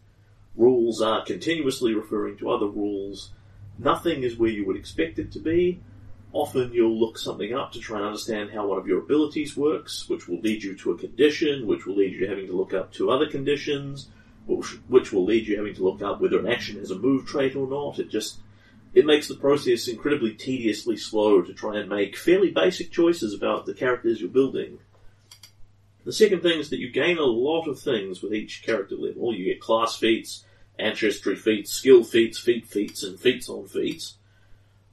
Speaker 26: Rules are continuously referring to other rules. Nothing is where you would expect it to be,
Speaker 1: Often you'll look something up to try and understand how one of your abilities works, which will lead you to a condition, which will lead you to having to look up two other conditions, which, which will lead you having to look up whether an action has a move trait or not. It just it makes the process incredibly tediously slow to try and make fairly basic choices about the characters you're building. The second thing is that you gain a lot of things with each character level. You get class feats, ancestry feats, skill feats, feat feats, and feats on feats.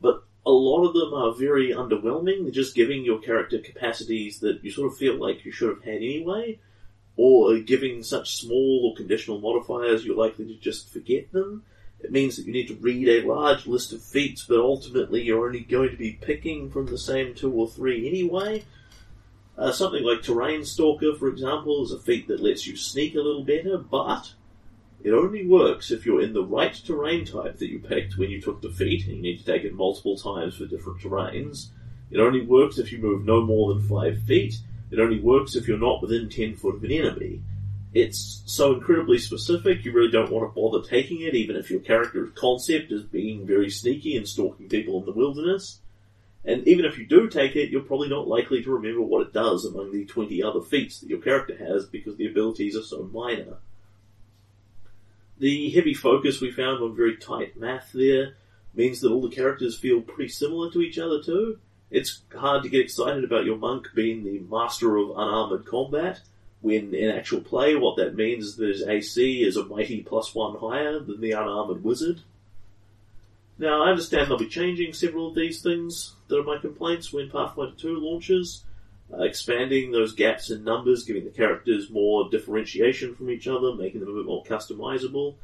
Speaker 1: But a lot of them are very underwhelming. They're just giving your character capacities that you sort of feel like you should have had anyway, or are giving such small or conditional modifiers you're likely to just forget them. It means that you need to read a large list of feats, but ultimately you're only going to be picking from the same two or three anyway. Uh, something like Terrain Stalker, for example, is a feat that lets you sneak a little better, but it only works if you're in the right terrain type that you picked when you took the feat, and you need to take it multiple times for different terrains. It only works if you move no more than five feet. It only works if you're not within ten foot of an enemy. It's so incredibly specific, you really don't want to bother taking it, even if your character's concept is being very sneaky and stalking people in the wilderness. And even if you do take it, you're probably not likely to remember what it does among the 20 other feats that your character has because the abilities are so minor. The heavy focus we found on very tight math there means that all the characters feel pretty similar to each other too. It's hard to get excited about your monk being the master of unarmored combat when in actual play what that means is that his AC is a mighty plus one higher than the unarmored wizard. Now, I understand they'll be changing several of these things that are my complaints when Pathfinder 2 launches, uh, expanding those gaps in numbers, giving the characters more differentiation from each other, making them a bit more customizable.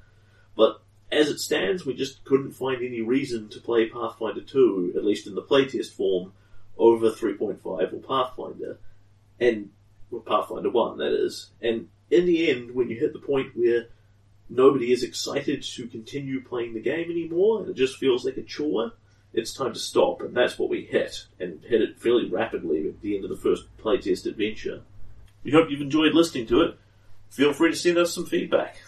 Speaker 1: But as it stands, we just couldn't find any reason to play Pathfinder 2, at least in the playtest form, over 3.5 or Pathfinder. And, or Pathfinder 1, that is. And in the end, when you hit the point where nobody is excited to continue playing the game anymore, and it just feels like a chore. It's time to stop, and that's what we hit, and hit it fairly rapidly at the end of the first playtest adventure. We hope you've enjoyed listening to it. Feel free to send us some feedback.